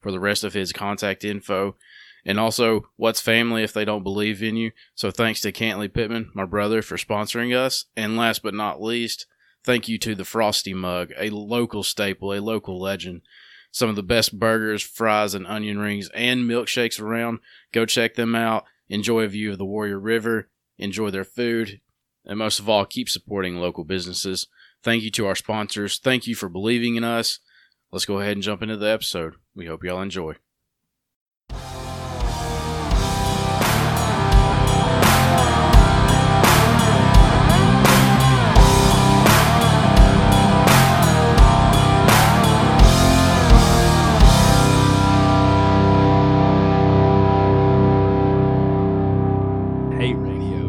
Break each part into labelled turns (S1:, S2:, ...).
S1: for the rest of his contact info. And also, what's family if they don't believe in you? So thanks to Cantley Pittman, my brother, for sponsoring us. And last but not least, thank you to the Frosty Mug, a local staple, a local legend. Some of the best burgers, fries, and onion rings and milkshakes around. Go check them out. Enjoy a view of the Warrior River. Enjoy their food. And most of all, keep supporting local businesses. Thank you to our sponsors. Thank you for believing in us. Let's go ahead and jump into the episode. We hope y'all enjoy.
S2: Hey, radio.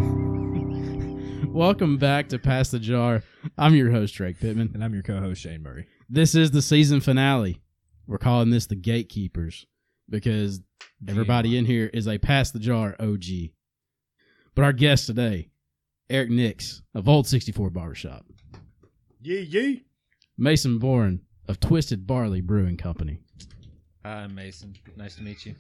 S1: Welcome back to Pass the Jar. I'm your host, Drake Pittman.
S2: And I'm your co host, Shane Murray.
S1: This is the season finale. We're calling this the Gatekeepers because everybody in here is a Pass the Jar OG. But our guest today, Eric Nix of Old 64 Barbershop,
S2: Yee yee.
S1: Mason Bourne of Twisted Barley Brewing Company.
S3: Hi, I'm Mason. Nice to meet you.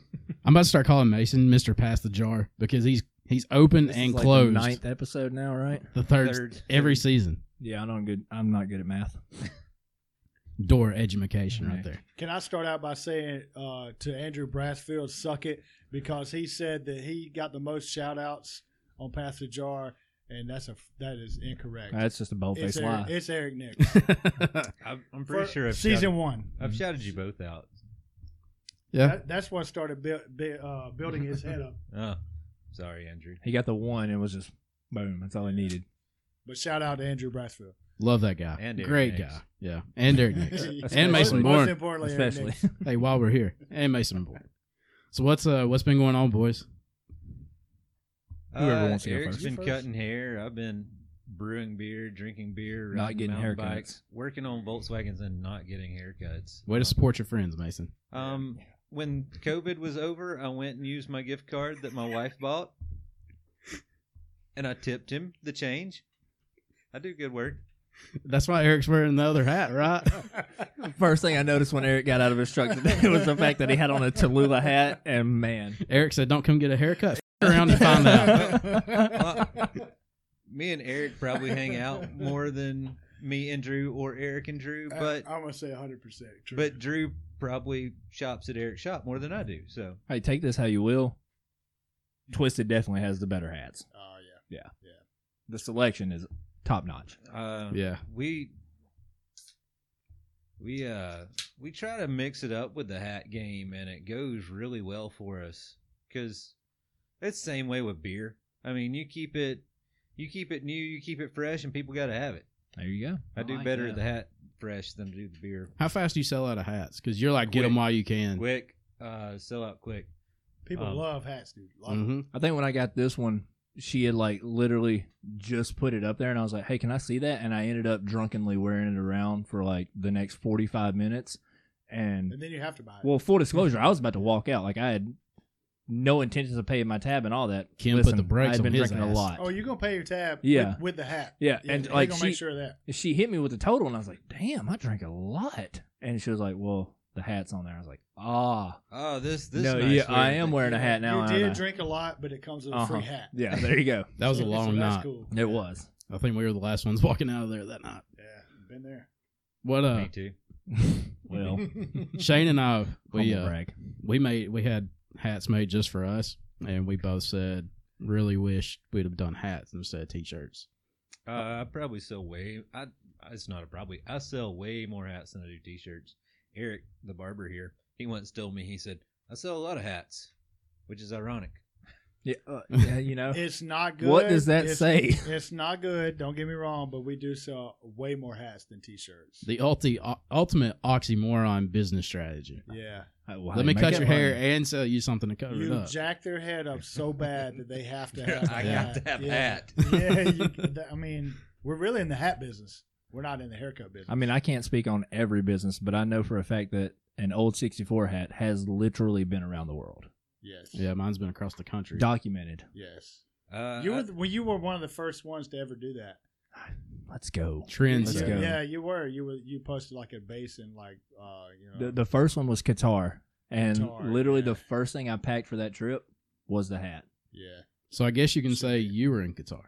S1: I'm about to start calling Mason Mr. Pass the Jar because he's he's open and closed the,
S3: ninth episode now, right?
S1: third, every season.
S2: Yeah, I'm not good. I'm not good at math.
S1: Door education right
S2: Right.
S1: there.
S4: Can I start out by saying uh, to Andrew Brassfield, suck it, because he said that he got the most shout outs on Pass the Jar, and that's a that is incorrect.
S2: That's just a bold
S4: it's,
S2: faced
S4: Eric,
S2: lie.
S4: it's Eric Nick.
S3: I'm, I'm pretty
S4: For
S3: sure I've
S4: season
S3: shouted,
S4: one.
S3: I've shouted you both out.
S1: yeah.
S4: That, that's what started bu- bu- uh, building his head up.
S3: Oh, sorry, Andrew.
S2: He got the one and was just boom. That's all he needed.
S4: But shout out to Andrew Brassfield.
S1: Love that guy.
S3: And Eric
S1: Great
S3: Nix.
S1: guy. Yeah. And Eric Nix.
S2: And Mason
S4: Most- most
S1: Bourne,
S4: importantly, Eric
S2: Especially.
S4: Nick.
S1: hey, while we're here, and Mason Bourne. So what's uh what's been going on, boys?
S2: Whoever
S3: Uh,
S2: wants to go
S3: Eric's
S2: first.
S3: been
S4: You first.
S3: cutting hair. I've been brewing beer, drinking beer,
S2: Not
S3: riding
S2: getting
S3: mountain
S2: haircuts.
S3: bikes, working on Volkswagens, and not getting haircuts.
S1: Way to support your friends, Mason.
S3: Um, when COVID was over, I went and used my gift card that my wife bought, and I tipped him the change. I do good work.
S1: That's why Eric's wearing the other hat, right?
S2: First thing I noticed when Eric got out of his truck today was the fact that he had on a Tallulah hat, and man,
S1: Eric said, "Don't come get a haircut." F- around and find out.
S3: me and Eric probably hang out more than me and Drew or Eric and Drew, but
S4: I, am gonna say 100 percent true.
S3: but Uh, Drew probably shops at Eric's shop more than I do. So
S2: Hey, take this how you will. Twisted definitely has the better hats.
S4: oh yeah,
S2: The selection is top notch.
S3: uh,
S1: Yeah.
S3: we we uh we try to mix it up with the hat game, and it goes really well for us because it's the same way with beer. I mean, you keep it you keep it new, you keep it fresh, and people got to have it.
S2: There you go.
S3: Oh, I, do better at the hat fresh than I do the beer
S1: How fast do you sell out of hats? Because you're like, get them
S3: Quick.
S1: while you can.
S3: quick. Uh, sell out quick.
S4: people
S3: Um,
S4: love hats, dude. Love them.
S1: hmm
S2: I think when I got this one, she had like literally just put it up there, and I was like, "Hey, can I see that?" And I ended up drunkenly wearing it around for like the next forty-five minutes. And
S4: and then you have to buy it.
S2: well, full disclosure, I was about to walk out. Like I had no intentions of paying my tab and all that.
S1: Kim put the brakes
S2: I had
S1: on
S2: been
S1: his
S2: drinking
S1: ass.
S2: a lot.
S4: oh, you're gonna pay your tab.
S2: Yeah.
S4: With, with the hat.
S2: Yeah, and,
S4: you're
S2: like,
S4: gonna
S2: she-
S4: make sure of that.
S2: she hit me with the total, and I was like, "Damn, I drank a lot." And she was like, "Well, the hat's on there." I was like, "Ah,
S3: Oh, this this.
S2: no,
S3: nice
S2: yeah, I
S3: weird
S2: am
S3: thing.
S2: wearing a hat now."
S4: You
S2: aren't
S4: did
S2: I?"
S4: drink a lot, but it comes with a
S2: Uh-huh.
S4: free hat.
S2: Yeah, there you go.
S1: That was a
S4: So
S1: long
S4: that's
S1: night.
S4: cool.
S2: It was.
S1: I think we were the last ones walking out of there that night.
S4: Yeah, been there.
S1: What uh,
S3: Me too.
S2: well,
S1: Shane and I, we
S2: humble
S1: uh,
S2: brag.
S1: we made we had hats made just for us, and we both said really wish we'd have done hats instead of t-shirts.
S3: Uh, I probably sell way. I it's not a probably. I sell way more hats than I do t-shirts. Eric, the barber here, he once told me he said I sell a lot of hats, which is ironic.
S2: Yeah, uh, yeah, you know.
S4: It's not good.
S2: What does that
S4: It's-
S2: say?
S4: It's not good. Don't get me wrong, but we do sell way more hats than t-shirts.
S1: The ulti, ultimate oxymoron business strategy.
S4: yeah,
S2: Uh, well,
S1: Let
S2: hey,
S1: me
S2: make
S1: cut
S2: it
S1: your hair
S2: money.
S1: and sell you something to cover it
S4: you
S1: up.
S4: jack their head up so bad that they have to.
S3: Yeah,
S4: Have
S3: I
S4: the
S3: got
S4: hat.
S3: to have
S4: yeah.
S3: hat.
S4: yeah, you, that, I mean, we're really in the hat business. We're not in the haircut business.
S2: I mean, I can't speak on every business, but I know for a fact that an old 64 hat has literally been around the world.
S4: yes,
S1: yeah, mine's been across the country.
S2: Documented.
S4: yes.
S3: Uh,
S4: You
S3: I-
S4: were the- well, you were one of the first ones to ever do that.
S2: Let's go.
S1: Trends.
S2: Let's
S4: yeah,
S2: go.
S4: yeah, you were. You were. You posted like a basin, like uh, you know.
S2: The, the first one was Qatar, And
S4: Guitar,
S2: literally,
S4: yeah.
S2: the first thing I packed for that trip was the hat.
S4: Yeah.
S1: So I guess you can say you were in Qatar.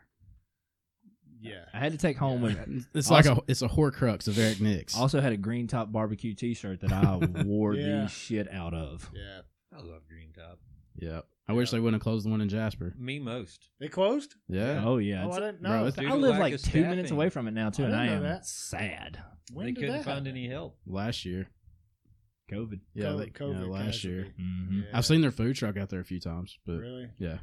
S4: Yeah.
S2: I had to take home with me.
S1: It's
S2: Awesome.
S1: like a it's a horcrux of Eric Nix.
S2: Also had a green top barbecue T-shirt that I wore
S4: Yeah.
S2: the shit out of.
S4: Yeah.
S3: I love Green Top.
S1: yeah. I wish they wouldn't have closed the one in Jasper.
S3: Me most.
S4: They closed?
S1: Yeah.
S2: Oh yeah,
S4: Oh,
S2: it's-
S4: I didn't
S1: Bro,
S4: know.
S1: it's-
S4: It's,
S3: Due
S2: I
S3: to
S2: live
S3: lack
S2: like
S3: of
S2: two minutes
S3: staffing.
S2: away from it now too,
S4: I
S2: and I
S4: didn't
S2: am
S4: know that.
S2: sad.
S4: when
S3: they
S4: did
S3: couldn't
S4: that
S3: find
S4: happen?
S3: any help.
S1: Last year.
S2: COVID.
S1: Yeah.
S4: Co-
S1: like,
S4: COVID
S1: yeah, last
S4: casualty.
S1: year. Mm-hmm.
S2: hmm
S4: Yeah.
S1: I've seen their food truck out there a few times, but
S4: Really?
S1: yeah.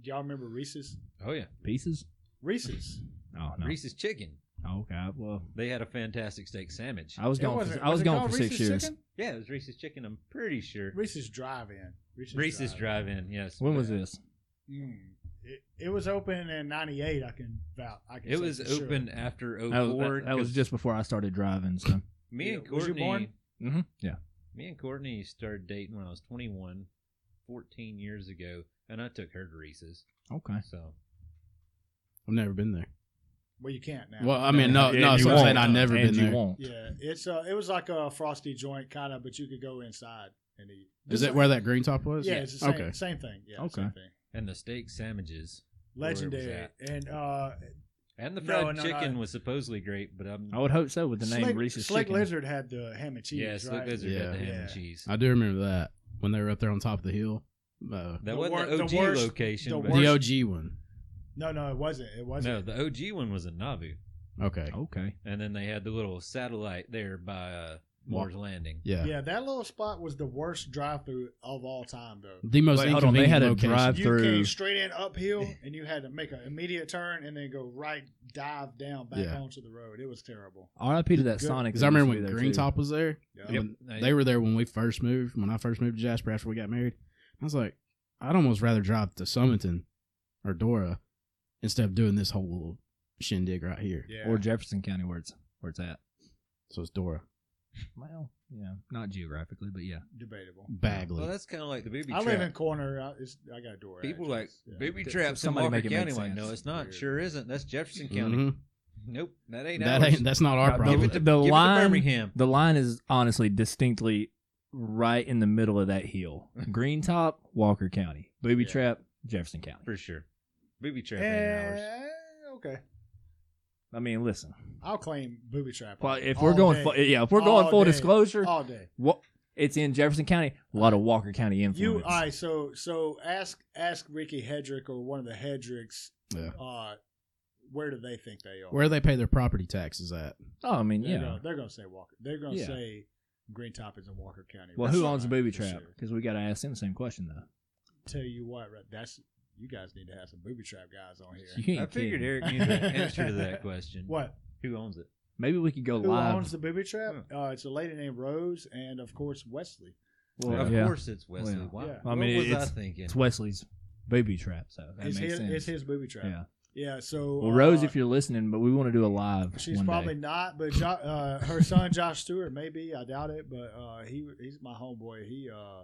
S4: Do y'all remember Reese's?
S3: Oh yeah,
S2: Pieces.
S4: Reese's.
S2: Oh no.
S3: Reese's Chicken.
S2: Okay. Well,
S3: They had a fantastic steak sandwich.
S2: I was
S4: It
S2: gone.
S4: wasn't-
S2: For, I was
S4: it
S2: gone
S4: called
S2: for six
S4: Reese's
S2: years.
S4: Chicken?
S3: Yeah, it was Reese's Chicken. I'm pretty sure.
S4: Reese's Drive-In.
S3: Reese's Drive-In. Yes.
S2: When was this?
S4: Mm. It, it was open in '98. I can vouch. I can
S3: It
S4: say
S3: was
S4: for sure.
S3: open after 04.
S2: That was, that was
S3: 'cause
S2: just before I started driving. So.
S3: me and
S4: Yeah, was you
S3: Courtney.
S4: born?
S2: Mm-hmm. Yeah.
S3: Me and Courtney started dating when I was 21, 14 years ago, and I took her to Reese's.
S2: Okay.
S3: So
S1: I've never been there.
S4: Well, you can't now.
S1: Well, I mean, no,
S2: And
S1: no.
S2: you
S1: So I'm saying
S2: won't.
S1: I've never
S2: and
S1: been
S2: you
S1: there.
S2: Won't.
S4: yeah, it's uh, it was like a frosty joint kind of, but you could go inside and eat.
S1: Is
S4: Just
S1: that where that green top was?
S4: Yeah, it's the same,
S1: Okay.
S4: same thing. Yeah,
S2: Okay.
S4: same thing.
S3: and the steak sandwiches Where it was
S4: Legendary
S3: at.
S4: and uh,
S3: and the
S4: No,
S3: fried
S4: no, no.
S3: chicken was supposedly great, but I'm
S2: I would hope so with the name
S4: Slick,
S2: Reese's
S4: Slick
S2: Chicken.
S4: Lizard had the ham and cheese.
S3: yeah, Slick
S4: right?
S3: Lizard
S1: Yeah.
S3: had the ham
S4: Yeah.
S3: and cheese.
S1: I do remember that when they were up there on top of the hill. Uh,
S3: that
S4: The
S3: wasn't
S4: wor-
S3: the
S4: the
S3: OG
S4: worst-
S3: location.
S4: the
S3: but-
S1: the OG one.
S4: No, no, it wasn't. It
S3: no,
S4: wasn't.
S3: the OG one was in Nauvoo,
S1: Okay.
S4: Oh.
S2: Okay.
S3: and then they had the little satellite there by uh,
S1: Wa-
S3: Moore's Landing.
S1: Yeah.
S4: Yeah, that little spot was the worst drive-through of all time, though.
S1: The most
S2: Wait, hold on,
S1: inconvenient
S2: they had a
S1: location.
S2: drive-
S4: you
S2: through.
S4: came straight in uphill and you had to make an immediate turn and then go right dive down back
S1: Yeah.
S4: onto the road it was terrible
S2: R.I.P. to that
S4: Good.
S2: Sonic.
S1: Because
S2: that
S1: I remember
S2: used to be
S1: when
S2: there,
S1: Green
S2: too.
S1: Top was there.
S4: Yeah.
S1: and when- They were there when we first moved. When I first moved to Jasper after we got married, I was like, I'd almost rather drive to Summerton or Dora instead of doing this whole little shindig right here.
S4: yeah
S2: or Jefferson County, where it's where it's at.
S1: So it's Dora,
S2: Well, yeah, not geographically, but yeah.
S4: debatable
S1: Bagley.
S3: Well, that's kind of like the booby
S4: i
S3: trap.
S4: live in corner I, it's, I got a door
S3: People
S4: actually.
S3: like
S4: Yeah.
S3: booby
S2: Th-
S3: traps in
S2: somebody
S3: Walker
S2: make it make
S3: County. Like,
S2: sense.
S3: no, it's not.
S4: Weird. Mm-hmm.
S3: Sure isn't. That's Jefferson County.
S1: Mhm.
S3: Nope, that ain't
S1: That
S3: ours.
S1: ain't. That's not our
S2: Now,
S1: problem.
S3: Give it to,
S2: The
S3: give it
S2: line-
S3: to Birmingham.
S2: The line is honestly distinctly right in the middle of that hill. Green Top, Walker County. Booby
S4: Yeah.
S2: Trap, Jefferson County.
S3: For sure. Booby trap ain't ours.
S4: Eh, okay
S2: I mean, listen.
S4: i'll claim booby trap
S2: Well, if
S4: all
S2: we're going,
S4: day.
S2: fu- yeah, if we're
S4: All
S2: going full
S4: day.
S2: disclosure,
S4: all day
S2: what it's in Jefferson County, a lot of Walker County influence.
S4: you all right so so ask ask ricky hedrick or one of the hedricks
S1: Yeah.
S4: uh where do they think they are
S1: Where they pay their property taxes at?
S2: oh, I mean,
S4: they're,
S2: yeah.
S4: gonna, they're gonna say walker they're gonna
S2: Yeah.
S4: say green top is in walker county
S2: Well, who owns the booby trap?
S4: Sure.
S2: Because we got to ask them the same question though.
S4: tell you what, right, that's you guys need to have some booby trap guys on
S2: You
S4: here.
S2: can't
S3: I figured
S2: kid.
S3: Eric knew the answer to that question.
S4: What?
S3: Who owns it?
S2: Maybe we could go
S4: Who
S2: live.
S4: owns the booby trap? Uh, it's a lady named Rose, and of course Wesley.
S2: Well,
S3: of
S2: yeah.
S3: course it's Wesley.
S2: Well,
S3: Why?
S4: yeah.
S2: I mean,
S3: what was
S2: it's-
S3: I thinking?
S2: It's Wesley's booby trap, so that
S4: It's
S2: makes
S4: his,
S2: sense.
S4: it's his booby trap.
S2: yeah.
S4: Yeah, So
S2: Well, Rose,
S4: uh,
S2: if you're listening, but we want to do a live.
S4: she's
S2: one
S4: probably
S2: day.
S4: not, but jo- uh, her son Josh Stewart maybe. I doubt it, but uh, he he's my homeboy. He uh,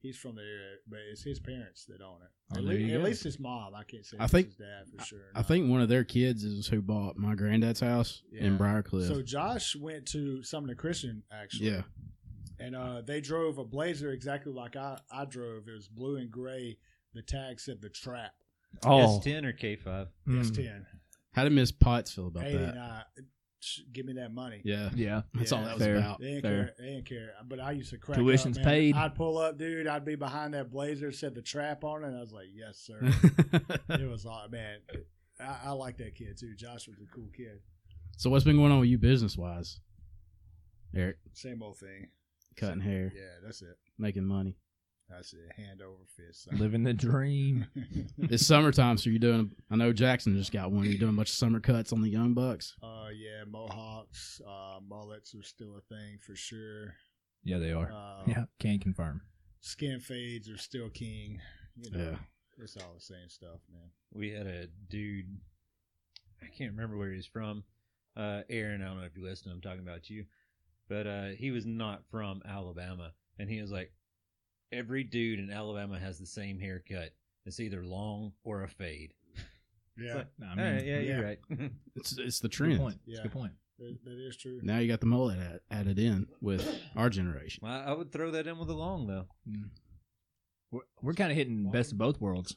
S4: he's from the area, but it's his parents that own it.
S2: Oh,
S4: at
S2: there
S4: lea-
S2: you
S4: at
S2: go.
S4: least his mom. I can't say
S1: I
S4: it's
S1: think-
S4: his dad for sure.
S1: I think one of their kids is who bought my granddad's house in
S4: Yeah.
S1: Briarcliff.
S4: so. Josh went to Sumner Christian actually.
S1: yeah,
S4: and uh, they drove a blazer exactly like I, I drove. It was blue and gray. The tag said the trap.
S2: Oh,
S3: S10 or K5?
S2: mm,
S4: That's ten.
S1: how did Miss Potts feel Hmm. about
S4: Eighty
S1: that?
S4: nine. Give me that money.
S1: Yeah,
S2: yeah.
S1: that's all
S4: Yeah.
S1: that was
S2: Fair.
S1: about.
S4: They didn't
S2: Fair.
S4: care. They didn't care. But I used to crack up,
S2: Tuition's
S4: man.
S2: paid.
S4: I'd pull up, dude. I'd be behind that blazer, said the trap on it. And I was like, yes, sir. it was all man. I, I like that kid too. Josh was a cool kid.
S1: so what's been going on with you business wise, Eric?
S4: Same old thing.
S1: Cutting hair,
S4: Yeah, that's it.
S1: making money.
S4: That's it. Hand over fist.
S2: Living the dream.
S1: It's summertime, so you're doing. I know Jackson just got one. You're doing a bunch of summer cuts on the young bucks.
S4: uh, yeah, mohawks, uh, mullets are still a thing for sure.
S2: Yeah, they are.
S4: Uh,
S2: yeah, can confirm.
S4: skin fades are still king. You know,
S1: Yeah.
S4: it's all the same stuff, man.
S3: We had a dude, I can't remember where he's from. Uh, Aaron, I don't know if you listen, I'm talking about you. But uh, he was not from Alabama. And he was like, every dude in Alabama has the same haircut. It's either long or a fade.
S4: Yeah,
S3: It's like,
S2: No, I
S3: All right,
S2: mean,
S3: yeah,
S4: yeah.
S3: you're right.
S1: It's it's the
S2: good
S1: trend.
S2: point. It's a
S4: Yeah.
S2: good point.
S4: That, that is true.
S1: Now you got the mullet ad- added in with our generation.
S3: Well, I would throw that in with a long though.
S2: We're, we're kind of hitting best of both worlds.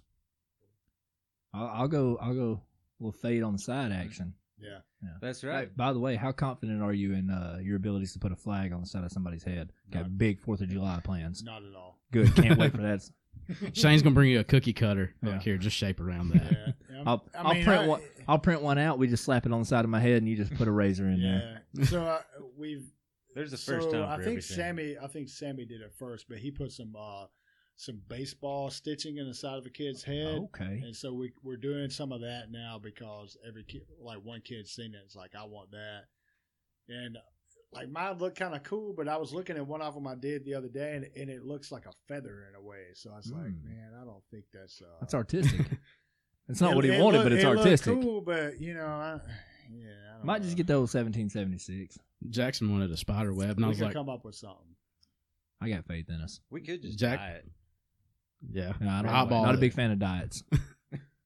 S2: I'll, I'll go. I'll go. A little fade on the side action.
S4: Yeah.
S3: That's right.
S2: By the way, how confident are you in uh, your abilities to put a flag on the side of somebody's head? Got big Fourth of July plans.
S4: Not at all.
S2: Good. Can't wait for that.
S1: Shane's gonna bring you a cookie cutter.
S2: Yeah.
S1: Look here, just shape around
S4: Yeah.
S1: that.
S4: I'm-
S2: I'll,
S4: I
S2: I will
S4: mean,
S2: print
S4: I-
S2: one. I'll print one out. We just slap it on the side of my head, and you just put a razor in there.
S4: yeah. So uh, we've
S3: There's a first
S4: so
S3: time. For
S4: I think
S3: everything.
S4: Sammy. I think Sammy did it first, but he put some uh, some baseball stitching in the side of a kid's head,
S2: Okay.
S4: and so we we're doing some of that now because every kid, like one kid's seen it, it's like I want that, and like mine looked kind of cool, but I was looking at one of them I did the other day, and, and it looks like a feather in a way. So I was like,
S2: Mm.
S4: man, I don't think that's uh,
S2: That's artistic. It's not
S4: it-
S2: what he
S4: it
S2: wanted,
S4: look-
S2: but it's
S4: it look
S2: artistic.
S4: Cool, but you know, I, yeah, I don't
S2: Might
S4: know.
S2: just get the old 1776.
S1: Jackson wanted a spider web, and
S4: We
S1: I was
S4: could
S1: like,
S4: come up with something.
S2: I got faith in us.
S3: we could just
S1: Jack-
S3: buy it.
S1: yeah.
S2: No, I don't,
S1: Eyeball
S2: not a
S1: it.
S2: big fan of diets.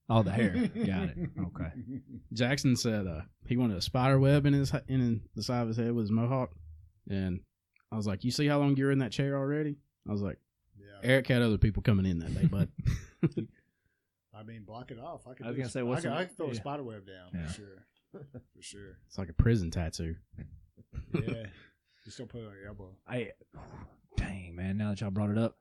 S2: oh, the hair. Got it. Okay.
S1: Jackson said uh, he wanted a spider web in his in the side of his head with his mohawk, and I was like, "You see how long you're in that chair already?" I was like,
S4: Yeah,
S1: "Eric had other people coming in that day, bud."
S4: I mean, block it off. I, could
S2: I was
S4: do
S2: gonna
S4: a-
S2: say, what's
S4: I could,
S2: the-
S4: I could throw a
S2: yeah.
S4: spider web down
S2: Yeah.
S4: for sure, for sure.
S1: it's like a prison tattoo.
S4: Yeah, just don't put it on your elbow.
S2: I, dang, man. Now that y'all brought it up,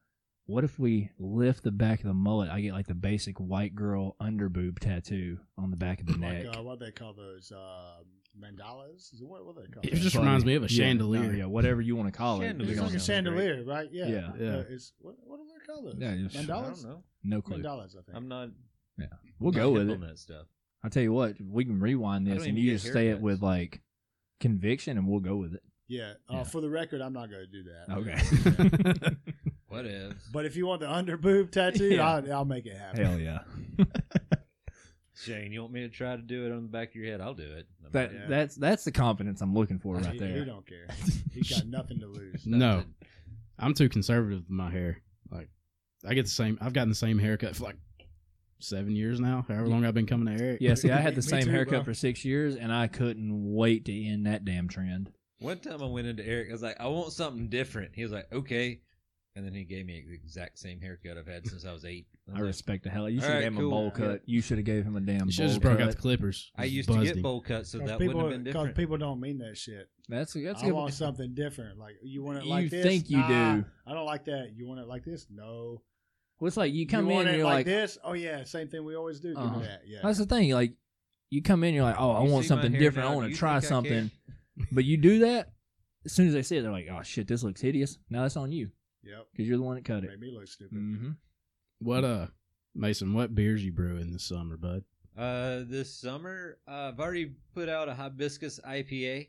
S2: what if we lift the back of the mullet? I get like the basic white girl underboob tattoo on the back of the neck.
S4: Like uh, what they call those uh, mandalas? Is it- What what they call?
S1: It
S4: that?
S1: just
S2: Buddy.
S1: reminds me of a
S2: Yeah,
S1: chandelier.
S2: no, yeah, whatever you want to call it.
S3: Chandelier.
S2: We
S4: it's
S2: gonna-
S4: like a
S3: Sounds
S4: chandelier, right? Yeah.
S2: Yeah.
S1: Yeah.
S4: Uh, it's what what are they called? Those?
S2: Yeah, just-
S3: I don't
S4: mandalas.
S3: know.
S2: No clue.
S4: Mandalas, I think.
S3: I'm not.
S2: We'll
S3: not
S2: go
S3: hip
S2: with it.
S3: on that stuff.
S2: I'll tell you what, we can rewind
S3: I
S2: this
S3: don't
S2: and
S3: even
S2: you
S3: get
S2: just say it
S3: haircuts.
S2: with like conviction and we'll go with it.
S4: yeah. Uh,
S2: Yeah.
S4: For the record, I'm not going to do that.
S2: Okay.
S3: What if?
S4: but if you want the underboob tattoo,
S2: Yeah.
S4: I'll, I'll make it happen.
S2: Hell yeah.
S3: Shane, you want me to try to do it on the back of your head? I'll do it. I mean,
S2: That
S4: Yeah.
S2: that's that's the confidence I'm looking for right
S4: he,
S2: there.
S4: he don't care. He's got nothing to lose.
S1: No,
S3: nothing.
S1: I'm too conservative with my hair. Like, I get the same. I've gotten the same haircut for like seven years now. However long I've been coming to Eric.
S2: Yeah, see, I had the
S4: Me
S2: same
S4: too,
S2: haircut
S4: bro.
S2: for six years, and I couldn't wait to end that damn trend.
S3: One time I went into Eric. I was like, I want something different. He was like, okay. And then he gave me the exact same haircut I've had since I was eight. I'm
S2: I
S3: like,
S2: respect the hell. You
S3: All
S2: should have
S3: right,
S2: gave him a
S3: cool.
S2: bowl
S3: Yeah.
S2: cut. You should have gave him a damn
S1: You
S2: bowl
S1: should have just
S2: cut.
S1: broke out the clippers.
S3: I
S1: Just
S3: used
S1: buzzed
S3: to get
S1: him.
S3: bowl cuts, so
S4: 'Cause
S3: that
S4: people,
S3: wouldn't have been
S4: 'cause
S3: different.
S4: people don't mean that shit.
S2: That's that's a
S4: I
S2: good.
S4: want
S2: one.
S4: something different. Like you want it
S2: You
S4: like this.
S2: think you
S4: Nah,
S2: do.
S4: I don't like that. You want it like this? No.
S2: Well, it's like you come in
S4: want
S2: and
S4: it
S2: you're
S4: like
S2: like,
S4: this? Oh yeah, same thing we always do. Give me
S2: Uh-huh.
S4: that. Yeah.
S2: that's the thing. Like you come in, you're like, oh, I
S3: You
S2: want
S3: see my
S2: something
S3: hair
S2: different.
S3: now,
S2: I
S3: do
S2: want
S3: you
S2: to
S3: think I
S2: try
S3: care?
S2: something. But you do that as soon as they see it, they're like, oh shit, this looks hideous. Now that's on you
S4: yep.
S2: because you're the one that cut it.
S4: Made me look stupid.
S3: Mm,
S2: Mm-hmm.
S1: What uh, Mason? What beers you brewing this summer, bud?
S3: Uh, this summer, uh, I've already put out a hibiscus IPA.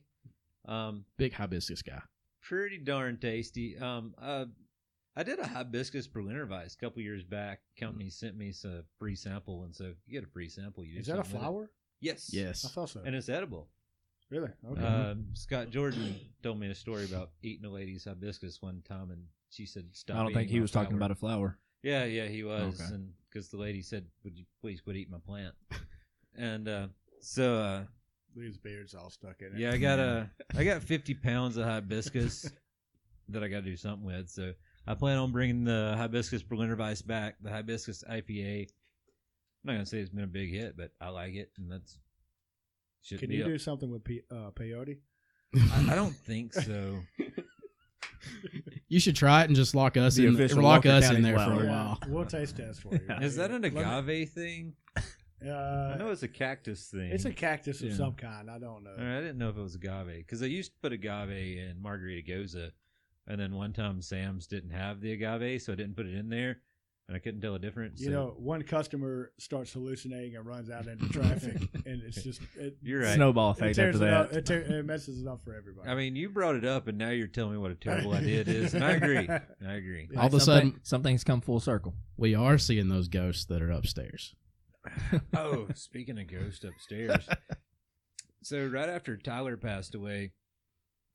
S3: Um,
S1: Big hibiscus guy.
S3: pretty darn tasty. Um, uh, I did a hibiscus Berliner Weiss a couple years back.
S2: Mm.
S3: Company sent me a free sample, and so you get a free sample. You do
S4: Is that a
S3: something with it.
S4: flower?
S3: Yes.
S4: I
S1: Yes.
S4: thought so.
S3: And it's edible.
S4: really? Okay.
S2: Mm-hmm.
S3: Um, Scott Jordan told me a story about eating a lady's hibiscus one time, and she said, "Stop."
S2: I don't think
S3: eating
S2: he
S3: my
S2: was talking
S3: flower."
S2: about a flower.
S3: Yeah, yeah, he was,
S2: Okay.
S3: and because the lady said, "Would you please quit eating my plant?" and uh, so, uh,
S4: These beards all stuck in it.
S3: yeah, I got a, I got fifty pounds of hibiscus that I got to do something with. So I plan on bringing the hibiscus Berliner Weiss back, the hibiscus IPA. I'm not gonna say it's been a big hit, but I like it, and that's. should
S4: Can
S3: be
S4: you
S3: up.
S4: do something with pe- uh, peyote?
S3: I, I don't think so.
S1: You should try it and just lock us
S2: The
S1: in. The,
S2: official
S1: lock
S2: Walker
S1: us
S2: County
S1: in there for
S2: flower.
S1: a
S4: Yeah,
S1: while.
S4: We'll taste test for you.
S3: Oh, Is that an
S4: Let me-
S3: agave thing? I know
S4: Uh,
S3: it's a cactus thing.
S4: it's a cactus of
S2: Yeah.
S4: some kind. I don't know.
S3: All right, I didn't know if it was agave because I used to put agave in margarita goza, and then one time Sam's didn't have the agave, so I didn't put it in there, and I couldn't tell the difference.
S4: You
S3: so-
S4: know, one customer starts hallucinating and runs out into traffic, and it's just it,
S3: you're right.
S2: Snowball
S4: it
S2: effect
S4: tears
S2: after
S4: it up.
S2: that.
S4: It, tear, it messes it up for everybody.
S3: I mean, you brought it up, and now you're telling me what a terrible idea it is, and I agree. I agree.
S1: All of a
S2: Some thi-
S1: sudden,
S2: some things come full circle.
S1: we are seeing those ghosts that are upstairs.
S3: Oh, speaking of ghost upstairs. so right after Tyler passed away,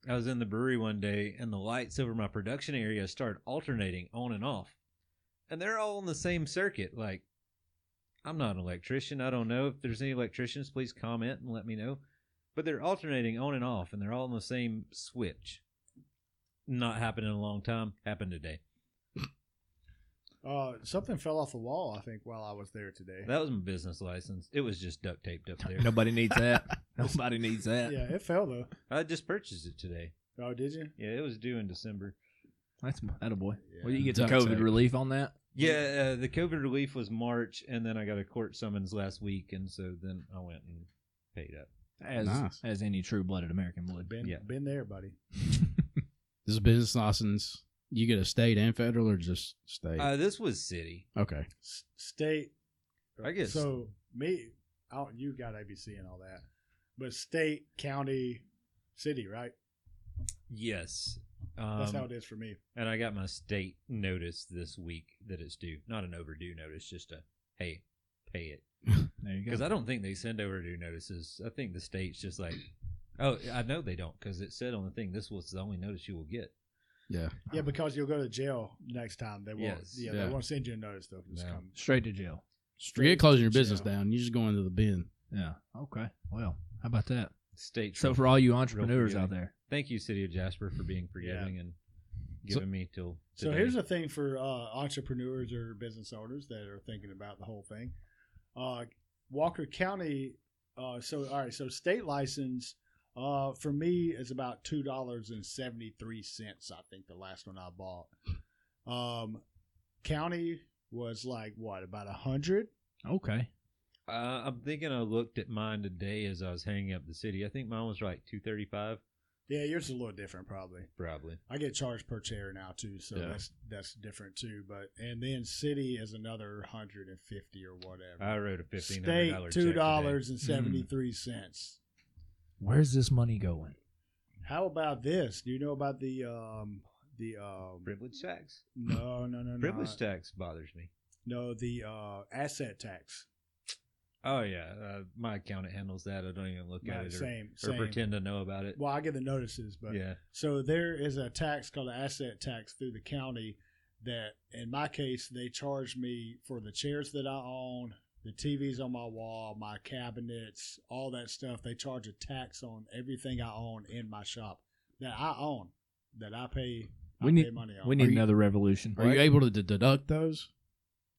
S3: I was in the brewery one day and the lights over my production area started alternating on and off. And they're all on the same circuit. Like, I'm not an electrician. I don't know. If there's any electricians, please comment and let me know. but they're alternating on and off, and they're all on the same switch. Not happened in a long time. Happened today.
S4: Uh, something fell off the wall, I think, while I was there today.
S3: That was my business license. It was just duct taped up there.
S2: Nobody needs that. Nobody needs that.
S4: yeah, it fell though.
S3: I just purchased it today.
S4: Oh, did you?
S3: Yeah, it was due in December.
S2: That's that boy.
S4: Yeah.
S2: Well, you get the
S1: Duct
S2: COVID
S1: tape.
S2: relief on that.
S3: Yeah, uh, the COVID relief was March, and then I got a court summons last week, and so then I went and paid up.
S2: As
S1: Nice.
S2: as any true blooded American would.
S4: Been
S3: Yeah.
S4: been there, buddy.
S1: This is business license. You get a state and federal, or just state?
S3: Uh, this was city.
S1: okay.
S4: S- state.
S3: I guess-
S4: so. Me, out you got ABC and all that, but state, county, city, right?
S3: Yes. Um,
S4: That's how it is for me.
S3: And I got my state notice this week that it's due. Not an overdue notice, just a hey, pay it.
S2: There you
S3: Because
S2: go.
S3: I don't think they send overdue notices. I think the state's just like, oh, I know they don't because it said on the thing this was the only notice you will get.
S1: Yeah.
S4: Yeah, because you'll go to jail next time. They won't.
S3: Yes.
S4: Yeah,
S1: Yeah.
S4: they won't send you a notice though. Just
S3: No.
S4: come.
S2: Straight to jail.
S1: Forget closing your business
S4: jail.
S1: down. You just go into the bin.
S2: Yeah. Okay. Well, how about that?
S3: State.
S2: So for all you entrepreneurs
S3: forgiving.
S2: out there,
S3: thank you, City of Jasper, for being forgiving and
S1: So-
S3: giving me till.
S4: So
S3: today.
S4: here's the thing for uh, entrepreneurs or business owners that are thinking about the whole thing. Uh, Walker County. Uh, so all right. So state license. Uh, for me, is about two dollars and seventy three cents. I think the last one I bought. Um, county was like what about a hundred?
S2: okay.
S3: Uh, I'm thinking I looked at mine today as I was hanging up the city. I think mine was like 235,
S4: Yeah, yours is a little different probably.
S3: probably.
S4: I get charged per chair now too, so
S1: Yeah.
S4: that's that's different too. But and then city is another hundred and fifty or whatever.
S3: I wrote a Uh, Mm. fifteen hundred
S4: State
S3: dollar
S4: two dollars and seventy three cents.
S2: Where's this money going?
S4: How about this? Do you know about the um the um
S3: Privilege tax.
S4: no no no no
S3: Privilege tax bothers me.
S4: no the uh asset tax?
S3: Oh yeah, uh, my accountant handles that. I don't even look
S4: No,
S3: at it or,
S4: same
S3: or
S4: same.
S3: pretend to know about it.
S4: well, I get the notices, but
S3: yeah,
S4: So there is a tax called an asset tax through the county that, in my case, they charge me for the chairs that I own, the TVs on my wall, my cabinets, all that stuff. They charge a tax on everything I own in my shop that I own, that I pay, I
S2: We need-
S4: pay money on.
S2: We need
S1: Are you-
S2: another revolution.
S1: Are you able to d- deduct those?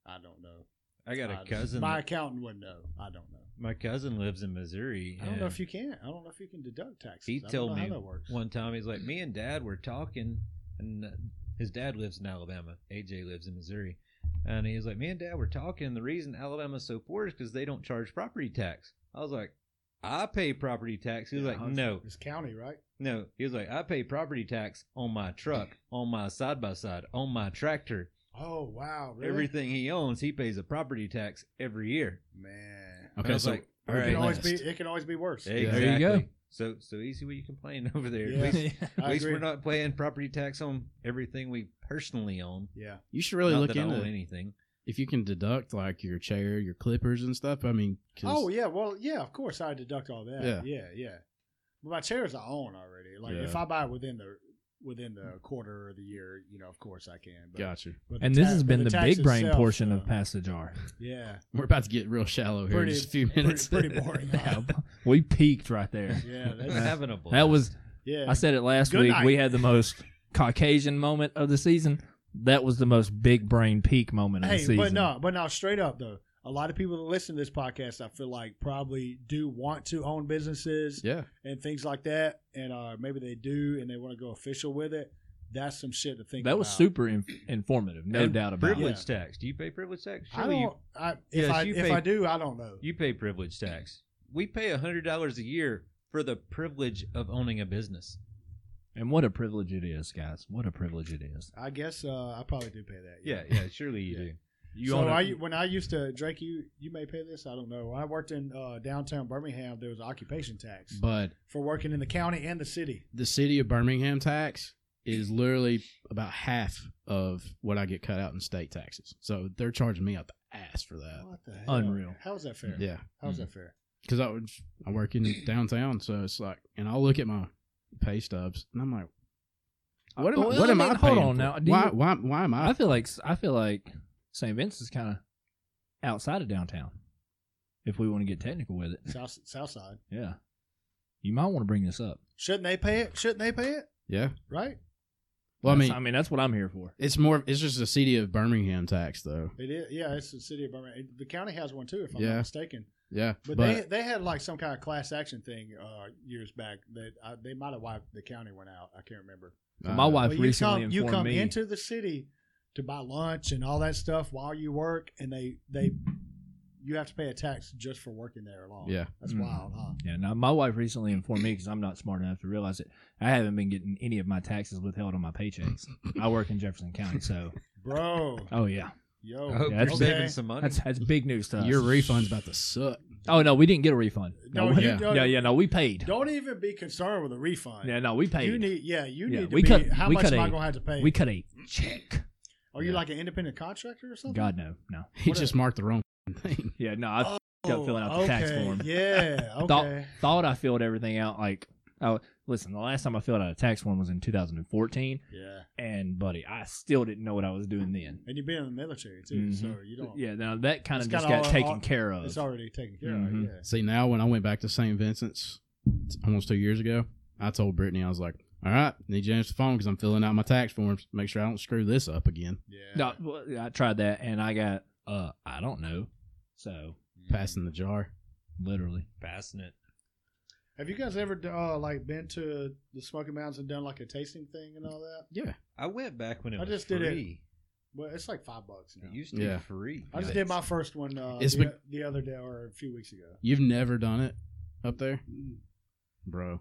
S4: I don't know.
S3: I got a
S4: I-
S3: cousin.
S4: My
S3: My,
S4: accountant would know. I don't know.
S3: cousin lives in Missouri.
S4: I don't know
S3: and
S4: if you can. I don't know if you can deduct taxes.
S3: He
S4: I don't
S3: told
S4: know
S3: me
S4: how that works.
S3: one time he's like, me and Dad were talking, and uh, his dad lives in Alabama. AJ lives in Missouri, and he was like, me and Dad were talking. The reason Alabama's so poor is because they don't charge property tax. I was like, I pay property tax. He was like, no,
S4: It's county, right?
S3: No, he was like, I pay property tax on my truck, on my side by side, on my tractor.
S4: Oh wow, really?
S3: Everything he owns, he pays a property tax every year.
S4: man.
S3: And
S1: Okay,
S3: I was
S1: so
S3: like,
S1: we're
S3: all
S1: Very
S4: It can
S3: right,
S4: always
S1: last.
S4: be. It can always be worse.
S3: exactly.
S1: There
S2: you go.
S3: So, so easy what you complain over there.
S4: Yeah.
S3: At least,
S4: I
S3: at least we're
S4: agree.
S3: not paying property tax on everything we personally own.
S4: Yeah.
S1: You should really
S3: Not
S1: look
S3: that I
S1: into
S3: own anything.
S1: if you can deduct like your chair, your clippers, and stuff. I mean, 'cause-
S4: Oh yeah, well yeah, of course I deduct all that.
S1: Yeah.
S4: Yeah, yeah. But my chairs I own already. Like if
S1: Yeah.
S4: I buy within the within the quarter of the year, you know, of course I can. But,
S1: gotcha.
S4: but
S2: And
S4: the
S2: this
S4: ta-
S2: has
S4: but
S2: been the,
S4: tax
S2: big brain
S4: itself,
S2: portion
S4: uh,
S2: of Pass the Jar.
S4: Yeah,
S1: We're about to get real shallow here
S4: Pretty-
S1: in just a few
S4: pretty-
S1: minutes.
S4: pretty boring.
S2: Yeah, we peaked right there.
S4: yeah,
S3: That's
S4: that's,
S3: having a blast.
S2: That was
S4: yeah.
S2: I said it last
S4: Good
S2: week.
S4: night.
S2: We had the most Caucasian moment of the season. That was the most big brain peak moment of the
S4: hey,
S2: season.
S4: but no, but no, straight up though. A lot of people that listen to this podcast, I feel like probably do want to own businesses
S1: yeah,
S4: and things like that, and uh, maybe they do, and they want to go official with it. That's some shit to think.
S2: that was
S4: about.
S2: super in- informative, no
S3: And
S2: doubt about it.
S3: privilege tax. Do you pay privilege tax?
S4: I
S3: Surely you-
S4: don't. I, if
S3: Yes,
S4: I
S3: you
S4: if
S3: pay-
S4: I do, I don't know.
S3: You pay privilege tax. We pay a hundred dollars a year for the privilege of owning a business.
S2: And what a privilege it is, guys! What a privilege it is.
S4: I guess uh, I probably do pay that.
S3: Yeah, yeah, surely you
S4: Yeah.
S3: do.
S2: You
S4: so
S2: own a-
S4: I, when I used to Drake, you you may pay this. I don't know. When I worked in uh, downtown Birmingham, there was occupation tax
S1: but
S4: for working in the county and the city.
S1: the city of Birmingham tax is literally about half of what I get cut out in state taxes. So they're charging me out the ass for that.
S4: Uh, What the hell?
S2: Unreal.
S4: How is that fair?
S1: Yeah,
S4: How is that fair?
S1: because I was I work in downtown, so it's like, and I'll look at my pay stubs, and I'm like, what am I,
S2: Well,
S1: what
S2: I
S1: am I,
S2: mean, hold
S1: paying
S2: on
S1: for?
S2: now, do
S1: Why,
S2: you-
S1: why why am I?
S2: I feel like I feel like St. Vincent's is kind of outside of downtown. If we want to get technical with it,
S4: South Southside.
S2: yeah. You might want to bring this up.
S4: Shouldn't they pay it? Shouldn't they pay it?
S1: Yeah.
S4: Right?
S1: Well, I
S2: That's-
S1: mean,
S2: I mean that's what I'm here for.
S1: it's more. It's just a city of Birmingham tax, though.
S4: It is. Yeah, it's the city of Birmingham. The county has one too, if I'm
S1: Yeah.
S4: not mistaken.
S1: Yeah,
S4: But, they they had like some kind of class action thing uh, years back that I, they might have wiped the county went out. I can't remember.
S1: uh,
S2: My wife
S4: But
S2: recently
S4: you come, you
S2: informed
S4: come
S2: me.
S4: into the city to buy lunch and all that stuff while you work, and they they you have to pay a tax just for working there alone.
S1: Yeah.
S4: that's
S3: Hmm.
S2: Mhm.
S4: wild, huh?
S2: yeah, now my wife recently informed me because I'm not smart enough to realize it. I haven't been getting any of my taxes withheld on my paychecks. I work in Jefferson County, so
S4: Bro,
S2: oh yeah,
S4: yo,
S3: I hope you're
S2: Yeah, that's-
S3: saving some money.
S2: that's that's big news to us.
S1: Your refund's about to suck.
S2: oh no, we didn't get a refund. No,
S4: No,
S2: we-
S4: you
S1: yeah.
S4: don't,
S2: yeah, yeah, no, we paid.
S4: Don't even be concerned with a refund.
S2: Yeah, no, we paid.
S4: You need, yeah, you
S2: Yeah,
S4: need to
S2: we
S4: be.
S2: cut-
S4: how
S2: we
S4: much
S2: cut
S4: am I
S2: a-
S4: gonna have to pay?
S2: we cut a check.
S4: Are you
S1: Yeah.
S4: like an independent contractor or something?
S2: God no, no.
S1: He
S4: What a-
S1: just marked the wrong thing.
S2: Yeah, no. I up filling out the
S4: Oh, okay.
S2: tax form.
S4: Yeah,
S2: Thought-
S4: okay.
S2: thought I filled everything out. Like, oh, listen, the last time I filled out a tax form was in 2014,
S4: yeah,
S2: and buddy, I still didn't know what I was doing then.
S4: and you've been in the military too,
S1: Mm-hmm.
S4: so you don't.
S2: Yeah, now that kind
S4: It's
S2: of just
S4: kinda
S2: got
S4: all-
S2: taken
S4: all-
S2: care of.
S4: it's already taken care
S2: Mhm.
S4: of. Yeah.
S1: See, now when I went back to St. Vincent's t- almost two years ago, I told Brittany, I was like, all right, need you to answer the phone because I'm filling out my tax forms. Make sure I don't screw this up again.
S4: Yeah.
S2: No, well, I tried that, and I got uh, I don't know. So
S1: Passing the jar.
S2: literally,
S3: Mm-hmm. Passing it.
S4: Have you guys ever uh, like been to the Smoky Mountains and done like a tasting thing and all that?
S1: Yeah.
S3: I went back when it
S4: I
S3: was
S4: just did it.
S3: free.
S4: Well, it's like five bucks now.
S3: It used to
S1: Yeah.
S3: be free.
S4: I just did my first one uh,
S1: It's
S4: the,
S1: bec-
S4: the other day or a few weeks ago.
S1: You've never done it up there? Bro.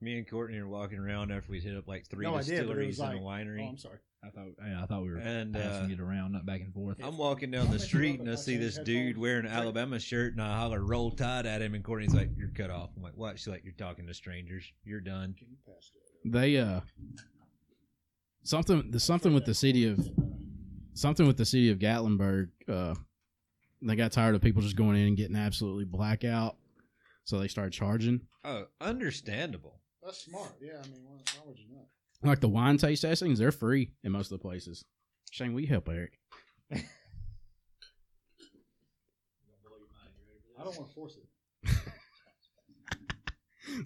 S3: Me and Courtney are walking around after we hit up like three
S4: No, I did, but it
S3: distilleries
S4: was
S3: and a
S4: Oh,
S3: winery.
S4: I'm sorry.
S2: I thought yeah, I thought we were
S3: And,
S2: passing
S3: uh,
S2: it around, not back and forth.
S3: I'm walking down the street and I see this dude wearing an Alabama shirt and I holler roll tide at him and Courtney's like, You're cut off. I'm like, What? She's like, You're talking to strangers. You're done.
S4: Can you pass it?
S1: They, uh, something, the, something with the city of, something with the city of Gatlinburg, uh, they got tired of people just going in and getting absolutely blackout. So they started charging.
S3: Oh, understandable.
S4: That's smart. Yeah, I mean, why, why would you not?
S1: like the wine taste testings, they're free in most of the places. Shane, will you help Eric?
S4: I don't want to force it.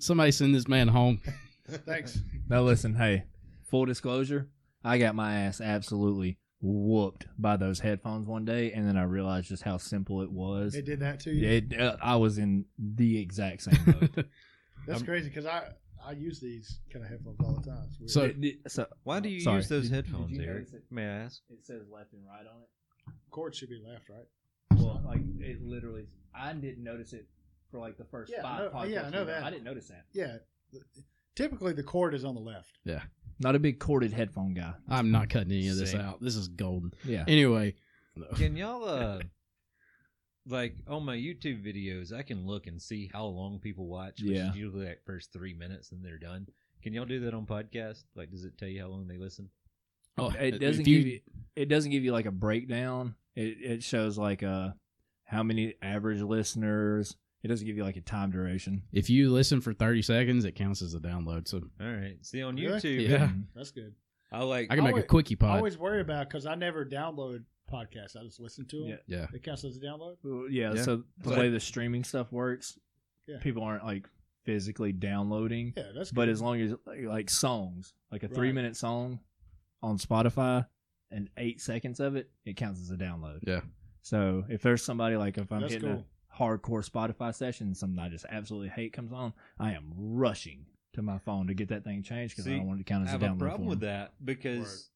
S1: Somebody send this man home.
S4: Thanks.
S2: Now listen, hey, full disclosure, I got my ass absolutely whooped by those headphones one day, and then I realized just how simple it was.
S4: It did that to you.
S2: It, uh, I was in the exact same mode.
S4: That's
S1: I'm-
S4: crazy because I I use these kind of headphones all the time. It's weird.
S1: So-
S2: It- it- so
S3: Why do you
S2: Sorry.
S3: use those
S2: Did-
S3: headphones,
S2: did you
S3: Eric?
S2: notice it-
S3: May I ask?
S2: it says left and right on it.
S4: chords should be left, right?
S2: Well, like it literally, I didn't notice it for like the first
S4: Yeah,
S2: five.
S4: I know- yeah, I
S2: podcasts
S4: know
S2: ago.
S4: that.
S2: I didn't notice that.
S4: Yeah. Typically, the cord is on the left.
S2: Not a big corded headphone guy.
S1: I'm not cutting any of this
S3: Same.
S1: out. This is golden.
S2: Yeah.
S1: Anyway,
S3: Can y'all uh like on my YouTube videos I can look and see how long people watch, which
S2: Yeah.
S3: is usually like first three minutes and they're done. Can y'all do that on podcast? Like does it tell you how long they listen?
S1: oh,
S2: it
S1: if
S2: doesn't give you it doesn't give you like a breakdown. It it shows like uh how many average listeners. It doesn't give you like a time duration.
S1: If you listen for 30 seconds, it counts as a download. So
S3: All right. See on
S4: Really?
S3: YouTube
S1: Yeah.
S2: Um,
S4: That's good.
S3: I like
S1: I can make
S4: Always-
S1: a quickie
S4: I
S1: pod.
S4: always worry about because I never download podcasts. I just listen to them.
S2: Yeah.
S1: yeah.
S4: It counts as a download.
S2: Well, Yeah,
S1: Yeah.
S2: so the
S3: But-
S2: way the streaming stuff works,
S4: Yeah.
S2: people aren't like physically downloading,
S4: Yeah, that's
S2: but
S4: good.
S2: as long as like, like songs, like a
S4: Right.
S2: 3-minute song on Spotify and 8 seconds of it, it counts as a download.
S1: Yeah.
S2: So, if there's somebody like if I'm
S4: that's
S2: hitting
S4: cool.
S2: a hardcore Spotify session and something I just absolutely hate comes on, I am rushing to my phone to get that thing changed because I
S3: See,
S2: don't want it to count
S3: I
S2: as a
S3: have
S2: download.
S3: a problem
S2: for
S3: with
S2: them.
S3: that because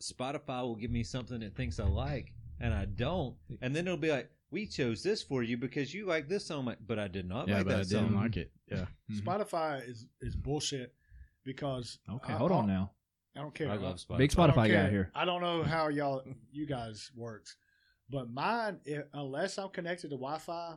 S3: Spotify will give me something it thinks I like and I don't, and then it'll be like, "We chose this for you because you like this song, I'm like, but I did not
S1: yeah,
S3: like
S1: but
S3: that
S1: I
S3: song."
S1: didn't like it. Yeah.
S2: Mhm.
S4: Spotify is is bullshit because
S2: Okay,
S4: I-
S2: hold on
S4: I-
S2: now.
S4: I don't care.
S3: I love Spotify.
S2: Big
S4: I
S2: Spotify
S4: don't
S2: guy
S4: care.
S2: here.
S4: I don't know how y'all you guys works, but mine i- unless I'm connected to Wi-Fi,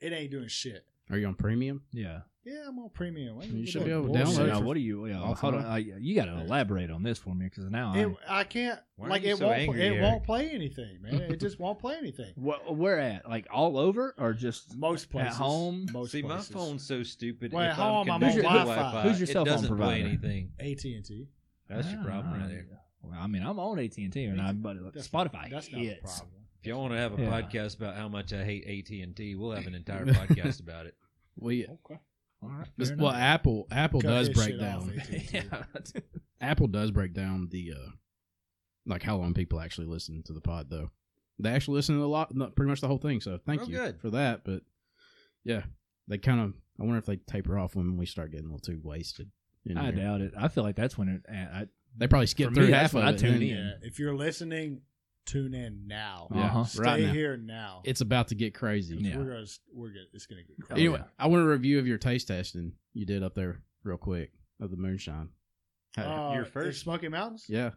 S4: it ain't doing shit.
S1: Are you on premium?
S2: Yeah.
S4: Yeah, I'm on premium. What-
S1: You
S4: what
S1: should
S4: the
S1: be able to
S4: bullshit?
S1: download
S2: Now,
S1: for-
S2: what do you? Yeah,
S1: all
S2: hold on.
S1: time.
S2: I, you got to elaborate on this for me because now
S4: It,
S2: I.
S4: I can't
S3: Why are
S4: like
S3: you
S4: it
S3: so
S4: won't
S3: angry,
S4: it
S3: Eric?
S4: won't play anything, man. It just won't play anything.
S2: Wh- where at? Like all over or just?
S4: Most places
S2: home?
S4: Most
S3: See,
S4: places.
S3: my phone's so stupid.
S4: Well, at
S3: if
S4: home, I'm
S3: I'm
S4: on
S3: connected to
S4: Wi-Fi.
S3: Wi-Fi,
S2: Who's your cell
S3: it
S2: phone
S3: doesn't
S2: provider?
S3: play anything.
S4: AT and T.
S3: That's your problem
S2: Ah,
S3: right there.
S2: Well, I mean, I'm on AT and T, and I but Spotify
S4: That's not the
S2: hits.
S4: problem.
S3: If y'all want to have a
S2: Yeah.
S3: podcast about how much I hate AT and T, we'll have an entire podcast about it.
S1: We
S4: Okay.
S2: All right,
S1: This-
S2: fair
S1: well,
S2: enough.
S1: Apple Apple
S4: Cut
S1: does
S4: his
S1: break
S4: shit off,
S1: down.
S4: AT&T.
S2: yeah.
S1: Apple does break down the uh like how long people actually listen to the pod though. They actually listen to a lot, not- pretty much the whole thing. So thank
S3: Oh,
S1: you
S3: good.
S1: for that. But yeah, they kind of. I wonder if they taper off when we start getting a little too wasted. in
S2: I
S1: here.
S2: doubt it. I feel like that's when it. uh, I,
S1: They probably
S2: For
S1: skip
S2: me,
S1: through
S2: that's
S1: half of
S2: when I
S1: it. and
S2: tune
S1: then-
S2: in.
S4: Yeah, if you're listening, tune in now.
S1: Yeah,
S2: Uh-huh.
S4: Stay
S1: right now.
S4: here now.
S1: It's about to get crazy.
S2: Yeah. Oh,
S4: We're gonna, we're gonna, it's gonna get crazy.
S1: Anyway, I want a review of your taste testing you did up there real quick of the moonshine. How-
S4: Uh,
S3: your
S4: the
S3: first-
S4: Smoky Mountains.
S1: yeah,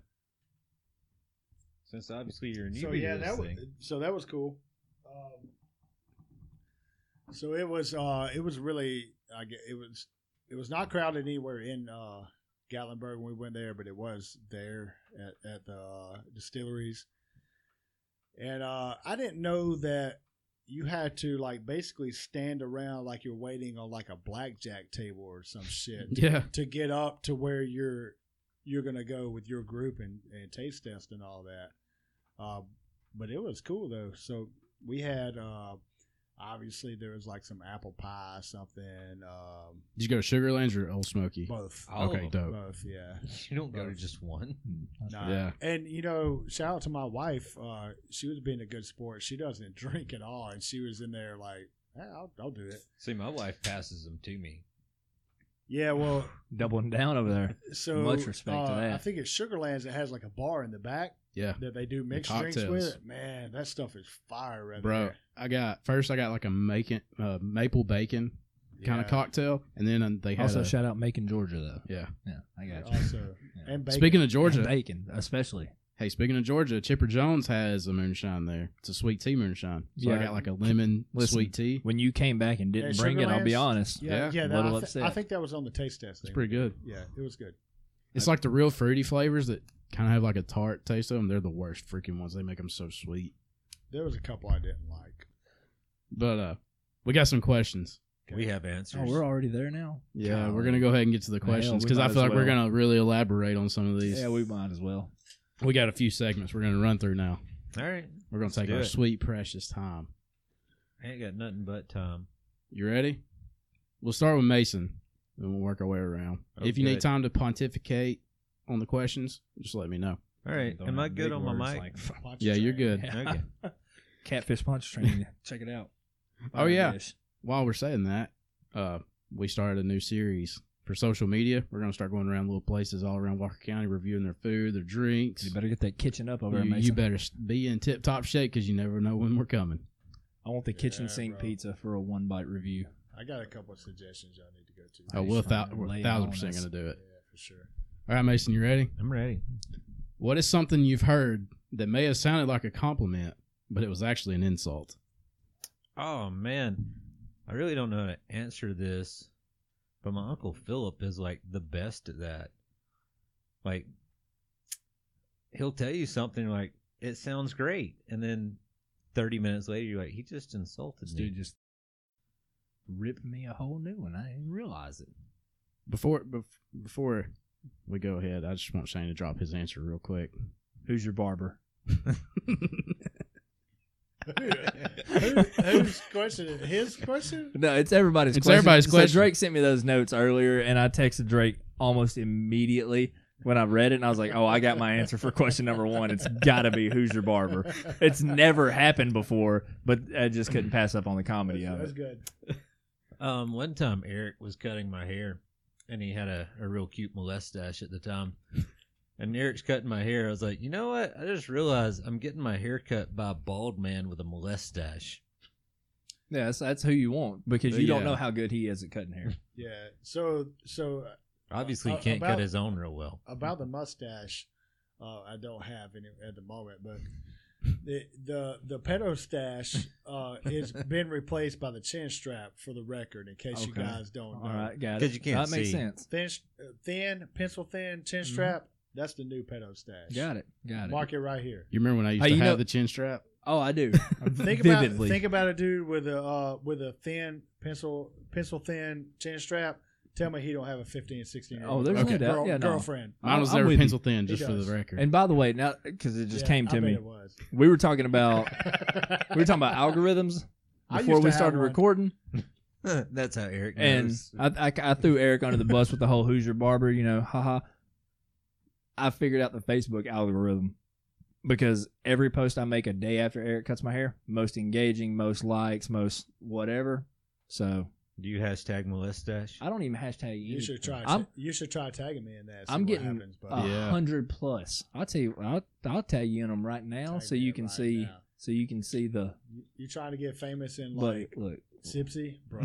S3: Since obviously you're new
S4: So
S3: to
S4: yeah,
S3: this
S4: that was
S3: thing.
S4: so that was cool. Um, so it was uh, it was really I gue- it was it was not crowded anywhere in uh, Gatlinburg when we went there, but it was there at at the uh, distilleries. And uh, I didn't know that you had to like basically stand around like you're waiting on like a blackjack table or some shit
S1: yeah.
S4: to get up to where you're you're gonna go with your group and, and taste test and all that. Uh, but it was cool though. So we had uh, obviously there was like some apple pie, something, um,
S1: Did you go to Sugarlands or Old Smoky?
S4: both,
S3: All
S1: okay,
S3: of them.
S1: dope.
S4: both, yeah.
S3: You don't go to just one.
S2: hmm,
S4: Nah.
S1: Yeah.
S4: And you know, shout out to my wife. Uh, she was being a good sport. She doesn't drink at all, and she was in there like, "Eh, I'll, I'll do it.
S3: See, my wife passes them to me.
S4: Yeah, well,
S2: doubling down over there.
S4: so
S2: Much respect to
S4: uh,
S2: that.
S4: I think it's Sugarlands that has like a bar in the back.
S1: Yeah.
S4: that they do mixed drinks
S1: cocktails.
S4: with. Man, that stuff is fire, right
S1: Bro,
S4: there.
S1: I got first. I got like a making uh, maple bacon kind of
S4: Yeah.
S1: cocktail, and then um, they had
S2: Also,
S1: a-
S2: shout out Macon, Georgia, though.
S1: yeah.
S2: Yeah, I got you.
S4: Also,
S2: Yeah.
S4: and bacon.
S1: Speaking of Georgia,
S2: And bacon, especially.
S1: hey, speaking of Georgia, Chipper Jones has a moonshine there. It's a sweet tea moonshine. So I
S2: Yeah.
S1: got like a lemon
S2: Listen,
S1: sweet tea.
S2: When you came back and didn't
S4: Yeah,
S2: bring it, I'll be
S4: Sugarlands.
S2: honest.
S1: yeah,
S4: yeah, yeah,
S2: a
S4: that, I,
S2: little
S4: thi-
S2: upset.
S4: I think that was on the taste test
S1: It's
S4: thing.
S1: pretty good.
S4: yeah, it was good.
S1: It's like the real fruity flavors that kind of have like a tart taste to them. They're the worst freaking ones. They make them so sweet.
S4: There was a couple I didn't like.
S1: But uh, we got some questions.
S3: We have answers.
S2: Oh, we're already there now.
S1: Yeah, we're
S2: Golly.
S1: gonna go ahead and get to the questions
S2: we
S1: because I
S2: might
S1: feel
S2: as
S1: like we're
S2: well.
S1: gonna really elaborate on some of these.
S2: Yeah, we might as well.
S1: we got a few segments we're gonna run through now.
S3: All right.
S1: We're gonna
S3: Let's
S1: take
S3: do
S1: our
S3: it.
S1: sweet precious time.
S3: I ain't got nothing but time.
S1: You ready? We'll start with Mason, and we'll work our way around.
S3: Oh,
S1: if you need
S3: good.
S1: time to pontificate on the questions, just let me know.
S3: All right.
S2: Don't
S3: Am I
S2: have
S3: good
S2: big
S3: on my
S2: words
S3: mic?
S2: like-
S4: Watch
S1: Yeah,
S4: your
S1: you're
S4: train.
S1: good.
S3: Okay.
S2: Catfish Punch Train. Check it out.
S1: Oh, yeah.
S2: Firefish.
S1: While we're saying that, uh, we started a new series for social media. We're gonna start going around little places all around Walker County, reviewing their food, their drinks.
S2: You better get that kitchen up over there,
S1: You,
S2: Mason.
S1: you better s- be in tip top shape because you never know when we're coming.
S2: I want the kitchen
S4: Yeah,
S2: sink
S4: bro.
S2: pizza for a one bite review.
S4: I got a couple of suggestions y'all need to go to.
S1: Oh,
S2: Nice
S1: we're,
S2: try.
S1: thou- we're
S2: Lay
S1: a
S2: it
S1: thousand
S2: on
S1: percent
S2: us.
S1: going to do
S4: yeah,
S1: it.
S4: for sure.
S1: All right, Mason, you ready?
S3: I'm ready.
S1: What is something you've heard that may have sounded like a compliment, but it was actually an insult?
S3: Oh man, I really don't know how to answer this, but my uncle Philip is like the best at that. Like, he'll tell you something like, "It sounds great," and then thirty minutes later, you're like, "He just insulted
S2: This
S3: me."
S2: dude just ripped me a whole new one. I didn't realize it.
S1: Before bef- before we go ahead, I just want Shane to drop his answer real quick.
S2: Who's your barber?
S4: Who, whose question? is- His question?
S2: No, it's everybody's
S1: It's
S2: question.
S1: everybody's
S2: So
S1: question.
S2: Drake sent me those notes earlier, and I texted Drake almost immediately when I read it, and I was like, oh, I got my answer for question number one. It's got to be who's your barber. It's never happened before, but I just couldn't pass up on the
S4: That's,
S2: comedy of
S4: that's
S2: it.
S4: good.
S3: Um, one time Eric was cutting my hair, and he had a, a real cute molestache at the time. And Eric's cutting my hair. I was like, you know what? I just realized I'm getting my hair cut by a bald man with a molestache.
S2: Yeah, that's, that's who you want because
S1: But
S2: you don't
S1: yeah.
S2: know how good he is at cutting hair.
S4: Yeah. So so
S3: Obviously, he
S4: Uh,
S3: can't
S4: about-
S3: cut his own real well.
S4: about the mustache, uh, I don't have any at the moment, but the the the pedo stash uh, has been replaced by the chin strap for the record. In case you
S2: Okay.
S4: guys don't
S2: All
S4: know,
S2: right, got it.
S3: 'Cause you can't
S2: That makes
S3: see.
S2: sense.
S4: thin sh- uh, thin pencil thin chin
S2: Mhm.
S4: strap. That's the new pedo stash.
S2: Got it. Got it.
S4: Mark it right here.
S1: You remember when I used
S2: Hey,
S1: to
S2: you
S1: have
S2: know-
S1: the chin strap?
S2: Oh, I do.
S4: Think
S2: Vividly.
S4: about think about a dude with a uh, with a thin pencil pencil thin chin strap. Tell me he don't have a 15, 16 year old
S2: Oh, there's
S1: no
S2: doubt.
S4: girl,
S2: Yeah, no.
S4: girlfriend.
S1: Mine was
S2: I'm
S1: never
S2: with you.
S1: pencil thin,
S4: He
S1: just for the
S4: does.
S1: record.
S2: and by the way, now because it just
S4: Yeah,
S2: came
S4: I
S2: to
S4: bet
S2: me,
S4: It was.
S2: we were talking about we were talking about algorithms
S4: I
S2: before
S4: used
S2: we
S4: to have
S2: started
S4: one.
S2: recording.
S3: That's how Eric
S2: and
S3: knows.
S2: I, I, I threw Eric under the bus with the whole "Who's your barber?" You know, haha. I figured out the Facebook algorithm because every post I make a day after Eric cuts my hair, most engaging, most likes, most whatever. So
S3: Do you hashtag molestash?
S2: I don't even hashtag.
S4: You should try.
S2: I'm
S4: you should try tagging me in that. See
S2: I'm
S4: what
S2: getting,
S4: happens,
S2: a
S4: buddy.
S1: Yeah.
S2: hundred plus. I'll tell you. I'll, I'll tag you in them right now,
S4: Tag
S2: so
S4: me
S2: you
S4: in
S2: can
S4: right
S2: see.
S4: now.
S2: So you can see the
S4: You, you trying to get famous in
S2: look.
S4: like
S2: Look.
S4: Sipsy, bro?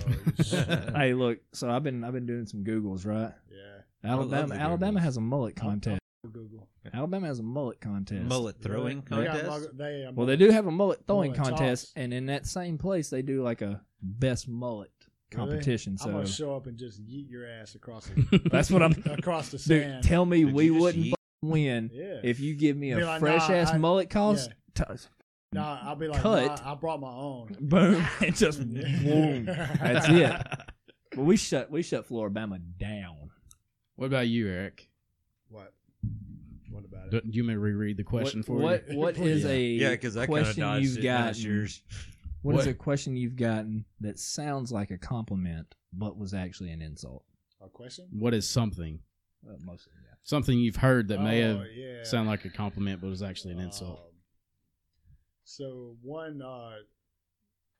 S2: hey, look. So I've been I've been doing some googles, right?
S4: yeah,
S3: love
S2: Alabama
S3: the
S2: Alabama
S3: Googles.
S2: has a mullet
S4: I'll- I'll
S2: contest.
S4: Google
S2: Alabama has a mullet contest.
S3: mullet throwing
S4: They got
S3: contest.
S4: mug- They, um, are
S2: Well, they do have a mullet throwing
S4: Mullet
S2: contest,
S4: toss.
S2: and in that same place, they do like a best mullet
S4: Really?
S2: competition.
S4: I'm gonna
S2: So
S4: show up and just yeet your ass across the
S2: that's what I'm.
S4: across the
S2: Dude,
S4: sand.
S2: tell me
S3: Did
S2: we
S3: you just
S2: wouldn't
S3: yeet?
S2: f- win
S4: yeah.
S2: if you give me
S4: Be
S2: a
S4: like,
S2: fresh
S4: nah,
S2: ask
S4: I-
S2: mullet cost. t-
S4: nah, I'll be like,
S2: cut.
S4: nah, I brought my own.
S2: boom, and just boom. That's
S4: That's
S2: it. But we shut we shut Floribama down.
S1: What about you, Eric?
S4: What? What about
S1: Do,
S4: it?
S1: you may reread the question
S2: what,
S1: for
S2: what
S1: you.
S2: what is a
S3: yeah, because I kind of
S2: question
S3: dodged
S2: you've
S3: it. Now
S2: got?
S3: it's yours.
S2: what is
S1: What?
S2: a question you've gotten that sounds like a compliment but was actually an insult?
S4: A question?
S1: What is something?
S2: Well, mostly, yeah.
S1: Something you've heard that may
S4: Oh,
S1: have
S4: yeah.
S1: sound like a compliment, but was actually an insult.
S4: Um, so one, uh,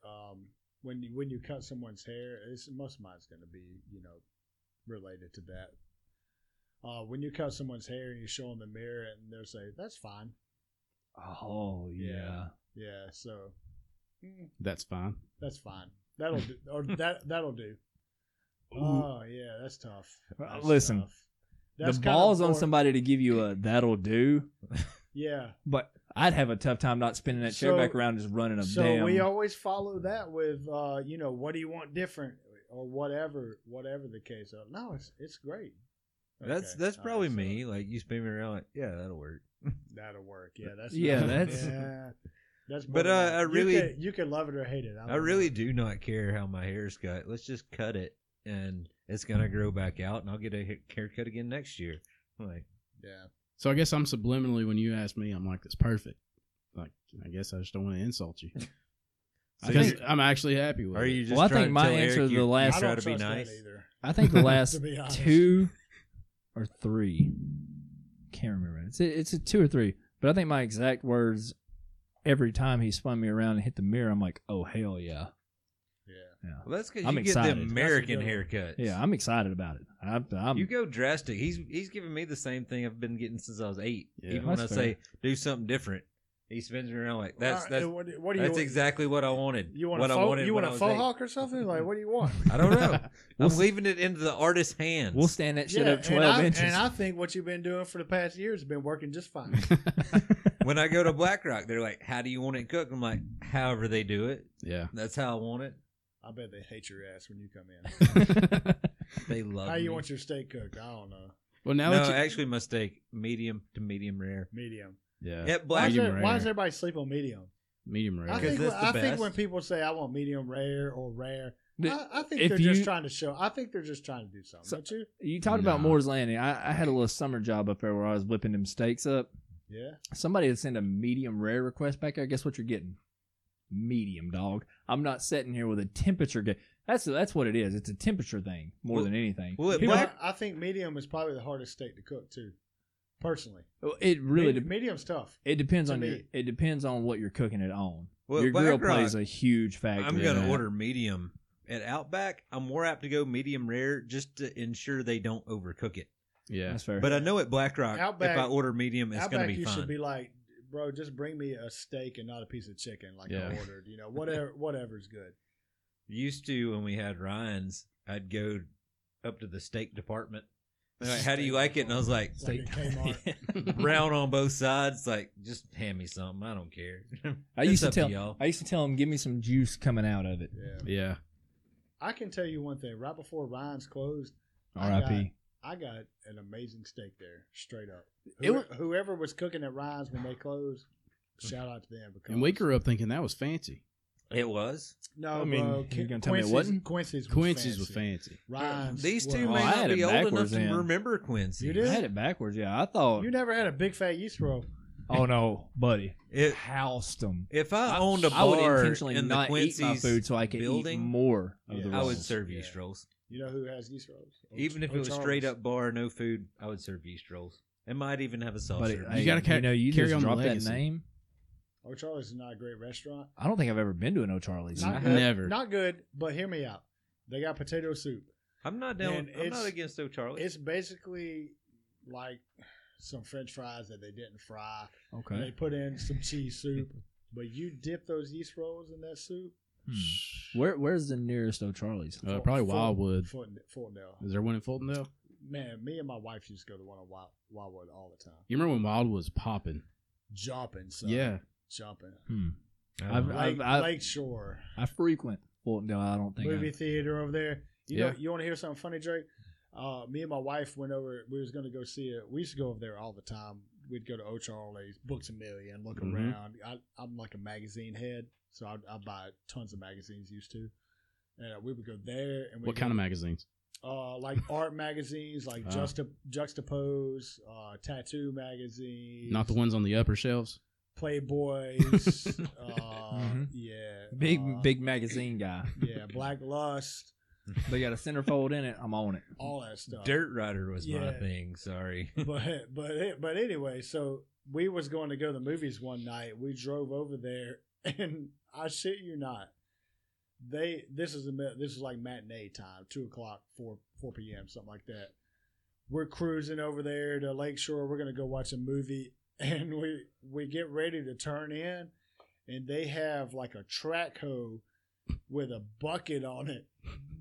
S4: um, when you when you cut someone's hair, it's, most of mine's going to be you know related to that. Uh, when you cut someone's hair and you show them the mirror and they're saying that's fine,
S2: Oh yeah.
S4: Yeah. yeah, so mm,
S1: That's fine.
S4: that's fine. That'll do, or that that'll do. Oh yeah, that's tough.
S2: Uh,
S4: That's
S2: listen,
S4: tough. That's
S2: the
S4: kinda
S2: balls on
S4: more-
S2: somebody to give you a that'll do,
S4: Yeah,
S2: but I'd have a tough time not spinning that chair
S4: So-
S2: back around, and just running a
S4: so
S2: damn.
S4: we always follow that with uh, you know what do you want different or whatever whatever the case of no it's it's great
S3: That's
S4: Okay,
S3: that's
S4: all right,
S3: probably
S4: so
S3: me. Like you spin me around. Like yeah, that'll work.
S4: that'll work yeah that's
S2: Yeah, that's-
S4: yeah, that's
S3: But, uh, I
S4: borderline. You
S3: really-
S4: could- you can love it or hate it
S3: I really do not care how my hair's cut. Let's just cut it, and it's gonna grow back out, and I'll get a ha- haircut again next year. I'm like
S4: yeah
S1: So I guess I'm subliminally when you ask me, I'm like, "That's perfect." Like, I guess I just don't want to insult you
S3: So
S1: because
S3: you-
S1: I'm actually happy with
S3: Are
S1: it.
S3: you just?
S2: Well, I
S3: trying
S2: think
S3: to
S2: my
S3: tell Eric
S2: answer the
S3: you- you
S2: last-
S4: I
S3: try
S4: don't
S3: to be
S4: trust that
S3: nice.
S4: either
S2: I think the
S4: to
S2: last
S4: be honest.
S2: two or three, can't remember. It's a, it's a two or three, but I think my exact words every time he spun me around and hit the mirror, I'm like, oh hell yeah,
S4: yeah
S3: Well, that's because
S2: I'm
S3: you
S2: excited.
S3: get the
S2: That's a
S3: American
S4: good one.
S3: haircuts.
S2: yeah, I'm excited about it. I, I'm
S3: you go drastic. He's he's giving me the same thing I've been getting since I was eight.
S1: Yeah.
S3: Even when I
S2: That's fair.
S3: say do something different, he spins me around like that's
S4: All right,
S3: that's
S4: what, do- what do you
S3: that's exactly what I wanted.
S4: you want
S3: what
S4: a
S3: I
S4: faux,
S3: wanted
S4: you
S3: when
S4: want
S3: I
S4: a
S3: was
S4: faux
S3: eight.
S4: hawk or something like what do you want
S3: I don't know.
S2: We'll
S3: I'm
S2: s-
S3: leaving it into the artist's hands.
S2: we'll stand that shit
S4: yeah,
S2: up twelve
S4: and I,
S2: inches.
S4: and I think what you've been doing for the past year has been working just fine
S3: when I go to BlackRock, they're like, "How do you want it cooked?" I'm like, "However they do it,
S1: yeah.
S3: that's how I want it."
S4: I bet they hate your ass when you come in
S3: They love
S4: How
S3: me.
S4: you want your steak cooked? I don't know.
S1: Well, now
S3: no,
S1: that you,
S3: actually, mistake medium to medium rare.
S4: Medium.
S1: yeah,
S3: At
S4: Why,
S3: Black,
S4: is
S1: Medium
S4: there-
S1: rare.
S4: why does everybody sleep on medium?
S1: medium rare.
S4: I
S3: Because
S4: think
S3: that's the
S4: I think
S3: best.
S4: when people say I want medium rare or rare, I, I think
S2: if
S4: they're just
S2: you-
S4: trying to show. I think they're just trying to do something.
S2: So-
S4: don't you?
S2: You talked about
S1: Nah.
S2: Moore's Landing. I, I had a little summer job up there where I was whipping them steaks up.
S4: Yeah.
S2: Somebody had sent a medium rare request back there. Guess what you're getting? Medium dog. I'm not sitting here with a temperature gauge. That's that's what it is. It's a temperature thing more
S3: Well-
S2: than anything.
S3: well, it-
S2: People-
S3: Black-
S4: I, I think medium is probably the hardest steak to cook too. Personally,
S2: it really
S4: Medi-
S2: de-
S4: medium's tough.
S2: it depends
S4: to
S2: on your,
S4: me-
S2: it depends on what you're cooking it on.
S3: Well,
S2: your grill
S3: Black
S2: plays
S3: Rock,
S2: a huge factor.
S3: I'm
S2: in
S3: gonna
S2: that.
S3: order medium. At Outback, I'm more apt to go medium rare just to ensure they don't overcook it.
S1: yeah,
S2: That's fair.
S3: But I know at BlackRock,
S4: Outback-
S3: if I order medium, it's
S4: I
S3: going
S4: bet
S3: to be
S4: you
S3: fine.
S4: should be like, bro, just bring me a steak and not a piece of chicken like I
S1: Yeah.
S4: ordered. You know, whatever, whatever's good.
S3: Used to when we had Ryan's, I'd go up to the steak department. They're like, How do you like it? And I was like,
S4: It's like at Kmart.
S3: brown on both sides. Like, just hand me something. I don't care.
S2: I
S3: It's
S2: used to
S3: up to
S2: tell
S3: y'all.
S2: I used to tell them give me some juice coming out of it.
S4: Yeah.
S1: yeah.
S4: I can tell you one thing. Right before Ryan's closed, I got-
S2: R.I.P.
S4: I got an amazing steak there, straight up.
S2: It
S4: Who, whoever was cooking at Ryan's when they closed, shout out to them because
S1: And we grew up thinking that was fancy.
S3: It was.
S4: No,
S2: I mean,
S4: bro,
S2: you
S4: Qu-
S2: gonna tell me it
S4: Quincy's-
S2: wasn't?
S4: Quincy's was
S1: Quincy's
S4: fancy.
S1: was fancy.
S4: Ryan's.
S3: These two
S4: Uh, was-
S3: may
S2: I
S3: not
S2: had it
S3: be old enough
S2: backwards
S3: to
S2: then.
S3: remember Quincy.
S4: You did?
S2: Oh, I had it backwards. Yeah, I thought
S4: You never had a big fat yeast roll.
S2: Oh no, buddy,
S3: It,
S2: housed them.
S3: if I, owned a
S2: I would
S3: bar
S2: intentionally
S3: in the
S2: not eat
S3: Quincy's
S2: my food so I could eat
S3: building,
S2: more of
S4: Yeah.
S2: the
S3: I
S2: rolls.
S3: would serve
S4: Yeah.
S3: yeast rolls.
S4: You know who has yeast rolls?
S3: Even if
S4: Oh,
S3: it was
S4: Charles.
S3: straight up bar, no food, I would serve yeast rolls. And might even have a soft
S2: But
S3: serve.
S2: hey,
S1: You gotta ca-
S2: you know, you
S1: carry
S2: just
S1: on the
S2: dropped that
S1: legacy.
S2: name.
S4: Oh, Charlie's is not a great restaurant.
S2: I don't think I've ever been to an O'Charlie's.
S4: Not good.
S1: Never.
S4: Not good, but hear me out. They got potato soup.
S3: I'm not down.
S4: Man,
S3: I'm
S4: it's-
S3: not against O'Charlie's.
S4: It's basically like some French fries that they didn't fry. And They
S2: Okay.
S4: put in some cheese soup, but you dip those yeast rolls in that soup.
S2: Hmm. Where Where's the nearest O'Charlie's?
S1: Uh, probably Wildwood.
S4: Fulton, Fultondale.
S1: Is there one in Fultondale?
S4: Man, me and my wife used to go to one on Wild, Wildwood all the time.
S1: You remember when Wildwood was popping?
S4: Jumping, son.
S1: Yeah.
S4: Jumping.
S2: Hmm.
S3: I
S2: I've,
S3: don't know.
S2: I've,
S4: Lake,
S2: I've,
S4: Lake Shore.
S2: I frequent Fulton. I don't think.
S4: movie
S2: I,
S4: theater over there. You
S1: Yeah.
S4: know, you want to hear something funny, Drake? Uh, me and my wife went over. We was going to go see it. We used to go over there all the time. We'd go to O'Charlie's, Books a Million, look
S1: Mhm.
S4: around. I, I'm like a magazine head, so I, I buy tons of magazines. Used to, and uh, we would go there. And we'd
S1: What
S4: go-
S1: kind of magazines?
S4: Uh, like art magazines, like
S1: Ah.
S4: Juxta, Juxtapose, uh, Tattoo magazines.
S1: Not the ones on the upper shelves.
S4: Playboys. uh,
S2: Mhm.
S4: Yeah.
S2: big
S4: uh,
S2: big magazine guy.
S4: Yeah, Black Lust,
S2: They got a centerfold in it. I'm on it.
S4: all that stuff.
S3: Dirt Rider was my
S4: Yeah.
S3: thing. Sorry.
S4: but but it, but anyway, so we was going to go to the movies one night. We drove over there, and I shit you not, they this is a mi- this is like matinee time, two o'clock, four four p.m. something like that. We're cruising over there to Lakeshore. We're gonna go watch a movie, and we we get ready to turn in, and they have like a track hoe with a bucket on it,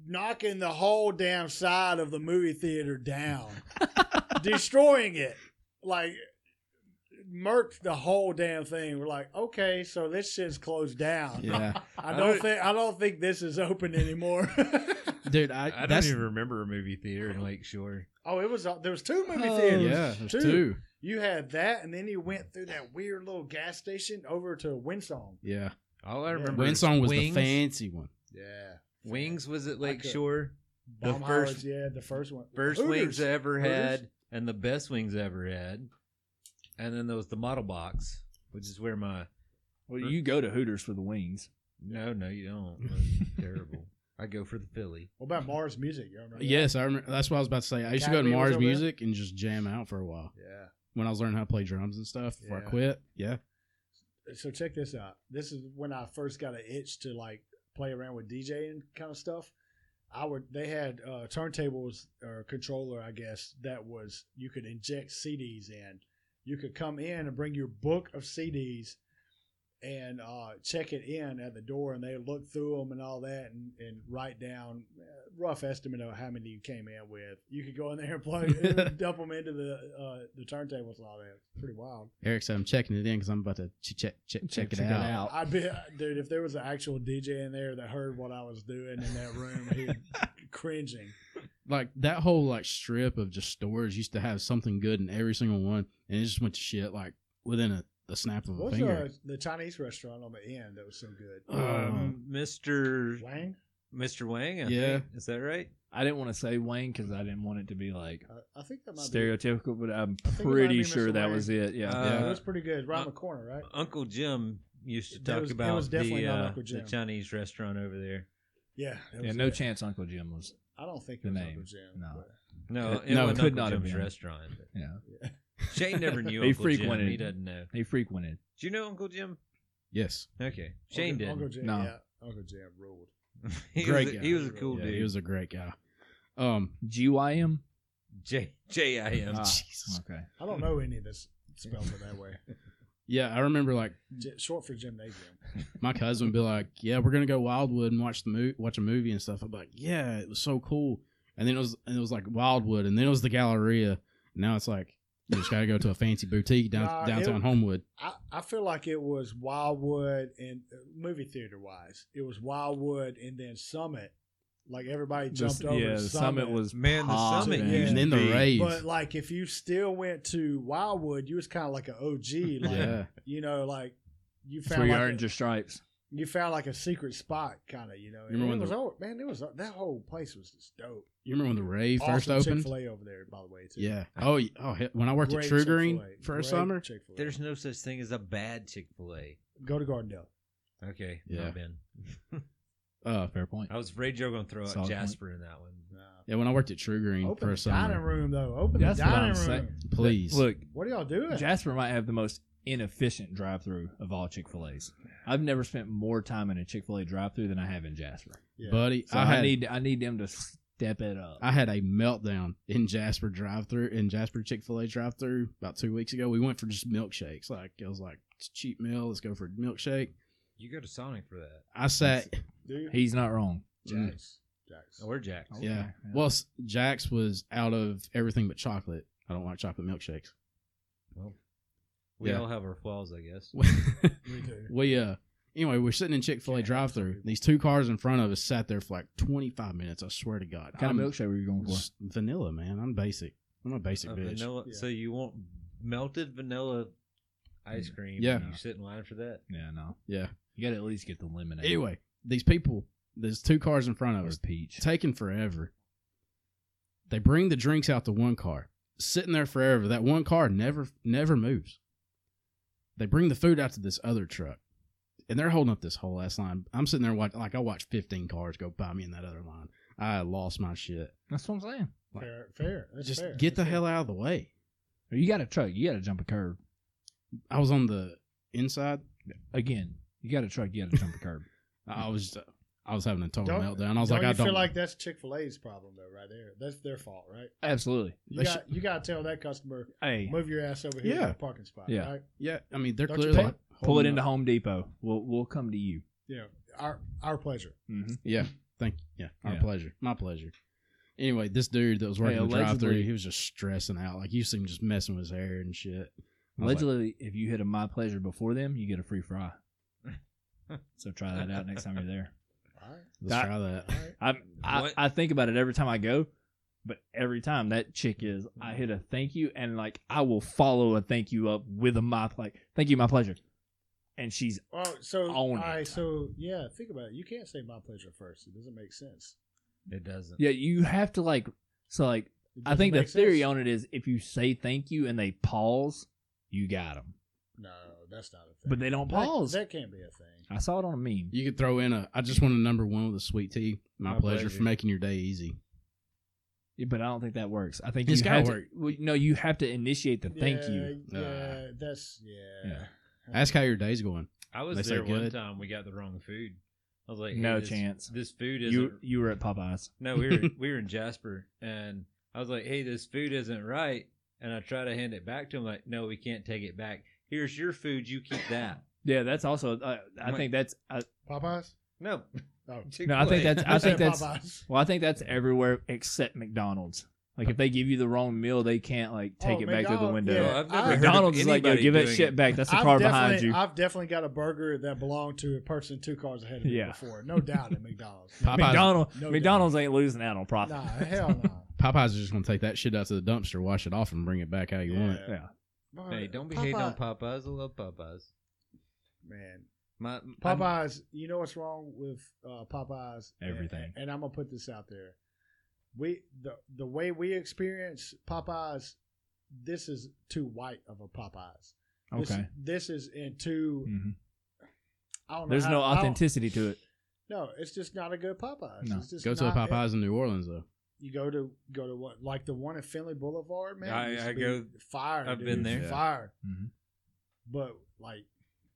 S4: knocking the whole damn side of the movie theater down destroying it. Like murked the whole damn thing. We're like, okay, so this shit's closed down.
S1: Yeah,
S4: I don't think I don't think this is open anymore.
S1: dude. I,
S3: I don't
S1: that's,
S3: even remember a movie theater in Lake Shore.
S4: oh, it was uh, there was two movie
S2: Oh,
S4: theaters.
S1: Yeah, there's two.
S4: You had that, and then you went through that weird little gas station over to Winsong.
S1: Yeah,
S3: All I
S4: Yeah.
S3: remember. is
S1: Winsong was
S3: Wings.
S1: the fancy one.
S4: Yeah,
S3: Wings was at Lake
S4: could-
S3: Shore. The
S4: Baumhauer's,
S3: first-
S4: yeah, the first one,
S3: First uh,
S4: Hooters.
S3: wings I ever
S4: Hooters.
S3: had, and the best wings I ever had. And then there was the model box, which is where my
S2: Well, you go to Hooters for the wings.
S3: no, no, you don't. That's terrible. I go for the Philly.
S4: What about Mars Music? You remember that?
S1: Yes, I remember. That's what I was about to say. I used to go to
S4: Cappy was
S1: Mars
S4: over there?
S1: Music and just jam out for a while
S4: yeah.
S1: when I was learning how to play drums and stuff before I
S4: Yeah.
S1: quit. Yeah,
S4: so check this out. This is when I first got an itch to like play around with DJ and kind of stuff. I would they had uh, turntables or controller, I guess, that was you could inject CDs in. You could come in and bring your book of CDs and uh, check it in at the door, and they look through them and all that, and, and write down uh, rough estimate of how many you came in with. You could go in there and plug, dump them into the uh, the turntables and all that. Pretty wild.
S1: Eric said I'm checking it in because I'm about to ch- check check check, it,
S2: check it
S1: out.
S2: out.
S4: I'd Uh, be, dude, if there was an actual DJ in there that heard what I was doing in that room, he'd cringing.
S1: Like that whole like strip of just stores used to have something good in every single one, and it just went to shit like within a, a snap of a
S4: What was
S1: finger.
S4: the, uh, the Chinese restaurant on the end that was so good?
S1: Um,
S3: Um, Mr.
S4: Wang?
S3: Mr. Wang. I
S1: Yeah.
S3: think. is that right?
S2: I didn't want to say Wayne because I didn't want it to be like
S4: I, I think that might
S2: stereotypical, but I'm
S4: I think it might
S2: pretty
S4: be
S2: sure
S4: Mr.
S2: that
S4: Wayne.
S2: was it. Yeah.
S4: be.
S3: Uh,
S4: it was pretty good. Right on the corner, right?
S3: Uncle Jim used to
S4: That
S3: talk
S4: was- that
S3: about
S4: was definitely
S3: the,
S4: not
S3: uh,
S4: Uncle
S3: the
S4: Jim.
S3: Chinese restaurant over there.
S4: Yeah. that
S2: yeah,
S4: was
S2: no
S4: good.
S2: chance Uncle Jim was.
S4: I don't think it
S2: The
S4: was
S2: name.
S4: Uncle Jim.
S2: No.
S3: No,
S1: Uh,
S3: it
S1: no,
S3: wasn't
S2: could
S3: Uncle
S2: not have
S3: Jim's
S2: been.
S3: restaurant.
S2: Yeah.
S3: Shane never knew
S2: He
S3: Uncle Jim. He
S2: frequented.
S3: doesn't know.
S2: He frequented.
S3: Do you know Uncle Jim?
S1: yes,
S3: Okay,
S4: but
S3: Shane
S4: Uncle, Uncle
S3: did.
S4: Jim,
S2: No.
S4: yeah. Uncle Jim ruled.
S3: He
S1: Great
S3: was a,
S1: guy.
S3: he was a cool
S1: yeah,
S3: dude.
S1: he was a great guy. Um,
S2: G-Y-M?
S3: J J I M.
S2: Ah,
S1: Jesus.
S2: Okay.
S4: I don't know any of this spells it that way.
S1: yeah, I remember like
S4: J- short for gymnasium.
S1: my cousin would be like, "Yeah, we're gonna go Wildwood and watch the mo- watch a movie and stuff." I'm like, "Yeah, it was so cool." And then it was and it was like Wildwood, and then it was the Galleria. Now it's like you just gotta go to a fancy boutique down,
S4: Nah,
S1: downtown
S4: it-
S1: Homewood.
S4: I, I feel like it was Wildwood and uh, movie theater wise, it was Wildwood and then Summit. Like everybody
S2: The s-
S4: jumped over.
S2: yeah,
S4: to
S2: the
S4: Summit,
S2: summit was
S3: Man, the
S2: hot,
S3: summit
S2: man.
S4: used
S1: And
S4: to
S1: then the rave,
S4: But like, if you still went to Wildwood, you was kind of like an OG. Like
S1: yeah,
S4: you know, like you
S2: That's where
S4: found
S2: you
S4: like
S2: earned
S4: a,
S2: your stripes.
S4: you found like a secret spot, kind of, you know.
S1: You remember
S4: And it
S1: when
S4: was
S1: the-
S4: old, man, it was that whole place was just dope.
S1: You remember when the rave first
S4: awesome
S1: opened?
S4: Chick Fil A over there, by the way. Too.
S1: Yeah. Oh, yeah. oh. he- When I worked
S4: Great
S1: at True Green
S4: Chick-fil-A.
S1: for a
S4: Great
S1: summer,
S4: Chick-fil-A.
S3: There's no such thing as a bad Chick Fil A.
S4: go to Gardendale.
S3: Okay,
S1: Yeah.
S3: not been.
S1: uh, fair point.
S3: I was afraid you were going to throw out
S1: Solid point.
S3: Jasper in that one.
S4: Nah.
S1: Yeah, when I worked at True Green
S4: Open
S1: for
S4: the
S1: a
S4: dining
S1: summer,
S4: room though. Open
S2: That's
S4: the
S2: what I'm
S4: dining room.
S2: saying.
S1: please.
S2: Look,
S4: What are y'all doing?
S2: Jasper might have the most inefficient drive-through of all Chick-fil-A's. I've never spent more time in a Chick-fil-A drive-through than I have in Jasper.
S4: Yeah.
S1: buddy,
S2: So
S1: I
S2: I,
S1: had
S2: need I need them to step it up.
S1: I had a meltdown in Jasper drive through in Jasper Chick Fil A drive through about two weeks ago. We went for just milkshakes. Like it was like it's a cheap meal. Let's go for a milkshake.
S3: You go to Sonic for that.
S1: I sat.
S4: Do you?
S2: He's not wrong.
S1: Mm.
S4: Jax. Jax.
S3: Oh, we're Jack's.
S1: Yeah. Well, s- Jax was out of everything but chocolate. I don't like chocolate milkshakes.
S3: we
S1: yeah.
S3: all have our flaws, I guess.
S4: Me too.
S1: we uh anyway we're sitting in chick-fil-a
S4: Yeah,
S1: drive-through
S4: absolutely.
S1: these two cars in front of us sat there for like 25 minutes i swear to god
S2: What kind
S1: I'm
S2: of milkshake were you going for?
S1: just vanilla man i'm basic i'm a basic
S3: A
S1: bitch
S3: vanilla.
S4: Yeah.
S3: So you want melted vanilla ice cream? and
S1: Mm. Yeah.
S3: You sit in line for that?
S2: Yeah, no.
S1: yeah
S2: You got to at least get the lemonade.
S1: anyway these people there's two cars in front of
S2: or
S1: us
S2: peach.
S1: taking forever they bring the drinks out to one car sitting there forever that one car never never moves they bring the food out to this other truck and they're holding up this whole ass line i'm sitting there watch, like i watched 15 cars go by me in that other line i lost my shit
S2: That's what I'm saying.
S4: Fair. fair. That's
S1: just
S4: fair.
S1: get the
S4: That's fair.
S1: hell out of the way.
S2: Or You got to truck. You got to jump a curb.
S1: I was on the inside.
S2: Again, you got to truck. You got to jump a curb.
S1: I was uh, I was having a total
S4: Hmm. Don't-
S1: meltdown. I was like,
S4: you
S1: I don't.
S4: feel like that's Chick Fil A's problem though, right there. That's their fault, right?
S2: Absolutely.
S4: You
S1: They
S4: got you got to tell that customer
S2: Hey,
S4: move your ass over here
S1: Yeah.
S4: to the parking spot.
S2: Yeah.
S4: Right?
S1: yeah, I mean, they're
S4: Don't you
S1: clearly
S4: pay-
S1: like,
S2: pull it
S1: holding
S2: into
S1: up-
S2: Home Depot. We'll we'll come to you.
S4: You know, our our pleasure.
S2: Mm-hmm.
S1: Yeah, thank yeah, our
S2: Yeah.
S1: pleasure, my pleasure. Anyway, this dude that was working
S2: Hey,
S1: the drive through,
S2: allegedly-
S1: he was just stressing out. Like you see him just messing with his hair and shit. I was like,
S2: Allegedly, if you hit a my pleasure before them, you get a free fry. so try that out next time you're there.
S4: All right.
S1: Let's try that.
S4: All right.
S2: I I,
S3: What?
S2: I think about it every time I go, but every time that chick is, I hit a thank you and like I will follow a thank you up with a my like thank you my pleasure, and she's
S4: Well, so all
S2: Own it.
S4: right, so yeah, think about it. You can't say my pleasure first. It doesn't make sense.
S3: It doesn't.
S2: yeah you have to like so like
S4: It
S2: I think the
S4: doesn't make
S2: theory
S4: sense.
S2: on it is if you say thank you and they pause, you got them,
S4: No, that's not a thing.
S2: but they don't
S4: That-
S2: pause.
S4: That, can't be a thing.
S2: I saw it on a meme.
S1: You could throw in a. I just want a number one with a sweet tea. My,
S3: My
S1: pleasure, for
S3: pleasure.
S1: making your day easy.
S2: Yeah, But I don't think that works. I think
S1: It's
S2: you
S1: gotta
S2: have to,
S1: work.
S2: well, no, you have to initiate the thank you.
S4: Yeah,
S1: Uh,
S4: yeah, that's yeah.
S2: yeah.
S1: Ask how your day's going.
S3: I was
S1: They say
S3: there one
S1: good.
S3: time. We got the wrong food. I was like, hey,
S2: No
S3: this-
S2: chance.
S3: This food isn't.
S2: You you were at Popeyes.
S3: no, we were we were in Jasper, and I was like, hey, this food isn't right. And I try to hand it back to him, like, no, we can't take it back. Here's your food. You keep that.
S2: Yeah, that's also. Uh, I
S3: Wait.
S2: think that's. I,
S4: Popeyes.
S3: No,
S4: Oh,
S2: no, I think
S3: Chick-fil-A.
S2: that's. I think
S4: said
S2: that's.
S4: Popeyes.
S2: Well, I think that's everywhere except McDonald's. Like if they give you the wrong meal, they can't like take
S4: Oh,
S2: it back through the
S4: McDonald's,
S2: window.
S4: yeah.
S3: No, I've never
S4: I-
S3: heard of
S2: McDonald's is like, yo,
S3: anybody
S2: give that
S3: doing
S2: shit
S3: it.
S2: back. That's the
S4: I've
S2: car behind
S4: definitely-
S2: you.
S4: I've definitely got a burger that belonged to a person two cars ahead of me
S2: Yeah.
S4: before. No doubt at McDonald's.
S1: Popeyes-
S2: McDonald,
S4: no doubt.
S2: McDonald's ain't losing out on profit.
S4: Nah, hell no.
S1: Popeyes is just gonna take that shit out to the dumpster, wash it off, and bring it back how you want it.
S2: Yeah.
S4: Boy,
S3: Hey, don't be
S4: Popeye-
S3: hating on Popeyes. I love Popeyes.
S4: Man,
S3: My I'm-
S4: Popeyes. You know what's wrong with uh, Popeyes? And-
S2: Everything.
S4: And, I'm gonna put this out there. We the the way we experience Popeyes, this is too white of a Popeyes. This,
S2: Okay.
S4: This is in too.
S2: Mhm.
S4: I don't know
S2: There's
S4: how-
S2: no
S4: I don't-
S2: authenticity to it.
S4: No, it's just not a good Popeyes.
S2: No.
S4: It's just
S1: Go to a
S4: not-
S1: Popeyes in New Orleans though.
S4: You go to go to what like the one at Finley Boulevard, man.
S3: I-
S4: used to
S3: I
S4: be
S3: go-
S4: fire.
S3: I've
S4: dude.
S3: been there.
S4: Fire.
S2: Mhm.
S4: But like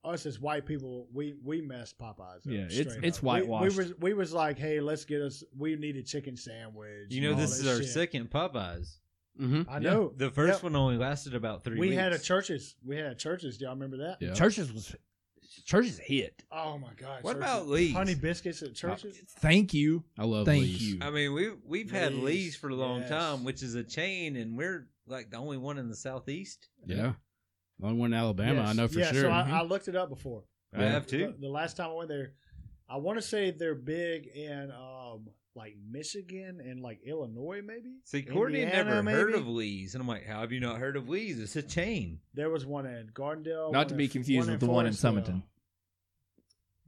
S4: us as white people, we we messed Popeyes. Up
S2: Yeah, it's-
S4: straight
S2: it's
S4: up. We,
S2: whitewashed.
S4: we was we was like, hey, let's get us. We need a chicken sandwich.
S3: You know,
S4: and all
S3: this
S4: that
S3: is our
S4: shit.
S3: second Popeyes.
S1: Mm-hmm.
S4: I know.
S3: The first
S4: Yep.
S3: one only lasted about three
S4: We
S3: weeks.
S4: had a churches. We had a churches. Do y'all remember that?
S1: Yeah.
S2: Churches was, churches hit.
S4: Oh my god.
S3: What
S4: Church's.
S3: about Lee's?
S4: honey biscuits at churches?
S2: Thank you.
S1: I love
S2: Thank
S1: Lee's.
S2: you.
S3: I mean, we've we've had
S4: Lee's,
S3: Lee's for a long
S4: yes.
S3: time, which is a chain, and we're like the only one in the southeast.
S1: Yeah. The only one in Alabama, I
S4: Yes.
S1: know for
S4: yeah,
S1: sure. Mm-hmm.
S4: So
S2: Mm-hmm.
S4: I, I looked it up before.
S3: I
S1: Yeah.
S3: have
S4: The,
S3: two.
S4: the last time I went there, I want to say they're big in um like Michigan and like Illinois, maybe.
S3: See, Courtney
S4: Indiana,
S3: never heard
S4: maybe?
S3: of Lee's, and I'm like, how have you not heard of Lee's? It's a chain.
S4: There was one in Gardendale.
S2: Not to
S4: one
S2: be
S4: in- uh,
S2: confused with the one in
S4: Floresville.
S2: Summerton.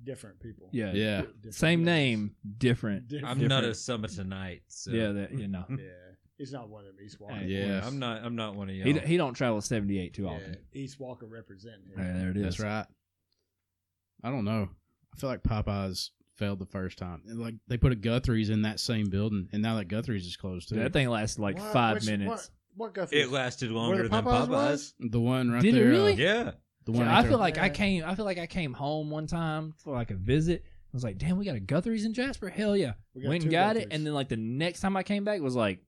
S4: different people.
S2: Yeah.
S1: Yeah.
S4: Different
S2: Same
S4: levels.
S2: name, different.
S4: Different-
S3: I'm not a summer tonight. So
S2: Yeah, that you know.
S4: Yeah, he's not one of them East Walker.
S1: Yeah. Yes.
S3: I'm not. I'm not one of y'all.
S2: He, d- he don't travel 78 too
S4: Yeah,
S2: often.
S4: East Walker representing him.
S2: Yeah, there it is.
S1: That's right. I don't know. I feel like Popeyes failed the first time. And, Like they put a Guthrie's in that same building, and now that Guthrie's is closed too.
S2: That thing lasts like
S4: What?
S2: five
S4: Which-
S2: minutes.
S4: What, what Guthrie?
S3: it lasted
S4: Where
S3: longer
S4: the
S3: than
S4: Popeyes
S3: Popeyes.
S4: was?
S1: the one right
S2: Did it
S1: there. uh,
S2: really?
S3: Yeah.
S1: the one.
S2: Yeah,
S1: right
S2: I
S1: there.
S2: feel like I
S4: Yeah.
S2: came. I feel like I came home one time for like a visit. I was like, "Damn, we got a Guthrie's in Jasper. Hell yeah!"
S4: We
S2: Went
S4: two
S2: and got it,
S4: Guthries.
S2: and then like the next time I came back was like,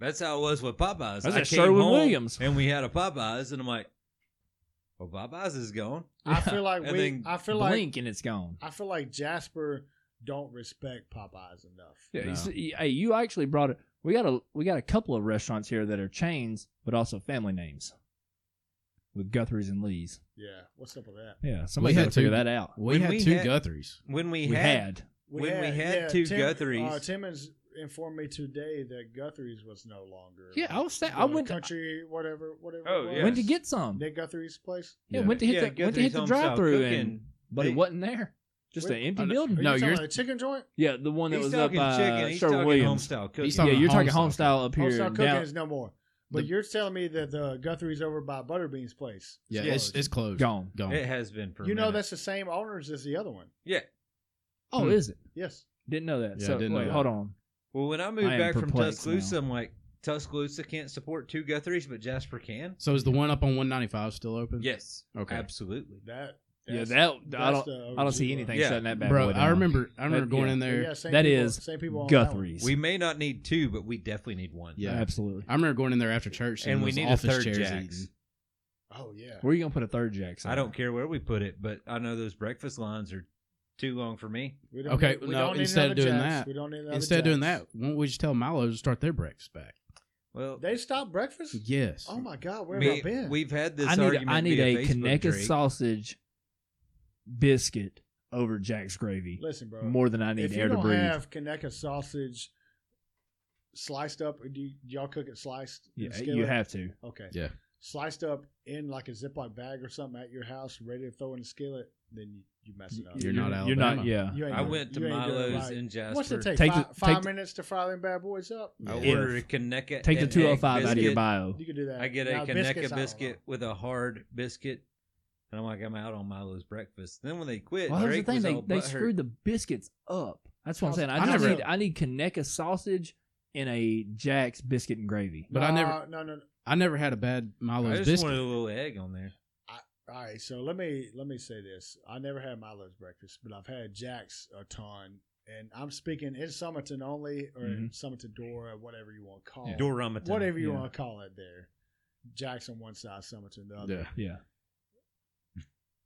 S3: That's how it was with Popeyes.
S2: That's
S3: I came
S2: a Sherwin
S3: home
S2: Williams.
S3: and we had a Popeyes, and I'm like, "Well, Popeyes is gone."
S4: I feel like
S3: And
S4: we.
S3: then
S4: I feel like
S2: blink and it's gone.
S4: I feel like Jasper don't respect Popeyes enough.
S2: Yeah,
S1: No.
S2: you see- Hey, you actually brought it. We got a we got a couple of restaurants here that are chains, but also family names with Guthrie's and Lee's.
S4: Yeah, what's up with that?
S2: Yeah, somebody
S1: had
S2: had to figure
S1: two-
S2: that out.
S1: we
S3: when
S1: had
S3: we
S1: two
S3: had-
S1: Guthrie's.
S3: When we,
S2: We had.
S3: When we had two Guthries-
S4: Uh, Timmons informed me today that Guthrie's was no longer.
S2: Yeah, I was. Sa-
S4: the
S2: I went. To,
S4: country, whatever, whatever.
S3: Oh,
S4: it was.
S3: yes.
S2: Went to get some.
S4: Nick Guthrie's place.
S2: Yeah, went to hit
S3: Yeah,
S2: the went to
S3: Guthrie's
S2: hit the
S3: Homestyle
S2: drive through and
S3: Cooking.
S2: but
S3: They-
S2: it wasn't there. Just an
S4: Wait,
S2: empty
S1: I know-
S2: building.
S4: Are
S1: No,
S4: you talking
S1: you're-
S4: about a chicken joint.
S2: Yeah, the one that
S3: he's
S2: was up
S3: talking
S2: by
S3: chicken. He's
S2: Sherwin
S3: talking
S2: Williams.
S3: homestyle cooking.
S1: He's
S2: yeah,
S1: talking
S2: you're talking
S1: homestyle.
S2: home style up here.
S4: Homestyle Oh, cooking
S2: down-
S4: is no more. But
S1: The-
S4: you're telling me that the Guthrie's over by Butterbean's place.
S1: Yeah,
S4: is
S1: it's
S4: closed.
S1: it's closed.
S2: gone.
S1: Gone.
S3: It has been for. a
S4: you know
S3: minute.
S4: that's the same owners as the other one.
S2: Oh,
S1: Hmm.
S2: is it?
S4: Yes.
S2: Didn't know that.
S1: Yeah, I
S2: so
S1: didn't know
S2: wait,
S1: that.
S2: hold on.
S3: Well, when I
S2: I
S3: moved
S2: am
S3: back from
S2: perplexed
S3: Tuscaloosa,
S2: now.
S3: I'm like, Tuscaloosa can't support two Guthries, but Jasper can.
S1: So is the one up on 195 still open?
S3: Yes.
S1: Okay.
S3: Absolutely.
S4: That.
S2: Yeah,
S4: that's-
S2: that I don't
S4: that's the
S2: I don't
S4: OG
S2: see
S4: one.
S2: anything
S3: Yeah.
S2: shutting that bad
S1: Bro,
S2: boy down.
S1: I remember I remember
S2: That-
S1: going
S2: yeah.
S1: in
S4: But
S1: there.
S4: Yeah, same
S2: That
S4: people,
S2: is
S4: same people. on that one.
S2: Guthrie's.
S3: We may not need two, but we definitely need one.
S1: Yeah.
S2: Absolutely.
S1: I remember going in there after church and,
S3: And we
S1: those
S3: need a
S1: office
S3: third
S1: chairs
S3: Jax.
S1: eating.
S4: Oh yeah.
S2: Where are you gonna put a third jack?
S3: I don't care where we put it, but I know those breakfast lines are too long for me.
S4: We
S1: Okay,
S4: need- we
S1: no,
S4: don't need
S1: instead of
S4: another
S1: doing
S4: Jax.
S1: that-
S4: we don't need another
S1: Instead of doing
S4: Jax.
S1: that, why don't we just tell Milo to start their breakfast back?
S3: Well,
S4: they stopped breakfast.
S1: Yes.
S4: Oh my God, where
S3: me-
S4: have I been?
S3: we've had this
S2: I need
S3: argument.
S2: I need
S3: via
S2: a
S3: Facebook,
S2: Conecuh
S3: Drake.
S2: sausage biscuit over Jack's gravy
S4: Listen, bro.
S2: more than I need
S4: if
S2: air
S4: you
S2: to
S4: don't
S2: breathe.
S4: have Conecuh sausage sliced up, do, you, do y'all cook it sliced? and
S2: yeah,
S4: skillet?
S2: you have to.
S4: Okay.
S1: Yeah.
S4: Sliced up in like a Ziploc bag or something at your house, ready to throw in a skillet, then you, you mess it up.
S1: You're not
S2: You're not.
S1: Alabama.
S2: Yeah.
S4: You ain't
S3: I
S4: doing-
S3: went to
S4: you ain't doing it
S3: Milo's
S4: right.
S3: in Jasper.
S4: What's it take?
S2: Take
S4: five
S2: the-
S4: five
S2: take the-
S4: minutes to fry them bad boys up?
S3: I
S1: Yeah.
S3: ordered a Conecuh.
S2: Take the
S3: and egg
S2: 205 out of your
S3: biscuit.
S2: bio.
S4: You can do that.
S3: I get a
S4: Now, biscuits,
S3: Conecuh
S4: I don't
S3: biscuit
S4: know.
S3: with a hard biscuit, and I'm like, I'm out on Milo's breakfast. Then when they quit,
S2: Well,
S3: Drake
S2: that's the
S3: was
S2: thing.
S3: all
S2: They, they
S3: butthurt.
S2: screwed the biscuits up. That's what I'm saying. I,
S4: I
S2: just
S1: never-
S2: need I need Conecuh sausage and a Jack's biscuit and gravy.
S1: But I never-
S4: Nah, No, no, no.
S1: I never had a bad
S3: I
S1: Milo's
S3: just
S1: biscuit.
S3: wanted a little egg on there.
S4: All right, so let me let me say this. I never had Milo's breakfast, but I've had Jack's a ton, and I'm speaking in Summerton only or
S1: Mm-hmm.
S4: in Summerton Dora, whatever you want to call it,
S3: Dorama.
S4: whatever you
S2: yeah.
S4: want to call it. There, Jack's on one side, Summerton the other.
S1: Yeah.
S2: Yeah.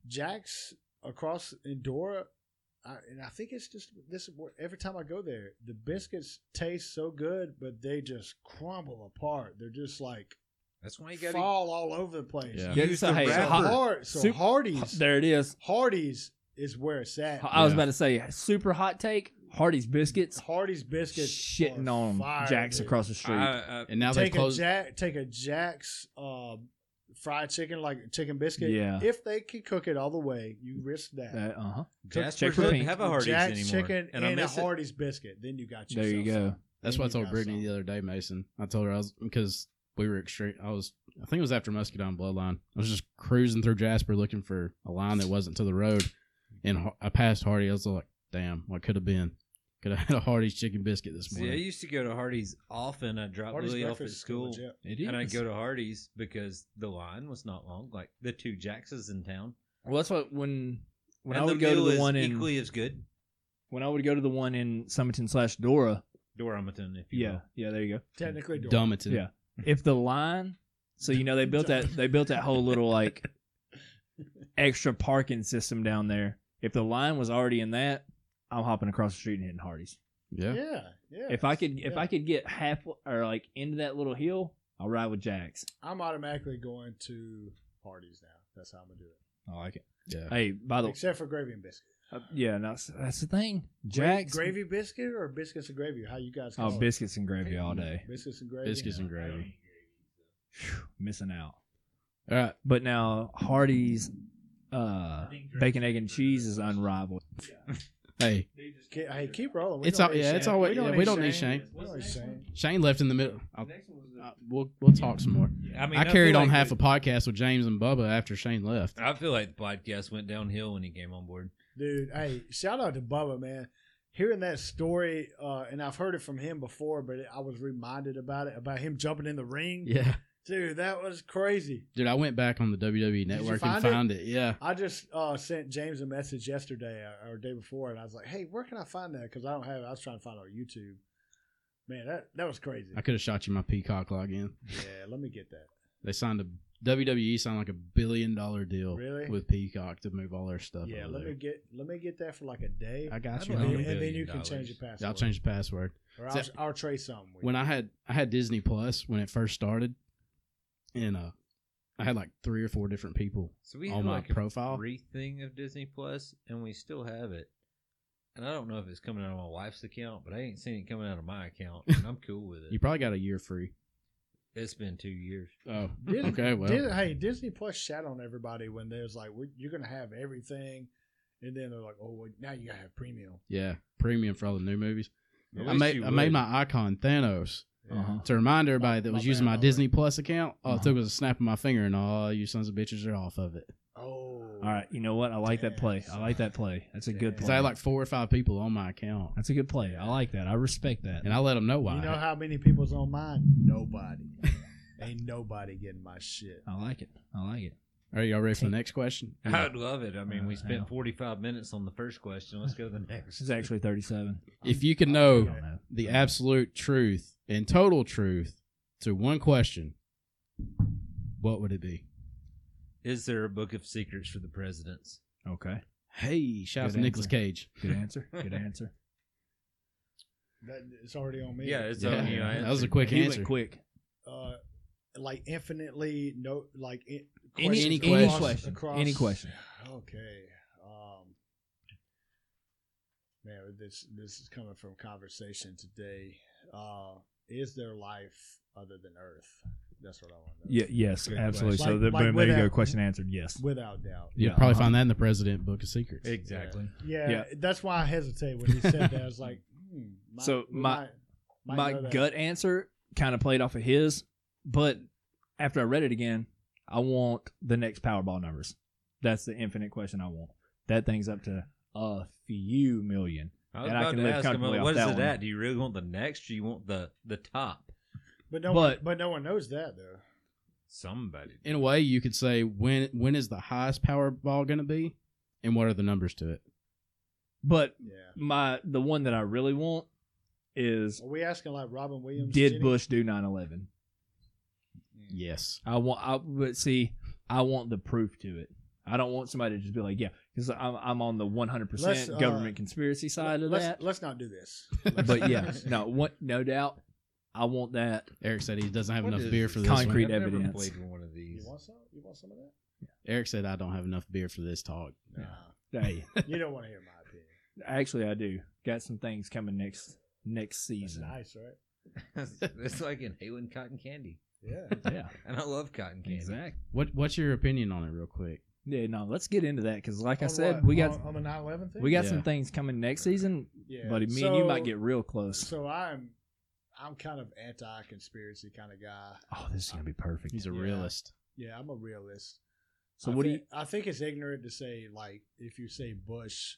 S4: Jack's across in Dora, I, and I think it's just this. is where- Every time I go there, the biscuits taste so good, but they just crumble apart. They're just like
S3: That's why you got to
S4: fall all over the place.
S1: Yeah.
S2: Yeah,
S3: use
S2: so,
S3: the
S2: hey,
S4: So,
S3: wrapper.
S2: hot,
S4: hard, so
S2: Soup-
S4: Hardee's,
S2: there it is.
S4: Hardee's is where it's at.
S2: I was
S1: Yeah.
S2: about to say super hot take. Hardy's biscuits
S4: Hardee's biscuits
S2: shitting
S4: are
S2: on
S4: fire,
S2: Jack's
S4: dude.
S2: across the street.
S3: I, I,
S1: And now they
S4: Take a
S1: closed.
S4: Jack, take a Jack's uh, fried chicken, like chicken biscuit.
S2: Yeah.
S4: If they can cook it all the way, you risk that.
S2: uh huh.
S3: Jasper
S2: check for
S3: doesn't
S2: pink.
S3: have a Hardee's
S4: Jack's
S3: anymore,
S4: chicken
S3: and
S4: and,
S3: I
S4: a
S3: miss it.
S4: Hardee's biscuit. Then you got
S2: There
S4: yourself.
S2: you go.
S4: some.
S1: That's what
S4: Then
S1: I
S4: you
S1: told
S4: got
S1: Brittany
S4: some.
S1: the other day, Mason. I told her I was because we were extreme. I was, I think it was after Muscadine Bloodline. I was just cruising through Jasper looking for a line that wasn't to the road, and Har- I passed Hardy. I was like, "Damn, what could have been? Could have had a Hardy's chicken biscuit this
S3: See, I
S1: morning."
S3: used to go to Hardee's often. I dropped
S4: Hardee's
S3: Lily off at
S4: breakfast is
S3: school,
S4: legit.
S1: It
S3: and I'd
S1: is.
S3: go to Hardee's because the line was not long. Like the two Jacksons in town.
S2: Well, that's what when when
S3: and
S2: I would
S3: the
S2: go
S3: meal
S2: to the
S3: is
S2: one in
S3: equally as good.
S2: when I would go to the one in Summerton slash Dora.
S3: Doramaton, if you
S2: Yeah, yeah. There you go.
S4: Technically, Dora.
S1: Dumbarton.
S2: Yeah. If the line, so you know they built that they built that whole little like extra parking system down there. If the line was already in that, I'm hopping across the street and hitting Hardee's.
S1: yeah,
S4: Yeah, yeah.
S2: If I could, if
S4: Yeah.
S2: I could get half or like into that little hill, I'll ride with Jax.
S4: I'm automatically going to parties now. That's how I'm gonna do it.
S2: I like it.
S1: yeah.
S2: Hey, by the way,
S4: Except for gravy and biscuit.
S2: yeah, no, that's, that's the thing.
S4: Gra-
S2: Jax,
S4: gravy biscuit or biscuits and gravy? How you guys?
S2: oh,
S4: call it?
S2: biscuits and gravy all
S4: Mm-hmm.
S2: day.
S4: Biscuits and gravy.
S1: Biscuits and gravy.
S2: Phew, missing out.
S1: All right,
S2: But now Hardee's, uh, bacon, egg, and cheese is unrivaled.
S1: Hey,
S4: Ke- Hey, keep rolling. We
S1: It's
S4: don't
S1: all-
S4: need
S1: yeah,
S4: Shane.
S1: it's all- yeah, we don't need Shane.
S4: We don't need Shane.
S1: Shane left in the middle. I'll, uh, we'll we'll talk some more.
S3: I mean,
S1: I, carried
S3: feel
S1: on
S3: like
S1: half
S3: the,
S1: a podcast with James and Bubba after Shane left.
S3: I feel like the podcast went downhill when he came on board.
S4: Dude, hey, shout out to Bubba, man. Hearing that story, uh, and I've heard it from him before, but I was reminded about it about him jumping in the ring.
S1: Yeah,
S4: Dude, that was crazy.
S1: dude, I went back on the WWE
S4: you
S1: network
S4: find it?
S1: and found it? Yeah,
S4: I just uh, sent James a message yesterday uh, or- or day before, and I was like, "Hey, where can I find that?" Because I don't have. it. I was trying to find it on YouTube. Man, that that was crazy.
S1: I could have shot you my peacock login.
S4: Yeah, let me get that.
S1: They signed a WWE signed like a billion dollar deal
S4: Really?
S1: with Peacock to move all their stuff.
S4: yeah,
S1: over
S4: let
S1: there.
S4: me get let me get that for like a day.
S1: I got you.
S3: I believe
S4: and,
S1: homie.
S4: then-
S3: it.
S4: and then
S3: Billion
S4: you can change
S3: dollars.
S4: your password.
S1: Yeah, I'll change the password.
S4: Or I'll,
S1: See,
S4: I'll trade something. With
S1: When I had I had Disney Plus when it first started, and uh, I had like three or four different people
S3: So we
S1: On
S3: had
S1: Oh my
S3: like a
S1: profile?
S3: free thing of Disney Plus, and we still have it. And I don't know if it's coming out of my wife's account, but I ain't seen it coming out of my account, and I'm cool with
S1: You
S3: it.
S1: probably got a year free.
S3: It's been two years.
S1: Oh,
S4: Did-
S1: okay. Well,
S4: Did- hey, Disney Plus shat on everybody when they was like, We're, "You're gonna have everything," and then they're like, "Oh, well, now you gotta have premium."
S1: yeah, premium for all the new movies.
S3: At
S1: I
S3: least
S1: made
S3: you
S1: I made
S3: would.
S1: my icon Thanos
S2: Uh-huh.
S1: to remind everybody that
S4: My
S1: was using
S4: bad,
S1: my
S4: my
S1: Disney Plus account. All
S2: Uh-huh.
S1: it took was a snap of my finger, and all you sons of bitches are off of it.
S4: Oh,
S2: All right, you know what? I like that
S4: Damn,
S2: play. I like that play. That's a good
S4: Damn.
S1: Because
S2: play.
S1: I had like four or five people on my account,
S2: That's a good play. I like that. I respect that.
S1: and I let them know why.
S4: You know how many people's on mine? Nobody. Ain't nobody getting my shit.
S2: I like it. I like it.
S1: Are y'all ready for the next question?
S3: I'd love it. I mean, we
S2: Uh,
S3: spent
S2: hell.
S3: 45 minutes on the first question. Let's go to the
S2: This
S3: next.
S2: is actually 37.
S1: If you could
S2: I
S1: know
S2: don't know.
S1: Oh, the absolute truth and total truth to one question, what would it be?
S3: Is there a book of secrets for the presidents?
S2: Okay.
S1: Hey, shout out
S2: Good
S1: to Nicolas
S2: answer.
S1: Cage.
S2: Good answer. Good answer.
S4: That, it's already on me.
S3: Yeah, it's
S1: Yeah,
S3: on you. I
S1: that was a
S3: answered.
S1: quick
S2: He
S1: answer.
S2: went quick.
S4: uh, like infinitely no, like in,
S2: Any, any
S4: questions
S2: question.
S4: across-
S2: Any
S4: across-
S2: question.
S4: Okay. Um, man, this this is coming from conversation today. Uh, is there life other than Earth? That's what I want to know.
S2: Yeah, yes,
S3: Good
S2: absolutely. So
S4: question. Like-
S2: the,
S4: like
S2: boom, there you go.
S4: without-
S2: Question answered. Yes.
S4: Without doubt.
S1: You'll
S2: Yeah,
S1: probably
S2: uh-huh.
S1: find that in the President Book of Secrets.
S3: Exactly.
S4: Yeah,
S2: Yeah.
S4: that's why I hesitate when he said that. I was like, hmm, might-
S2: So
S4: we
S2: my-
S4: might- might
S2: My
S4: know that.
S2: gut answer kind of played off of his, but after I read it again, I want the next Powerball numbers. That's the infinite question I want. That thing's up to a few million.
S3: I was
S2: And I
S3: about
S2: can
S3: to
S2: live
S3: ask him,
S2: comfortably off
S3: what is
S2: that
S3: it
S2: one.
S3: at? Do you really want the next? Do you want the the top?
S4: But no,
S2: But-
S4: one, but no one knows that though.
S3: Somebody.
S1: In a way, you could say when when is the highest Powerball going to be, and what are the numbers to it?
S2: But
S4: Yeah.
S2: my the one that I really want is
S4: Are we asking like Robin Williams?
S2: did
S4: Jenny?
S2: Bush do 9/11?
S1: Yes,
S2: I want. I but see, I want the proof to it. I don't want somebody to just be like, yeah, because I'm, I'm on the 100
S4: Let's,
S2: percent
S4: uh,
S2: government conspiracy side of
S4: let's,
S2: that.
S4: Let's not do this.
S2: But yeah, no, what, no doubt, I want that.
S1: Eric said he doesn't have
S3: What
S1: enough
S3: is
S1: beer
S3: this?
S1: for this.
S2: Concrete
S1: One.
S3: I've Never
S2: evidence.
S3: played with one of
S4: You
S3: these.
S4: want some? You want some of that?
S1: Eric said I don't have enough beer for this talk.
S4: Nah.
S2: Hey,
S4: you don't want to hear my opinion.
S2: actually, I do. Got some things coming next next
S4: It's
S2: season.
S4: nice, right?
S3: it's like inhaling cotton candy,
S4: Yeah.
S2: Yeah,
S3: and I love cotton candy.
S2: exactly.
S1: What what's your opinion on it, real quick?
S2: Yeah, no, let's get into that because, like I
S4: On
S2: said,
S4: what?
S2: we got
S4: on, on the 9/11 thing.
S2: we got some
S1: Yeah.
S2: things coming next season,
S4: yeah.
S2: buddy. Me and you might
S4: So-
S2: get real close.
S4: So I'm, I'm kind of anti-conspiracy kind of guy.
S2: oh, this is gonna be perfect.
S1: He's a
S4: Yeah.
S1: realist.
S4: Yeah, I'm a realist.
S2: So
S4: I
S2: what do
S4: thi-
S2: you?
S4: I think it's ignorant to say like if you say Bush.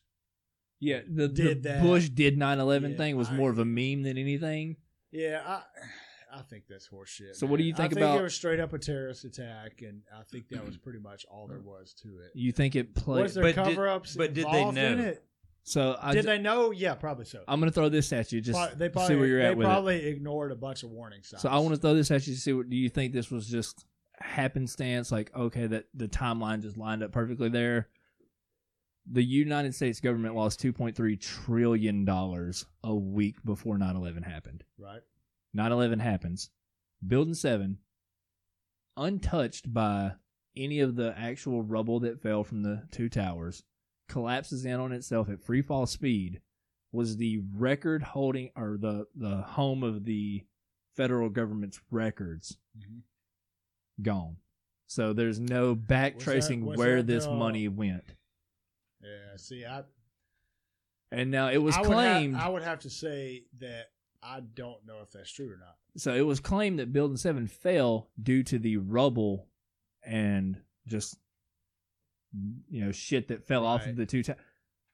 S2: Yeah, the,
S4: Did
S2: the
S4: that.
S2: Bush did 9/11
S4: Yeah,
S2: thing was
S4: I-
S2: more of a meme than anything.
S4: Yeah, I, I think that's horseshit.
S2: So what do
S4: man.
S2: you think
S4: I
S2: about-
S4: Think it was straight up a terrorist attack, and I think that was pretty much all there was to it.
S2: You think it
S4: Was
S2: plays?
S4: there
S3: but did-
S4: cover-ups?
S3: but did they
S4: involved in
S3: know?
S4: it?
S2: So I,
S4: did
S2: ju-
S4: they know? Yeah, probably so.
S2: I'm gonna throw this at you. Just
S4: Pro- they
S2: to
S4: probably,
S2: see where you're
S4: they
S2: at with it.
S4: probably ignored a bunch of warning signs.
S2: So I want to throw this at you to see what do you think this was just happenstance? Like, okay, that the timeline just lined up perfectly there. The United States government lost 2.3 trillion dollars a week before 9/11 happened.
S4: right.
S2: 9/11 happens. Building 7 untouched by any of the actual rubble that fell from the two towers collapses in on itself at free fall speed was the record holding or the the home of the federal government's records
S4: Mhm.
S2: gone. So there's no back
S4: What's that-
S2: tracing
S4: what's
S2: where
S4: that,
S2: this
S4: uh,
S2: money went.
S4: Yeah. See, I
S2: And now it was
S4: I would have-
S2: claimed.
S4: I would have to say that I don't know if that's true or not.
S2: so it was claimed that Building Seven fell due to the rubble and just you know shit that fell off
S4: Right.
S2: of the two. towers.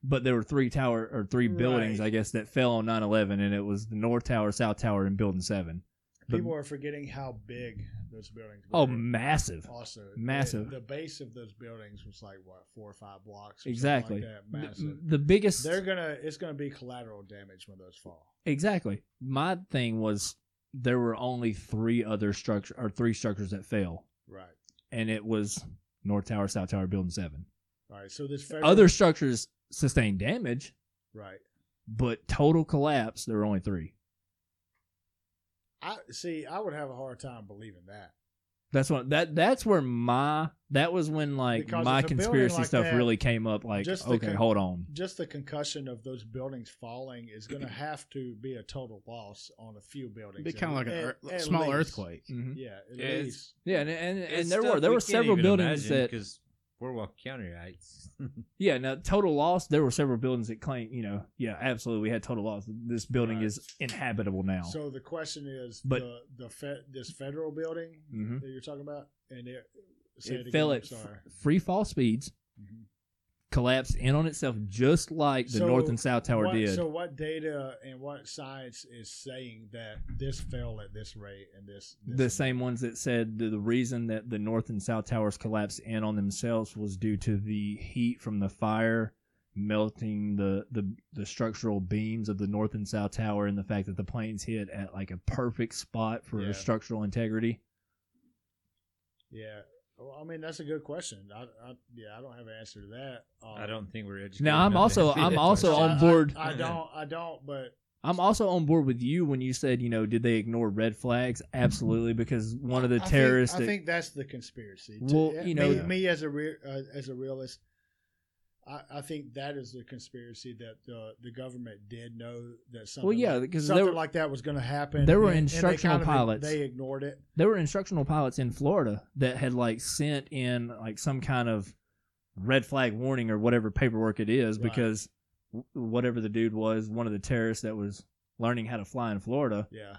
S2: but there were three tower or three buildings,
S4: Right.
S2: I guess, that fell on 9-11, and it was the North Tower, South Tower, and Building Seven. But-
S4: People are forgetting how big those buildings.
S2: Oh,
S4: were.
S2: massive!
S4: Also,
S2: massive.
S4: The, the base of those buildings was like what four or five blocks. or something like
S2: Exactly.
S4: that,
S2: The-
S4: Massive.
S2: The biggest.
S4: They're gonna. It's gonna be collateral damage when those fall.
S2: Exactly. My thing was there were only three other structure or three structures that fell,
S4: Right.
S2: and it was North Tower, South Tower, Building Seven.
S4: All right. So this federal,
S2: Other structures sustained damage,
S4: right.
S2: but total collapse there were only three.
S4: I see. I would have a hard time believing that.
S2: That's what that that's where my that was when like
S4: Because
S2: my
S4: if a building
S2: conspiracy
S4: like
S2: stuff
S4: that-
S2: really came up. Like,
S4: just the
S2: okay,
S4: con-
S2: hold on.
S4: Just the concussion of those buildings falling is gonna have to be a total loss on a few buildings.
S1: Be kind of like
S4: at-
S1: a
S4: at-
S1: ear-
S4: at
S1: small
S4: least.
S1: earthquake.
S2: Mhm.
S4: Yeah. At
S3: Yeah, it's-
S4: least.
S2: Yeah, and and, and there were there were several buildings that
S3: because we're Walker County, right?
S2: Yeah, now total loss. There were several buildings that claimed, you know, yeah, absolutely, we had total loss. This building
S4: Right.
S2: is inhabitable now.
S4: So the question is,
S2: But-
S4: the the fe- this federal building
S2: Mhm.
S4: that you're talking about, and it, say
S2: it
S4: again,
S2: fell
S4: I'm
S2: at f-
S4: sorry.
S2: free fall speeds,
S4: Mhm.
S2: collapsed in on itself, just like the
S4: So
S2: north and south tower
S4: what,
S2: did.
S4: So what data and what science is saying that this fell at this rate and this, this
S2: the same ones that said the, the reason that the north and south towers collapsed in on themselves was due to the heat from the fire melting the, the the structural beams of the north and south tower and the fact that the planes hit at like a perfect spot for
S4: Yeah.
S2: structural integrity.
S4: Yeah. Well, I mean, that's a good question. I, I yeah, I don't have an answer to that. Um,
S3: I don't think we're educated.
S2: Now I'm
S3: enough to
S2: also
S3: answer
S2: I'm
S3: that
S2: also
S3: question.
S4: I-
S2: on board.
S4: I, don't. I don't. But
S2: I'm also on board with you when you said, you know, did they ignore red flags? Absolutely, because one of the
S4: I think-
S2: terrorists.
S4: I
S2: that-
S4: think that's the conspiracy.
S2: Well,
S4: To- eh,
S2: you
S4: me-
S2: know-
S4: me, as a re, uh, as a realist, I, I think that is the conspiracy that the the government did know that something.
S2: Well, yeah,
S4: like-
S2: because there
S4: something
S2: were-
S4: like that was going to happen.
S2: there were
S4: and- and they
S2: instructional
S4: kind of-
S2: pilots.
S4: They ignored it.
S2: there were instructional pilots in Florida that had like sent in like some kind of red flag warning or whatever paperwork it is
S4: Right.
S2: because w- whatever the dude was, one of the terrorists that was learning how to fly in Florida,
S4: Yeah.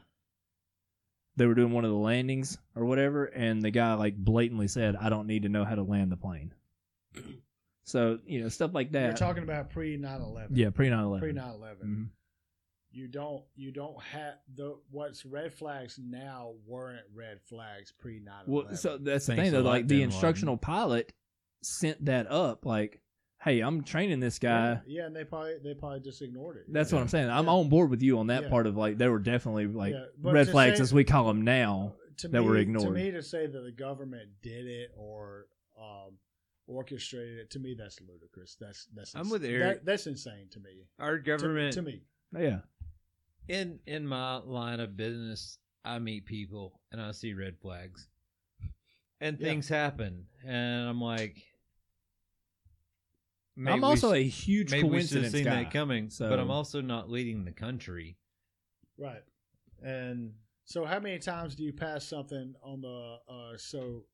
S2: they were doing one of the landings or whatever, and the guy like blatantly said, "I don't need to know how to land the plane." So you know stuff like
S4: we You're
S2: that.
S4: talking about pre 9/11.
S2: yeah, pre 9-11.
S4: Pre 9/11.
S2: Mhm.
S4: You don't. You don't have the what's red flags now weren't red flags pre 9/11.
S2: Well, so that's the
S3: Thanks
S2: thing though.
S3: a lot,
S2: Like the
S3: Dan
S2: instructional
S3: Martin.
S2: pilot sent that up, like, "Hey, I'm training this guy."
S4: yeah, yeah, and they probably they probably just ignored it.
S2: That's what I'm saying. I'm
S4: Yeah.
S2: on board with you on that
S4: Yeah.
S2: part of like there were definitely like
S4: Yeah, but
S2: red
S4: to
S2: flags
S4: say-
S2: as we call them now.
S4: to
S2: that
S4: me,
S2: were
S4: To
S2: ignored.
S4: me, to say that the government did it or um, orchestrated it, to me, that's ludicrous. That's that's.
S3: I'm
S4: ins-
S3: with Eric.
S4: That, that's insane to me.
S3: Our
S4: To-
S3: government
S4: to, me,
S2: Yeah,
S3: in in my line of business, I meet people and I see red flags, and
S4: Yeah.
S3: things happen, and I'm like, maybe
S2: I'm
S3: we
S2: also
S3: s-
S2: a huge
S3: maybe we should have
S2: coincidence
S3: seen
S2: guy.
S3: that coming,
S2: so-
S3: but I'm also not leading the country,
S4: right?
S3: and
S4: So, how many times do you pass something on the? Uh, so,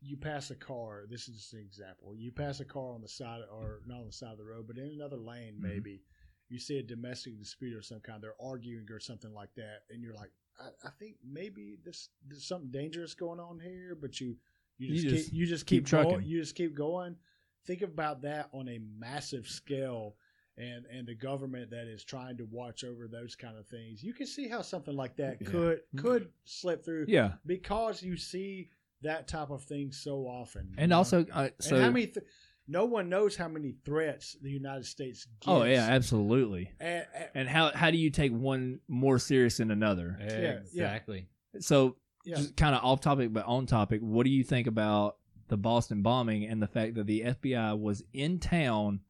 S4: you pass a car. This is just an example. You pass a car on the side, or not on the side of the road, but in another lane,
S2: Mhm.
S4: maybe. You see a domestic dispute of some kind. They're arguing or something like that, and you're like, I, I think maybe this there's something dangerous going on here. But you you
S2: You
S4: just,
S2: just
S4: keep, you just
S2: keep
S4: keep, going.
S2: trucking.
S4: You just keep going. Think about that on a massive scale. And, and the government that is trying to watch over those kind of things, you can see how something like that
S1: Yeah.
S4: could could slip through
S2: Mm-hmm. yeah,
S4: because you see that type of thing so often. you
S2: and
S4: know?
S2: also uh,
S4: And
S2: so
S4: how many? Th- no one knows how many threats the United States. Gets.
S2: oh yeah, absolutely.
S4: And- and-
S2: And how how do you take one more serious than another?
S4: yeah.
S3: exactly.
S2: So
S4: yeah.
S2: just kind of off topic but on topic, what do you think about the Boston bombing and the fact that the FBI was in town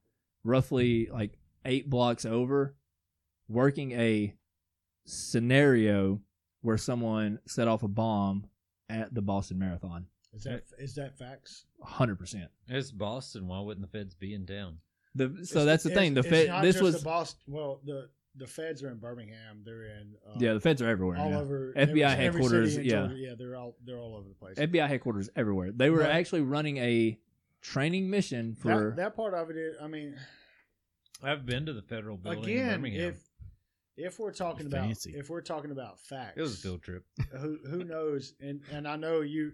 S2: roughly like eight blocks over working a scenario where someone set off a bomb at the Boston Marathon?
S4: is that is that facts?
S2: 100%.
S3: It's Boston. Why wouldn't the feds be in town?
S2: The, so
S4: It's-
S2: that's the
S4: it's-
S2: thing. The
S4: it's
S2: Fed,
S4: not
S2: this
S4: just
S2: was
S4: the Boston. Well, the the feds are in Birmingham. They're in uh,
S2: yeah, the feds are everywhere.
S4: all
S2: yeah.
S4: over
S2: FBI
S4: every
S2: headquarters,
S4: city in
S2: yeah.
S4: Georgia. yeah, they're all they're all over the place.
S2: FBI headquarters everywhere. They were
S4: Right.
S2: actually running a training mission for.
S4: that, that part of it, is- I mean,
S3: I've been to the federal building in
S4: again,
S3: Birmingham.
S4: if if we're talking about
S1: Fancy.
S4: if we're talking about facts,
S3: it was a field trip.
S4: who who knows? And and I know you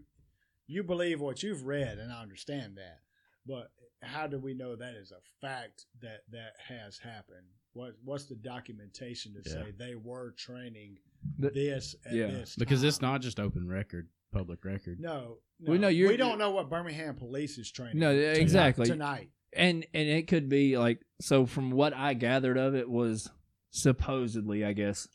S4: you believe what you've read, and I understand that. But how do we know that is a fact that that has happened? What what's the documentation to say they were training
S2: The-
S4: this at
S2: yeah.
S4: this
S1: because it's
S4: time?
S1: not just open record, public record.
S4: No, no.
S2: Well, no, you're-
S4: we don't know what Birmingham police is training.
S2: No,
S4: tonight-
S2: exactly.
S4: tonight.
S2: and and it could be like so from what i gathered of it was supposedly i guess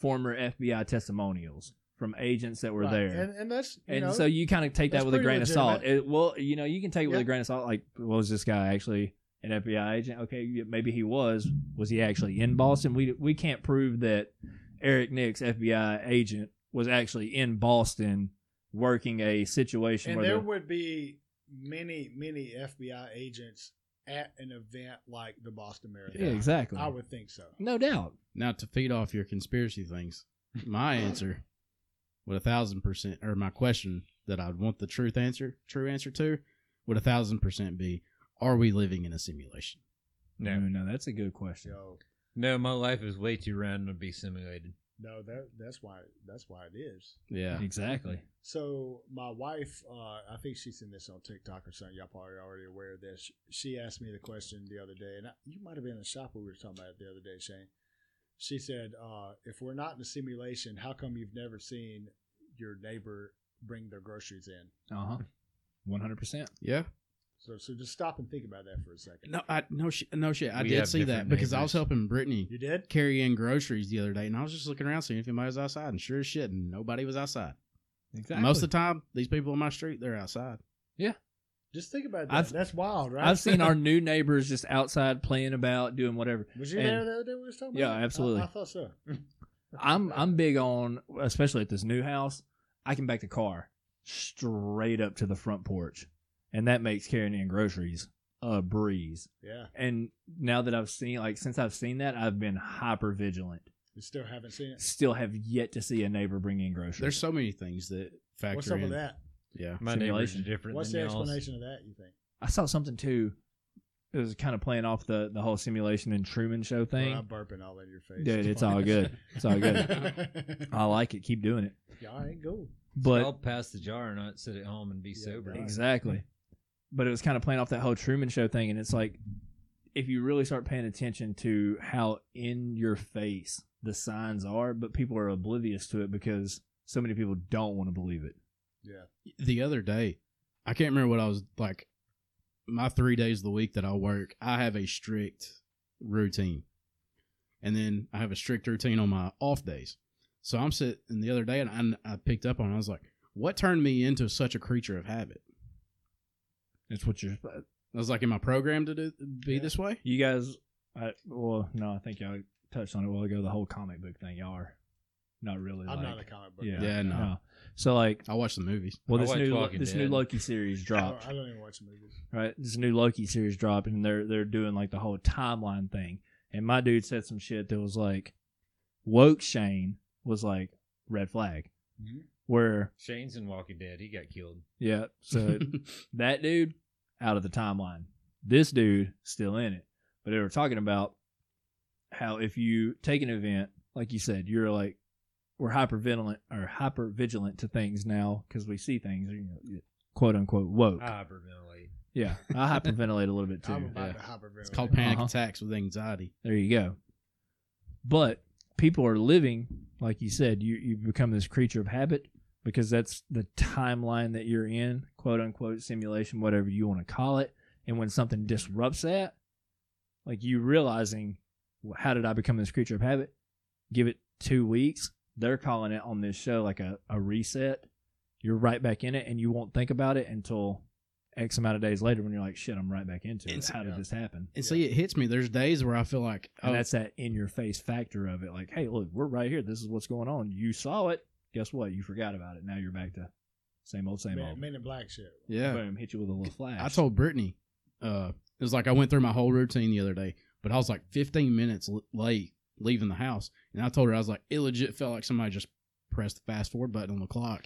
S2: former fbi testimonials from agents that were
S4: Right.
S2: there and,
S4: and, and that's you know,
S2: so you kind of take that
S4: that's
S2: with a
S4: pretty
S2: grain of salt
S4: legitimate.
S2: it, well you know you can take it with
S4: Yeah.
S2: a grain of salt like was this guy actually an fbi agent okay yeah, maybe he was was he actually in boston we we can't prove that eric nick's fbi agent was actually in boston working a situation
S4: and
S2: where
S4: there
S2: the-
S4: would be many many FBI agents at an event like the Boston Marathon.
S2: yeah, exactly
S4: I would think so.
S2: no doubt
S1: Now to feed off your conspiracy things, my answer would a thousand percent, or my question that I'd want the truth answer, true answer to, would a thousand percent be: Are we living in a simulation?
S2: no no that's a good question
S4: So
S3: No, my life is way too random to be simulated.
S4: no, that that's why that's why it is.
S1: Yeah,
S2: Exactly.
S4: So my wife, uh, I think she's seen this on TikTok or something. Y'all probably already aware of this. She asked me the question the other day, and I, you might have been in the shop when we were talking about it the other day, Shane. She said, uh, "If we're not in a simulation, how come you've never seen your neighbor bring their groceries in?"
S2: Uh huh. One hundred percent.
S1: yeah.
S4: So, so just stop and think about that for a second.
S1: No, I no shit, no shit. I
S3: We
S1: did
S3: have
S1: see that
S3: different
S1: because I was
S3: neighbors.
S1: helping Brittany
S4: You did?
S1: carry in groceries the other day, and I was just looking around seeing if anybody was outside, and sure as shit, nobody was outside.
S2: Exactly.
S1: Most of the time, these people on my street, they're outside.
S4: Just think about that.
S2: I've-
S4: That's wild, right?
S2: I've seen our new neighbors just outside playing about, doing whatever.
S4: Was you
S2: and-
S4: there the other day we were talking
S2: Yeah,
S4: about? it? I-
S2: absolutely.
S4: I, thought so.
S2: I'm I'm big on, especially at this new house. I can back the car straight up to the front porch, and that makes carrying in groceries a breeze.
S4: Yeah,
S2: And now that I've seen, like, since I've seen that, I've been hyper vigilant.
S4: we still haven't seen it.
S2: Still have yet to see a neighbor bring in groceries.
S1: There's so many things that factor
S4: What's up
S1: in.
S4: with that?
S1: Yeah,
S3: My neighbors are
S2: Simulation.
S3: different
S4: What's the
S3: than y'all's.
S4: explanation of that? You think?
S2: I saw something too. It was kind of playing off the the whole simulation and Truman Show thing.
S4: Well, I'm burping all in your face.
S2: Dude, it's all good. It's all good. Uh, I like it. Keep doing it.
S4: Y'all ain't cool.
S2: But
S3: I'll pass the jar and not sit at home and be
S4: Yeah,
S3: sober.
S4: right.
S2: exactly. But it was kind of playing off that whole Truman Show thing, and it's like if you really start paying attention to how in your face the signs are, but people are oblivious to it because so many people don't want to believe it.
S4: Yeah,
S1: the other day, I can't remember what I was like. My three days of the week that I work, I have a strict routine, and then I have a strict routine on my off days. So I'm sitting the other day, and I, I picked up on. it. I was like, "What turned me into such a creature of habit?"
S2: It's what you're.
S1: I was like, "Am I programmed to do, be
S4: Yeah.
S1: this way?"
S2: You guys, I, well, no, I think y'all touched on it a while ago. The whole comic book thing, y'all are not really.
S4: I'm
S2: like,
S4: not a comic book.
S2: Yeah,
S4: guy.
S1: Yeah, no.
S2: So like,
S1: I watch the movies.
S2: well,
S3: I
S2: this
S3: watch
S2: new
S3: Walking
S2: this new
S3: Dead.
S2: Loki series
S4: I
S2: dropped.
S4: don't, I don't even watch movies.
S2: right? This new Loki series dropped, and they're they're doing like the whole timeline thing. And my dude said some shit that was like, woke Shane was like red flag.
S4: Mhm.
S2: Where
S3: Shane's in Walking Dead. He got killed.
S2: yeah, so that dude out of the timeline. This dude still in it. But they were talking about how if you take an event, like you said, you're like we're hyper vigilant or hyper vigilant to things now because we see things, you know, quote unquote woke.
S3: Ah, I hyperventilate.
S2: yeah, I hyperventilate a little bit too.
S4: Ah. I'm about
S1: yeah.
S4: to hyperventilate.
S1: It's called panic
S2: Uh-huh.
S1: attacks with anxiety.
S2: There you go. But people are living, like you said, you, you become this creature of habit because that's the timeline that you're in, quote unquote, simulation, whatever you want to call it. And when something disrupts that, like you realizing, well, how did I become this creature of habit? Give it two weeks. They're calling it on this show like a, a reset. You're right back in it and you won't think about it until X amount of days later when you're like, shit, I'm right back into it.
S1: It's-
S2: How did
S4: yeah.
S2: this happen?
S1: And see, it hits me. There's days where I feel like,
S2: And
S1: oh,
S2: that's that in your face factor of it. Like, hey, look, we're right here. This is what's going on. You saw it. Guess what? You forgot about it. Now you're back to same old, same
S4: Men,
S2: old.
S4: Men in Black shit.
S1: yeah.
S2: Boom, hit you with a little flash.
S1: I told Brittany, uh, it was like I went through my whole routine the other day, but I was like 15 minutes l- late leaving the house. And I told her I was like, it legit felt like somebody just pressed the fast forward button on the clock.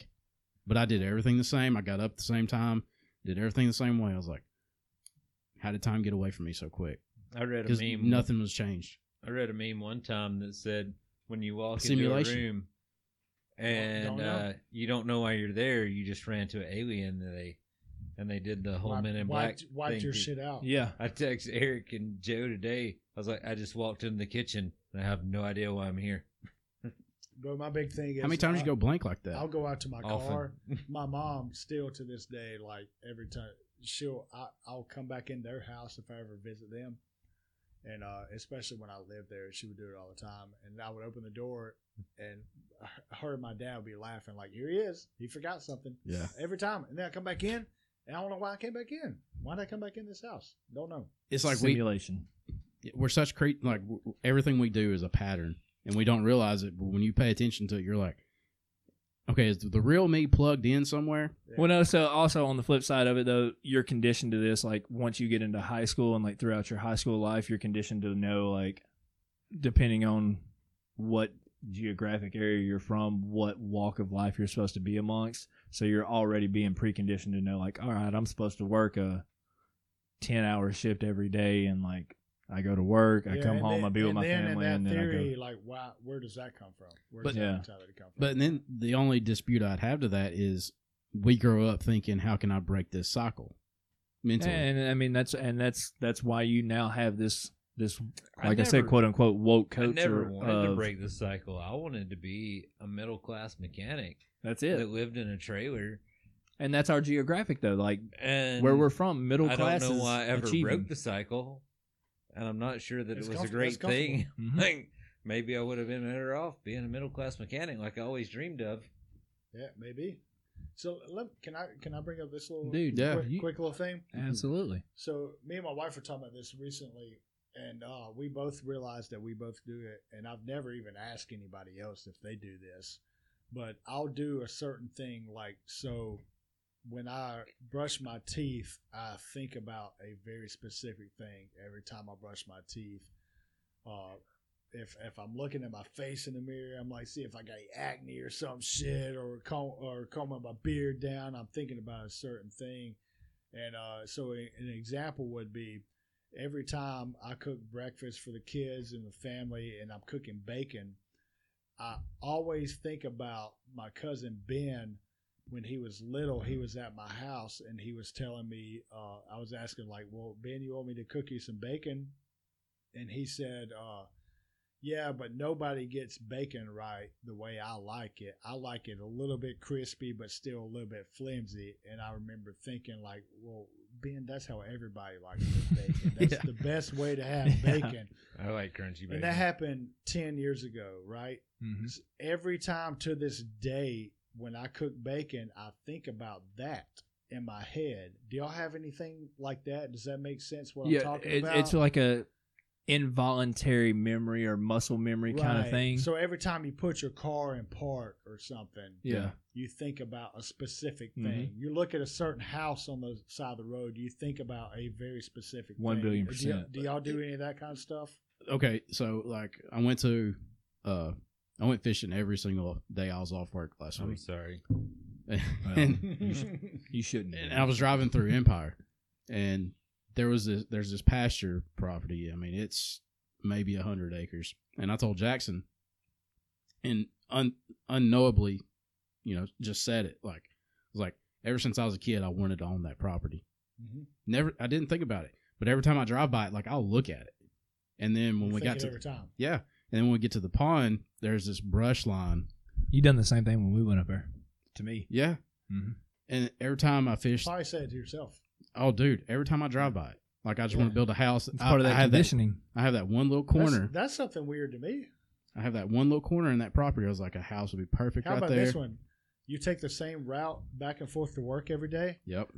S1: But I did everything the same. I got up the same time, did everything the same way. I was like, how did time get away from me so quick?
S3: I read a
S1: Because
S3: meme.
S1: nothing was changed.
S3: I read a meme one time that said when you walk
S1: Simulation.
S3: into a room
S4: Don't
S3: and
S4: know.
S3: uh, you don't know why you're there, you just ran to an alien. And they and they did the whole
S4: Wipe-
S3: Men in Black.
S4: wiped, wiped
S3: thing
S4: your
S3: to-
S4: shit out.
S2: Yeah.
S3: I text Eric and Joe today. I was like, I just walked into the kitchen and I have no idea why I'm here.
S4: But my big thing is
S1: How many times
S4: I,
S1: you go blank like that?
S4: I'll go out to my
S3: Often.
S4: car. my mom still to this day, like every time she'll, I, I'll come back in their house if I ever visit them, and uh, especially when I lived there, she would do it all the time. And I would open the door, and her and my dad would be laughing like, "Here he is, he forgot something."
S1: yeah.
S4: Every time, and then I come back in, and I don't know why I came back in. Why did I come back in this house? Don't know.
S1: It's like we,
S2: simulation.
S1: we're such cre- like w- w- everything we do is a pattern and we don't realize it but when you pay attention to it you're like okay is the real me plugged in somewhere
S2: Well, no. So also on the flip side of it, though, you're conditioned to this. Like once you get into high school and like throughout your high school life, you're conditioned to know like, depending on what geographic area you're from, what walk of life you're supposed to be amongst. So you're already being preconditioned to know like, all right, I'm supposed to work a ten hour shift every day, and like I go to work, I
S4: Yeah,
S2: come
S4: and
S2: home,
S4: then-
S2: I be with
S4: and
S2: my
S4: then
S2: family,
S4: in
S2: and
S4: that
S2: then I
S4: theory,
S2: go.
S4: like, why? Where does that come from? Where
S1: But-
S4: does that
S2: Yeah.
S4: mentality come from?
S1: but then the only dispute i'd have to that is we grow up thinking how can i break this cycle mentally
S2: And I mean that's and that's that's why you now have this this like I,
S3: never-
S2: said, quote unquote woke
S3: I
S2: culture.
S3: never wanted to
S2: of-
S3: break the cycle. I wanted to be a middle class mechanic
S2: That's it,
S3: that lived in a trailer.
S2: and that's our geographic though, like
S3: And
S2: where we're from, middle
S3: I
S2: class.
S3: don't know
S2: is
S3: why I ever
S2: achieving.
S3: broke the cycle, and I'm not sure that
S4: It's
S3: it was a
S4: comfort-
S3: great
S4: it's comfortable.
S3: thing.
S2: Mhm.
S3: Like maybe I would have been better off being a middle class mechanic, like I always dreamed of.
S4: Yeah, maybe. So let, can I can I bring up this little
S1: Dude, yeah,
S4: quick,
S1: you-
S4: quick little thing?
S1: Mm-hmm.
S2: Absolutely.
S4: So me and my wife were talking about this recently, and uh, we both realized that we both do it. And I've never even asked anybody else if they do this, but I'll do a certain thing like so. When I brush my teeth, I think about a very specific thing every time I brush my teeth. Uh, if if I'm looking at my face in the mirror, I'm like, see if I got any acne or some shit, or comb or combing my beard down. I'm thinking about a certain thing, and uh, so a, an example would be every time I cook breakfast for the kids and the family, and I'm cooking bacon, I always think about my cousin Ben. When he was little, he was at my house and he was telling me, uh, I was asking, like, well, Ben, you want me to cook you some bacon? And he said, uh, yeah, but nobody gets bacon right the way I like it. I like it a little bit crispy, but still a little bit flimsy. And I remember thinking, like, well, Ben, that's how everybody likes their bacon. That's
S2: Yeah.
S4: the best way to have
S2: Yeah.
S4: bacon.
S3: I like crunchy bacon.
S4: And that happened 10 years ago, right? Mm-hmm.
S2: Mhm.
S4: Every time to this day, when I cook bacon, I think about that in my head. Do y'all have anything like that? Does that make sense what I'm
S2: Yeah,
S4: talking
S2: it,
S4: about?
S2: it's like a involuntary memory or muscle memory kind of
S4: Right.
S2: thing.
S4: So every time you put your car in park or something,
S2: yeah.
S4: you think about a specific
S2: Mhm.
S4: thing. You look at a certain house on the side of the road, you think about a very specific
S2: One
S4: thing.
S2: billion
S4: Do y'all-
S2: percent.
S4: Do y'all do any of that kind of stuff?
S1: okay so like i went to uh i went fishing every single day i was off work last
S3: I'm
S1: week
S3: sorry.
S1: and
S2: You shouldn't.
S1: and I was driving through Empire, and there was this there's this pasture property. I mean, it's maybe a hundred acres, and I told Jackson, and un, unknowably, you know, just said it like I was like ever since I was a kid, I wanted to own that property.
S4: Mhm.
S1: Never, I didn't think about it, but every time I drive by it, like I'll look at it, and then when
S4: You
S1: we
S4: think
S1: got
S4: it
S1: to
S4: every time.
S1: yeah, and then when we get to the pond, there's this brush line.
S2: you done the same thing when we went up there. To me.
S1: Yeah.
S4: Mm-hmm.
S2: Mhm.
S1: And every time I fish,
S4: Probably say it to yourself.
S1: oh, dude, every time I drive by it, like I just want
S4: Yeah.
S1: to build a house.
S2: It's
S1: I-
S2: part of
S1: I
S2: that
S1: have that
S2: conditioning.
S1: I have that one little
S4: That's-
S1: corner.
S4: That's, something weird to me.
S1: I have that one little corner in that property. I was like, a house would be perfect
S4: How
S1: right
S4: about
S1: there.
S4: this one? You take the same route back and forth to work every day.
S1: Yep.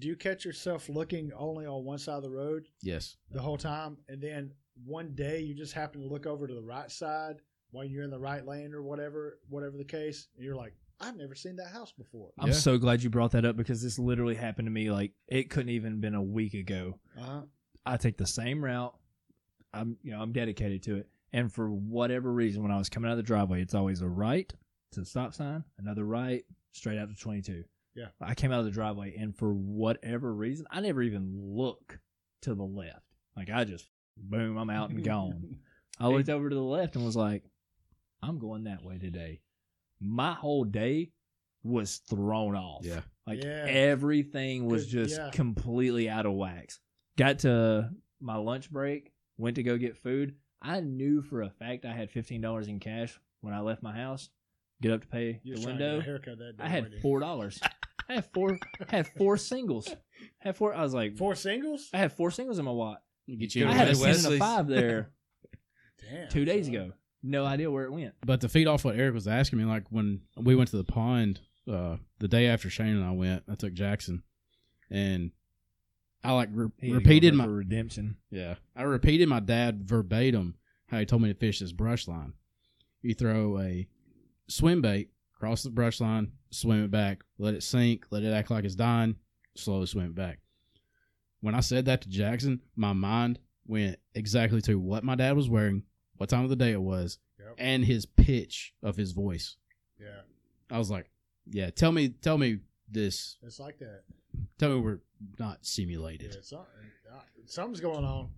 S4: Do you catch yourself looking only on one side of the road
S1: Yes.
S4: the whole time, and then one day you just happen to look over to the right side while you're in the right lane or whatever, whatever the case, and you're like, I've never seen that house before.
S2: I'm
S1: Yeah.
S2: so glad you brought that up because this literally happened to me like it couldn't even been a week ago.
S4: Uh-huh.
S2: I take the same route. I'm you know I'm dedicated to it, And for whatever reason, when I was coming out of the driveway, it's always a right to the stop sign, another right, straight out to 22.
S4: Yeah.
S2: I came out of the driveway, and for whatever reason, I never even look to the left. Like, I just, boom, I'm out and gone. I looked over to the left and was like, I'm going that way today. My whole day was thrown off.
S1: Yeah.
S2: Like
S4: Yeah.
S2: everything was
S4: Good-
S2: just
S4: yeah.
S2: completely out of wax. Got to my lunch break, went to go get food. I knew for a fact I had $15 in cash when I left my house. Get up to pay
S4: You
S2: the
S4: was trying to get a
S2: window.
S4: haircut that day.
S2: I had
S4: weren't you?
S2: four dollars. I had four. I had four singles. I had four. I was like,
S4: Four singles?
S2: I had four singles in my wallet.
S1: Get
S3: Go
S1: you
S2: I
S3: to
S2: had a
S3: Red
S2: ten and a
S3: Wesley's.
S2: five there
S4: Damn.
S2: two days
S4: son.
S2: ago. No idea where it went.
S1: But to feed off what Eric was asking me, like when we went to the pond uh, the day after Shane and I went, I took Jackson, and I like re- repeated my
S2: redemption.
S1: yeah, I repeated my dad verbatim how he told me to fish this brush line. You throw a swim bait across the brush line, swim it back, let it sink, let it act like it's dying, slowly swim it back. When I said that to Jackson, my mind went exactly to what my dad was wearing, what time of the day it was,
S4: Yep.
S1: and his pitch of his voice.
S4: Yeah.
S1: I was like, "Yeah, tell me, tell me this.
S4: It's like that.
S1: Tell me we're not
S4: Yeah,
S1: simulated."
S4: something, uh, something's going on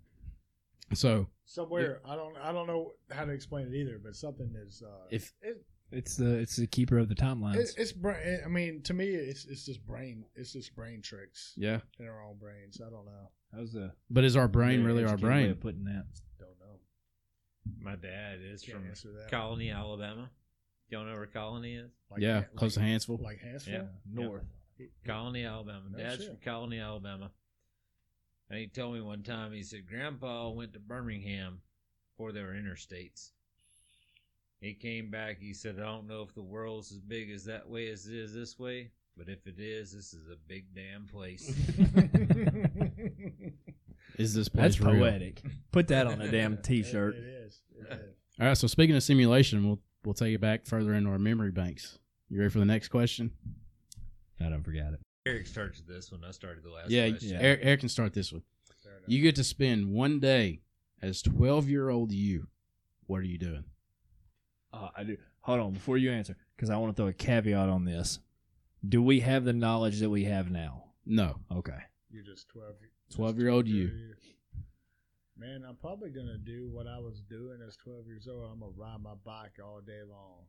S1: So
S4: somewhere. I don't. I don't know how to explain it either. But something is. Uh,
S1: If-
S4: it,
S2: It's the it's the keeper of the timelines.
S4: it's, it's brain. I mean, to me, it's it's just brain. It's just brain tricks
S1: yeah,
S4: in our own brains. I don't know.
S2: that was a
S1: but is our brain
S2: very
S1: really our
S2: educated way
S1: brain?
S2: of putting that.
S4: Don't know.
S3: My dad is
S4: Can't
S3: from
S4: answer that.
S3: Colony, Alabama. Y'all know where Colony is?
S4: Like,
S1: yeah,
S4: like-
S1: close to Hansville.
S4: Like Hansville.
S3: Yeah.
S2: North.
S3: Colony, Alabama.
S4: No
S3: Dad's
S4: shit.
S3: from Colony, Alabama. And he told me one time, he said, Grandpa went to Birmingham before there were interstates. He came back, he said, I don't know if the world's as big as that way as it is this way, but if it is, this is a big damn place.
S1: Is this place
S2: That's
S1: real?
S2: poetic. Put that on a damn
S4: It-
S2: t-shirt.
S4: It is. It is.
S1: All right. So speaking of simulation, we'll we'll take it back further into our memory banks. You ready for the next question?
S2: I don't forget it.
S3: Eric starts with this one. I started the last
S1: yeah,
S3: question.
S2: yeah.
S1: Eric, Eric can start this one.
S4: Fair enough.
S1: You get to spend one day as twelve year old you. What are you doing?
S2: Uh, I do. Hold on before you answer, because I want to throw a caveat on this. Do we have the knowledge that we have now?
S1: No,
S2: Okay.
S4: You're just 12. just
S1: 12-year-old
S4: 12
S1: you.
S4: year- Man, I'm probably going to do what I was doing as 12 years old. I'm going to ride my bike all day long.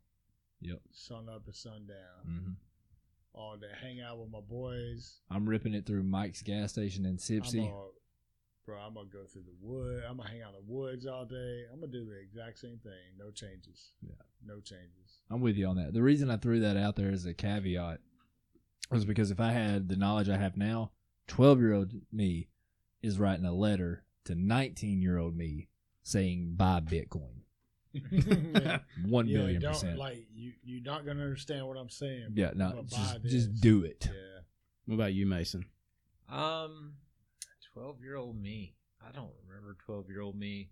S2: Yep.
S4: Sun up to sundown.
S2: hmm
S4: All day. Hang out with my boys.
S2: I'm ripping it through Mike's gas station in
S4: I'm uh,
S2: Sipsy.
S4: gonna, bro, I'm going to go through the wood. I'm going to hang out in the woods all day. I'm going to do the exact same thing. No changes.
S2: Yeah.
S4: No changes.
S2: I'm with you on that. The reason I threw that out there as a caveat was because if I had the knowledge I have now, 12 year old me is writing a letter to 19 year old me saying buy Bitcoin.
S4: Yeah.
S2: One
S4: You know,
S2: billion
S4: don't,
S2: percent.
S4: Like, you, you're not going to understand what I'm saying.
S2: yeah, no,
S4: but buy
S2: just,
S4: this.
S2: just do it.
S4: Yeah.
S1: What about you, Mason?
S3: Um, twelve year old me. I don't remember twelve year old me.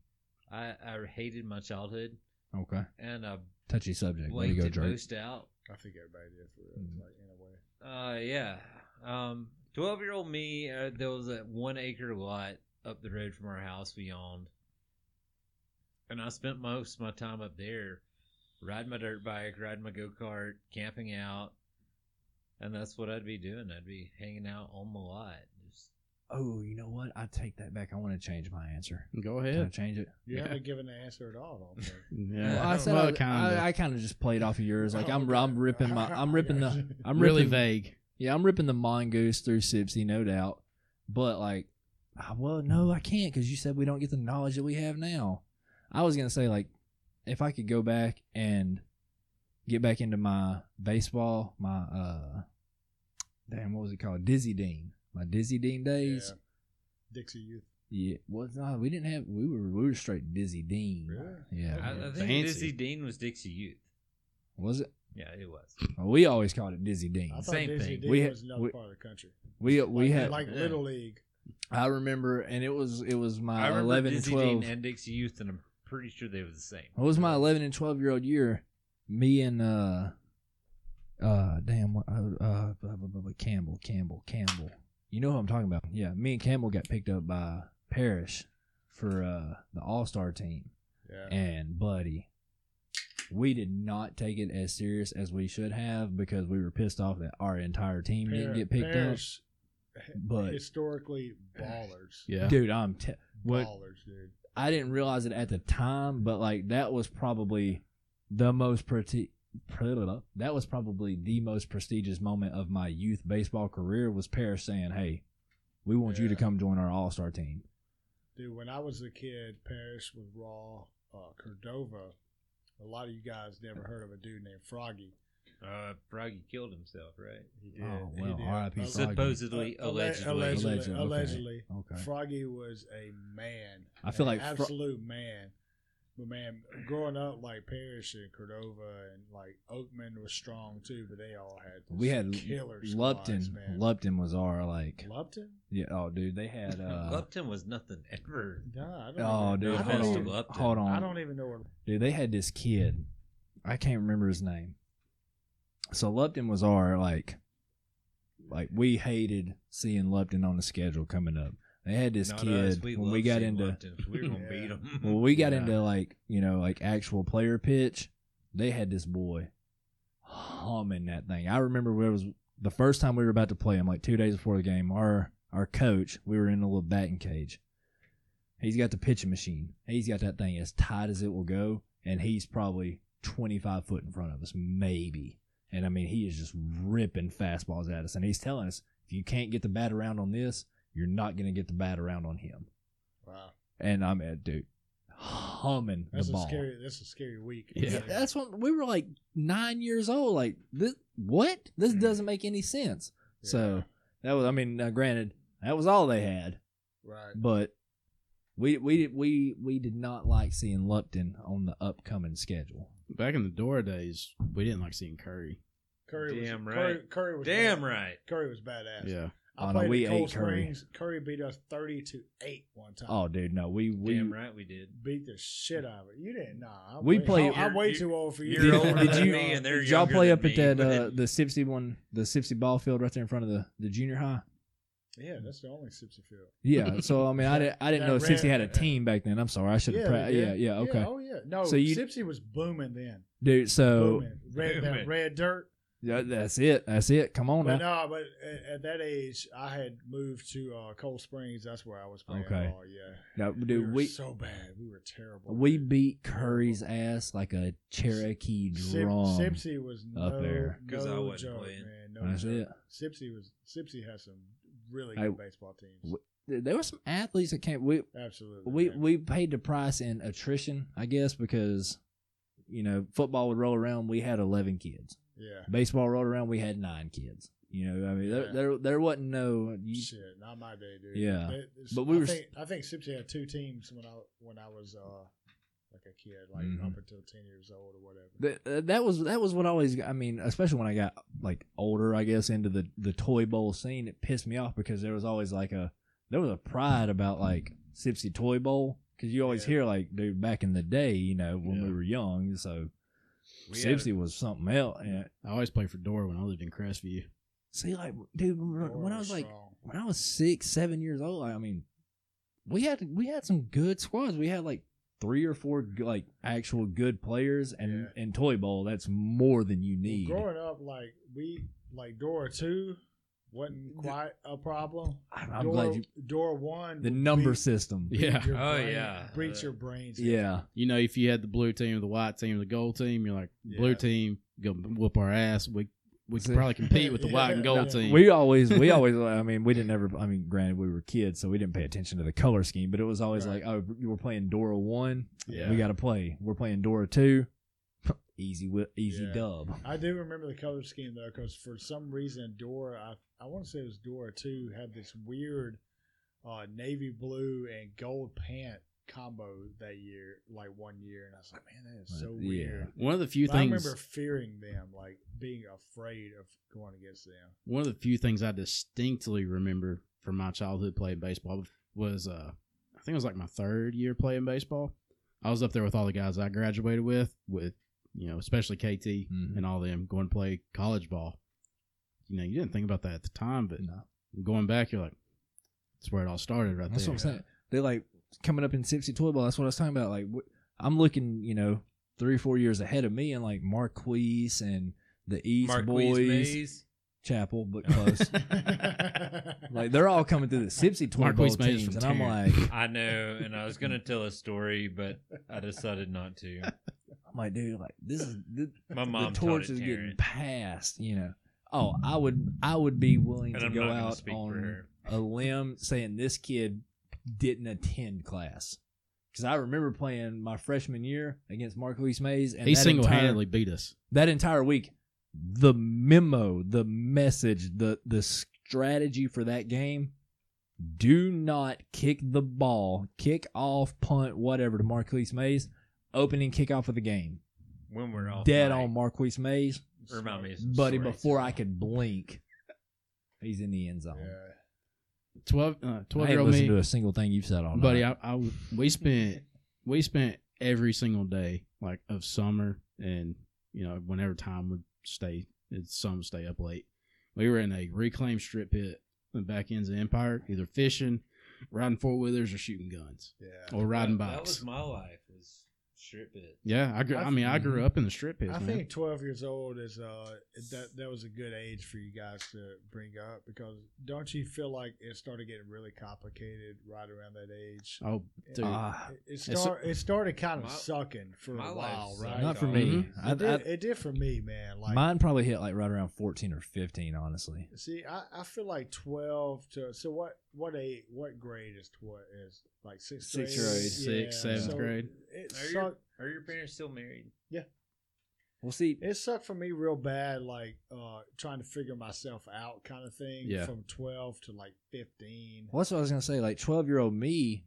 S3: I I hated my childhood
S2: Okay.
S3: and I
S2: Touchy subject. Way to
S3: blanked
S2: go,
S3: it
S2: Drake.
S3: most out.
S4: I think everybody did for real,
S2: Mhm.
S4: like, in a way.
S3: Uh, yeah. Um, twelve year old me. Uh, there was that one acre lot up the road from our house we owned, and I spent most of my time up there, riding my dirt bike, riding my go kart, camping out, and that's what I'd be doing. I'd be hanging out on the lot. Just,
S2: Oh, you know what? I take that back. I want to change my answer.
S1: Go
S2: Can I
S1: ahead.
S2: change it?
S4: You
S1: Yeah.
S4: haven't given an answer at all. I don't think.
S1: Yeah,
S2: Well, I said
S1: Well,
S2: I,
S1: kinda.
S2: I, I kind of just played off of yours. Like
S4: Oh,
S2: I'm, I'm ripping my, I'm ripping the, I'm
S1: really
S2: ripping,
S1: vague.
S2: Yeah, I'm ripping the mongoose through Sipsy, no doubt. But like, I, well, no, I can't because you said we don't get the knowledge that we have now. I was gonna say like, if I could go back and get back into my baseball, my uh, damn, what was it called? Dizzy Dean, my Dizzy Dean days.
S4: Yeah. Dixie Youth.
S2: Yeah, well, no, we didn't have. We were we were straight Dizzy Dean.
S4: Really?
S2: Yeah,
S3: I, I think
S1: Fancy.
S3: Dizzy Dean was Dixie Youth.
S2: was it?
S3: Yeah, it was.
S2: Well, we always called it Dizzy Dean.
S4: I thought
S3: Same
S4: Dixie
S3: thing.
S4: Dick
S2: We ha-
S4: was another
S2: we-
S4: part of the country.
S2: We we
S4: like,
S2: had.
S4: like
S3: Yeah.
S4: Little League.
S2: I remember, and it was it was
S3: I
S2: my
S3: remember
S2: eleven and
S3: Dizzy
S2: twelve.
S3: Dean and Dixie Youth, and I'm pretty sure they were the same. Uh,
S2: What was my 11 and 12 year old year? Me and uh, uh, damn, what- uh, uh, blah, blah, blah, blah, Campbell, Campbell, Campbell. You know who I'm talking about? Yeah, me and Campbell got picked up by Parrish for uh the All Star team,
S4: Yeah.
S2: And buddy, we did not take it as serious as we should have because we were pissed off that our entire team didn't
S4: Par-
S2: get picked
S4: Paris,
S2: up. But
S4: historically ballers.
S1: Yeah.
S2: dude, I'm te- what
S4: Ballers, dude.
S2: I didn't realize it at the time, but like that was probably the most preti- pre- that was probably the most prestigious moment of my youth baseball career was Paris saying, "Hey, we want you to
S4: Yeah.
S2: come join our All Star team."
S4: Dude, when I was a kid, Paris was raw. Uh, Cordova, a lot of you guys never heard of a dude named Froggy.
S3: Uh, Froggy killed himself, right?
S4: He did.
S2: Oh,
S4: he
S2: well,
S4: did.
S2: R.I.P.
S4: Uh,
S2: Froggy.
S3: Supposedly,
S4: alle-
S3: allegedly.
S4: allegedly,
S2: Allegedly, okay.
S4: allegedly.
S2: Okay,
S4: Froggy was a man.
S2: I feel
S4: An
S2: like Fro-
S4: absolute man. But man, growing up like Paris and Cordova and like Oakman was strong too, but they all had
S2: we had
S4: killer squads,
S2: Lupton.
S4: man.
S2: Lupton was our like,
S4: Lupton?
S2: yeah. Oh, dude, they had. uh
S3: Lupton was nothing ever.
S4: No, I don't.
S2: Oh,
S4: even
S2: dude,
S4: know.
S3: I
S2: hold
S3: messed
S2: on,
S3: him up, dude.
S2: hold on.
S4: I don't even know where.
S2: dude, they had this kid. I can't remember his name. So Lupton was our like, like we hated seeing Lupton on the schedule coming up. They had this
S3: Not
S2: kid
S3: us. We
S2: when
S3: love
S2: we got
S3: seeing
S2: into
S3: Lupton. We were gonna
S4: Yeah.
S3: beat him.
S2: when we got
S1: Yeah.
S2: into like you know like actual player pitch. They had this boy humming that thing. I remember where it was the first time we were about to play him, like two days before the game. Our our coach, we were in a little batting cage. He's got the pitching machine. He's got that thing as tight as it will go, and he's probably 25 foot in front of us, maybe. And I mean, he is just ripping fastballs at us, and he's telling us if you can't get the bat around on this, you're not going to get the bat around on him.
S4: Wow,
S2: And I'm at dude humming
S4: that's
S2: the
S4: a
S2: ball.
S4: scary. That's a scary week.
S1: Yeah.
S2: Yeah, that's what we were like nine years old. Like this, what? This
S4: Mm.
S2: doesn't make any sense.
S4: Yeah.
S2: So that was, I mean, now granted, that was all they had,
S4: right.
S2: but we we we we did not like seeing Lupton on the upcoming schedule.
S1: Back in the Dora days, we didn't like seeing Curry.
S4: Curry was
S3: Damn
S4: Curry,
S3: right.
S4: Curry was
S3: Damn
S4: bad-
S3: right.
S4: Curry was badass.
S1: Yeah.
S2: Oh,
S4: I
S2: no,
S4: played
S2: we
S4: at Cold
S2: ate Curry.
S4: Springs. Curry beat us thirty to eight one time.
S2: Oh, dude, no, we we
S3: Damn right we did.
S4: beat the shit out of it. You didn't. Nah, I'm
S2: We
S4: way,
S2: played-
S4: I'm way
S3: You're-
S4: too old for you.
S3: you're
S2: Did-
S3: older
S2: did
S3: than
S2: you-
S3: me, and they're
S2: did y'all
S3: younger
S2: play
S3: than
S2: up at
S3: me,
S2: that
S3: but-
S2: uh, the sipsy one, the sipsy ball field right there in front of the the junior high.
S4: Yeah, that's the only Sipsy field.
S2: Yeah, so I mean, I didn't I didn't
S4: That
S2: know
S4: red-
S2: sipsy had a team back then. I'm sorry, I should have.
S4: Yeah,
S2: Yeah, pra-
S4: they did.
S2: yeah, yeah, okay,
S4: oh yeah. No,
S2: So you-
S4: Sipsy was booming then.
S2: dude. So
S4: Booming. Red, that
S3: Booming.
S4: red dirt.
S2: Yeah, that's it. That's it. Come on
S4: But
S2: now.
S4: no, but at, at that age, I had moved to uh, Cold Springs. That's where I was playing
S2: Okay.
S4: ball. Yeah,
S2: No,
S4: we,
S2: dude,
S4: were
S2: we
S4: so bad. We were terrible.
S2: we beat Curry's ass like a Cherokee
S4: Sip,
S2: drum.
S4: Sipsy was no,
S2: up there.
S3: 'Cause I
S4: no
S3: wasn't
S4: joke,
S3: playing.
S4: man. No
S2: That's
S4: joke.
S2: it.
S4: Sipsy was Sipsy has some really
S2: Hey,
S4: good baseball teams.
S2: w- There were some athletes that came. We
S4: Absolutely.
S2: we
S4: man.
S2: we paid the price in attrition, I guess, because you know football would roll around. We had eleven kids.
S4: yeah.
S2: Baseball rolled around. We had nine kids. You know, I mean,
S4: Yeah.
S2: there there there wasn't no. You,
S4: Shit, not my day, dude.
S2: Yeah.
S4: They- it's-
S2: But we
S4: I
S2: were-
S4: Think, I think Sipsy had two teams when I when I was uh like a kid, like
S2: Mhm.
S4: up until ten years old or whatever.
S2: That, uh, that was that was what always I mean, especially when I got like older, I guess, into the the toy bowl scene. It pissed me off because there was always like a there was a pride about like Sipsy Toy Bowl because you always
S4: Yeah.
S2: hear like dude back in the day, you know, when we
S1: Yeah.
S2: were young, so
S3: We had
S2: Sipsy was something else. And
S1: I always played for Dora when I lived in Crestview.
S2: see, like dude, when,
S4: Lord
S2: when I was like
S4: strong.
S2: when I was six, seven years old, I mean, we had we had some good squads. We had like three or four g- like actual good players, and
S4: Yeah.
S2: and Toy Bowl that's more than you need.
S4: growing up, like we like Dora two wasn't quite a problem.
S2: I'm, I'm
S4: Dora,
S2: glad you
S4: Dora one
S2: the number
S4: beat-
S2: system.
S4: beat
S1: Yeah.
S4: your
S3: Oh,
S4: brain-
S3: yeah.
S4: beat your brains. in.
S2: Yeah,
S1: You know, if you had the blue team, the white team, the gold team, you're like,
S4: Yeah.
S1: blue team, gonna whoop our ass. We we
S2: See?
S1: could probably compete with the white and gold
S4: Yeah.
S1: team.
S2: we always we always I mean we didn't ever I mean granted we were kids so we didn't pay attention to the color scheme but it was always
S4: Right.
S2: like oh you were playing Dora one
S1: yeah.
S2: we got to play we're playing Dora two easy wi- easy
S4: Yeah.
S2: dub
S4: I do remember the color scheme though, because for some reason Dora, I, I want to say it was Dora too, had this weird uh, navy blue and gold pant combo that year, like one year, and I was like, man, that is so
S2: Uh, yeah.
S4: weird.
S1: one of the few
S4: But I
S1: things
S4: remember fearing them, like being afraid of going against them.
S1: one of the few things I distinctly remember from my childhood playing baseball was uh I think it was like my third year playing baseball. I was up there with all the guys I graduated with, with you know, especially KT
S2: Mhm.
S1: and all them going to play college ball. You know, you didn't think about that at the time, but
S2: No.
S1: going back, you're like, that's where it all started, right
S2: that's what
S1: there.
S2: I'm saying they like coming up in Sipsy Toy Bowl that's what I was talking about like wh- I'm looking, you know, three or four years ahead of me, and like Marquise and the East Boys,
S3: Mays.
S2: Chapel, but close. like they're all coming through the Sipsy Twin Bowl
S1: Marquise Mays
S2: teams,
S1: from
S2: and I'm like,
S1: Tarrant.
S3: I know, and I was gonna tell a story, but I decided not to.
S2: I'm like, dude, like this is this,
S3: My mom
S2: the
S3: taught
S2: torch
S3: it
S2: is getting
S3: Terrence,
S2: passed, you know. Oh, I would, I would be willing
S3: and
S2: to
S3: I'm
S2: go
S3: not gonna
S2: out
S3: speak for
S2: on
S3: her.
S2: a limb saying this kid didn't attend class because I remember playing my freshman year against Marquise Mays, and
S1: he
S2: that entire-
S1: single handedly beat us.
S2: that entire week the memo the message the the strategy for that game do not kick the ball kick off punt whatever to Marquise Mays opening kickoff of the game
S3: When we're all
S2: dead on Marquise Mays
S3: Remind me, of some
S2: buddy
S3: stories.
S2: before I could blink he's in the end zone
S4: Yeah.
S1: 12, uh, 12
S2: I
S1: year
S2: ain't
S1: old
S2: listened
S1: me.
S2: to a single thing you've said all night
S1: buddy I, I we spent we spent every single day like of summer and you know whenever time would stay and some stay up late we were in a reclaimed strip pit in the back ends of empire either fishing riding four wheelers or shooting guns
S4: Yeah.
S1: or riding
S3: That- That
S1: bikes
S3: was my life. Was strip it.
S1: yeah i grew, i mean i grew up in the strip pits
S4: I
S1: man.
S4: think 12 years old is uh that that was a good age for you guys to bring up because don't you feel like it started getting really complicated right around that age?
S1: oh dude
S2: Ah,
S4: It- it, start, it started kind of
S3: My-
S4: sucking for
S3: my
S4: a
S3: life
S4: while,
S3: sucked.
S4: right? Mm-hmm.
S2: not for me
S1: Mhm.
S2: I,
S4: It did,
S2: I-
S4: it did for me, man. Like
S2: mine probably hit like right around 14 or 15 honestly
S4: See, I, I feel like twelve to so what what a what grade is twelve is like sixth grade,
S2: Sixth grade.
S1: Sixth, seventh grade.
S4: It
S3: Are your-
S4: sucked.
S3: Are your parents still married?
S2: we'll see
S4: It sucked for me real bad, like uh trying to figure myself out, kind of thing.
S1: Yeah.
S4: From twelve to like fifteen.
S2: Well, that's what I was gonna say. Like twelve year old me,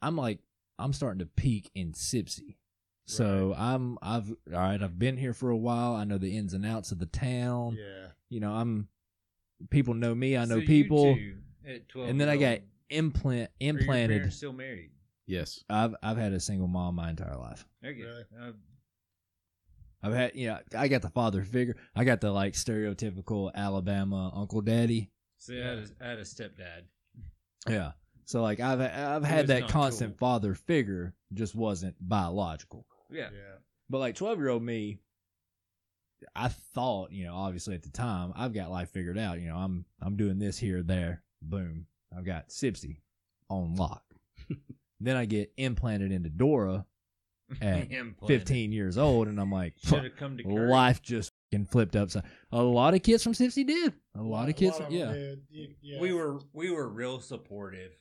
S2: I'm like I'm starting to peak in Sipsy. So I'm I've all right. I've been here for a while. I know the ins and outs of the town.
S4: Yeah.
S2: You know, I'm people know me. I know
S3: So you
S2: people.
S3: two at 12
S2: And then I
S3: years
S2: got
S3: old,
S2: implant
S3: are your parents
S2: implanted.
S3: Still married.
S1: yes
S2: I've I've had a single mom my entire life.
S3: Okay.
S4: Really?
S3: Uh,
S2: I've had you know I got the father figure. I got the like stereotypical Alabama uncle daddy.
S3: see, I had, a, I had a stepdad.
S2: Yeah. So like I've I've
S3: was
S2: had that
S3: not
S2: constant
S3: cool.
S2: father figure, just wasn't biological.
S3: Yeah.
S2: But like twelve year old me, I thought, you know, obviously at the time, I've got life figured out. You know, I'm I'm doing this here, there, boom. I've got Sipsy on lock. then I get implanted into Dora at
S3: Implanted.
S2: fifteen years old, and I'm like,
S3: Should have come to Kirk.
S2: life just fing flipped upside. A lot of kids from Sipsy did. A lot of kids,
S4: A lot
S2: from,
S4: them
S2: yeah.
S4: did. You- yeah.
S3: We were we were real supportive.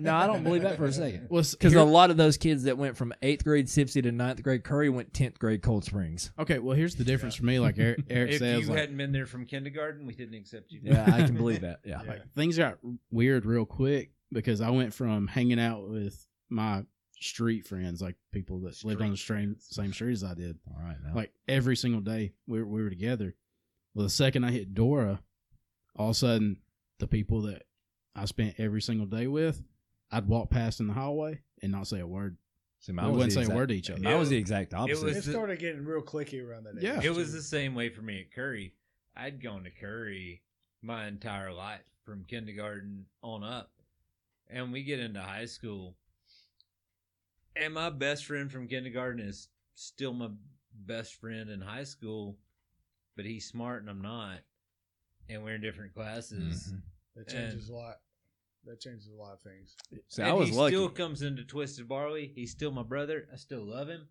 S2: No, I don't believe that for a second.
S1: was
S2: Because a lot of those kids that went from eighth grade Sipsy to ninth grade Curry went tenth grade Cold Springs.
S1: okay well here's the difference for me like eric, eric
S3: if
S1: says
S3: you
S1: like,
S3: hadn't been there from kindergarten, we didn't accept you.
S2: Yeah, I can believe that. Yeah.
S4: Yeah.
S1: like things got weird real quick because I went from hanging out with my street friends, like people that lived on the same same street as I did,
S2: All right. Now.
S1: like every single day we were, we were together. Well, the second I hit Dora, all of a sudden the people that I spent every single day with, I'd walk past in the hallway and not say a word.
S2: See,
S1: we
S2: was
S1: wouldn't
S2: the
S1: say a
S2: exact-
S1: word to each other.
S2: Mine was the exact opposite.
S3: was
S4: It
S3: the-
S4: started getting real clicky around that age.
S1: Yeah.
S3: It was the same way for me at Curry. I'd gone to Curry my entire life from kindergarten on up. And we get into high school. And my best friend from kindergarten is still my best friend in high school, but he's smart and I'm not. And we're in different classes.
S2: Mhm.
S4: That changes a lot. That changes a lot of things.
S2: See,
S3: and
S2: I was
S3: he
S2: lucky.
S3: still comes into Twisted Barley. He's still my brother. I still love him.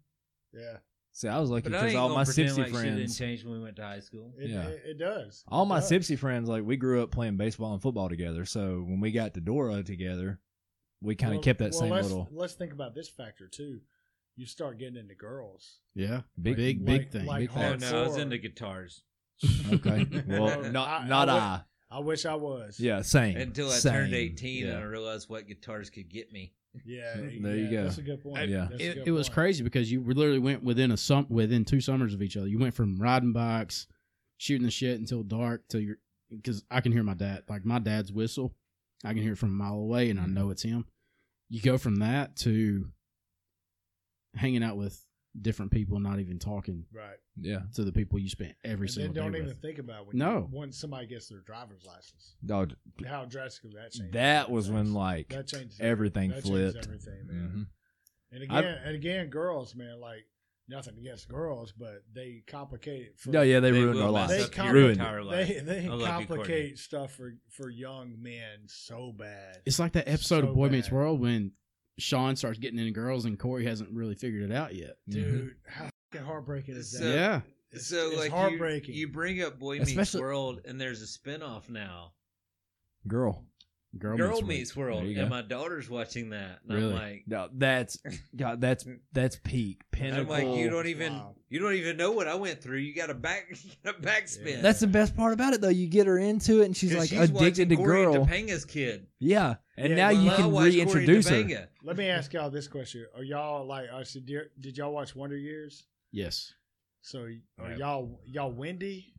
S4: Yeah.
S2: See, I was lucky
S3: But I
S2: because
S3: ain't
S2: all
S3: gonna
S2: my
S3: pretend
S2: Sipsy
S3: like shit didn't
S2: friends,
S3: change when we went to high school.
S4: It,
S2: Yeah.
S4: it, it does.
S2: all
S4: It
S2: my
S4: does.
S2: Sipsy friends, like we grew up playing baseball and football together. So when we got to Dora together, we kind of
S4: Well-
S2: kept that
S4: well,
S2: same
S4: let's,
S2: little
S4: Let's think about this factor too. You start getting into girls.
S1: Yeah,
S2: big,
S1: big,
S4: like-
S1: big thing.
S4: like
S2: big
S3: Oh,
S2: That's-
S3: no, I was
S4: hardcore.
S3: into guitars.
S2: okay. Well,
S4: I-
S2: not
S4: I
S2: not I.
S4: would- I wish I was.
S2: Yeah, same.
S3: Until I
S2: same.
S3: turned 18 and I
S2: Yeah.
S3: realized what guitars could get me.
S4: Yeah.
S2: There
S4: yeah,
S2: you go.
S4: That's a good point.
S2: Yeah.
S4: That's a
S1: it,
S4: good
S1: it was
S4: point.
S1: crazy because you literally went within a sum within two summers of each other. You went from riding bikes, shooting the shit until dark till your because I can hear my dad like my dad's whistle. I can hear it from a mile away, and I
S4: Mm-hmm.
S1: know it's him. You go from that to hanging out with different people, not even talking
S4: Right.
S2: Yeah.
S1: to the people you spent every
S4: And then
S1: single
S4: don't
S1: day
S4: even
S1: with.
S4: think about when
S1: No.
S4: you, when somebody gets their driver's license.
S2: Dog,
S4: How drastically that changes.
S2: that was when
S4: everything.
S2: like
S4: that changes
S2: everything
S4: that changes
S2: flipped.
S4: everything, man.
S2: Mhm.
S4: And
S2: I-
S4: again, and again, girls, man, like nothing against girls, but they complicate it. For,
S2: No, oh, yeah, they,
S3: They
S2: ruined
S3: will
S2: our
S3: mess
S2: lives.
S4: they
S3: up your
S2: Ruined
S3: entire
S2: it.
S3: life.
S4: they
S3: I love
S4: they
S3: you, Courtney.
S4: complicate stuff for for young men so bad.
S1: It's like that episode
S4: So
S1: of Boy
S4: bad.
S1: Meets World when Sean starts getting into girls and Corey hasn't really figured it out yet.
S2: Mm-hmm.
S4: Dude, how fucking heartbreaking is
S3: So-
S4: that?
S1: yeah,
S4: It's,
S3: so
S4: it's
S3: like you-
S4: heartbreaking.
S3: You, bring up Boy Meets
S2: Especially-
S3: World, and there's a spinoff now,
S2: Girl.
S1: girl,
S3: Girl Meets World,
S2: There you
S3: and
S2: go.
S3: my daughter's watching that, and
S1: Really?
S3: I'm like,
S2: No, that's God. That's that's peak
S3: I'm
S2: pinnacle.
S3: like, you don't even,
S4: Wow.
S3: you don't even know what I went through. You got a back, you got a backspin.
S4: Yeah.
S2: that's the best part about it, though. You get her into it, and she's
S3: 'Cause
S2: like addicted
S3: watching
S2: to
S3: Corey
S2: girl.
S3: Topanga's kid.
S2: Yeah, and
S4: Yeah,
S2: now
S4: well,
S2: you
S3: Well, I
S2: can
S3: watched Corey
S2: reintroduce her.
S3: Topanga.
S4: Let me ask y'all this question: Are y'all like? Uh, so did, did y'all watch Wonder Years?
S1: Yes,
S4: So are
S2: Oh,
S1: Yeah.
S4: y'all y'all Wendy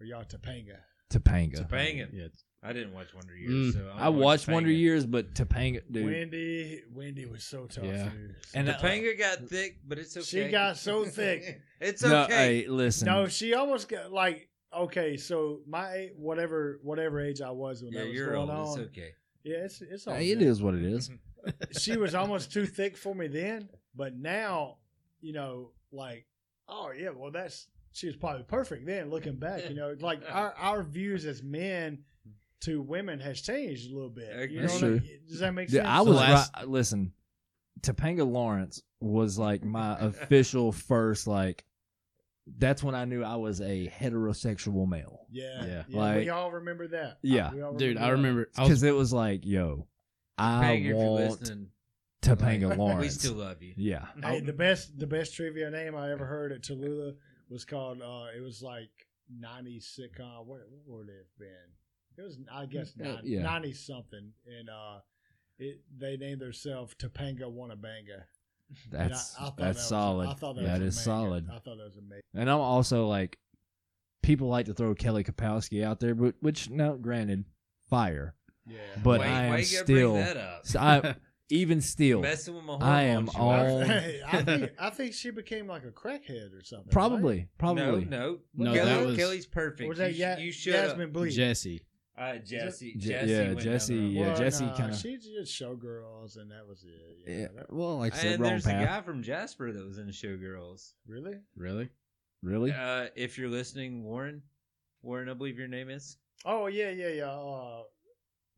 S4: or y'all Topanga?
S2: Topanga.
S3: Topanga.
S1: yeah.
S3: I didn't watch Wonder Years,
S1: Mm,
S3: so I'm
S2: I watched
S3: Topanga.
S2: Wonder Years, but Topanga, dude.
S4: Wendy, Wendy was so tough.
S1: Yeah.
S4: dude.
S2: And uh,
S3: Topanga got thick, but it's
S4: She
S3: okay.
S4: got so thick.
S3: it's
S2: no,
S3: okay.
S2: hey, listen.
S4: No, she almost got like okay. So my whatever whatever age I was when
S3: yeah,
S4: that was
S3: you're
S4: going
S3: old.
S4: on,
S3: It's okay.
S4: yeah, it's it's all
S2: Hey, it
S4: good.
S2: is what it is.
S4: She was almost too thick for me then, but now you know, like oh yeah, well that's she was probably perfect then. Looking back, you know, like our our views as men to women has changed a little bit. You know
S2: That's
S4: what I mean? Does that make
S2: Yeah,
S4: sense?
S2: I was
S1: last-
S2: right. Listen, Topanga Lawrence was like my official first. Like, that's when I knew I was a heterosexual male.
S4: Yeah, yeah.
S1: Yeah.
S2: Like-
S4: we all remember that.
S2: Yeah.
S4: We all
S1: dude, I
S4: that.
S1: remember. I was,
S2: Because it was like, yo, I
S3: Topanga, if you're
S2: want
S3: listening,
S2: Topanga
S3: like,
S2: Lawrence.
S3: We still love you.
S2: yeah,
S4: Hey, the best the best trivia name I ever heard at Tallulah was called. uh It was like '90s sitcom. What, what would it have been? It was, I guess,
S2: Yeah,
S4: 90,
S2: Uh, yeah.
S4: 90 something. And uh it they named themselves Topanga Wanabanga. And
S2: that's
S4: I, I thought that
S2: that's
S4: was-
S2: solid.
S4: I thought that,
S2: that
S4: was
S2: is
S4: amazing.
S2: solid.
S4: I thought that was amazing.
S2: And I'm also like, people like to throw Kelly Kapowski out there, but which no, granted, fire.
S4: Yeah,
S2: But
S3: why,
S2: I
S3: why
S2: am
S3: you gotta bring
S2: still,
S3: that up?
S2: so I, even still,
S3: Messing with my
S2: I am
S3: hormones, you are.
S2: all-
S4: I, I think I think she became like a crackhead or something. right?
S2: uh, probably, probably.
S3: No, no,
S1: No,
S3: Kelly,
S1: that was-
S3: Kelly's perfect.
S4: Or was that
S3: you,
S4: Ya-
S3: you should.
S4: Jasmine Bleak?
S1: Jesse.
S3: Uh, Jesse,
S2: Je-
S3: Jesse.
S2: yeah,
S3: went down
S2: Jesse,
S3: there.
S2: yeah,
S4: Well,
S2: Jesse
S4: nah,
S2: kinda-
S4: She did showgirls, and that was it. Yeah,
S2: Yeah,
S4: that-
S2: well, like I said,
S3: and
S2: wrong
S3: there's a
S2: path.
S3: guy from Jasper that was in Showgirls.
S4: really?
S1: Really?
S2: Really?
S3: Uh, if you're listening, Warren, Warren, I believe your name is.
S4: Oh yeah, yeah, yeah. Uh,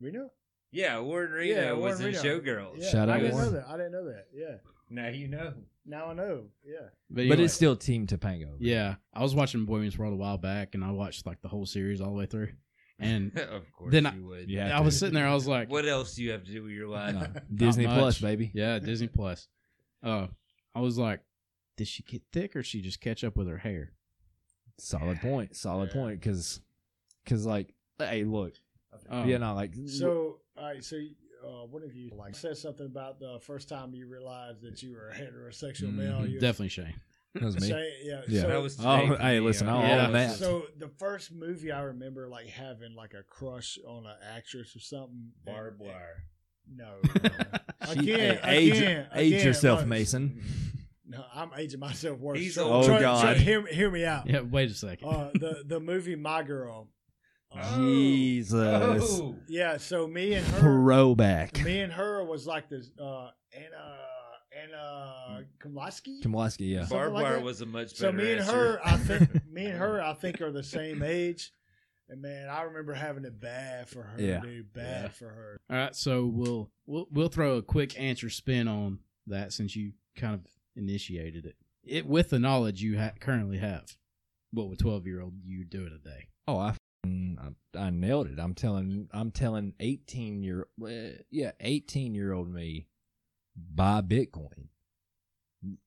S4: Reno.
S3: Yeah, Warren Reno
S4: Yeah,
S3: was
S4: Warren
S3: in
S4: Reno.
S3: Showgirls.
S4: Yeah,
S2: Shout
S4: I
S2: out
S4: didn't
S2: Warren.
S4: know that. I didn't know that. Yeah.
S3: Now you know.
S4: Now I know. Yeah.
S2: but
S1: anyway,
S2: it's still Team Topanga. over
S1: yeah. I was watching Boy Meets World a while back, and I watched like the whole series all the way through. And
S3: of course
S1: Then
S3: you
S1: I-
S3: would.
S2: Yeah.
S1: I was sitting there, I was like,
S3: What else do you have to do with your
S2: there.
S3: life?
S2: No, Uh, Disney
S1: Not
S2: Plus,
S1: much.
S2: baby.
S1: Yeah, Disney Plus. Uh, I was like, did she get thick or she just catch up with her hair?
S2: Solid point. Solid point. Because, like, hey, look,
S1: Um,
S2: you know, like,
S4: So, all right. So, uh, one of you like said something about the first time you realized that you were a heterosexual male.
S1: mhm,
S4: You
S1: definitely Shane.
S2: that was Mm, me.
S4: Say, yeah.
S2: Yeah.
S4: So,
S3: That was
S2: Oh,
S3: Jake.
S2: hey, listen, I'll
S1: Yeah.
S2: own that.
S4: so the first movie I remember like having like a crush on an actress or something.
S3: barbed wire.
S4: No.
S2: She-
S4: Again,
S2: hey, age,
S4: again,
S2: age
S4: again,
S2: yourself,
S4: look.
S2: Mason.
S4: No, I'm aging myself worse.
S3: He's
S4: so,
S3: old.
S4: try-
S2: Oh, God.
S4: try- hear, me- hear me out.
S1: yeah, wait a second.
S4: Uh, the the movie My Girl. Uh,
S2: Jesus.
S3: Oh,
S4: yeah. So me and her.
S2: Throwback.
S4: me and her was like this uh Anna Anna Komlaski.
S2: Komlaski, yeah.
S4: Something
S3: barbed
S4: like
S3: wire
S4: that.
S3: was a much better.
S4: so me and her,
S3: answer.
S4: I think me and her, I think are the same age. And man, I remember having it bad for her,
S2: Yeah.
S4: dude. Bad
S1: Yeah.
S4: for her.
S1: All right, so we'll we'll we'll throw a quick answer spin on that since you kind of initiated it. It with the knowledge you ha- currently have, what would twelve year old you do it a day?
S2: Oh, I, f***ing- I I nailed it. I'm telling I'm telling 18 year eh, yeah, 18 year old me buy Bitcoin.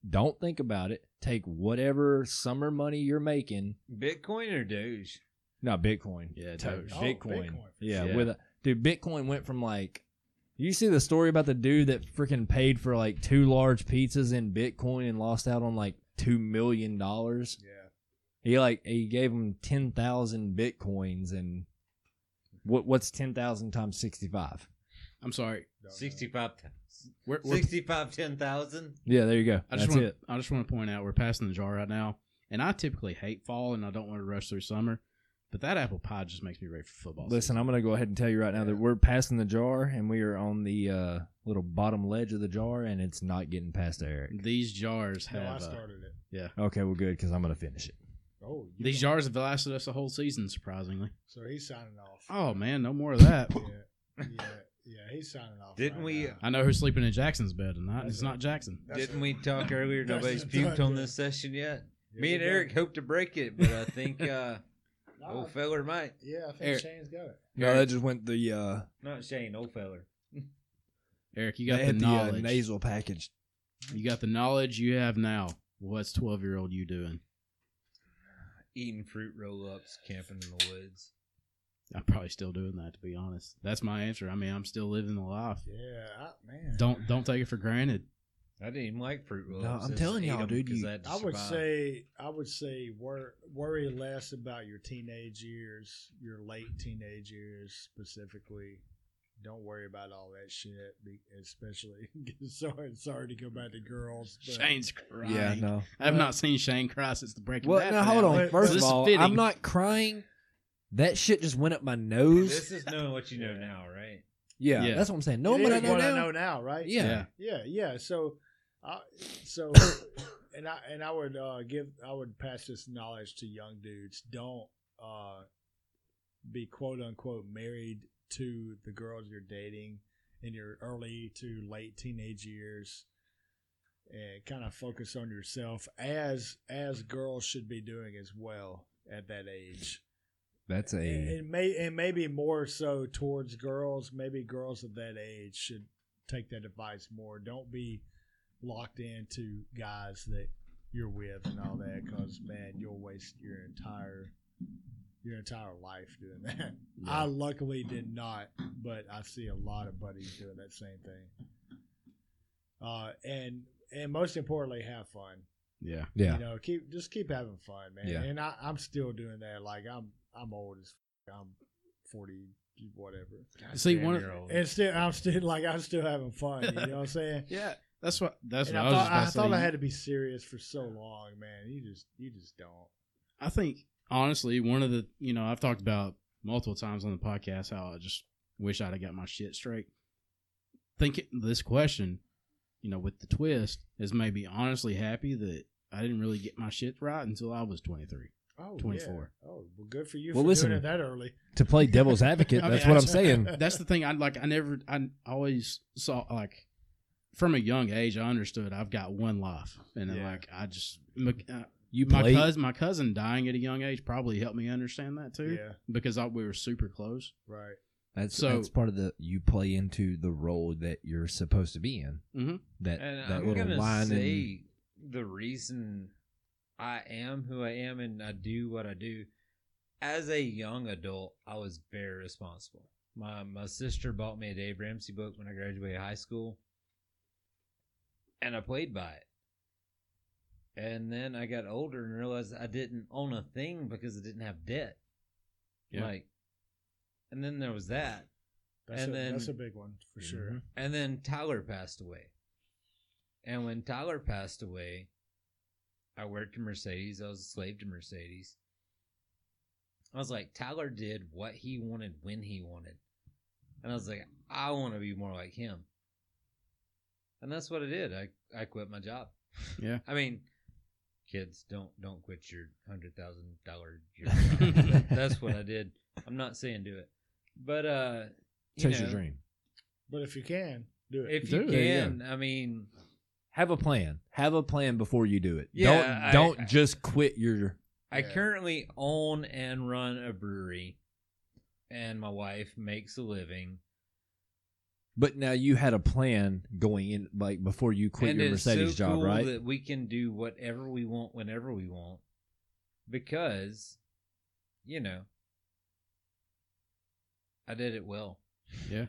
S2: Don't think about it. Take whatever summer money you're making.
S3: Bitcoin or Doge?
S2: No, Bitcoin.
S1: Yeah,
S2: Take
S1: Doge.
S4: Oh,
S2: Bitcoin.
S4: Bitcoin.
S2: Yeah,
S1: Yeah.
S2: with a, dude, Bitcoin went from like you see the story about the dude that freaking paid for like two large pizzas in Bitcoin and lost out on like 2 million dollars.
S4: Yeah.
S2: He like he gave him ten thousand bitcoins and what what's ten thousand times sixty five?
S1: I'm sorry.
S4: Don't know.
S3: Sixty-five.
S1: We're, we're,
S3: Sixty-five, ten thousand.
S2: Yeah, there you go.
S1: I just
S2: That's
S1: want
S2: it.
S1: I just want to point out we're passing the jar right now, and I typically hate fall and I don't want to rush through summer, but that apple pie just makes me ready for football.
S2: Listen, I'm gonna go ahead and tell you right now that we're passing the jar and we are on the uh
S5: little bottom ledge of the jar, and it's not getting past Eric.
S1: These jars
S4: No, I
S1: have uh,
S4: started it.
S5: Okay, well, good because I'm gonna finish it.
S4: Oh, you
S1: these
S4: know.
S1: jars have lasted us a whole season, surprisingly.
S4: So he's signing off.
S1: Oh man, no more of that.
S4: Yeah, yeah, yeah. He's signing off.
S3: Didn't
S4: right
S3: we- uh,
S4: now.
S1: I know who's sleeping in Jackson's bed tonight. It's not Jackson.
S4: That's
S3: Didn't
S4: a-
S3: we talk earlier?
S4: That's
S3: Nobody's
S4: a-
S3: puked on this session yet.
S4: Yeah,
S3: Me
S4: we
S3: and
S4: did.
S3: Eric hope to break it, but I think uh,
S4: No, I-
S3: old feller might.
S4: yeah, I think
S1: Eric.
S4: Shane's got it.
S5: No, that just went the uh,
S3: Not Shane, old feller.
S1: Eric, you
S5: they
S1: got the
S5: had the, uh,
S1: knowledge.
S5: nasal package.
S1: You got the knowledge you have now. What's twelve year old you doing?
S3: Eating fruit roll ups, camping in the woods.
S1: I'm probably still doing that to be honest. That's my answer. I mean, I'm still living the life.
S4: Yeah, I, man.
S1: Don't don't take it for granted.
S3: I didn't even like fruit roll ups.
S5: I'm telling y'all, dude, you-
S4: I would say I would say wor- worry less about your teenage years, your late teenage years specifically. Don't worry about all that shit, be- especially. sorry, sorry to go back to girls. But
S1: Shane's crying.
S5: Yeah, no.
S1: I've not seen Shane cry since the Breaking
S5: Well,
S1: Bad.
S5: now hold on.
S1: finale.
S4: Wait,
S5: First
S1: so this
S5: of
S1: is
S5: all,
S1: fitting.
S5: I'm not crying. That shit just went up my
S3: This
S5: nose.
S3: is knowing what you know now, right?
S5: Yeah,
S1: Yeah.
S5: that's what I'm saying. No
S4: It
S5: one
S4: is
S5: I know
S4: what
S5: now.
S4: I know now, right?
S5: Yeah.
S1: Yeah.
S4: yeah, yeah. So, I, so, and I and I would uh, give I would pass this knowledge to young dudes. Don't uh, be quote unquote married to the girls you're dating in your early to late teenage years, and kind of focus on yourself as as girls should be doing as well at that age.
S5: That's
S4: And,
S5: a
S4: and may and maybe more so towards girls. Maybe girls of that age should take that advice more. Don't be locked into guys that you're with and all that, because man, you'll waste your entire your entire life doing that. I luckily did not, but I see a lot of buddies doing that same thing. Uh, and and most importantly, have fun
S1: Yeah.
S5: yeah.
S4: you know keep just keep having fun man
S5: Yeah.
S4: and I, i'm still doing that like i'm i'm old as f- i'm 40 whatever
S1: See, one of-
S3: of
S4: and still i'm still like i'm still having fun you know what i'm saying
S1: Yeah. That's what. That's
S4: and
S1: what
S4: I,
S1: I, was
S4: thought, I,
S1: just about
S4: thought
S1: to
S4: I
S1: say.
S4: had to be serious for so long, man. You just, you just don't.
S1: I think honestly, one of the you know I've talked about multiple times on the podcast how I just wish I'd have got my shit straight. Think this question, you know, with the twist, has made me honestly happy that I didn't really get my shit right until I was twenty three.
S4: Oh, yeah.
S1: 24.
S4: Oh, well, good for you
S5: Well,
S4: for
S5: listen.
S4: doing it that early.
S5: To play devil's advocate,
S1: I mean,
S5: that's what I'm
S1: that's-
S5: saying.
S1: That's the thing. I like. I never. I always saw like from a young age. I understood I've got one life, and then
S4: Yeah.
S1: like I just uh, my,
S5: You
S1: my
S5: play.
S1: cousin my cousin dying at a young age probably helped me understand that too
S4: Yeah,
S1: because I, we were super close.
S4: right.
S5: That's
S1: So-
S5: that's part of the you play into the role that you're supposed to be in.
S1: Mhm.
S5: That
S3: And
S5: that
S3: I'm
S5: little
S3: gonna
S5: line. and,
S3: say the reason I am who I am and I do what I do. As a young adult, I was very responsible. My my sister bought me a Dave Ramsey book when I graduated high school, and I played by it. And then I got older and realized I didn't own a thing because I didn't have debt.
S1: Yeah.
S3: Like, and then there was that.
S4: That's,
S3: And
S4: a,
S3: then-
S4: that's a big one for sure.
S3: And then Tyler passed away. And when Tyler passed away, I worked in Mercedes. I was a slave to Mercedes. I was like, Tyler did what he wanted when he wanted. And I was like, I want to be more like him. And that's what I did. I, I quit my job.
S1: Yeah.
S3: I mean, kids, don't don't quit your hundred thousand dollar job. that's what I did. I'm not saying do it. But uh you
S5: Chase your
S3: know,
S5: dream.
S4: But if you can do it,
S3: if you
S1: Do it, yeah.
S3: can, I mean,
S5: Have a plan. Have a plan before you do it.
S3: Yeah,
S5: don't don't
S3: I-
S5: just quit your.
S3: I
S4: Yeah.
S3: currently own and run a brewery, and my wife makes a living.
S5: But now you had a plan going in, like before you quit
S3: and
S5: your
S3: it's
S5: Mercedes
S3: so
S5: job,
S3: cool
S5: right?
S3: That we can do whatever we want, whenever we want, because, you know, I did it well.
S1: Yeah.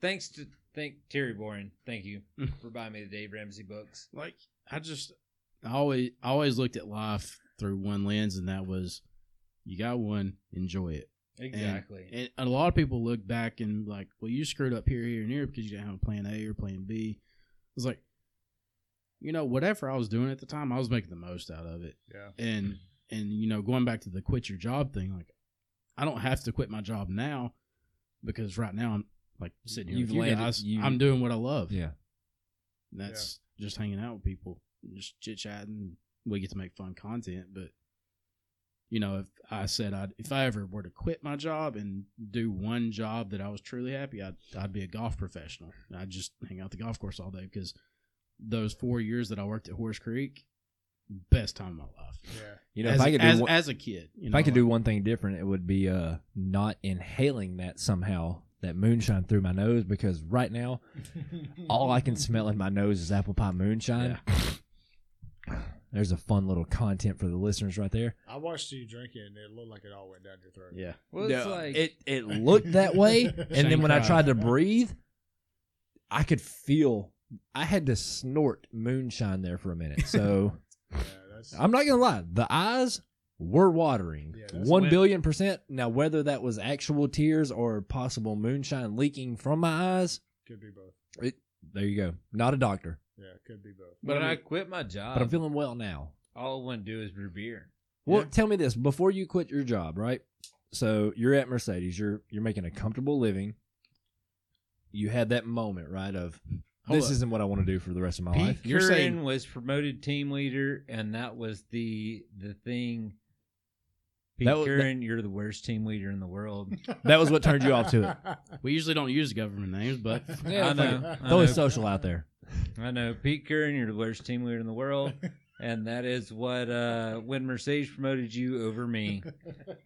S3: Thanks to thank Terry Boren. Thank you for buying me the Dave Ramsey books.
S1: Like I just I always I always looked at life through one lens, and that was you got one, enjoy it.
S3: Exactly.
S1: And a lot of people look back and like, well, you screwed up here, here, and here because you didn't have a plan A or plan B. It was like, you know, whatever I was doing at the time, I was making the most out of it.
S4: Yeah.
S1: And and you know, going back to the quit your job thing, like I don't have to quit my job now because right now I'm Like sitting here
S2: You've
S1: with you
S2: landed-
S1: guys,
S2: you-
S1: I'm doing what I love.
S2: Yeah.
S1: And that's just hanging out with people, just chit chatting. We get to make fun content, but you know, if I said I would if I ever were to quit my job and do one job that I was truly happy, I'd I'd be a golf professional. And I'd just hang out at the golf course all day because those four years that I worked at Horse Creek, best time of my life.
S4: Yeah.
S2: You know,
S1: as,
S2: if I could do
S1: as,
S2: one,
S1: as a kid, you
S2: if
S1: know,
S2: I could
S1: like-
S2: do one thing different, it would be uh not inhaling that somehow that moonshine through my nose because right now all I can smell in my nose is apple pie moonshine. There's a fun little content for the listeners right there.
S4: I watched you drink it, and it looked like it all went down your throat.
S1: yeah,
S3: Well, it's like
S2: it it looked that way,
S4: Shane
S2: and then when I
S1: cried.
S2: tried to breathe, I could feel I had to snort moonshine there for a minute. So
S4: Yeah, that's,
S2: I'm not gonna lie, the eyes were watering.
S4: Yeah, that's
S2: One
S3: when-
S2: billion percent. Now, whether that was actual tears or possible moonshine leaking from my eyes,
S4: could be both.
S2: it, there you go. Not a doctor,
S4: Yeah, could be both.
S3: when
S1: I
S3: I
S1: mean-
S3: quit my job,
S2: but I'm feeling well now.
S3: all I want to do is brew beer.
S2: Well, tell me this before you quit your job, right? So you're at Mercedes, you're you're making a comfortable living. You had that moment, right? Of
S1: Hold
S2: this
S1: up.
S2: isn't what I want to do for the rest of my
S1: Pete,
S2: life.
S1: You're
S3: Curran
S1: saying-
S3: was promoted team leader, and that was the the thing. Pete
S2: That wa-
S3: Curran, you're the worst team leader in the world.
S2: That was what turned you off to it.
S1: we usually don't use government names, but
S2: Yeah,
S3: I
S2: fuck
S3: know. I
S2: Throw
S3: know.
S2: a social out there.
S3: I know. Pete Curran, you're the worst team leader in the world. And that is what, uh, when Mercedes promoted you over me,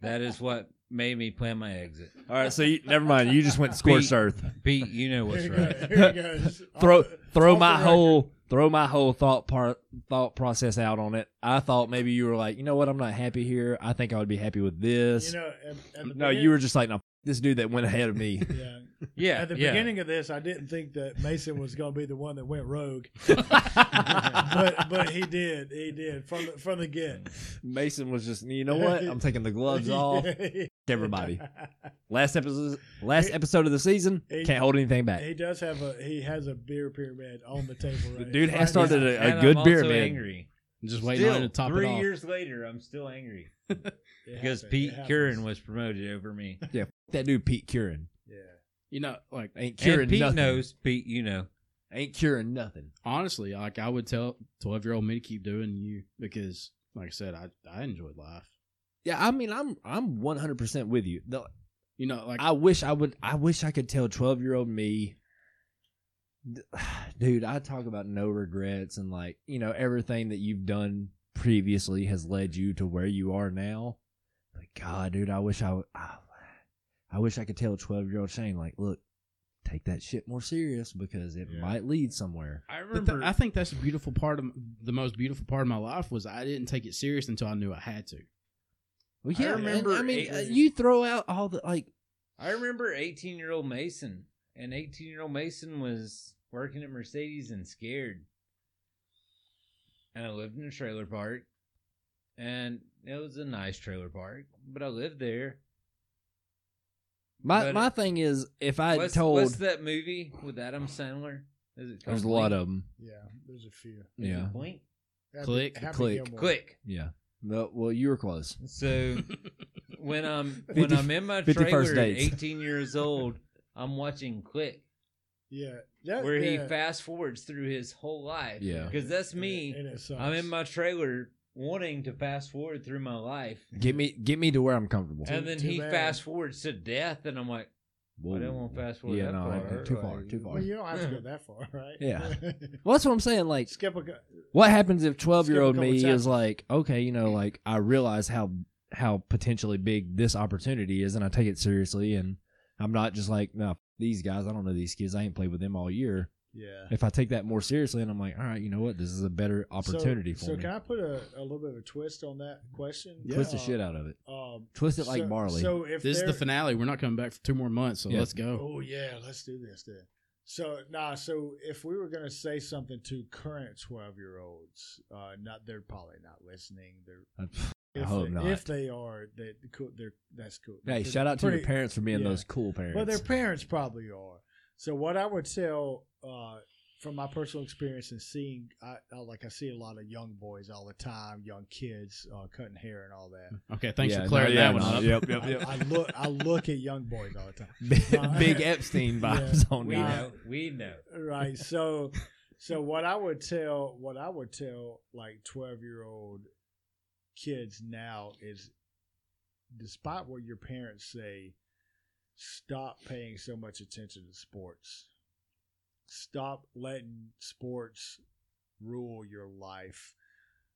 S3: that is what made me plan my exit.
S2: All right, so you, never mind. You just went scorched earth.
S3: Pete, you know what's
S4: Here he
S3: right.
S4: goes, here he goes.
S2: throw
S4: Off the-
S2: throw
S4: off
S2: my
S4: the
S2: whole throw my whole thought part thought process out on it. I thought maybe you were like, you know what, I'm not happy here. I think I would be happy with
S4: record.
S2: this.
S4: You know, at, at the
S2: no, you were just like, no, f- this dude that went ahead of me.
S4: beginning- Yeah.
S3: Yeah.
S4: At the
S3: yeah.
S4: beginning of this, I didn't think that Mason was going to be the one that went rogue, but but he did. He did from the, from the get.
S2: Mason was just, you know what, I'm taking the gloves off. Everybody, last episode, last episode of the season,
S4: He-
S2: can't hold anything
S4: He
S2: back.
S4: does have a he has a beer pyramid on the table. Right
S2: The dude
S4: right
S2: has started
S4: now.
S2: a,
S3: And
S2: a good
S3: I'm
S2: beer
S3: also
S2: man.
S3: angry.
S1: just waiting on it
S3: Still,
S1: to top
S3: three
S1: it off.
S3: years later, I'm still angry
S4: It
S3: because
S4: happens,
S3: Pete
S4: it happens.
S3: Curran was promoted over me.
S2: That dude Pete Curran
S4: Yeah.
S1: You know, like
S2: ain't
S3: and
S2: curing
S3: Pete
S2: nothing.
S3: knows. Pete, you know.
S2: Ain't curing nothing.
S1: honestly, like I would tell twelve year old me to keep doing you because, like I said, I I enjoyed life.
S2: Yeah, I mean, I'm I'm 100 percent with you. The-
S1: You know, like
S2: I wish I would. I wish I could tell twelve year old me, D- dude. I talk about no regrets and like you know everything that you've done previously has led you to where you are now. But God, dude, I wish I, w- I, I wish I could tell twelve year old Shane like, look, take that shit more serious because it
S4: Yeah.
S2: might lead somewhere.
S1: I remember. I think that's the beautiful part of the most beautiful part of my life was I didn't take it serious until I knew I had to.
S2: Well,
S3: I
S2: yeah, and-
S3: remember
S2: I mean,
S3: it-
S2: uh, you throw out all the like,
S3: I remember 18 year old Mason, and 18 year old Mason was working at Mercedes and scared. And I lived in a trailer park, and it was a nice trailer park, but I lived there.
S2: my
S3: But-
S2: my thing is if I had
S3: what's,
S2: told
S3: what's that movie with Adam Sandler? Is it
S2: there's a lot of them.
S4: Yeah. There's a few.
S2: Yeah,
S3: Blink.
S4: Happy-
S1: Click,
S4: Happy
S2: click,
S4: Gilmore.
S3: Click.
S2: yeah. No, well, you were close.
S3: So when I'm when
S2: 50
S3: I'm in my
S2: 51st
S3: trailer at
S2: dates.
S3: 18 years old, I'm watching Click,
S4: Yeah. That,
S3: where he
S4: yeah.
S3: fast forwards through his whole life.
S2: Yeah.
S3: because that's
S4: And it-
S3: me.
S4: and it sucks.
S3: I'm in my trailer wanting to fast forward through my life.
S2: Get me, get me to where I'm comfortable.
S3: and then
S4: too
S3: he
S4: bad.
S3: fast forwards to death, and I'm like, I don't want to fast forward
S2: Yeah,
S3: that
S2: no, I-
S3: far.
S2: too far, too far.
S4: Well, you don't have to go that far, right?
S2: Yeah. Well, that's what I'm saying. Like,
S4: Skip a. go-
S2: what happens if 12 year old
S4: Skip a couple
S2: me
S4: chapters.
S2: is like, okay, you know, like I realize how how potentially big this opportunity is, and I take it seriously, and I'm not just like, no, f- these guys, I don't know these kids, I ain't played with them all year.
S4: Yeah.
S2: If I take that more seriously, and I'm like, all right, you know what, this is a better opportunity
S4: so,
S2: for
S4: so
S2: me.
S4: can I put a, a little bit of a twist on that question? Uh,
S2: Twist the shit out of it.
S4: Um,
S2: Twist it like
S4: so-
S2: barley.
S4: So if
S1: this is the
S4: they're-
S1: finale. We're not coming back for two more months, so
S2: Yeah.
S1: let's go.
S4: Oh yeah, let's do this then. So nah, so if we were gonna say something to current twelve year olds, uh, not they're probably not listening. They're
S2: I
S4: if,
S2: hope
S4: they,
S2: not.
S4: if they are, they cool. They're that's cool.
S2: hey,
S4: They're
S2: shout out to
S4: pretty-
S2: your parents for being
S4: yeah.
S2: those cool parents.
S4: Well, their parents probably are. So what I would tell uh, from my personal experience and seeing, I, I like I see a lot of young boys all the time, young kids uh, cutting hair and all that.
S1: Okay, thanks
S2: Yeah,
S1: for
S2: no,
S1: clearing that
S2: yeah,
S1: one
S2: no,
S1: up.
S2: Yep, yep,
S4: I, I look, I look at young boys all the time.
S2: yep. Big Epstein vibes on
S3: We
S2: me.
S4: Yeah.
S3: know. We know.
S4: right so so what i would tell what i would tell like 12 year old kids now is despite what your parents say stop paying so much attention to sports stop letting sports rule your life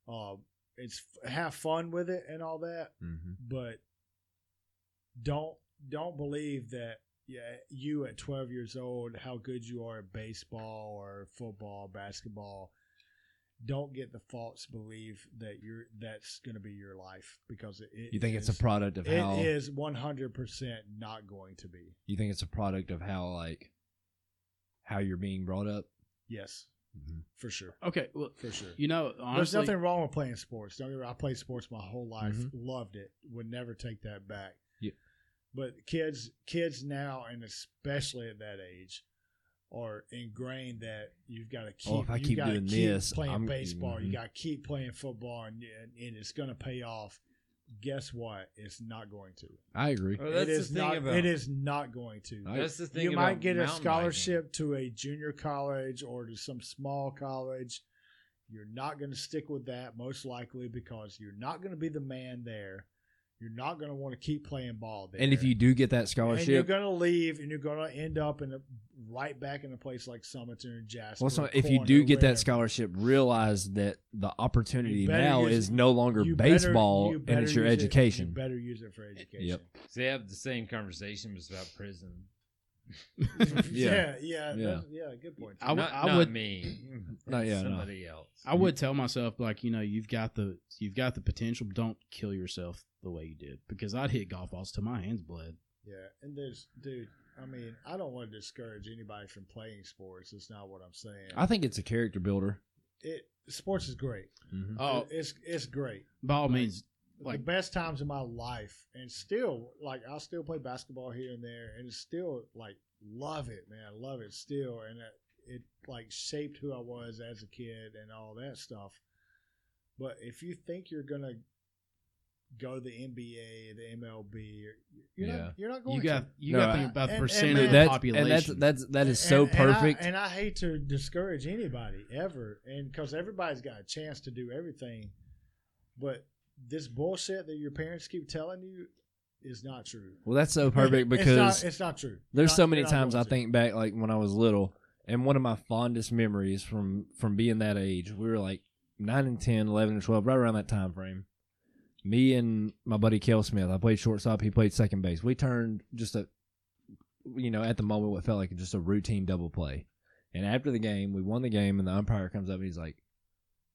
S4: um it's have fun with it and all that
S2: Mm-hmm.
S4: but don't don't believe that yeah, you at 12 years old how good you are at baseball or football basketball don't get the false belief that you're that's going to be your life because it, it
S2: You think it's
S4: is-
S2: a product of how
S4: it is 100% not going to be
S2: you think it's a product of how like how you're being brought up.
S4: yes
S2: Mhm.
S4: for sure
S1: Okay, well,
S4: for sure
S1: you know, honestly,
S4: There's nothing wrong with playing sports. Don't get me wrong. I played sports my whole life. Loved it. Would never take that back.
S2: Mm-hmm. Yeah.
S4: But kids, kids now, and especially at that age, are ingrained that you've got to keep.
S2: Oh, if I
S4: you
S2: keep
S4: gotta
S2: doing
S4: keep
S2: this,
S4: playing
S2: I'm-
S4: baseball, you
S2: mhm.
S4: got to keep playing football, and, and it's going to pay off. Guess what? It's not going to.
S2: I agree.
S3: Well, that's
S4: it is
S3: the thing
S4: not.
S3: about
S4: it is not going to
S3: That's the thing.
S4: you
S3: about
S4: might get a
S3: mountain biking.
S4: scholarship to a junior college or to some small college. You're not going to stick with that most likely because you're not going to be the man there. You're not going to want to keep playing ball there.
S2: And if you do get that
S4: and you're
S2: scholarship,
S4: going to leave and you're going to end up in a, right back in a place like Summerton or Jasper.
S2: well, so
S4: or
S2: if you
S4: Corn
S2: do
S4: or
S2: get that
S4: wherever.
S2: scholarship, realize that the opportunity
S4: You better
S2: now
S4: use
S2: is
S4: it.
S2: no longer
S4: You better-
S2: baseball
S4: you
S2: and
S4: better
S2: it's your
S4: use it. You
S2: education.
S4: better use it for education.
S2: Yep.
S3: So they have the same conversation but it's about prison.
S4: yeah,
S2: Yeah.
S4: yeah,
S2: Yeah.
S4: that's- yeah. Good point.
S1: I, w-
S3: not,
S1: I
S3: not
S1: would,
S3: me.
S2: No, yeah, no.
S3: somebody else.
S1: I would
S2: Mm-hmm.
S1: tell myself like, you know, you've got the, you've got the potential. Don't kill yourself the way you did because I'd hit golf balls till my hands bled.
S4: Yeah, and there's, dude. I mean, I don't want to discourage anybody from playing sports. That's not what I'm saying.
S2: I think it's a character builder.
S4: it sports is great.
S2: Mm-hmm.
S1: Oh,
S4: it's it's great.
S1: by all
S4: Like-
S1: means,
S4: the
S1: like,
S4: best times in my life, and still like I still play basketball here and there, and it's still like love it, man. I love it still, and it, it like shaped who I was as a kid and all that stuff. But if you think you're gonna go to the NBA, the MLB, you're
S2: Yeah.
S4: not you're not going.
S1: you got,
S4: to.
S1: you
S2: No,
S1: got to
S2: I-
S1: think about the
S4: and- and
S1: percentage
S4: man-
S1: of the
S2: that's,
S1: population.
S2: And that's that's that is so
S4: And- and I-
S2: perfect.
S4: And I, hate to discourage anybody ever, and because everybody's got a chance to do everything, but this bullshit that your parents keep telling you is not true.
S2: well, that's so perfect
S4: It's
S2: because
S4: not- it's not, true.
S2: there's
S4: Not-
S2: so many
S4: they're not
S2: times
S4: going
S2: I
S4: to.
S2: think back, like when I was little, and one of my fondest memories from from being that age, we were like nine and 10, 11 and twelve, right around that time frame. Me and my buddy Kel Smith, I played shortstop, he played second base. We turned just a, you know, at the moment what felt like just a routine double play. And after the game, we won the game, and the umpire comes up and he's like,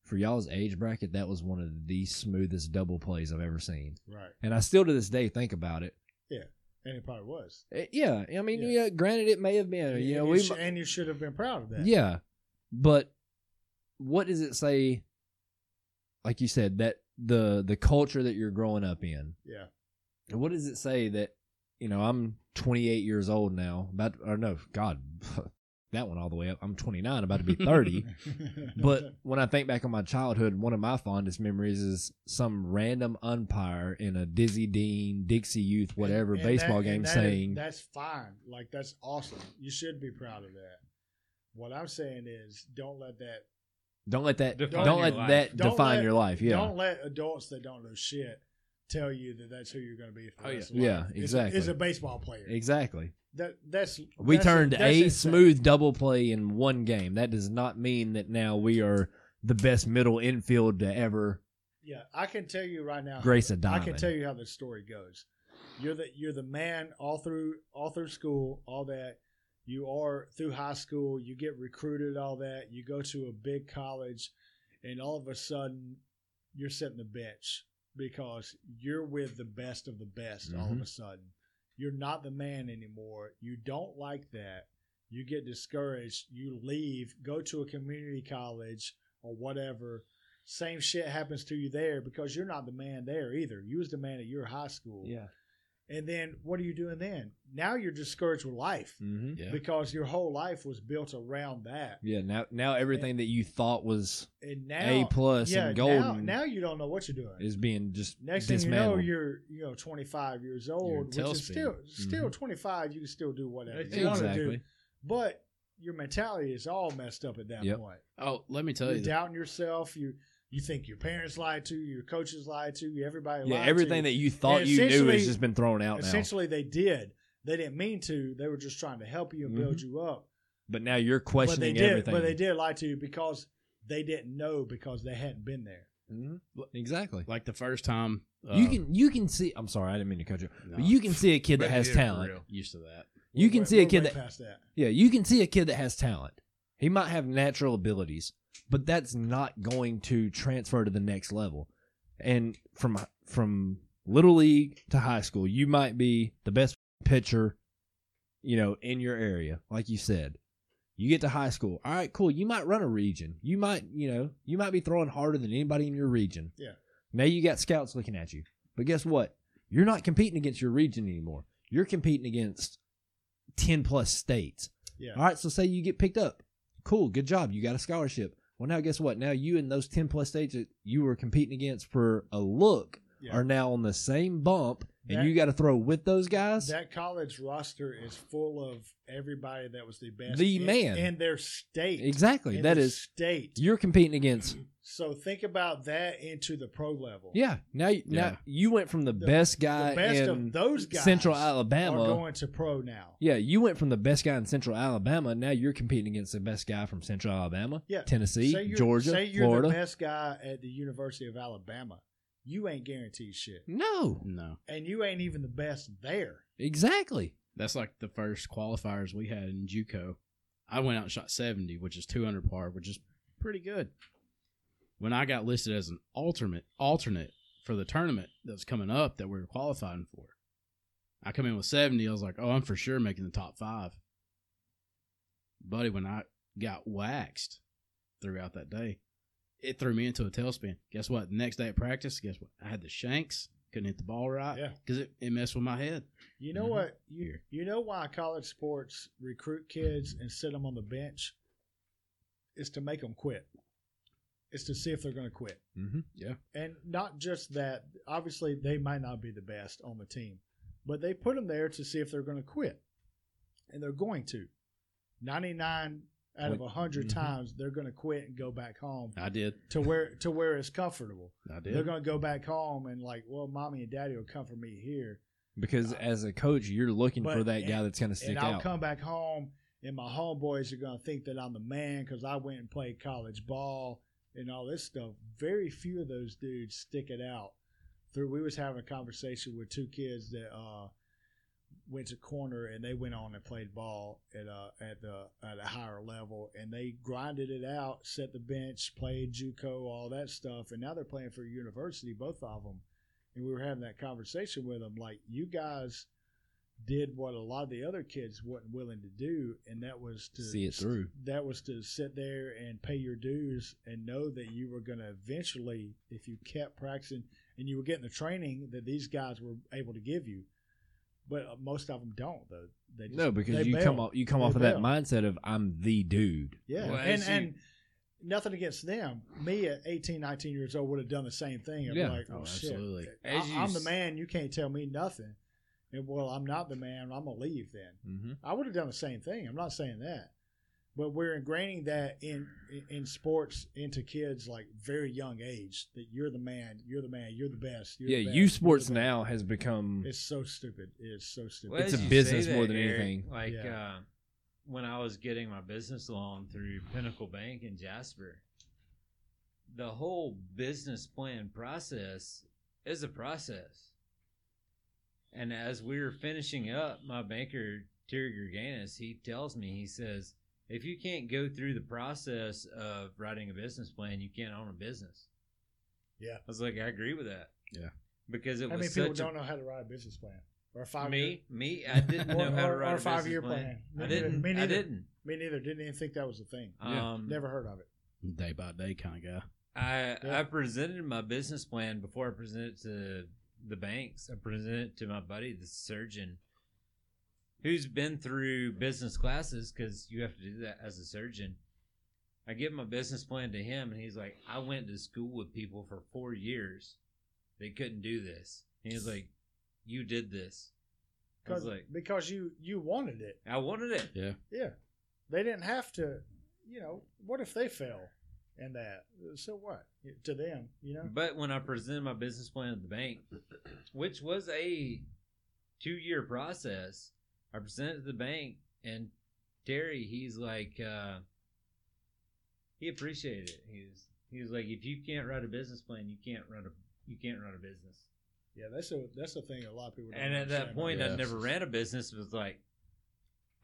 S2: "For y'all's age bracket, that was one of the smoothest double plays I've ever seen."
S4: right,
S2: And I still to this day think about it.
S4: and it probably was.
S2: Eh, Yeah, I mean,
S4: Yeah.
S2: yeah. granted, it may have been.
S4: And
S2: You know,
S4: you
S2: we
S4: sh-
S2: mi-
S4: and you should have been proud of that.
S2: yeah. But what does it say like you said that the the culture that you're growing up in.
S4: yeah,
S2: What does it say that you know, I'm 28 years old now. About or no, god. That one all the way up. I'm 29, about to be 30. but when I think back on my childhood, one of my fondest memories is some random umpire in a Dizzy Dean, Dixie Youth, whatever
S4: And- and
S2: baseball
S4: that-
S2: game
S4: and that is-
S2: saying,
S4: that's fine. Like that's awesome. You should be proud of that. What I'm saying is, don't let that
S2: don't let that
S3: Define
S2: don't
S3: your
S2: let
S3: life.
S2: that
S4: Don't
S2: define
S4: let-
S2: your life. Yeah.
S4: Don't let adults that don't know shit tell you that that's who you're going to be. For the
S1: Oh, yeah.
S4: rest of your
S2: Yeah,
S4: life. Is a-
S2: exactly.
S4: Is a, baseball player.
S2: Exactly.
S4: That that's
S2: We
S4: that's-
S2: turned
S4: that's
S2: a
S4: insane.
S2: smooth double play in one game. That does not mean that now we are the best middle infield to ever.
S4: Yeah, I can tell you right now.
S2: Grace a
S4: I can
S2: diamond.
S4: tell you how this story goes. You're the you're the man all through all through school, all that. You are through high school. You get recruited, all that. You go to a big college, and all of a sudden, you're sitting the bench because you're with the best of the best. All of a sudden, you're not the man anymore. You don't like that. You get discouraged. You leave. Go to a community college or whatever same shit happens to you there because you're not the man there either. You was the man at your high school. And then what are you doing then? Now you're discouraged with life
S2: Mm-hmm.
S1: Yeah.
S4: because your whole life was built around that.
S2: Yeah. Now, now everything that you thought was
S4: And
S2: A
S4: now,
S2: plus
S4: yeah,
S2: and
S4: now,
S2: golden
S4: now you don't know what you're doing.
S2: is being just
S4: Next thing you know,
S2: dismantled.
S4: you're you know 25 years old, which
S1: tailspin.
S4: is still still 25. You can still do whatever you want to do,
S2: Mm-hmm. exactly.
S4: but your mentality is all messed up at that
S2: Yep.
S4: point.
S1: Oh, let me tell
S4: You're
S1: you,
S4: doubting yourself. You you think your parents lied to you, your coaches lied to you, everybody
S2: Yeah,
S4: lied
S2: everything
S4: to
S2: that you thought you knew
S4: essentially-
S2: has just been thrown
S4: you.
S2: out now.
S4: Essentially, they did. They didn't mean to. They were just trying to help you and build you up.
S2: But now you're
S4: But they
S2: Mm-hmm. questioning
S4: did.
S2: everything.
S4: But they did lie to you because they didn't know because they hadn't been there.
S2: Mm-hmm. Exactly.
S1: like the first time uh,
S2: you can you can see. I'm sorry, I didn't mean to cut you.
S1: no,
S2: But you can see a kid that
S6: But
S2: has
S6: yeah, for
S2: talent.
S6: real.
S1: used to that.
S2: You
S4: We're
S2: can
S4: way-
S2: see a
S4: we're
S2: kid
S4: way
S2: that
S4: past that.
S2: yeah, you can see a kid that has talent. He might have natural abilities, but that's not going to transfer to the next level. And from from little league to high school, you might be the best pitcher, you know, in your area, like you said. You get to high school. All right, cool. You might run a region. You might, you know, you might be throwing harder than anybody in your region.
S4: Yeah.
S2: Now you got scouts looking at you. But guess what? You're not competing against your region anymore. You're competing against 10 plus states.
S4: Yeah.
S2: All right, so say you get picked up. Cool, good job. You got a scholarship. Well, now guess what? Now you and those 10 plus states that you were competing against for a look
S4: Yeah.
S2: are now on the same bump, and
S4: That-
S2: you got to throw with those guys.
S4: That college roster is full of everybody that was the best,
S2: The
S4: in,
S2: man.
S4: in their state.
S2: exactly.
S4: in
S2: That
S4: their
S2: is,
S4: state.
S2: you're competing against.
S4: So think about that into the pro level.
S2: Yeah. Now, now
S1: Yeah.
S2: you went from the,
S4: The-
S2: best guy
S4: the best
S2: in
S4: of those guys
S2: Central
S4: are
S2: Alabama.
S4: going to pro now.
S2: Yeah, you went from the best guy in Central Alabama. Now you're competing against the best guy from Central Alabama,
S4: Yeah.
S2: Tennessee,
S4: say you're,
S2: Georgia,
S4: say you're
S2: Florida.
S4: the best guy at the University of Alabama. You ain't guaranteed shit,
S2: No,
S1: No,
S4: and you ain't even the best there.
S2: exactly.
S1: that's like the first qualifiers we had in JUCO. I went out and shot seventy, which is two hundred par, which is pretty good. When I got listed as an alternate alternate for the tournament that's coming up that we were qualifying for, I come in with seventy. I was like, oh, I'm for sure making the top five. Buddy, when I got waxed throughout that day, it threw me into a tailspin. Guess what? Next day at practice, guess what? I had the shanks, couldn't hit the ball right
S4: Yeah.
S1: because it, it messed with my head.
S4: You know
S2: Mm-hmm.
S1: Mhm.
S4: what? You,
S1: Here.
S4: you know why college sports recruit kids and sit them on the bench is to make them quit. It's to see if they're going to quit.
S2: Mm-hmm.
S4: And not just that, obviously, they might not be the best on the team, but they put them there to see if they're going to quit. And they're going to. 99 out
S2: Like-
S4: of 100
S2: Mhm.
S4: times, they're going to quit and go back home
S1: I did.
S4: to where to where it's comfortable.
S1: I
S4: They're
S1: did.
S4: going to go back home and, like, well, mommy and daddy will comfort me here.
S2: Because as a coach, you're looking
S4: Uh, But-
S2: for that
S4: and-
S2: guy that's going to stick
S4: and I'll
S2: out.
S4: come back home, and my homeboys are gonna think that I'm the man because I went and played college ball and all this stuff. Very few of those dudes stick it out. Through we was having a conversation with two kids that uh, went to corner and they went on and played ball at uh, at the at a higher level and they grinded it out, set the bench, played JUCO, all that stuff, and now they're playing for university, both of them. And we were having that conversation with them, like you guys did what a lot of the other kids weren't willing to do, and that was to
S2: See it through.
S4: that was to sit there and pay your dues and know that you were going to eventually, if you kept practicing and you were getting the training that these guys were able to give you. But uh, most of them don't, though. They just,
S2: No,
S4: they
S2: because you
S4: bail.
S2: come off you come
S4: They
S2: off of that
S4: bail.
S2: mindset of I'm the dude.
S4: Yeah,
S6: Well,
S4: and
S6: as you-
S4: and nothing against them. Me at 18, 19 years old would have done the same thing. I'd
S2: Yeah.
S4: be like, oh,
S1: Oh,
S4: shit.
S1: absolutely.
S4: I,
S6: As you
S4: I'm the
S6: s-
S4: man. You can't tell me nothing. And well, I'm not the man. I'm gonna leave then.
S2: Mm-hmm.
S4: I would have done the same thing. I'm not saying that, but we're ingraining that in in sports into kids like very young age that you're the man, you're the man, you're the best. You're
S2: Yeah,
S4: the best,
S2: U
S4: you're
S2: Sports
S4: the best.
S2: now has become
S4: It's so stupid. It's so stupid.
S3: Well,
S2: It's
S3: as
S2: a
S3: you
S2: business
S3: say
S2: more
S3: that,
S2: than
S3: Eric,
S2: anything.
S3: Like
S4: Yeah.
S3: uh, when I was getting my business loan through Pinnacle Bank in Jasper, the whole business plan process is a process. And as we were finishing up, my banker Terry Gerganis, he tells me, he says, if you can't go through the process of writing a business plan, you can't own a business.
S4: Yeah.
S3: I was like, I agree with that.
S1: Yeah.
S3: Because it
S4: How many
S3: was
S4: people
S3: such a
S4: don't know how to write a business plan or a five
S3: me, me, I didn't know
S4: Or-
S3: how to
S4: or-
S3: write
S4: or
S3: a five year
S4: five-year
S3: plan.
S4: plan.
S3: I didn't.
S4: Me
S3: I
S4: neither.
S3: didn't.
S4: Me neither. Didn't even think that was a thing.
S3: Um,
S4: Never heard of it.
S1: Day by day kind of guy.
S3: I
S4: Yeah.
S3: I presented my business plan before I presented it to the banks. I presented it to my buddy, the surgeon, who's been through business classes because you have to do that as a surgeon. I give my business plan to him, and he's like, "I went to school with people for four years. They couldn't do this." And he's like, "You did this." I was
S4: Because,
S3: like,
S4: because you you wanted it.
S3: "I wanted it."
S1: Yeah.
S4: Yeah. They didn't have to, you know, what if they fail in that? So what? To them, you know?
S3: But when I presented my business plan at the bank, which was a two year process, I presented it to the bank and Terry, he's like uh he appreciated it. He was he was like, if you can't write a business plan, you can't run a you can't run a business.
S4: Yeah, that's a that's a thing a lot of people don't
S3: And at
S4: understand
S3: that
S4: about
S3: point I
S1: Yeah.
S3: never ran a business it was like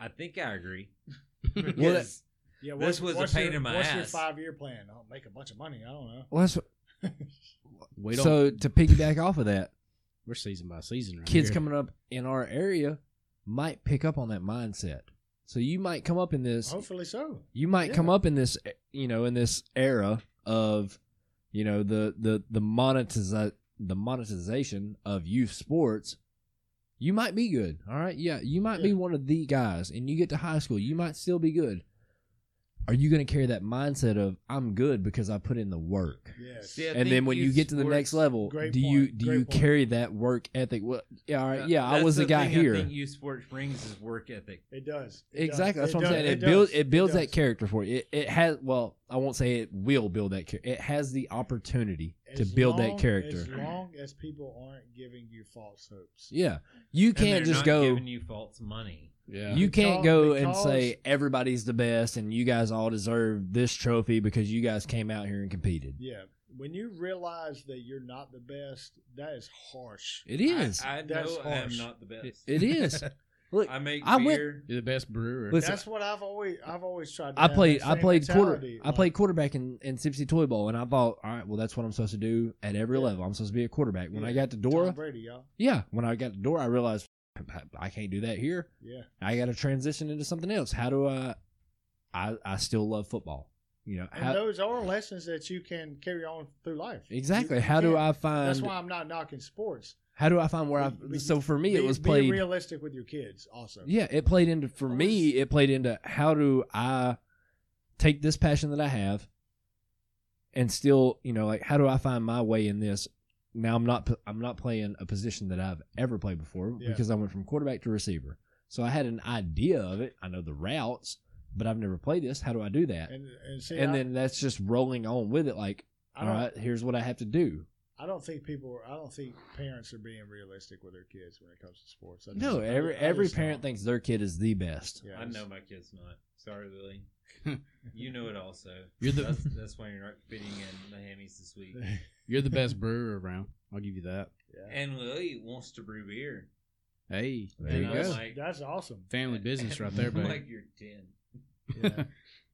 S3: I think I agree.
S2: Well,
S3: Because-
S4: Yeah,
S3: This
S4: what's-
S3: was a
S4: what's
S3: pain
S4: your-
S3: in my
S4: what's your
S3: ass.
S4: five year plan? I'll make a bunch of money. I don't know.
S2: Well, that's,
S1: We don't.
S2: so to piggyback off of that,
S1: we're season by season right
S2: kids
S1: here.
S2: coming up in our area might pick up on that mindset. So you might come up in this
S4: Hopefully so.
S2: you might
S4: Oh, Yeah.
S2: come up in this eh, you know in this era of you know the the the monetiza- the monetization of youth sports you might be good all right yeah you might be
S4: Yeah.
S2: one of the guys and you get to high school you might still be good are you going to carry that mindset of i'm good because i put in the work
S4: Yes.
S3: See, I
S2: and then
S3: think
S2: when you
S3: youth
S2: get to the next
S3: sports-
S2: level
S4: Great
S2: do you
S4: point,
S2: do
S4: great
S2: you
S4: point.
S2: carry that work ethic well yeah all right yeah i
S3: That's
S2: was the, guy
S3: thing
S2: here
S3: I think youth sports brings is work ethic.
S4: It does. It does.
S2: Exactly. That's
S4: It
S2: what I'm
S4: does.
S2: saying. It,
S4: does.
S2: builds it builds that
S4: does.
S2: character for you. It, it has well, I won't say it will build that character. It has the opportunity to
S4: As
S2: build
S4: long-
S2: that
S4: As
S2: character.
S4: long as people aren't giving you false hopes.
S2: Yeah. You
S3: And
S2: can't
S3: they're
S2: just
S3: not
S2: go
S3: giving you false money.
S1: Yeah.
S2: you can't
S4: Because-
S2: go and
S4: because-
S2: say everybody's the best and you guys all deserve this trophy because you guys came out here and competed.
S4: Yeah. When you realize that you're not the best, that is harsh.
S2: It is.
S3: I, I know
S4: That's
S3: I am
S4: harsh.
S3: not the best.
S2: it is. Look,
S3: I make
S2: I went-
S3: beer.
S1: You're the best brewer.
S2: Listen,
S4: That's what I've always I've always tried. To
S2: I
S4: have
S2: played.
S4: that
S2: I
S4: same
S2: played quarter.
S4: mentality,
S2: I
S4: like,
S2: played quarterback in in Sipsy Toy Bowl, and I thought, all right, well, that's what I'm supposed to do at every
S4: Yeah.
S2: level. I'm supposed to be a quarterback. When I
S4: Yeah.
S2: got to
S4: Tom
S2: Dora,
S4: Brady, y'all.
S2: yeah, when I got to Dora, I realized "I- I can't do that here.
S4: Yeah.
S2: I got to transition into something else. How do I? I I still love football. You know
S4: And
S2: how,
S4: those are lessons that you can carry on through life.
S2: exactly.
S4: You- you
S2: how do
S4: can't-
S2: I find?
S4: That's why I'm not knocking sports.
S2: how do I find where I?
S4: But- but
S2: So for me,
S4: Be-
S2: it was
S4: be
S2: played.
S4: realistic with your kids, also.
S2: Yeah, it played into for me. It played into how do I take this passion that I have and still, you know, like how do I find my way in this? Now I'm not I'm not playing a position that I've ever played before
S4: Yeah.
S2: because I went from quarterback to receiver. So I had an idea of it. I know the routes, but I've never played this. How do I do that? And,
S4: And and see, I,
S2: then that's just rolling on with it. Like,
S4: I
S2: all
S4: don't
S2: right, here's what I have to do.
S4: I don't think people I don't think parents are being realistic with their kids when it comes to sports. I
S2: No,
S4: just- I
S2: every
S4: just- I
S2: every
S4: just
S2: parent
S4: don't.
S2: thinks their kid is the best.
S4: Yeah,
S3: I
S4: it's-
S3: know my kid's not. Sorry, Lily. you know it also.
S1: You're the-
S3: that's, that's why you're not fitting in the hammies this week.
S1: You're the best brewer around. I'll give you that.
S4: Yeah.
S3: And Lily wants to brew beer.
S1: Hey,
S2: There
S1: there
S3: And
S1: you
S3: I'm
S1: go.
S3: Like,
S4: That's awesome.
S1: Family business right there,
S3: I'm
S1: baby.
S3: Like you're ten.
S4: Yeah.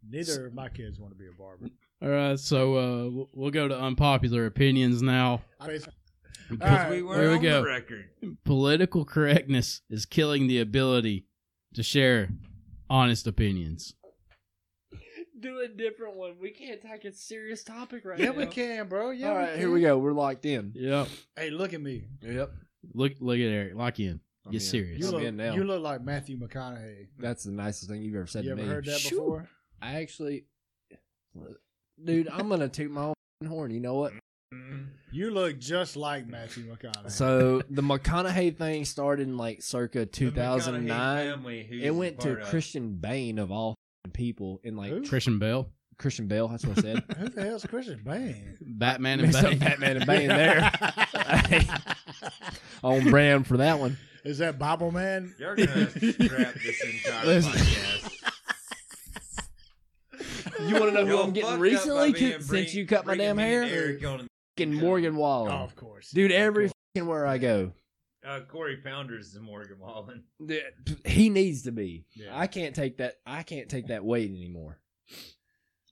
S4: Neither of my kids want to be a barber.
S1: All right, so uh, we'll- we'll go to unpopular opinions now.
S4: I mean, All
S3: Because
S4: right,
S3: we
S1: there
S3: were
S1: we
S3: on
S1: go.
S3: the record.
S1: Political correctness is killing the ability to share honest opinions.
S7: Do a different one. We can't take a serious topic right
S4: yeah, we can, bro. Yeah,
S2: all
S4: we
S2: right,
S4: can.
S2: here we go. We're locked in.
S1: Yep.
S4: Hey, look at me.
S2: Yep.
S1: Look, look at Eric. Lock in.
S2: I'm
S1: Get
S2: in.
S1: serious.
S4: You
S2: I'm
S4: look,
S2: in now.
S4: you look like Matthew McConaughey.
S2: That's the nicest thing you've ever said
S4: you
S2: to
S4: ever
S2: me.
S4: heard that
S2: Shoo.
S4: before?
S2: I actually, dude, I'm gonna toot my own horn. You know what?
S3: Mm-hmm.
S4: You look just like Matthew McConaughey.
S2: So the McConaughey thing started in like circa
S3: The McConaughey
S2: 2009.
S3: family who's
S2: It went to
S3: part of-
S2: Christian Bane of all f***ing people, and like
S4: Who?
S1: Christian Bell,
S2: Christian Bale. That's what I said.
S4: Who the hell's Christian Bane?
S1: Batman and
S2: Mixed up
S1: Bane.
S2: Batman and Bane there on brand for that one.
S4: Is that Bible Man?
S3: You're gonna have to scrap this entire
S2: Listen.
S3: podcast.
S2: You want to know who
S3: Y'all
S2: I'm
S3: fucked
S2: getting
S3: up
S2: recently?
S3: by me and
S2: Since
S3: bring-
S2: you cut my
S3: bringing
S2: damn
S3: me and
S2: hair,
S3: Eric on-
S2: fucking Morgan
S4: Oh,
S2: Wallen,
S4: of course.
S2: dude.
S4: Of
S2: Every
S4: course.
S2: fucking where I go.
S3: uh, Corey Founders is Morgan Wallen.
S2: Yeah, p- he needs to be.
S4: Yeah.
S2: I can't take that. I can't take that weight anymore.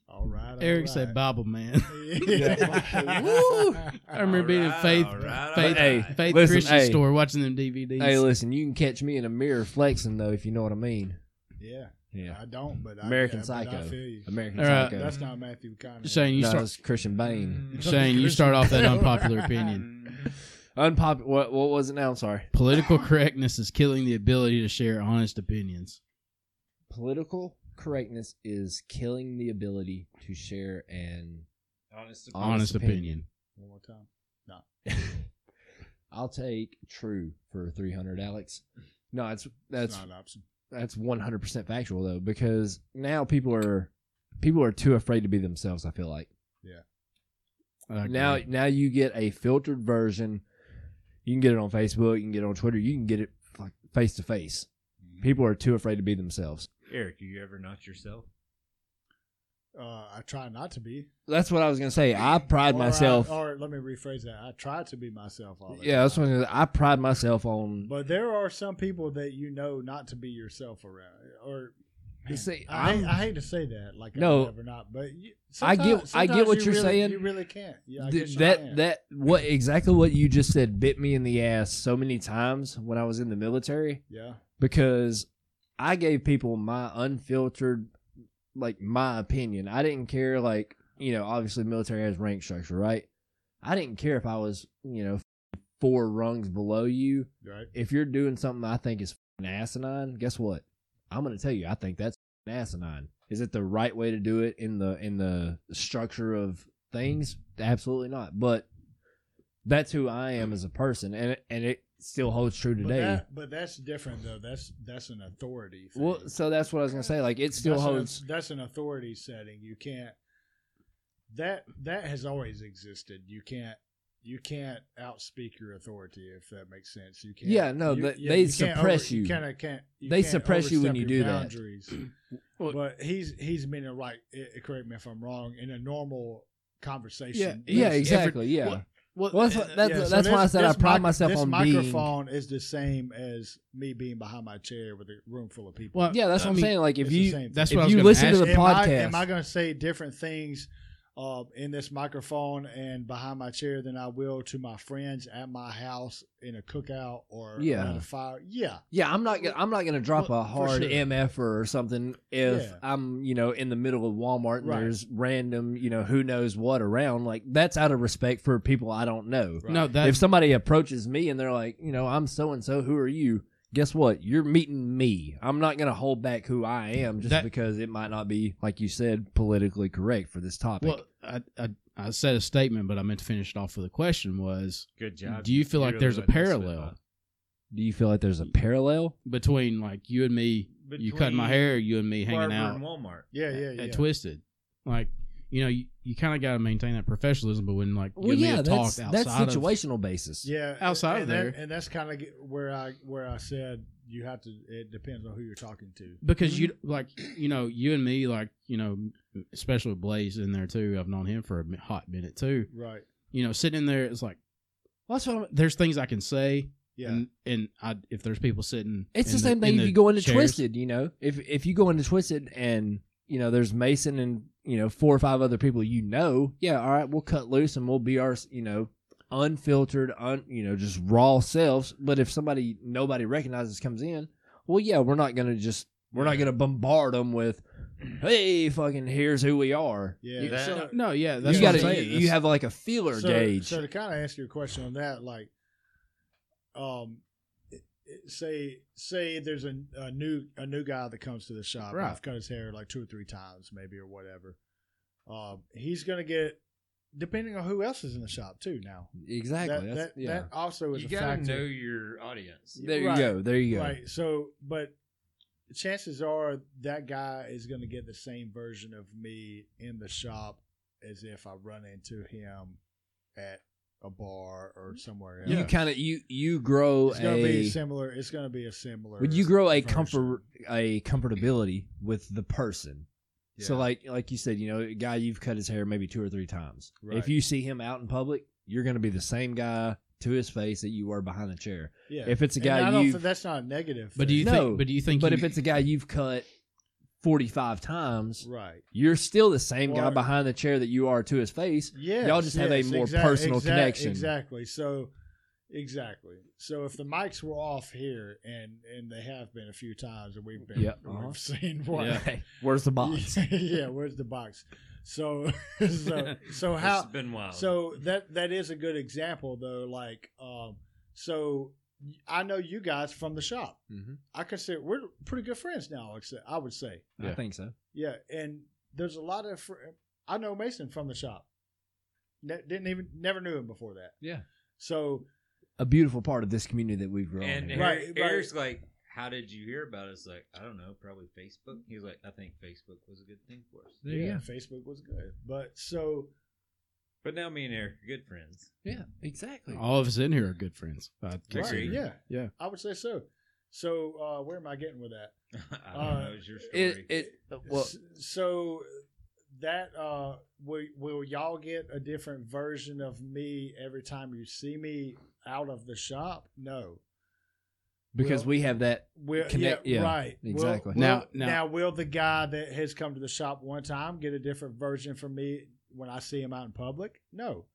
S4: All right. all
S1: Eric
S4: right.
S1: said Bible man.
S4: Yeah.
S1: Woo! I remember
S3: All
S1: being in
S3: right,
S1: faith,
S3: all right, all
S1: faith,
S2: right.
S1: faith
S2: Listen,
S1: Christian
S2: hey.
S1: store watching them DVDs.
S2: Hey, listen, you can catch me in a mirror flexing though, if you know what I mean.
S4: Yeah,
S2: Yeah,
S4: I don't, but I,
S2: American
S4: yeah, but
S2: Psycho.
S4: I feel you.
S2: American
S1: All right.
S2: Psycho.
S4: That's not Matthew McConaughey.
S1: Shane, you
S2: no,
S1: start.
S2: that's Christian Bane.
S3: Mm.
S1: Shane, you start off that unpopular opinion.
S3: Mm.
S8: Unpopular. What, what was it now? I'm sorry.
S1: Political correctness is killing the ability to share honest opinions.
S2: Political correctness is killing the ability to share and
S3: Honest.
S1: Honest,
S2: Honest
S1: opinion.
S2: opinion.
S4: One more time.
S2: I'll take true for 300, Alex. No, it's
S4: That's
S2: that's
S4: not an option.
S2: that's 100% factual though because now people are people are too afraid to be themselves, I feel like.
S1: I agree.
S2: Now now you get a filtered version. You can get it on Facebook, you can get it on Twitter, you can get it like face to face.
S4: Mm-hmm.
S2: People are too afraid to be themselves.
S3: Eric, are you ever not yourself?
S4: Uh, I try not to be.
S2: That's what I was gonna say. I pride
S4: Or I-
S2: myself.
S4: or let me rephrase that. I try to be myself. All the
S2: yeah, that's
S4: time.
S2: what I, was gonna say. I pride myself on.
S4: But there are some people that you know not to be yourself around, or
S2: You see,
S4: I, hate,
S2: I'm-
S4: I hate to say that, like
S2: No.
S4: no, never not. But you,
S2: I get-
S4: sometimes-
S2: I get
S4: sometimes
S2: what
S4: you
S2: you're
S4: really-
S2: saying.
S4: You really can't. Yeah, I
S2: Th-
S4: guess you
S2: that
S4: can.
S2: that what exactly what you just said bit me in the ass so many times when I was in the military
S4: yeah,
S2: because I gave people my unfiltered like my opinion. I didn't care like, you know, obviously military has rank structure, right? I didn't care if I was, you know, four rungs below you.
S4: right.
S2: If you're doing something I think is f***ing asinine, guess what? I'm going to tell you I think that's f***ing asinine. Is it the right way to do it in the in the structure of things? Absolutely not. But that's who I am as a person and it, and it still holds true
S4: But,
S2: today.
S4: that, but that's different though. That's that's an authority. Thing.
S2: Well, so that's what I was gonna say. Like it still
S4: that's
S2: holds.
S4: An, that's an authority setting. You can't. That that has always existed. You can't. You can't outspeak your authority if that makes sense. You can't.
S2: Yeah, no,
S4: you-
S2: they- they
S4: can't
S2: suppress
S4: You
S2: you.
S4: kind of can't. You
S2: They
S4: can't
S2: suppress you when
S4: overstep
S2: you do
S4: your
S2: that.
S4: boundaries. but he's he's meaning like. eh, Correct me if I'm wrong. In a normal conversation,
S2: yeah,
S1: Every-
S2: exactly. Yeah.
S1: Well, well,
S2: Well, that's,
S1: uh,
S2: that's,
S4: Yeah, so
S2: that's why I
S4: this-
S2: said I
S4: this
S2: pride
S4: mic-
S2: myself
S4: this
S2: on being.
S4: microphone is the same as me being behind my chair with a room full of people.
S1: Well,
S2: Yeah, that's
S1: I
S2: what I'm
S1: mean,
S2: saying. Like if
S4: It's the
S2: you
S4: same
S1: That's
S2: if
S1: what I was
S2: you
S1: gonna
S2: listen to
S1: ask
S2: the
S1: you.
S4: am I,
S2: podcast,
S4: am I going to say different things uh, in this microphone and behind my chair than I will to my friends at my house in a cookout or
S2: Yeah.
S4: around a fire? Yeah,
S2: yeah, I'm not gonna, I'm not gonna drop
S1: Well,
S2: a hard
S1: sure.
S2: MF or something if
S4: Yeah.
S2: I'm you know in the middle of Walmart and
S4: Right.
S2: there's random you know who knows what around. Like that's out of respect for people I don't know.
S1: no, that
S2: If somebody approaches me and they're like, you know, I'm so and so, who are you? Guess what? You're meeting me. I'm not going to hold back who I am just
S1: That-
S2: because it might not be, like you said, politically correct for this topic.
S1: well, I, I I said a statement, but I meant to finish it off with a question. Was
S3: Good job.
S1: do you feel like
S3: really
S1: there's a
S3: went this way,
S1: parallel
S2: Do you feel like there's a parallel?
S1: between like you and me?
S3: bud.
S1: you cutting my
S3: Between
S1: hair, you and me hanging
S3: Barber
S1: out
S3: and Walmart.
S4: yeah,
S1: at-
S4: yeah,
S1: at
S4: yeah.
S1: Twisted. Like you know, you, you kind of got to maintain that professionalism, but when like you
S2: Well,
S1: and me
S2: yeah,
S1: have
S2: that's,
S1: talked outside
S2: that's
S1: of-
S2: situational basis.
S4: yeah,
S1: Outside of
S4: and that-
S1: there.
S4: and that's kind of where I where I said you have to. It depends on who you're talking to.
S2: Mm.
S1: because you like you know you and me like you know especially with Blaze in there too. I've known him for a mi- hot minute too.
S4: Right.
S1: You know, sitting in there, it's like what's wrong? There's things I can say,
S4: Yeah.
S1: and and I, if there's people sitting,
S2: It's
S1: in
S2: the same thing
S1: in
S2: if
S1: the
S2: you go into
S1: chairs-
S2: Twisted, you know. If if you go into Twisted and you know there's Mason and you know four or five other people you know, yeah, all right, we'll cut loose and we'll be our you know unfiltered, un you know just raw selves. But if somebody nobody recognizes comes in, well, yeah, we're not gonna just we're not gonna bombard them with, hey, fucking here's who we are.
S4: Yeah.
S1: You-
S4: so-
S1: No, yeah, that's
S2: You
S1: what I'm
S2: gotta
S1: saying.
S2: you,
S1: That's-
S2: you have like a feeler
S4: so,
S2: gauge.
S4: So to kind of ask you a question on that, like, um, it- it- say say there's a, a new a new guy that comes to the shop.
S1: Right.
S4: I've cut his hair like two or three times, maybe or whatever. Um, he's gonna get depending on who else is in the shop too. Now
S2: exactly.
S4: that
S2: That's-
S4: that,
S2: yeah.
S4: that also is
S3: You
S4: a
S3: gotta
S4: factor.
S3: know your audience.
S2: there you
S4: right,
S2: go. There you go.
S4: Right. So, but chances are that guy is going to get the same version of me in the shop as if I run into him at a bar or somewhere else.
S2: You kind of you you grow
S4: It's
S2: a
S4: going to be similar. It's going to be a similar.
S2: Would you grow a
S4: version.
S2: comfort a comfortability with the person? So
S4: Yeah.
S2: like like you said, you know, a guy you've cut his hair maybe two or three times. If
S4: Right.
S2: you see him out in public, you're going to be the same guy to his face that you were behind the chair.
S4: Yeah.
S2: If it's a
S4: And I
S2: guy
S4: don't
S2: you
S4: think that's not a negative.
S1: But do you
S4: thing.
S2: No,
S1: think? But do you think?
S2: but
S1: you-
S2: if it's a guy you've cut 45 times,
S4: right?
S2: you're still the same guy
S4: Or-
S2: behind the chair that you are to his face.
S4: Yeah.
S2: Y'all just have a more personal connection.
S4: Exactly. So exactly. So if the mics were off here and and they have been a few times and we've been
S2: Yeah,
S4: we've
S2: uh-huh.
S4: seen what
S1: Yeah.
S2: Where's the box?
S4: yeah, where's the box? So, so, so how?
S3: it's been wild.
S4: So that that is a good example though. Like, um, so I know you guys from the shop.
S3: Mhm.
S4: I consider we're pretty good friends now. except- I would say,
S2: I think so.
S4: yeah. And there's a lot of fr- I know Mason from the shop. Ne- didn't even never knew him before that.
S3: Yeah.
S4: So
S2: A beautiful part of this community that we've grown.
S3: and
S2: here.
S4: Right,
S3: Eric-
S4: right.
S3: Eric's like, "How did you hear about us?" Like, I don't know, probably Facebook. He was like, "I think Facebook was a good thing for us."
S1: There you
S4: yeah,
S1: go.
S4: Facebook was good, but so
S3: But now me and Eric are good friends.
S1: Yeah, exactly. All of us in here are good friends. I consider.
S4: right, yeah,
S1: Yeah.
S4: I would say so. So uh, where am I getting with that?
S3: I don't
S4: Uh,
S3: know. It was your story.
S9: It, it well,
S4: S- so that uh will, will y'all get a different version of me every time you see me out of the shop no
S2: because
S4: Well-
S2: we have that.
S4: will
S2: Connect-
S4: yeah,
S2: yeah,
S4: right Will-
S2: exactly.
S4: will-
S1: Now-
S4: now,
S1: now-
S4: will the guy that has come to the shop one time get a different version from me when i see him out in public no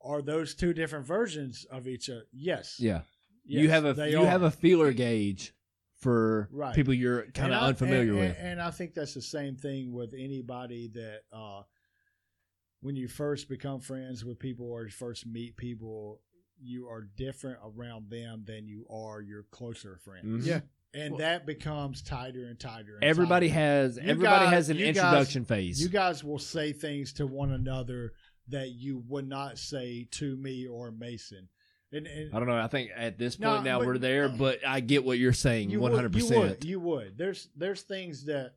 S4: are those two different versions of each other yes
S2: Yeah, you
S4: Yes,
S2: have a
S4: they
S2: you
S4: are.
S2: have a feeler gauge for
S4: Right.
S2: people you're kind
S4: And
S2: of
S4: I-
S2: unfamiliar
S4: and,
S2: with.
S4: And, and I think that's the same thing with anybody that uh, when you first become friends with people or you first meet people, you are different around them than you are your closer friends.
S2: Mhm.
S1: Mm-hmm.
S2: Yeah.
S4: And that becomes tighter and tighter. And
S2: everybody
S4: tighter.
S2: has
S4: You
S2: everybody
S4: guys-
S2: has an
S4: you guys-
S2: introduction phase.
S4: You guys will say things to one another that you would not say to me or Mason. And, and
S2: I don't know. I think at this
S4: No,
S2: point now
S4: but-
S2: we're there, but I get what you're saying
S4: You
S2: one hundred
S4: would- You would.
S2: percent.
S4: You would. There's there's things that.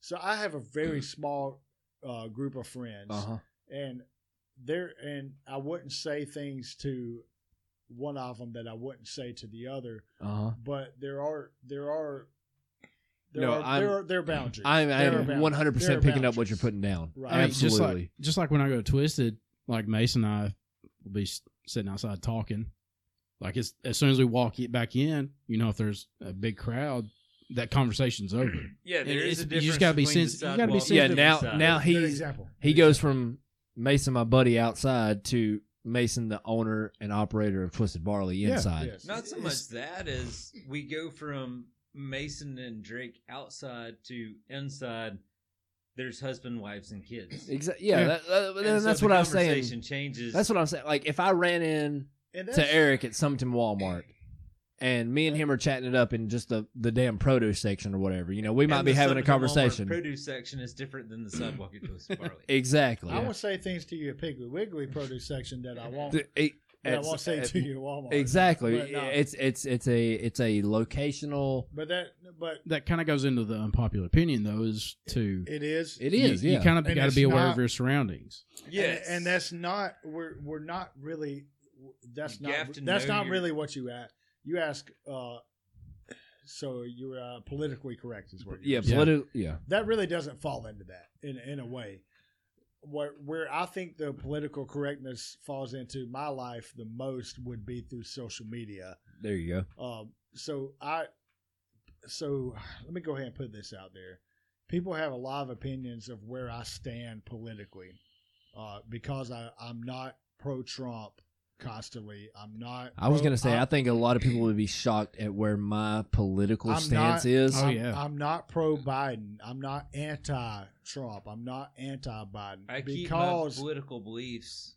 S4: So I have a very small uh, group of friends,
S2: Uh huh.
S4: and there and I wouldn't say things to one of them that I wouldn't say to the other.
S2: Uh huh.
S4: But there are there are there
S2: No,
S4: are
S2: I'm-
S4: there are there are boundaries.
S2: I'm I
S4: There are
S2: am
S4: boundaries.
S2: one hundred
S4: There are
S2: percent picking up what you're
S4: boundaries.
S2: putting down.
S4: Right.
S1: I mean, just
S2: Absolutely.
S1: like just like when I go to Twisted, like Mason and I will be s- sitting outside talking. Like as as soon as we walk it back in, you know, if there's a big crowd, that conversation's over.
S3: yeah,
S1: it-
S3: there is a
S1: it's-
S3: difference.
S1: you just gotta be
S3: between the
S1: sensi- you gotta be
S3: sidewalk
S1: sensitive.
S2: yeah.
S3: and the
S2: Now
S3: side.
S2: now
S4: Good
S2: he's
S4: example.
S2: he goes from Mason, my buddy, outside to Mason, the owner and operator of Twisted Barley,
S1: Yeah.
S2: inside.
S4: Yes.
S3: Not so much that as we go from Mason and Drake outside to inside. There's husband, wives, and kids.
S2: Exactly. Yeah,
S1: Yeah.
S2: that- that-
S3: And
S2: and
S3: so
S2: that's
S3: the
S2: what I'm saying.
S3: Conversation changes.
S2: That's what I'm saying. Like if I ran in
S4: And that's-
S2: to Eric at Sumpton Walmart. And me and him are chatting it up in just the, the damn produce section or whatever. You know, we might
S3: And
S2: be
S3: the
S2: having a
S3: Summit Walmart
S2: conversation.
S3: Produce section is different than the sidewalk at Twisted Barley.
S2: Exactly.
S4: I will say things to you at Piggly Wiggly produce section that I won't
S2: Th- it-
S4: that I
S2: it's-
S4: won't say
S2: it-
S4: to you at Walmart.
S2: Exactly.
S4: But no.
S2: It's it's it's a it's a locational.
S4: But that but
S1: That kind of goes into the unpopular opinion though, is to
S4: it is
S2: It
S1: you-
S2: is.
S1: You,
S2: yeah.
S1: kind of
S4: And
S1: got
S4: it's
S1: to be aware
S4: not-
S1: of your surroundings.
S3: Yes,
S4: and, and that's not we're we're not really that's
S3: You
S4: not
S3: have to
S4: that's
S3: know
S4: not
S3: your-
S4: really what you ask. You ask, uh, so you're uh, politically correct is what.
S2: yeah.
S4: You're
S2: Politi- yeah.
S4: that really doesn't fall into that in in a way. Where where I think the political correctness falls into my life the most would be through social media.
S2: There you go.
S4: Um, so I, so let me go ahead and put this out there. People have a lot of opinions of where I stand politically, uh, because I I'm not pro Trump constantly. I'm not.
S2: I was
S4: pro-
S2: gonna say
S4: I'm-
S2: I think a lot of people would be shocked at where my political
S4: I'm
S2: stance
S4: not-
S2: is.
S1: Oh,
S4: I'm,
S1: yeah.
S4: I'm not pro Biden. I'm not anti Trump. I'm not anti Biden
S3: I keep my
S4: because
S3: political beliefs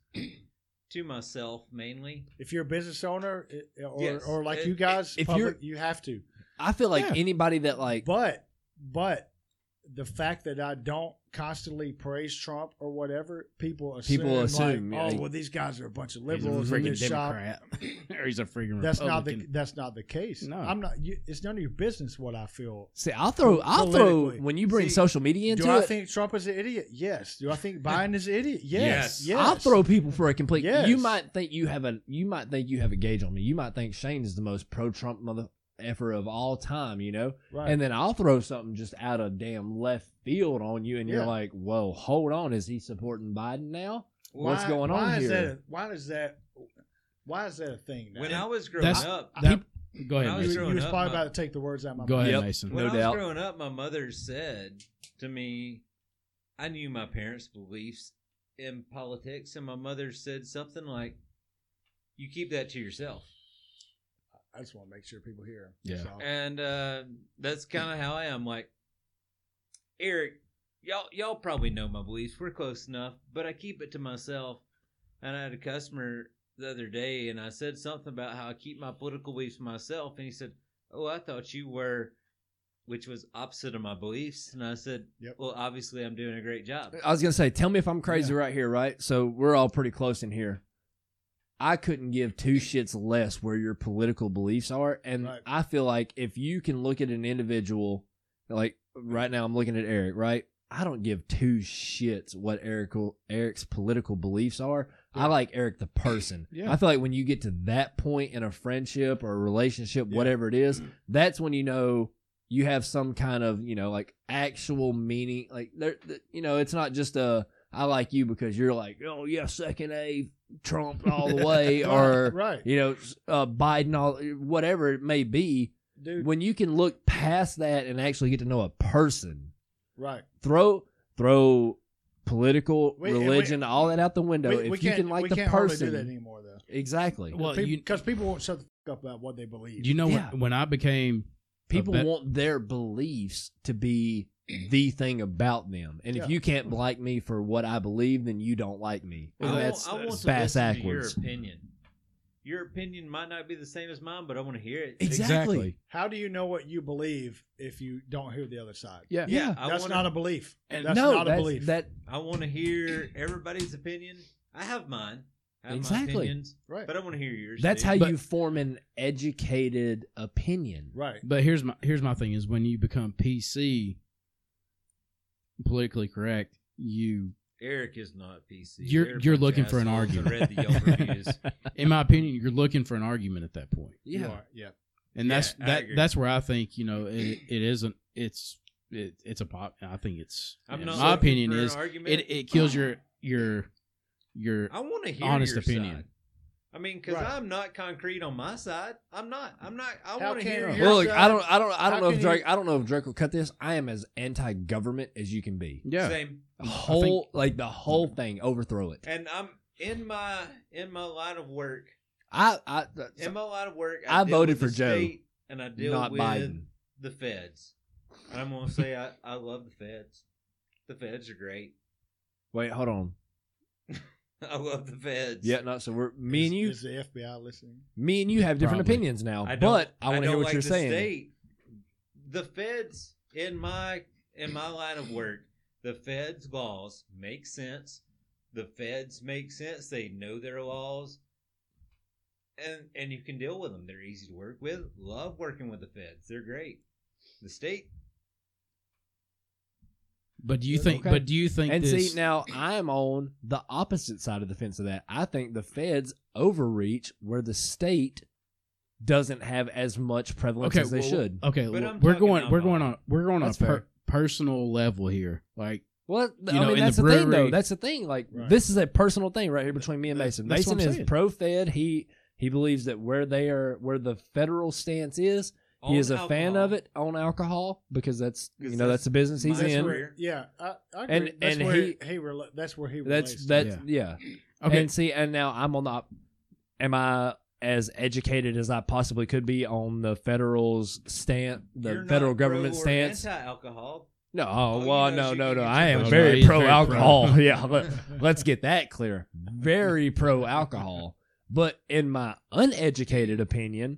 S3: to myself mainly.
S4: if you're a business owner i- or
S3: Yes.
S4: or like
S3: If-
S4: you guys,
S2: if
S4: public,
S2: you're-
S4: you have to.
S2: I feel like
S1: Yeah.
S2: anybody that like
S4: But but the fact that I don't constantly praise Trump or whatever, people assume,
S2: People assume,
S4: like,
S2: yeah.
S4: oh well, these guys are a bunch of
S1: He's a
S4: liberals. in
S1: freaking
S4: this shop.
S1: Democrat, or he's a freaking
S4: That's not the
S1: Republican.
S4: that's not the case.
S1: No.
S4: I'm not. You, it's none of your business what I feel.
S2: see I'll throw I'll throw
S4: Politically.
S2: when you bring
S4: See,
S2: social media into
S4: Do I
S2: it.
S4: think Trump is an idiot? Yes. Do I think Biden is an idiot? Yes.
S3: Yes.
S4: Yes.
S2: I'll throw people for a complete.
S4: Yes.
S2: You might think you have a you might think you have a gauge on me. You might think Shane is the most pro Trump mother effer of all time. You know,
S4: Right.
S2: and then I'll throw something just out of damn left field on you, and you're
S4: Yeah.
S2: like, "Whoa, hold on, is he supporting Biden now?" what's going on
S4: why Is
S2: here?
S4: that a, why is that? Why is that a thing? Now?
S3: When I was growing
S1: That's-
S3: up,
S1: That- Go
S3: I
S1: ahead,
S3: was
S4: you,
S1: Mason.
S4: you
S3: growing
S4: was
S3: up,
S4: probably
S3: my-
S4: about to take the words out of my
S1: Go
S4: mouth.
S1: ahead,
S2: Yep.
S1: Mason.
S3: when
S2: no
S3: I was
S2: doubt.
S3: growing up, my mother said to me, I knew my parents' beliefs in politics, and my mother said something like, "You keep that to yourself."
S4: I just want to make sure people hear.
S1: Yeah.
S4: So,
S3: And uh, that's kind of how I am. Like, Eric, y'all y'all probably know my beliefs. We're close enough, but I keep it to myself. And I had a customer the other day, and I said something about how I keep my political beliefs to myself, and he said, "Oh, I thought you were," which was opposite of my beliefs. And I said,
S4: Yep.
S3: "Well, obviously, I'm doing a great job."
S2: I was gonna say, tell me if I'm crazy right here, right? So we're all pretty close in here. I couldn't give two shits less where your political beliefs are, and
S4: Right.
S2: I feel like if you can look at an individual, like right now, I'm looking at Eric, right? I don't give two shits what Eric Eric's political beliefs are. I like Eric the person.
S1: Yeah.
S2: I feel like when you get to that point in a friendship or a relationship, whatever it is, that's when you know you have some kind of you know like actual meaning like there th- you know it's not just a i like you because you're like oh yeah second a trump all the way or
S4: right,
S2: you know s- uh, biden all whatever it may be
S4: dude.
S2: when you can look past that and actually get to know a person
S4: right.
S2: throw throw political
S4: We- and we-
S2: religion all that out the window
S4: we,
S2: if
S4: we
S2: you
S4: can't,
S2: can like
S4: we
S2: the
S4: can't hardly do that
S2: person
S4: anymore, though.
S2: exactly
S1: Well, you-
S4: because people won't shut the fuck up about what they believe.
S1: You know
S2: Yeah.
S1: when, when I became a
S2: people
S1: bet-
S2: want their beliefs to be the thing about them and
S4: Yeah.
S2: if you can't like me for what i believe then you don't like me
S3: I
S2: And
S3: want-
S2: that's
S3: I want to
S2: bass
S3: listen to
S2: backwards.
S3: your opinion. Your opinion might not be the same as mine, but I want to hear it.
S2: exactly,
S4: How do you know what you believe if you don't hear the other side?
S1: Yeah.
S2: yeah,
S3: I
S4: that's
S3: wanna,
S4: not a belief.
S1: And-
S4: that's
S2: no
S4: not a
S2: that's-
S4: belief.
S2: that
S3: I want to hear everybody's opinion. I have mine. I have
S2: Exactly.
S3: my opinions,
S4: right,
S3: but I want to hear yours.
S2: that's
S3: too.
S2: how
S1: But-
S2: you form an educated opinion
S4: right.
S1: But here's my here's my thing is when you become PC, politically correct, you
S3: Eric is not PC.
S1: You're-
S3: They're a
S1: you're
S3: bunch of
S1: looking for an
S3: assholes that
S1: argument.
S3: Read the Yelp reviews.
S1: in my opinion, you're looking for an argument at that point.
S4: You are, yeah.
S1: and that's
S3: Yeah, I
S1: that
S3: agree.
S1: that's where I think you know it, it isn't it's it, it's a pop. I think it's
S3: I'm
S1: in
S3: not
S1: my
S3: looking
S1: opinion
S3: for an
S1: is
S3: argument.
S1: it it kills your your your
S3: I want to hear
S1: honest
S3: your
S1: opinion.
S3: side. I mean, because
S4: Right.
S3: I'm not concrete on my side. I'm not. I'm not. I
S4: How
S3: want to
S4: can
S3: hear.
S4: you-
S3: your
S2: well, look,
S4: side-
S2: I don't, I don't, I don't
S4: uh, how
S2: know if
S4: can you-
S2: Drake, I don't know if Drake will cut this. I am as anti-government as you can be.
S1: yeah.
S3: Same.
S2: Whole, like the whole thing, overthrow it.
S3: And I'm in my in my line of work.
S2: I, I,
S3: In my line of work,
S2: I
S3: deal
S2: voted
S3: with the
S2: for Joe,
S3: state and I deal
S2: not
S3: with
S2: Biden.
S3: the feds. And I'm gonna say I, I love the feds. The feds are great.
S2: Wait, hold on.
S3: I love the feds.
S2: Yeah, no. So we're me and
S4: Is-
S2: you,
S4: is the FBI listening?
S2: me and you have different
S1: Probably.
S2: opinions now.
S3: I don't,
S2: but I want to
S3: don't
S2: hear what
S3: like
S2: you're
S3: the
S2: saying.
S3: State, the feds in my in my line of work, the feds laws make sense. The feds make sense. They know their laws, and and you can deal with them. They're easy to work with. Love working with the feds. They're great. The state,
S1: But do you think?
S2: Okay.
S1: But do you think?
S2: And
S1: this,
S2: see, now I am on the opposite side of the fence of that. I think the feds overreach where the state doesn't have as much prevalence as they
S1: well, uh,
S2: should.
S1: Okay,
S3: But
S1: well,
S3: I'm
S1: we're
S3: talking
S1: going we're
S3: about-
S1: going on we're on a
S2: That's
S1: per,
S2: fair.
S1: personal level here. Like
S2: Well,
S1: You
S2: I
S1: know, in
S2: mean,
S1: the
S2: that's the, thing, though.
S1: brewery-
S2: That's the thing. Like,
S4: Right.
S2: this is a personal thing right here between me and
S1: That-
S2: Mason.
S1: that's what
S2: Mason
S1: I'm
S2: is
S1: saying.
S2: pro-Fed. He he believes that where they are, where the federal stance is,
S3: on
S2: he is a fan
S3: alcohol.
S2: of it on alcohol because that's you
S3: Because
S2: know
S3: that's
S2: that's the business he's
S3: my
S2: in.
S3: career.
S4: Yeah, I, I agree.
S2: And-
S4: that's
S2: and
S4: where
S2: he-
S4: he rela- that's where he
S2: That's
S4: relates.
S2: that's yeah.
S1: okay,
S2: And see, and now I'm on the. op- Am I as educated as I possibly could be on the federal's stance, the
S3: You're not
S2: federal
S3: pro
S2: government
S3: or
S2: stance?
S3: Anti-alcohol.
S2: No,
S3: you
S2: oh, well,
S3: know
S2: no,
S3: she
S2: no,
S3: can
S2: no.
S3: get
S2: I
S3: your
S2: am
S1: vote.
S2: very
S1: She's very
S2: pro alcohol. yeah, let, let's get that clear. Very pro alcohol. But in my uneducated opinion,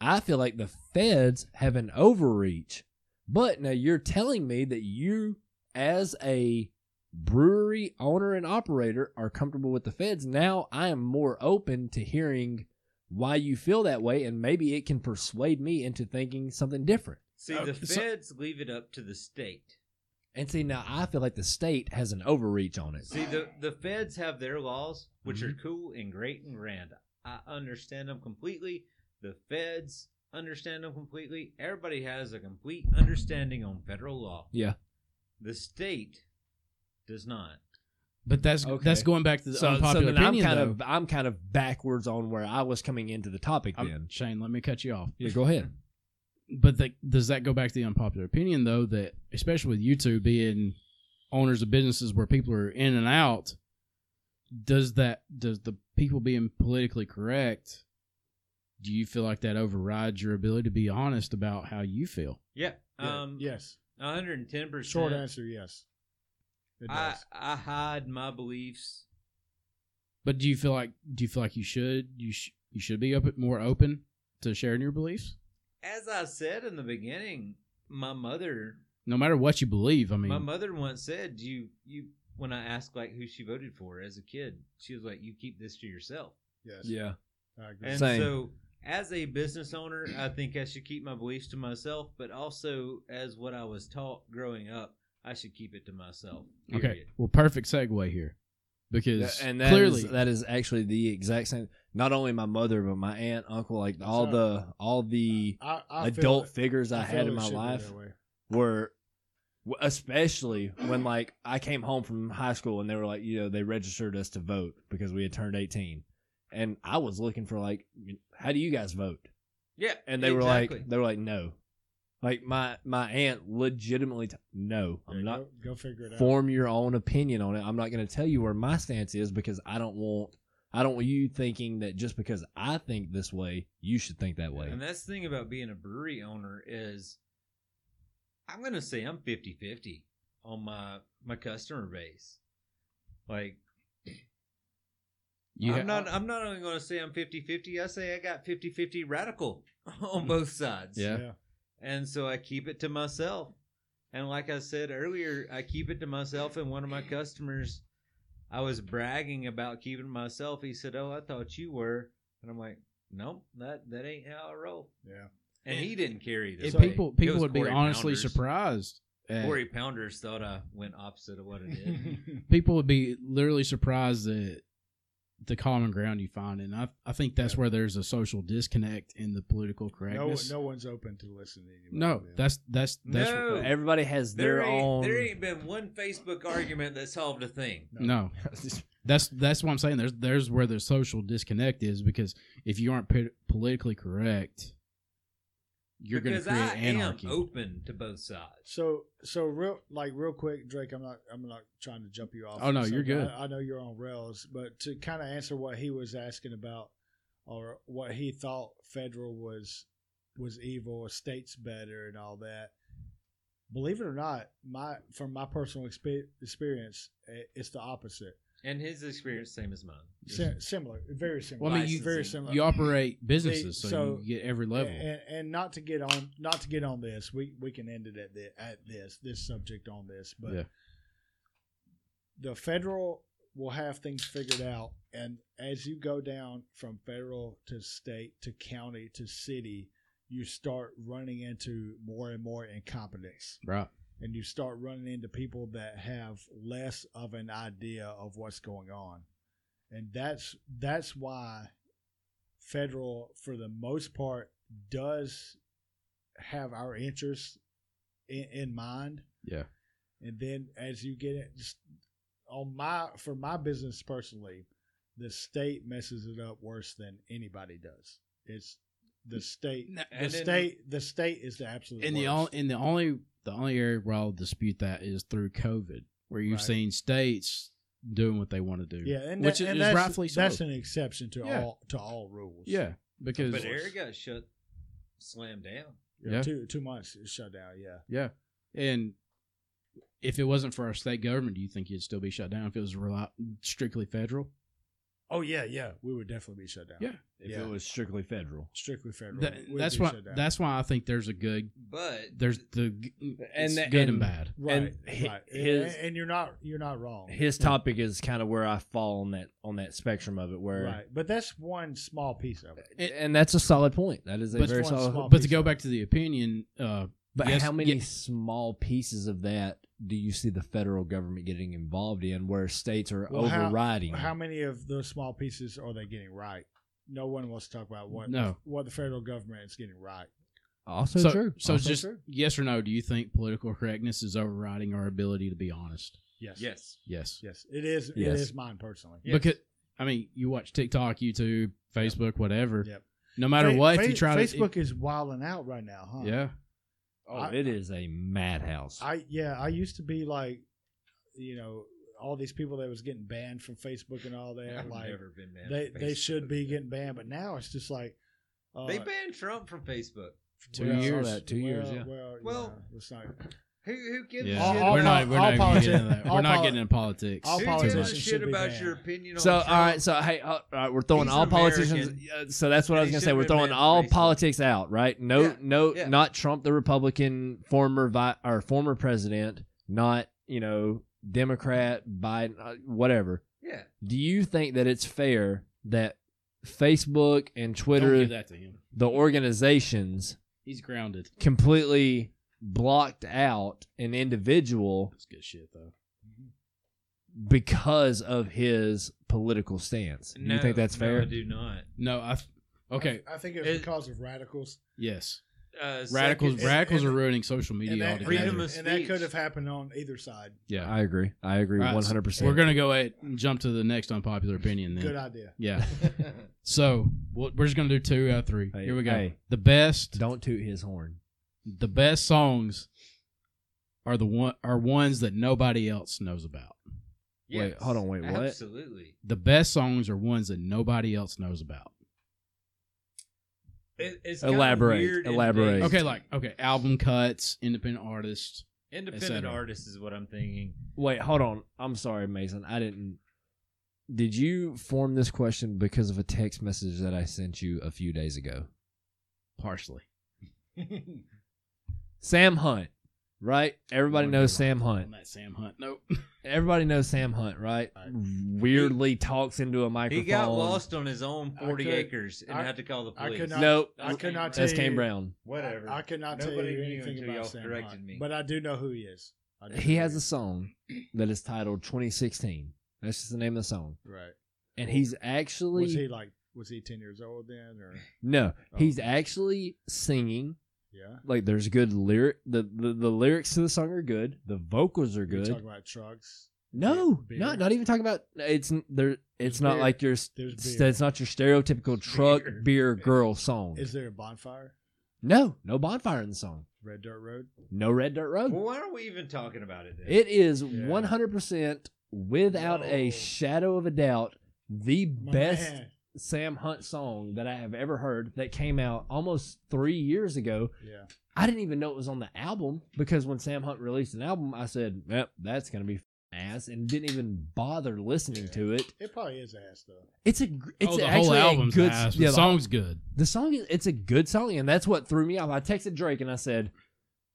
S2: I feel like the feds have an overreach. But now you're telling me that you, as a brewery owner and operator, are comfortable with the feds. Now I am more open to hearing why you feel that way, and maybe it can persuade me into thinking something different.
S3: See,
S1: Uh,
S3: the
S1: so-
S3: feds leave it up to the state.
S2: And see, now I feel like the state has an overreach on it.
S3: See, the the feds have their laws, which are cool and great and grand. I understand them completely. The feds understand them completely. Everybody has a complete understanding on federal law.
S2: Yeah.
S3: The state does not.
S1: but that's
S2: Okay.
S1: that's going back to the
S2: So, so
S1: unpopular
S2: then I'm
S1: opinion
S2: kind
S1: though.
S2: of I'm kind of backwards on where I was coming into the topic
S1: I'm-
S2: then.
S1: Shane, let me cut you off.
S2: Yeah, go ahead.
S1: But the, does that go back to the unpopular opinion though that especially with you two being owners of businesses where people are in and out, does that does the people being politically correct? Do you feel like that overrides your ability to be honest about how you feel?
S3: Yeah.
S4: Yeah,
S3: Um.
S4: yes.
S3: 110 percent.
S4: Short answer, yes. It
S3: I,
S4: does.
S3: I hide my beliefs.
S1: But do you feel like do you feel like you should you sh- you should be open more open to sharing your beliefs,
S3: As I said in the beginning, my mother
S1: no matter what you believe? I mean,
S3: my mother once said, "You you." When I asked like who she voted for as a kid, she was like, "You keep this to yourself."
S4: yes.
S2: Yeah.
S4: I agree.
S3: And
S2: Same.
S3: so, as a business owner, I think I should keep my beliefs to myself, but also as what I was taught growing up, I should keep it to myself.
S1: okay,
S3: period.
S1: well, perfect segue here because
S2: Yeah, and that is-
S1: clearly
S2: that is actually the exact same. Not only my mother, but my aunt, uncle, like
S4: That's
S2: all
S4: right.
S2: the all the
S4: I, I feel
S2: adult
S4: it-
S2: figures I,
S4: I
S2: had
S4: feel
S2: in
S4: it
S2: my
S4: should be
S2: life
S4: that way.
S2: were, w- especially when like I came home from high school and they were like, you know, they registered us to vote because we had turned eighteen, and I was looking for like, how do you guys vote?
S3: Yeah,
S2: And they were
S3: exactly.
S2: like, they were like, no, like my my aunt legitimately, t- no,
S4: Yeah,
S2: I'm not
S4: go, go figure it out.
S2: form your own opinion on it. I'm not going to tell you where my stance is because I don't want I don't want you thinking that just because I think this way, you should think that way.
S3: And that's the thing about being a brewery owner is I'm going to say I'm 50-50 on my my customer base. Like
S1: you ha-
S3: I'm not I'm not only going to say I'm 50-50, I say I got 50-50 radical on both sides.
S1: Mm. Yeah.
S3: And so I keep it to myself. And like I said earlier, I keep it to myself and one of my customers I was bragging about keeping it to myself. He said, "Oh, I thought you were." And I'm like, "Nope, that that ain't how I roll."
S4: Yeah.
S3: and he didn't carry this.
S1: and
S3: weight.
S1: people
S3: It
S1: people
S3: was
S1: would be
S3: Corey
S1: honestly
S3: Pounders.
S1: surprised. At,
S3: Corey Pounders thought I went opposite of what I did.
S1: people would be literally surprised at the common ground you find, and I I think that's where there's a social disconnect in the political
S4: No,
S1: correctness.
S4: no one's open to listening to anybody.
S1: No,
S4: yeah.
S1: that's that's that's
S3: No.
S2: Everybody has their
S3: there ain't
S2: own.
S3: there ain't been one Facebook argument that solved a thing.
S1: no. That's that's what I'm saying. There's there's where the social disconnect is because if you aren't po- politically correct, you're going to
S3: because
S1: create
S3: I
S1: anarchy.
S3: am open to both sides.
S4: So so real like real quick, Drake. I'm not I'm not trying to jump you off.
S1: Oh, no,
S4: So
S1: you're good.
S4: I, I know you're on rails, but to kind of answer what he was asking about, or what he thought federal was was evil, states better, and all that. Believe it or not, my from my personal expe- experience, i- it's the opposite.
S3: And his experience same as mine.
S4: Si- similar, very similar.
S1: Well, I mean, you-
S4: very
S3: Licensing.
S4: similar.
S1: you operate businesses, so,
S4: See, so-
S1: you get every level.
S4: And, and not to get on, not to get on this, we we can end it at this, at this this subject on this, but
S1: Yeah.
S4: the federal will have things figured out, and as you go down from federal to state to county to city, you start running into more and more incompetence
S1: right.
S4: and you start running into people that have less of an idea of what's going on and that's that's why federal for the most part does have our interests in, in mind
S1: Yeah.
S4: and then as you get it just on my for my business personally the state messes it up worse than anybody does it's the state the
S3: And in-
S4: state the state is the absolute
S1: And the
S4: worst.
S1: all Mm. in the only the only area where I'll dispute that is through COVID, where you've
S4: Right.
S1: seen states doing what they want to do.
S4: Yeah, and
S1: which
S4: that-
S1: is
S4: and that's,
S1: rightfully so.
S4: That's an exception to
S1: Yeah.
S4: all to all rules.
S1: yeah, because
S3: But Eric got shut slammed down.
S1: yeah.
S4: two two months is shut down. Yeah,
S1: And if it wasn't for our state government, do you think you'd still be shut down if it was reli- strictly federal?
S4: oh yeah, yeah, we would definitely be shut down.
S1: Yeah.
S2: if
S4: Yeah.
S2: it was strictly federal.
S4: strictly federal.
S1: That,
S4: we'd
S1: that's
S4: be
S1: why.
S4: shut down.
S1: That's why I think there's a good.
S3: But
S1: There's the and
S2: that-
S1: good and,
S2: and-
S1: bad.
S4: right.
S2: and hi-
S4: right.
S2: his-
S4: and, and you're not you're not wrong.
S2: His topic is kind of where I fall on that on that spectrum of it, where
S4: right, but that's one small piece of it.
S2: and that's a solid point. That is a
S1: But-
S2: very
S4: That's one
S2: solid.
S4: small-
S1: But to
S4: piece
S1: go
S4: of
S1: back
S4: it.
S1: to the opinion, uh,
S2: But
S1: Yes,
S2: how many
S1: yeah.
S2: small pieces of that do you see the federal government getting involved in, where states are
S4: Well, how-
S2: overriding?
S4: How many of those small pieces are they getting right? No one wants to talk about what
S1: No.
S4: what the federal government is getting right.
S2: also
S1: so
S2: true.
S1: so
S2: Also
S1: just
S2: true.
S1: yes or no? Do you think political correctness is overriding our ability to be honest?
S4: Yes,
S3: yes.
S1: Yes.
S4: yes, it is.
S2: Yes.
S4: It is mine personally.
S3: Yes.
S1: Because I mean, you watch TikTok, YouTube, Facebook, whatever.
S4: Yep.
S1: No matter
S4: Fa-
S1: what,
S4: fa-
S1: if you try
S4: Facebook uh,
S1: to,
S4: is wilding out right now, huh?
S1: yeah,
S2: Oh,
S4: I-
S2: it is a madhouse.
S4: I yeah, I used to be like, you know, all these people that was getting banned from Facebook and all that.
S3: I've
S4: like
S3: never been banned
S4: they
S3: from
S4: they should be
S3: Facebook.
S4: getting banned, but now it's just like uh,
S3: They banned Trump from Facebook.
S1: two
S4: well,
S1: years.
S2: that. two years,
S4: well,
S2: yeah.
S4: Well,
S3: Well-
S4: yeah, it's like
S3: Who who gives
S1: Yeah.
S3: a shit?
S4: All-
S1: we're
S4: all
S1: not we're not
S4: pol- all
S1: even getting into that.
S4: all
S1: We're not
S4: poli-
S1: getting into politics.
S4: all
S1: too
S3: who
S1: much.
S3: gives
S4: politics
S3: a
S4: should
S3: shit
S4: be
S3: about
S4: banned.
S3: your opinion on
S2: So
S3: Trump?
S2: all right, so hey, uh, all all right, we're throwing
S3: He's
S2: all politicians.
S3: American.
S2: Uh, so that's what I
S3: And
S2: was
S3: he
S2: gonna say.
S3: should've
S2: We're
S3: been
S2: throwing
S3: ran
S2: all
S3: based on-
S2: politics out, right? No,
S3: Yeah,
S2: no,
S3: yeah.
S2: not Trump, the Republican former vi- or former president, not you know Democrat Biden, uh, whatever.
S3: Yeah.
S2: Do you think that it's fair that Facebook and
S1: Don't give
S2: Twitter,
S1: that to him.
S2: the organizations,
S1: He's grounded.
S2: completely blocked out an individual
S1: That's good shit though.
S2: because of his political stance? Do
S3: No,
S2: you think that's
S3: no,
S2: fair?
S3: I do not.
S1: No, I. Okay.
S4: I, I think it's
S3: It-
S4: because of radicals.
S1: Yes.
S3: Uh,
S1: Radicals.
S3: second-
S1: radicals
S4: and-
S1: are ruining social
S4: And
S1: media
S4: that,
S1: altogether.
S3: freedom of
S4: and that
S3: speech.
S4: could have happened on either side.
S1: yeah.
S2: I agree. I agree
S1: All right,
S2: one hundred
S1: We're
S2: percent.
S1: gonna go ahead and jump to the next unpopular opinion then.
S4: Good idea.
S1: Yeah. So we'll- we're just gonna do two out of three.
S2: Hey,
S1: Here we go.
S2: hey.
S1: The best,
S2: Don't toot his horn.
S1: the best songs are the one are ones that nobody else knows about.
S2: Wait, hold on, wait, what?
S3: Absolutely.
S1: The best songs are ones that nobody else knows about.
S3: It, it's kinda
S2: Elaborate,
S3: weird and
S2: elaborate.
S3: vague.
S1: Okay, like okay, album cuts, independent artists.
S3: independent
S1: cetera.
S3: artists is what I'm thinking.
S2: Wait, hold on. I'm sorry, Mason. I didn't. Did you form this question because of a text message that I sent you a few days ago?
S1: Partially,
S2: Sam Hunt, right? Everybody
S1: Wonder
S2: knows
S1: why
S2: Sam
S1: I'm
S2: Hunt.
S1: on That Sam Hunt. Nope.
S2: Everybody knows Sam Hunt, right? Weirdly talks into a microphone.
S3: He got lost on his own
S4: I
S3: 40
S4: could-
S3: acres and
S4: I-
S3: had to call the
S4: I
S3: police.
S4: could not-
S2: Nope.
S4: I could not tell
S2: That's
S4: you.
S2: Kane Brown.
S3: Whatever.
S4: I, I could not tell
S3: Nobody
S4: you
S3: knew
S4: anything
S3: until
S4: about
S3: y'all
S4: Sam
S3: corrected
S4: Hunt,
S3: me.
S4: but I do know who he is. I do
S2: He
S4: know
S2: has
S4: who
S2: a song that is titled 2016. That's just the name of the song.
S4: he is. right.
S2: And he's actually
S4: Was he like? Was he ten years old then, or
S2: no,
S4: Oh.
S2: he's actually singing
S4: yeah?
S2: like there's good lyric the, the the lyrics to the song are good the vocals are
S4: You
S2: good
S4: talking about trucks?
S2: no
S4: Beer.
S2: not not even talking about it's n- there it's
S4: There's
S2: not
S4: beer.
S2: like your s-
S4: There's
S2: s-
S4: beer.
S2: it's not your stereotypical truck beer
S4: Beer.
S2: girl song
S4: Is there a bonfire?
S2: no no bonfire in the song
S4: Red Dirt Road.
S2: no red dirt road
S3: Well, why are we even talking about it then?
S2: it is
S4: Yeah.
S2: 100% without
S3: No.
S2: a shadow of a doubt the
S4: My
S2: best
S4: man.
S2: Sam Hunt song that I have ever heard that came out almost 3 years ago
S4: Yeah.
S2: I didn't even know it was on the album because when Sam Hunt released an album, I said, "Yep, that's gonna be f- ass," and didn't even bother listening
S4: Yeah.
S2: to it.
S4: It probably is ass though.
S2: It's a, gr- it's
S1: oh, the
S2: actually
S1: whole
S2: a
S1: album's
S2: good,
S1: ass, but
S2: yeah,
S1: the
S2: the-
S1: song's good.
S2: The song is, it's a good song, and that's what threw me off. I texted Drake and I said,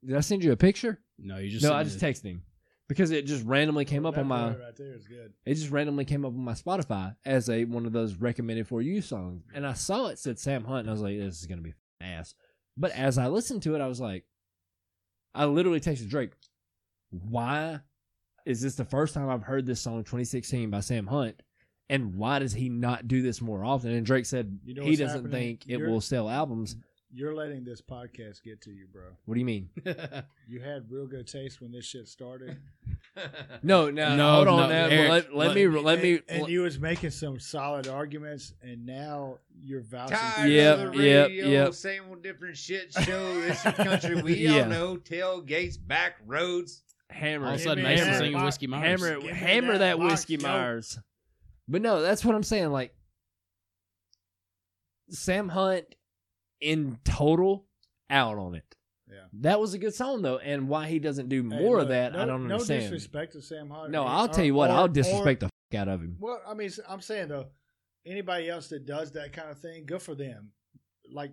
S2: "Did I send you a picture?"
S1: No, you just
S2: no, I just texted him because it just randomly came up
S4: That
S2: on my,
S4: boy right there is good.
S2: it just randomly came up on my Spotify as a one of those recommended for you songs, and I saw it said Sam Hunt, and I was like, "This is gonna be f- ass." But as I listened to it, I was like, I literally texted Drake, why is this the first time I've heard this song 2016 by Sam Hunt? And why does he not do this more often? And Drake said
S4: You know
S2: he
S4: what's
S2: doesn't
S4: happening?
S2: think it
S4: You're-
S2: will sell albums.
S4: You're letting this podcast get to you, bro.
S2: What do you mean?
S4: You had real good taste when this shit started.
S2: No, no,
S1: No,
S2: hold
S1: no,
S2: on. now,
S1: Eric,
S2: let, let
S1: let-
S2: me, let
S4: and,
S2: me.
S4: And you was making some solid arguments, and now you're vouching.
S3: Tired
S2: Yep,
S3: of the
S2: yep,
S3: radio,
S2: yep.
S3: same old different shit show. This is country we
S2: Yeah.
S3: all know. Tailgates, back roads.
S2: hammer,
S1: all of a
S2: it.
S1: sudden
S4: Give me
S1: Mason
S4: that
S1: singing
S4: box.
S1: Whiskey Myers.
S2: hammer, it-
S4: Give me
S2: hammer that,
S4: that box,
S2: whiskey
S4: yo.
S2: Myers. But no, that's what I'm saying. Like Sam Hunt in total out on it.
S4: Yeah.
S2: That was a good song though, and why he doesn't do
S4: Hey,
S2: more of
S4: look,
S2: that,
S4: no,
S2: I don't
S4: no
S2: understand.
S4: No disrespect to Sam Hodge.
S2: No, I'll tell you what, I'll disrespect the f- out of him.
S4: Well, I mean, I'm saying though, anybody else that does that kind of thing, good for them. Like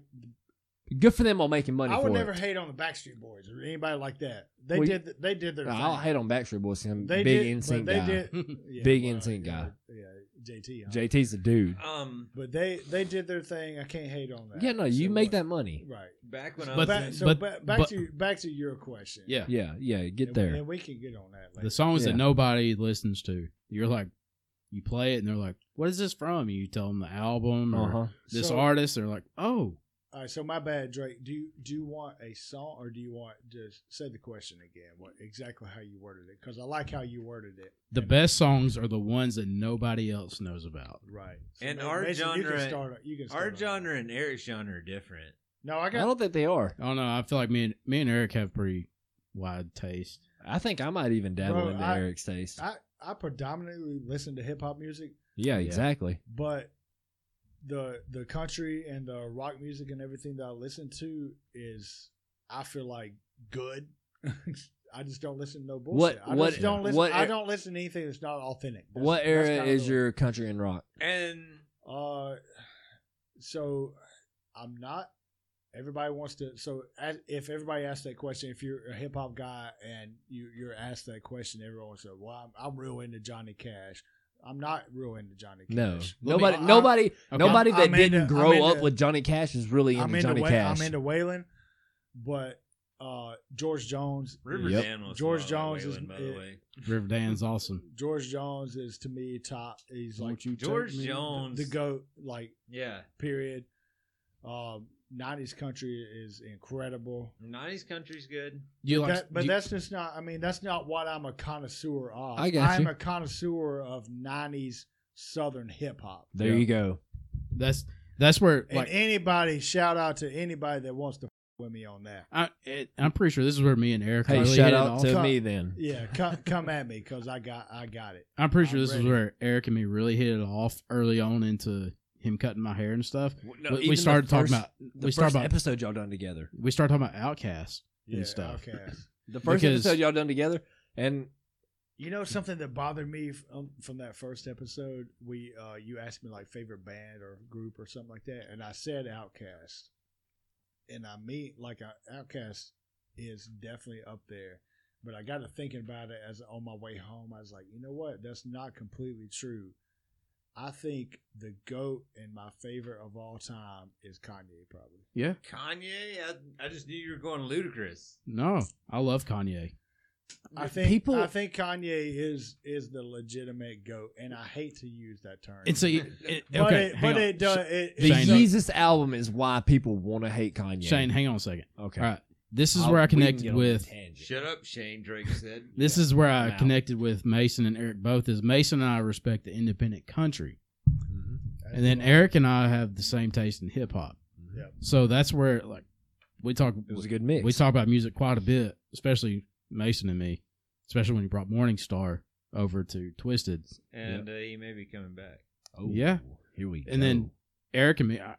S2: Good for them on making money
S4: I
S2: for
S4: would never
S2: it.
S4: hate on the Backstreet Boys or anybody like that. They
S2: Well,
S4: did. They did their.
S2: No, I'll
S4: thing.
S2: hate on Backstreet Boys. I'm a
S4: They
S2: big
S4: did-
S2: NSYNC
S4: but they
S2: guy.
S4: did- yeah,
S2: Big
S4: well,
S2: NSYNC
S4: yeah,
S2: guy.
S4: Yeah, JT. huh?
S2: JT's the dude.
S3: Um,
S4: But they they did their thing. I can't hate on that.
S2: Yeah, no, you
S4: So
S2: make
S4: what?
S2: that money.
S4: right.
S3: back when I
S1: But-
S3: was
S4: back, so
S1: but-
S4: ba- back
S1: but-
S4: to back to your question.
S1: yeah.
S2: Yeah, yeah, get
S4: And-
S2: there.
S4: and we can get on that. Later.
S1: the songs
S2: Yeah.
S1: that nobody listens to. You're like, you play it, and they're like, "What is this from?" You tell them the album or
S2: Uh huh.
S1: this
S4: So-
S1: artist. They're like, "Oh,
S4: All right, so my bad, Drake. Do you, do you want a song or do you want just say the question again? What exactly how you worded it? Because I like how you worded it.
S1: the
S4: And-
S1: best songs are the ones that nobody else knows about."
S4: right?
S3: And
S4: Ma-
S3: our
S4: you can
S3: genre-
S4: start. You can start
S3: our
S4: on
S3: genre and Eric's genre are different.
S4: that. No, I
S2: I
S4: got.
S2: don't think they are.
S1: I don't know. I feel like me and me and Eric have pretty wide taste.
S2: I think I might even dabble
S4: Bro,
S2: into
S4: I-
S2: Eric's taste.
S4: I I predominantly listen to hip hop music,
S2: yeah,
S1: Yeah.
S2: exactly.
S4: but the the country and the rock music and everything that I listen to is I feel like good. I just don't listen to no
S10: What-
S4: bullshit. I
S10: what-
S4: just don't listen.
S10: what
S4: I
S10: er-
S4: don't listen to anything that's not authentic. That's-
S10: what
S4: that's
S10: era
S4: kinda
S10: is
S4: the-
S10: your country and rock?
S3: And
S4: Uh, so I'm not. Everybody wants to. So as, if everybody asks that question, if you're a hip hop guy and you you're asked that question, everyone says, "Well, I'm, I'm real into Johnny Cash." I'm not real into Johnny Cash.
S10: No,
S1: Let me-
S10: nobody,
S4: I-
S10: nobody, nobody
S4: I'm-
S10: that
S4: I'm
S10: didn't
S4: into-
S10: grow
S4: I'm
S10: up
S4: into-
S10: with Johnny Cash is really into,
S4: I'm into
S10: Johnny
S4: Wa-
S10: Cash.
S4: I'm into Waylon, but uh, George Jones.
S3: Riverdale was
S4: George
S3: a lot
S4: Jones
S3: like
S4: is-
S3: Waylon, by the
S4: it-
S3: way.
S1: River Dan's awesome.
S4: George Jones is to me top. He's like
S1: Won't you take
S3: George
S1: me?
S3: Jones.
S4: the goat. Like
S3: yeah,
S4: period. Um, 90s country is incredible.
S3: nineties country's good.
S1: Do you like?
S4: That- but
S1: do you-
S4: that's just not. I mean, that's not what I'm a connoisseur of.
S10: I got
S4: I'm
S10: you.
S4: a connoisseur of '90s Southern hip hop.
S10: there
S1: Yeah.
S10: you go.
S1: that's that's where
S4: And
S1: like
S4: anybody, shout out to anybody that wants to f- with me on that.
S1: I, it, I'm pretty sure this is where me and Eric.
S10: Hey,
S1: really
S10: shout
S1: hit it
S10: out
S1: off.
S10: to
S4: Come-
S10: me then.
S4: Yeah, come, come at me because I got I got it.
S1: I'm pretty sure
S4: I'm
S1: this is
S4: ready.
S1: where Eric and me really hit it off early on into him cutting my hair and stuff.
S10: No,
S1: we,
S10: even the
S1: we started talking
S10: first-
S1: about
S10: the
S1: we started
S10: first
S1: about
S10: episode y'all done together.
S1: we started talking about Outcast. And
S4: Yeah,
S1: stuff.
S4: okay.
S10: The first
S1: Because-
S10: episode y'all done together, and
S4: You know something that bothered me f- um, from that first episode? We uh, you asked me like favorite band or group or something like that, and I said Outcast, and I mean like Outcast is definitely up there. But I got to thinking about it as on my way home. I was like, you know what? That's not completely true. I think the goat and my favorite of all time is Kanye, probably.
S1: Yeah,
S3: Kanye, I, I just knew you were going ludicrous.
S1: no, I love Kanye.
S4: I think
S10: people-
S4: I think Kanye is is the legitimate goat, and I hate to use that term.
S1: And so, you, it,
S4: But
S1: okay,
S4: it,
S1: hang
S4: but
S1: on.
S4: it does. It,
S10: the
S1: Shane,
S10: Yeezus album is why people want to hate Kanye.
S1: Sh- Shane, hang on a second.
S10: okay,
S1: All right, this is
S10: I'll-
S1: where
S10: we
S1: I
S10: can
S1: connected
S10: get on a
S1: with.
S10: tangent.
S3: Shut up, Shane Drake said.
S1: This is where I
S10: I'm out.
S1: connected with Mason and Eric both. Is Mason and I respect the independent country,
S10: Mm-hmm.
S1: and then Eric and I have the same taste in hip hop.
S4: Yeah.
S1: So that's where like we talk.
S10: It was a good mix.
S1: We talk about music quite a bit, especially Mason and me, especially when you brought Morning Star over to Twisted.
S3: and uh, he may be coming back.
S10: Oh,
S1: Yeah.
S10: here we go.
S1: And then Eric and me, I,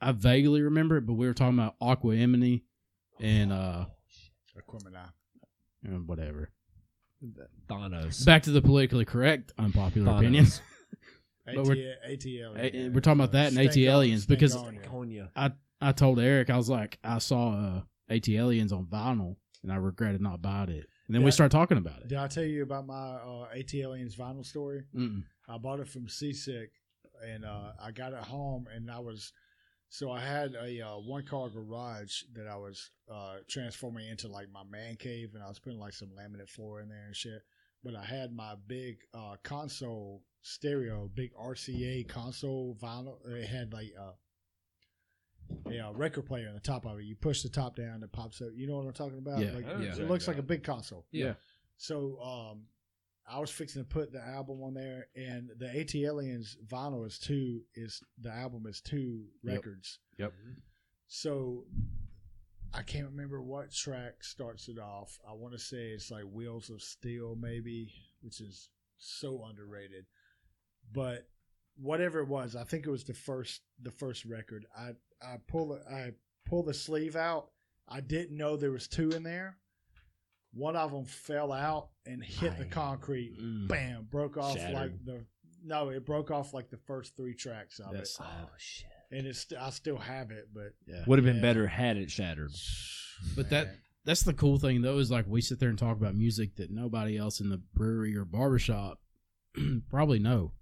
S1: I vaguely remember it, but we were talking about Aqua Emini and uh
S4: Aquemini.
S1: and whatever.
S10: Thanos.
S1: Back to the politically correct, unpopular
S10: Thanos.
S1: opinion.
S4: ATL,
S1: But we're-
S4: ATL,
S1: A- we're talking about that and AT aliens because-
S10: Konya.
S1: I told Eric, I was like, I saw uh, AT Aliens on vinyl, and I regretted not buying it. And then
S4: Yeah.
S1: we started talking about it.
S4: Did I tell you about my uh, AT aliens vinyl story?
S1: Mm-mm.
S4: I bought it from Seasick, and uh, I got it home, and I was so I had a uh, one car garage that I was uh, transforming into like my man cave, and I was putting like some laminate floor in there and shit. But I had my big uh, console stereo, big RCA console vinyl. It had like a, a uh, record player on the top of it. You push the top down, it pops up. You know what I'm talking about?
S1: Yeah.
S4: Like,
S3: I know
S1: Yeah.
S3: what you're
S4: it looks like
S3: talking
S4: a big console.
S1: Yeah.
S4: So um, I was fixing to put the album on there, and the AT Aliens vinyl is two is the album is two
S1: Yep.
S4: records.
S1: Yep.
S4: So I can't remember what track starts it off. I want to say it's like Wheels of Steel, maybe, which is so underrated. But whatever it was, I think it was the first the first record. I I pull it I pull the sleeve out. I didn't know there was two in there. One of them fell out and hit the
S10: Bang.
S4: concrete.
S1: Mm.
S4: Bam! Broke off
S10: Shattered.
S4: like the no, it broke off like the first three tracks of
S1: That's sad.
S10: Oh shit.
S4: it, and it's st- I still have it, but
S1: Yeah.
S10: Would have been
S4: Yeah.
S10: better had it shattered.
S1: But that- That's the cool thing, though, is like we sit there and talk about music that nobody else in the brewery or barbershop probably know.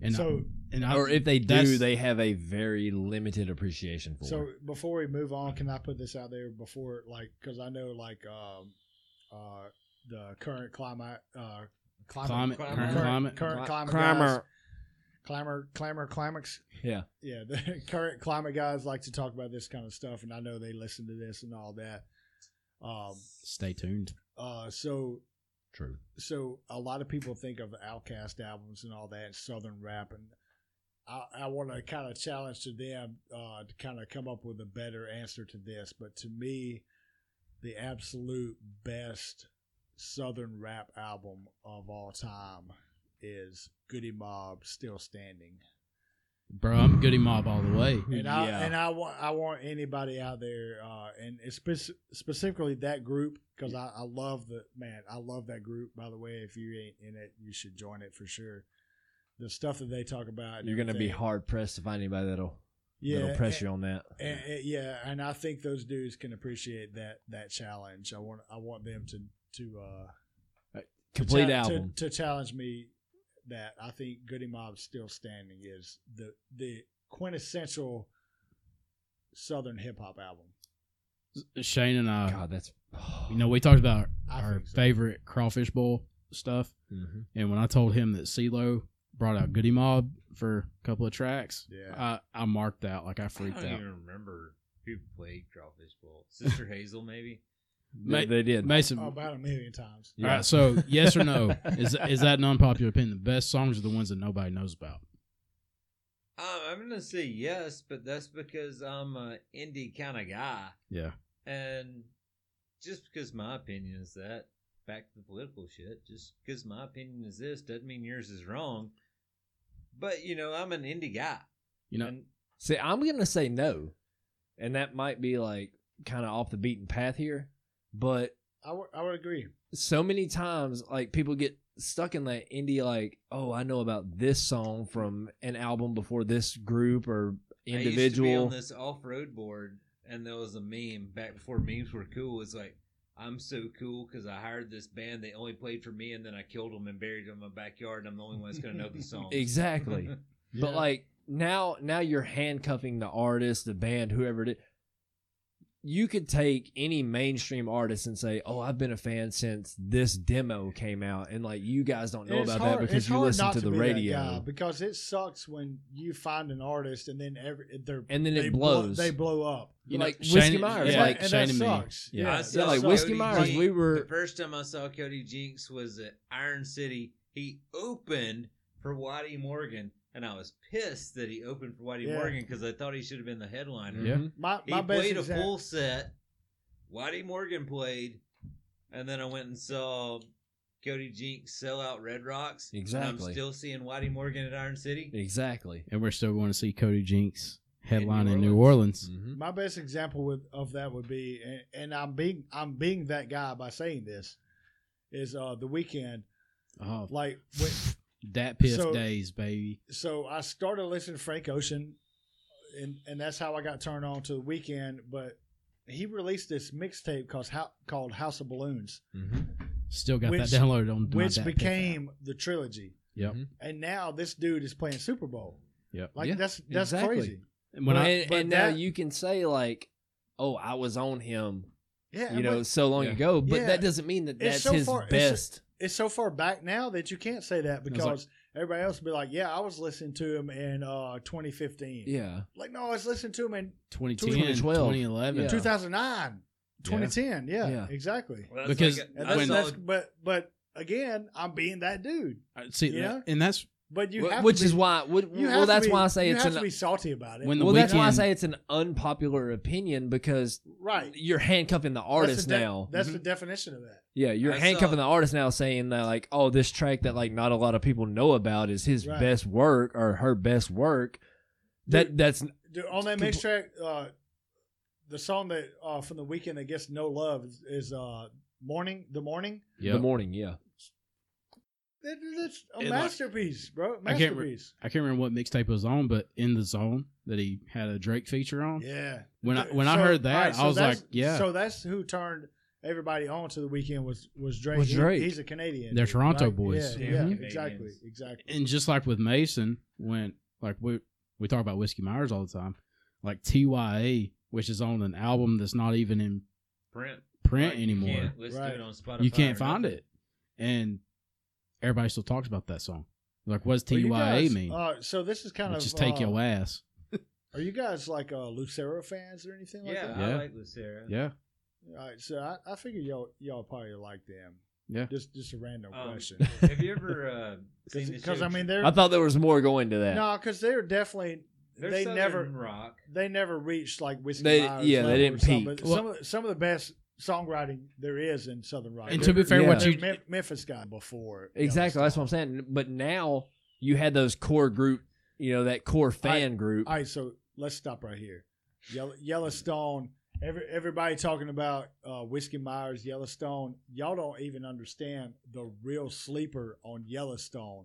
S1: And I,
S4: so
S1: and I,
S10: or if they do,
S1: that's-
S10: they have a very limited appreciation for.
S4: so
S10: it.
S4: before we move on, can I put this out there before like because I know like um uh the current climate uh
S1: climate, current
S4: current,
S1: climate,
S4: current climate guys,
S10: Climber.
S4: clamor clamor climax
S10: Yeah.
S4: yeah the current climate guys like to talk about this kind of stuff and i know they listen to this and all that um
S1: stay tuned.
S4: uh so
S10: True.
S4: so a lot of people think of the outcast albums and all that and southern rap and i, I want to kind of challenge to them uh, to kind of come up with a better answer to this but to me the absolute best southern rap album of all time is goody mob still standing
S1: Bro, I'm Goody Mob all the way.
S4: And I
S11: Yeah.
S4: and I want I want anybody out there, uh, and spec- specifically that group because I, I love the man. I love that group. By the way, if you ain't in it, you should join it for sure. The stuff that they talk about, and
S2: You're going to be
S4: everything.
S2: hard pressed to find anybody that'll
S4: Yeah,
S2: that'll press you on that.
S4: and, and- yeah, and I think those dudes can appreciate that that challenge. I want I want them to to uh,
S2: Complete
S4: to,
S2: album.
S4: to, to challenge me that I think Goody Mob still standing is the the quintessential Southern hip hop album.
S1: Shane and I,
S2: God, that's
S1: you know, we talked about
S4: I
S1: our
S4: think so.
S1: favorite crawfish bowl stuff. And when I told him that CeeLo brought out Goody Mob for a couple of tracks,
S4: Yeah.
S1: I, I marked out. Like, I freaked
S3: I don't
S1: out.
S3: even remember who played Crawfish Bowl. Sister Hazel, maybe.
S1: Ma-
S2: they did.
S1: Mason.
S4: Oh, about a million times.
S1: All right, so yes or no? Is is that an unpopular opinion? The best songs are the ones that nobody knows about.
S3: Um, I'm gonna say yes, but that's because I'm an indie kind of guy,
S1: Yeah.
S3: and just because my opinion is that, back to the political shit. Just because my opinion is this doesn't mean yours is wrong. But you know, I'm an indie guy.
S1: You know,
S3: And
S2: See, I'm gonna say no, and that might be like kind of off the beaten path here, but
S4: I would I would agree.
S2: so many times like people get stuck in that indie like, oh, I know about this song from an album before this group or
S3: I used to be
S2: individual.
S3: on this off-road board, and there was a meme back before memes were cool. It's like I'm so cool because I hired this band. They only played for me, and then I killed them and buried them in my backyard. And I'm the only one that's gonna know the song.
S2: Exactly. But like now, now you're handcuffing the artist, the band, whoever it is. You could take any mainstream artist and say, "Oh, I've been a fan since this demo came out," and like you guys don't know
S4: It's
S2: about
S4: hard-
S2: that
S4: it's
S2: because you
S4: hard
S2: listen
S4: not
S2: to, the
S4: be that
S2: radio.
S4: guy because it sucks when you find an artist and then every they're
S2: and then
S4: they
S2: it
S4: blow-
S2: blows.
S4: they blow up.
S1: you know,
S2: like
S1: Shane-
S2: Whiskey Myers,
S1: yeah,
S4: and
S2: like-
S4: that, and
S1: Shane
S4: that
S1: and me.
S4: sucks.
S1: Yeah.
S4: Yeah,
S3: I
S4: that
S3: saw
S2: like
S4: sucks.
S2: Whiskey
S3: Cody
S2: Myers,
S3: Jinks-
S2: we
S3: The
S2: were
S3: first time I saw Cody Jinks was at Iron City. He opened for Waddy Morgan, and I was pissed that he opened for Waddy
S4: Yeah.
S3: Morgan because I thought he should have been the headliner.
S1: Yeah.
S2: Mm-hmm.
S4: My
S3: He
S4: my best
S3: played a
S4: example-
S3: full set. Waddy Morgan played, and then I went and saw Cody Jinks sell out Red Rocks. and I'm
S2: Exactly.
S3: still seeing Waddy Morgan at Iron City.
S2: exactly.
S1: and we're still going to see Cody Jinks headline
S3: In
S1: in
S3: New
S1: New Orleans.
S4: My best example with, of that would be, and, and I'm being I'm being that guy by saying this, is uh the weekend.
S3: Mm.
S1: Oh,
S4: Like, when,
S1: that piff
S4: So-
S1: days, baby.
S4: so I started listening to Frank Ocean, and and that's how I got turned on to the weekend. But he released this mixtape called How- called House of Balloons,
S1: Still got
S4: Which-
S1: that downloaded on my
S4: which
S1: Dat Piff app.
S4: became the trilogy.
S1: Yep.
S4: And now this dude is playing Super Bowl.
S1: Yep.
S4: Like
S2: Yeah,
S4: that's that's
S2: exactly.
S4: crazy.
S1: And when I
S2: and
S4: but
S2: and now
S4: that-
S2: you can say like, "Oh, I was on him,"
S4: Yeah,
S2: you know,
S4: but
S2: so long
S1: Yeah.
S2: ago. But
S4: Yeah.
S2: that doesn't mean that that's
S4: so
S2: his
S4: far- it's
S2: best.
S4: it's so far back now that you can't say that
S1: like-
S4: because everybody else will be like, "Yeah, I was listening to him in uh, 2015."
S2: yeah,
S4: Like, no, I was listening to him in
S1: 2010,
S2: 2012.
S1: 2011.
S2: Yeah.
S4: 2009, 2010. Yeah,
S2: Yeah.
S4: exactly.
S3: Well, that's
S1: Because
S3: like a-
S4: And
S3: I
S4: that's,
S1: when-
S3: saw
S4: that's but but again, I'm being that dude.
S1: Uh, See,
S4: Yeah.
S1: that- and that's
S4: But you
S2: Wh-
S4: have
S2: which
S4: to be,
S2: is why. Would,
S4: you have
S2: well,
S4: to
S2: that's
S4: be-
S2: why I say
S4: you
S2: it's
S4: have
S2: an
S4: to be salty about it.
S1: when the
S2: well, that's why I
S1: Weeknd-
S2: say it's an unpopular opinion because
S4: right
S2: you're handcuffing the
S4: That's the
S2: artist Mm-hmm.
S4: de-
S2: now.
S4: That's the definition of that.
S2: yeah, you're
S3: I saw-
S2: handcuffing the artist now, saying that like, oh, this track that like not a lot of people know about is his
S4: Right.
S2: best work or her best work. That that's
S4: Dude, on that mix track, uh, the song that uh, from the weekend that gets no love is, is uh, "Morning." The morning.
S1: yeah.
S2: the morning. Yeah,
S4: That, that's a
S1: It, like-
S4: masterpiece, bro.
S1: I can't re-
S4: Masterpiece.
S1: I can't remember what mixtape it was on, but in the zone that he had a Drake feature on.
S4: yeah.
S1: When I
S4: Th-
S1: when I
S4: so-
S1: heard
S4: all
S1: that,
S4: right, so
S1: I was like,
S4: that's-
S1: yeah,
S4: So that's who turned everybody on to the weekend was was Drake.
S2: Was
S4: He-
S2: Drake.
S4: he's a Canadian.
S1: They're
S4: dude,
S1: Toronto
S4: right?
S1: boys.
S4: Yeah,
S3: Yeah,
S4: yeah,
S3: Canadians.
S4: exactly, exactly.
S1: and just like with Mason, when like we we talk about Whiskey Myers all the time, like TYA, which is on an album that's not even in
S3: Brent
S1: print
S3: Like, you
S1: anymore.
S3: can't listen to
S4: Right.
S3: it on Spotify
S1: you
S3: or
S1: can't find
S3: nothing.
S1: it, and everybody still talks about that song. Like, what does
S4: Well,
S1: TYA
S4: you guys,
S1: mean?
S4: Uh, so this is kind
S1: Like,
S4: of
S1: just take
S4: uh,
S1: your ass.
S4: Are you guys like uh, Lucero fans or anything like
S3: Yeah,
S4: that?
S1: Yeah.
S3: I like Lucera.
S1: Yeah,
S4: All right, so I, I figure y'all y'all probably like them.
S1: Yeah.
S4: Just just a random
S3: Um,
S4: question.
S3: Have you ever uh, seen the
S4: Because
S3: show
S4: I mean they're
S2: I thought there was more going to that.
S4: no, because they're definitely
S3: They're
S4: they
S3: Southern
S4: never-
S3: rock.
S4: they never reached like whiskey.
S2: They-
S4: Myers
S2: yeah, they
S4: level or
S2: didn't
S4: something,
S2: peak.
S4: but some of the, some of the best songwriting there is in Southern rock.
S1: and to be fair,
S2: Yeah.
S1: what
S4: They're
S1: you
S4: Mem- Memphis guy before
S2: Exactly. That's what I'm saying. But now you had those core group
S10: you know that core fan group.
S4: All right, so let's stop right here. Yellow, Yellowstone. Every, everybody talking about uh, Whiskey Myers, Yellowstone. Y'all don't even understand the real sleeper on Yellowstone,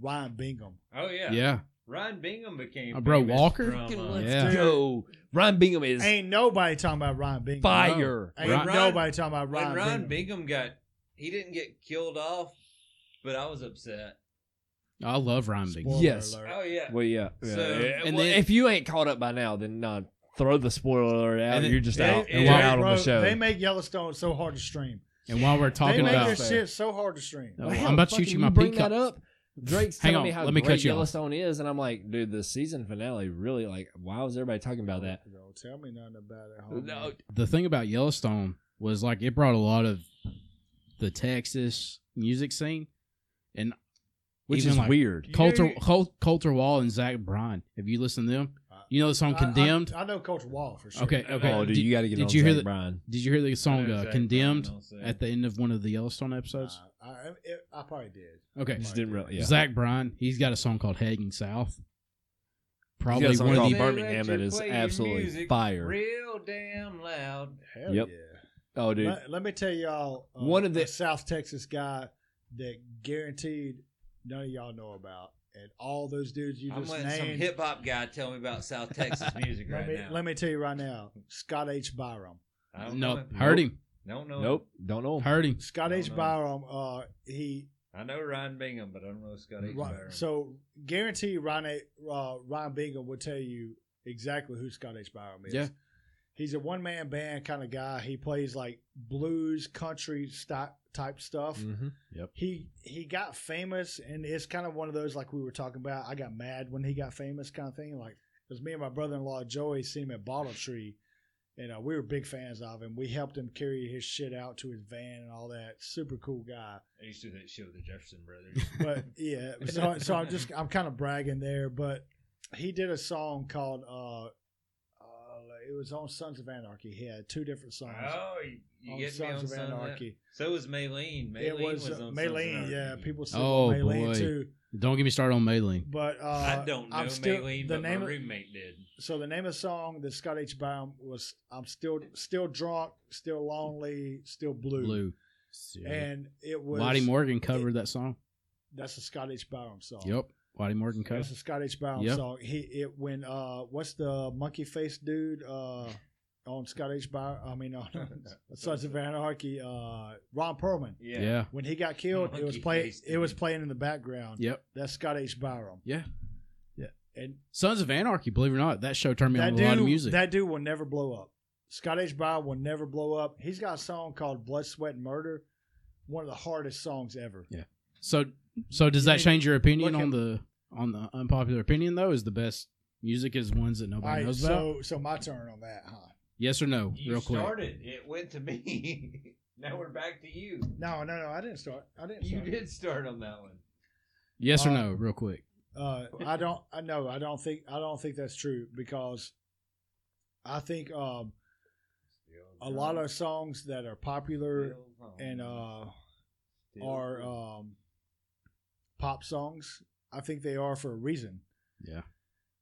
S4: Ryan Bingham.
S3: Oh yeah.
S1: Yeah.
S3: Ryan Bingham became
S1: Uh, bro,
S3: famous
S1: Walker?
S3: from,
S12: Freaking
S3: uh,
S12: Let's
S1: Yeah.
S10: Yo, Ryan Bingham is
S4: Ain't nobody talking about Ryan Bingham.
S10: fire.
S4: Ain't
S1: Ryan-
S4: nobody talking about
S3: when
S4: Ryan,
S3: Ryan
S4: Bingham.
S3: Bingham got he didn't get killed off, but I was upset.
S1: I love Ryan Big.
S4: Spoiler
S10: Yes.
S4: alert.
S3: Oh yeah.
S10: Well, yeah.
S3: So-
S10: Yeah.
S1: and
S10: Well,
S1: then-
S10: if you ain't caught up by now, then nah, throw the spoiler alert out.
S1: And then-
S10: you're just
S1: and-
S10: out.
S1: and
S10: You're
S1: while-
S10: out on
S4: Bro,
S10: the show.
S4: They make Yellowstone so hard to stream.
S1: And while we're talking
S4: they make
S1: about
S4: their shit so hard to stream.
S1: No, I'm about to shoot
S10: fucking
S1: you my
S10: bring
S1: peacock.
S10: that up. Drake's
S1: Hang
S10: telling
S1: on,
S10: me how
S1: let me
S10: great
S1: cut you off.
S10: Yellowstone is, and I'm like, dude, the season finale really like, why was everybody talking about that?
S4: Don't tell me nothing about it. homie.
S10: No,
S1: the thing about Yellowstone was like it brought a lot of the Texas music scene, and
S10: which
S1: even
S10: is
S1: like
S10: weird.
S1: Coulter
S4: You-
S10: um,
S1: Col- Coulter Wall and Zach Bryan. Have you listened to them?
S4: Uh,
S1: You know the song
S4: I-
S1: "Condemned."
S4: I, I know Coach Wall for sure.
S1: okay, okay.
S10: Oh, dude,
S1: did,
S10: you got to get
S1: did
S10: on
S1: you hear
S10: Zach
S1: the-
S10: Bryan.
S1: did you hear the
S3: I know
S1: song uh,
S3: exactly
S1: "Condemned"
S3: what I'm saying.
S1: at the end of one of the Yellowstone episodes?
S4: Nah, I, it, I probably did.
S1: okay,
S4: Probably
S10: Just didn't really. Yeah.
S1: Zach Bryan. He's got a song called "Heading South." Probably
S10: He's got a song
S1: one of
S10: called
S1: the.
S3: Say that
S10: Birmingham
S3: you
S10: that is
S3: play your
S10: absolutely
S3: music
S10: fire.
S3: Real damn loud.
S4: Hell
S10: Yep.
S4: yeah.
S10: Oh, dude.
S4: Let, let me tell y'all uh,
S10: One of the-
S4: a South Texas guy that guaranteed none of y'all know about, and all those dudes you
S3: I'm
S4: just
S3: letting some
S4: named.
S3: hip hop guy tell me about South Texas music
S4: let
S3: right
S4: me
S3: now.
S4: let me tell you right now, Scott H. Byram.
S3: I don't know.
S1: No,
S3: him.
S1: heard him.
S3: Don't know. him.
S10: Nope. Don't know. him.
S1: Heard him.
S4: Scott
S3: Don't
S4: H.
S3: know.
S4: Byram. Uh, he
S3: I know Ryan Bingham, but I don't know Scott H.
S4: Ri-
S3: Byron.
S4: So, guarantee Ryan A- uh, Ryan Bingham will tell you exactly who Scott H. Byram is.
S1: Yeah.
S4: He's a one man band kind of guy. He plays like blues, country sti- type stuff.
S2: Mm-hmm.
S10: Mhm.
S4: He he got famous, and it's kind of one of those like we were talking about. I got mad when he got famous, kind of thing. Like because me and my brother in law Joey seen him at Bottle Tree, and uh, we were big fans of him. We helped him carry his shit out to his van and all that. Super cool guy
S3: I used to do that show with the Jefferson Brothers.
S4: but yeah, so, so I'm just I'm kind of bragging there, but he did a song called uh, uh it was on Sons of Anarchy. He had two different songs
S3: oh, you, you
S4: on
S3: get me on
S4: Sons of
S3: some of that?
S4: Anarchy.
S3: So was Maylene. Maylene
S4: it was,
S3: was
S4: uh,
S3: on
S4: Maylene,
S3: Sons of
S4: yeah,
S3: Anarchy.
S4: people said
S1: Oh,
S4: Maylene
S1: boy.
S4: too,
S1: Don't get me started on Maylene.
S4: but uh,
S3: I don't know
S4: I'm still,
S3: Maylene,
S4: the
S3: but
S4: name
S3: my
S4: of,
S3: roommate did.
S4: so the name of the song that Scott H. Baum was I'm still still drunk, still lonely, still blue,
S1: Blue.
S4: and it was
S1: Lottie Morgan covered that song.
S4: That's a Scott H. Baum song.
S1: Yep. Lottie Morgan covered.
S4: That's a Scott H. Baum
S1: Yep.
S4: song. He it when uh what's the monkey face dude uh on Scott H. Baum I mean on Sons of Anarchy, uh Ron Perlman.
S1: Yeah.
S4: When he got killed, it was
S3: Monkey
S4: playing
S3: face
S4: it was
S3: dude.
S4: playing in the background.
S1: Yep.
S4: That's Scott H. Byram.
S1: Yeah.
S4: Yeah. And
S1: Sons of Anarchy, believe it or not, that show turned me on
S4: that
S1: to a lot of
S4: dude
S1: music.
S4: that dude will never blow up. Scott H. Byram will never blow up. He's got a song called Blood, Sweat, and Murder, one of the hardest songs ever.
S1: so so does
S4: You
S1: that
S4: need
S1: change your opinion
S4: look
S1: on
S4: at-
S1: the on the unpopular opinion though? Is the best music is ones that
S4: All
S1: nobody
S4: right,
S1: knows about?
S4: so so my turn on that, huh?
S1: Yes or no?
S3: You
S1: real quick.
S3: started. It went to me. now we're back to you.
S4: No, no, no, I didn't start. I didn't
S3: You
S4: start.
S3: did start on that one.
S1: Yes or
S4: Uh,
S1: no, real quick.
S4: Uh, I don't. I know. I don't think. I don't think that's true because I think um, a lot of songs that are popular and uh, are um, pop songs. I think they are for a reason.
S1: Yeah.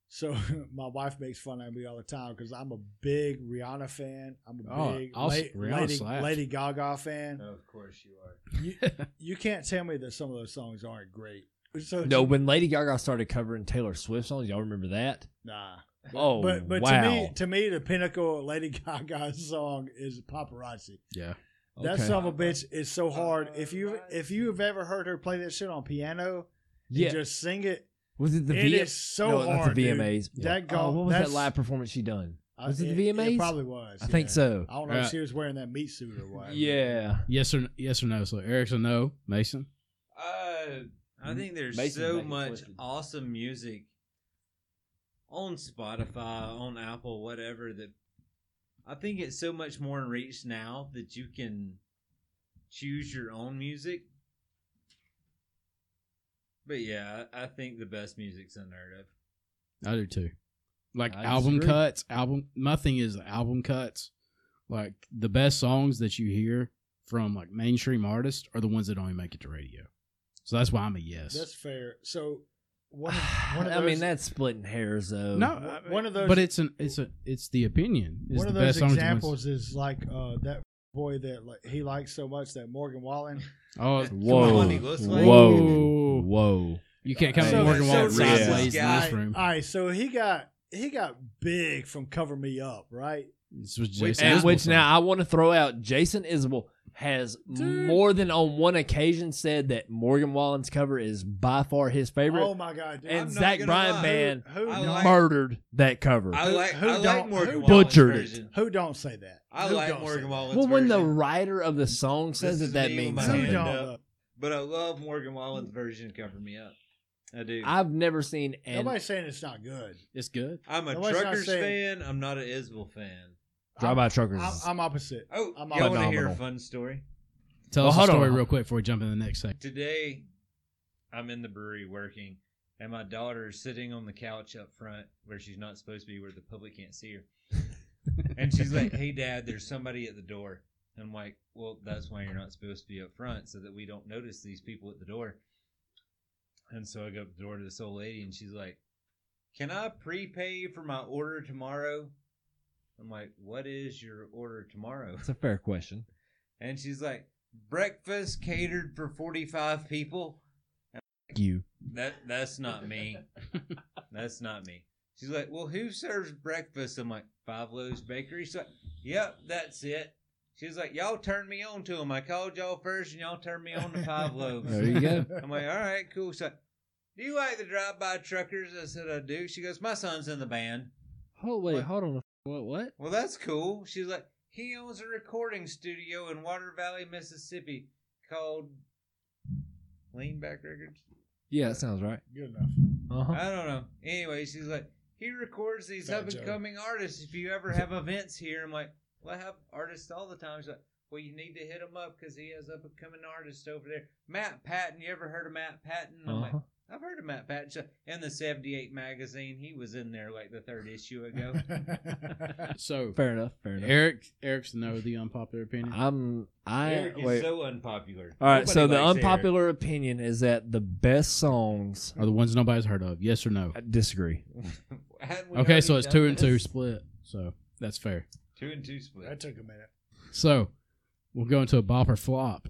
S4: So my wife makes fun of me all the time because I'm a big Rihanna fan. I'm a
S1: Oh,
S4: big
S1: I'll s-
S4: la-
S1: Rihanna
S4: Lady,
S1: slaps.
S4: Lady Gaga fan.
S3: of course you are.
S4: You, you can't tell me that some of those songs aren't great. So
S10: No, when Lady Gaga started covering Taylor Swift songs, y'all remember that?
S4: nah.
S10: Oh,
S4: but but
S10: wow.
S4: to me, to me, the pinnacle of Lady Gaga's song is "Paparazzi."
S1: Yeah.
S4: That
S10: Okay.
S4: son of a bitch is so hard. If you if you have ever heard her play that shit on piano, and
S10: yeah,
S4: just sing it.
S10: was it the
S4: it
S10: V-
S4: is so
S10: no,
S4: hard.
S10: not the
S4: dude.
S10: VMAs.
S4: That go-
S10: oh, what was that
S4: that's-
S10: live performance she done?
S4: I-
S10: Was it the
S4: It,
S10: VMAs?
S4: probably was.
S10: I think
S4: yeah.
S10: so. Uh,
S4: I don't know if
S1: Right.
S4: she was wearing that meat suit or what.
S10: Yeah.
S1: Yes or yes or no. So Eric's a no. Mason.
S3: Uh, I think there's
S10: Mason
S3: so
S10: back and
S3: much
S10: forth.
S3: awesome music on Spotify, on Apple, whatever that I think it's so much more in reach now that you can choose your own music. But yeah, I I think the best music's unheard of.
S1: I do too. Like
S10: I
S1: album
S10: disagree.
S1: cuts, album. My thing is album cuts. Like the best songs that you hear from like mainstream artists are the ones that only make it to radio. So that's why I'm a yes.
S4: that's fair. So one of, one of
S2: I
S4: those,
S2: mean, that's splitting hairs, though.
S1: No,
S4: w-
S1: I-
S4: one of those-
S1: But it's an it's a it's the opinion. It's
S4: one of
S1: the
S4: those
S1: best argument.
S4: examples is like uh, that boy that like, he likes so much that Morgan Wallen.
S1: Oh,
S3: Whoa. Money looks like-
S1: Whoa.
S13: Whoa.
S1: you can't count
S4: So-
S1: Morgan
S4: so
S1: Wallen
S4: this
S1: sideways in
S4: guy- Uh,
S1: this room.
S4: All right, so he got he got big from Cover Me Up, right?
S1: this was
S2: Which,
S1: Jason
S2: and
S1: Isbell
S2: which
S1: said.
S2: now I want to throw out Jason Isbell has more than on one occasion said that Morgan Wallen's cover is by far his favorite.
S4: Oh my god, dude.
S2: and
S4: I'm
S3: not
S2: Zach
S3: gonna
S2: Bryan
S3: lie.
S2: Band
S4: who,
S3: I
S4: don't-
S3: like-
S2: murdered that cover.
S3: I
S4: Who-
S3: like
S4: who
S3: I like
S4: don't-
S3: Morgan
S4: who
S3: Wallen's
S2: butchered it?
S3: version.
S4: who don't say that?
S3: I
S4: Who
S3: like
S4: don't say
S3: Morgan
S4: that?
S3: Wallen's
S2: well, when the
S3: version,
S2: writer of the song says
S3: This
S2: it,
S3: is
S2: that
S3: me with
S2: means
S3: my
S4: Who
S2: something.
S3: hand
S4: don't?
S3: up. but I love Morgan Wallen's version. Cover me up. I do.
S2: I've never seen an
S4: Nobody's saying it's not good.
S1: it's good.
S3: I'm a
S4: Nobody's not
S3: Truckers
S4: saying-
S3: fan. I'm not an Isbel fan.
S13: Drive-by truckers.
S4: I'm, I'm opposite.
S3: Oh,
S4: I'm
S3: y'all want to hear
S13: phenomenal.
S3: a fun story?
S1: Tell
S13: Well,
S1: us a
S13: hold on.
S1: story real quick before we jump into the next section.
S3: Today, I'm in the brewery working, and my daughter is sitting on the couch up front where she's not supposed to be, where the public can't see her. and she's like, "Hey, Dad, there's somebody at the door." And I'm like, "Well, that's why you're not supposed to be up front, so that we don't notice these people at the door." And so I go up the door to this old lady, and she's like, "Can I prepay for my order tomorrow?" I'm like, "What is your order tomorrow?"
S13: It's a fair question.
S3: And she's like, breakfast catered for 45 people.
S13: You.
S3: That that's not me. that's not me. She's like, well, who serves breakfast? I'm like, Five Loaves Bakery. She's like, yep, that's it. She's like, y'all turned me on to them. I called y'all first, and y'all turned me on to Five Loaves.
S13: There you go.
S3: I'm like, all right, cool. She's like, do you like the drive-by truckers? I said, I do. She goes, my son's in the band.
S2: Oh wait,
S3: What?
S2: hold on. What? What?
S3: Well, that's cool. She's like, he owns a recording studio in Water Valley, Mississippi called Leanback Records.
S2: Yeah, that sounds right.
S4: Good enough.
S2: Uh-huh.
S3: I don't know. Anyway, she's like, he records these
S4: Bad
S3: up and
S4: joke.
S3: coming artists. If you ever have events here, I'm like, well, I have artists all the time. She's like, well, you need to hit him up because he has up and coming artists over there. Matt Patton, you ever heard of Matt Patton? I'm like,
S2: Uh-huh.
S3: I've heard of Matt Patton. She's like, in the 78 magazine, he was in there like the third issue ago.
S1: So
S2: Fair enough. Fair enough.
S1: Eric Eric's no the unpopular opinion.
S2: I'm. I
S3: Eric is
S2: wait.
S3: so unpopular.
S2: All right.
S3: Nobody
S2: so the
S3: likes Eric.
S2: unpopular opinion is that the best songs.
S1: Are the ones nobody's heard of? Yes or no?
S2: I disagree.
S3: Hadn't we
S1: Okay,
S3: already
S1: so it's
S3: done
S1: two and
S3: this?
S1: two split. So that's fair.
S3: Two and two
S4: that
S3: split.
S4: took a minute.
S1: So we'll go into a bop or flop.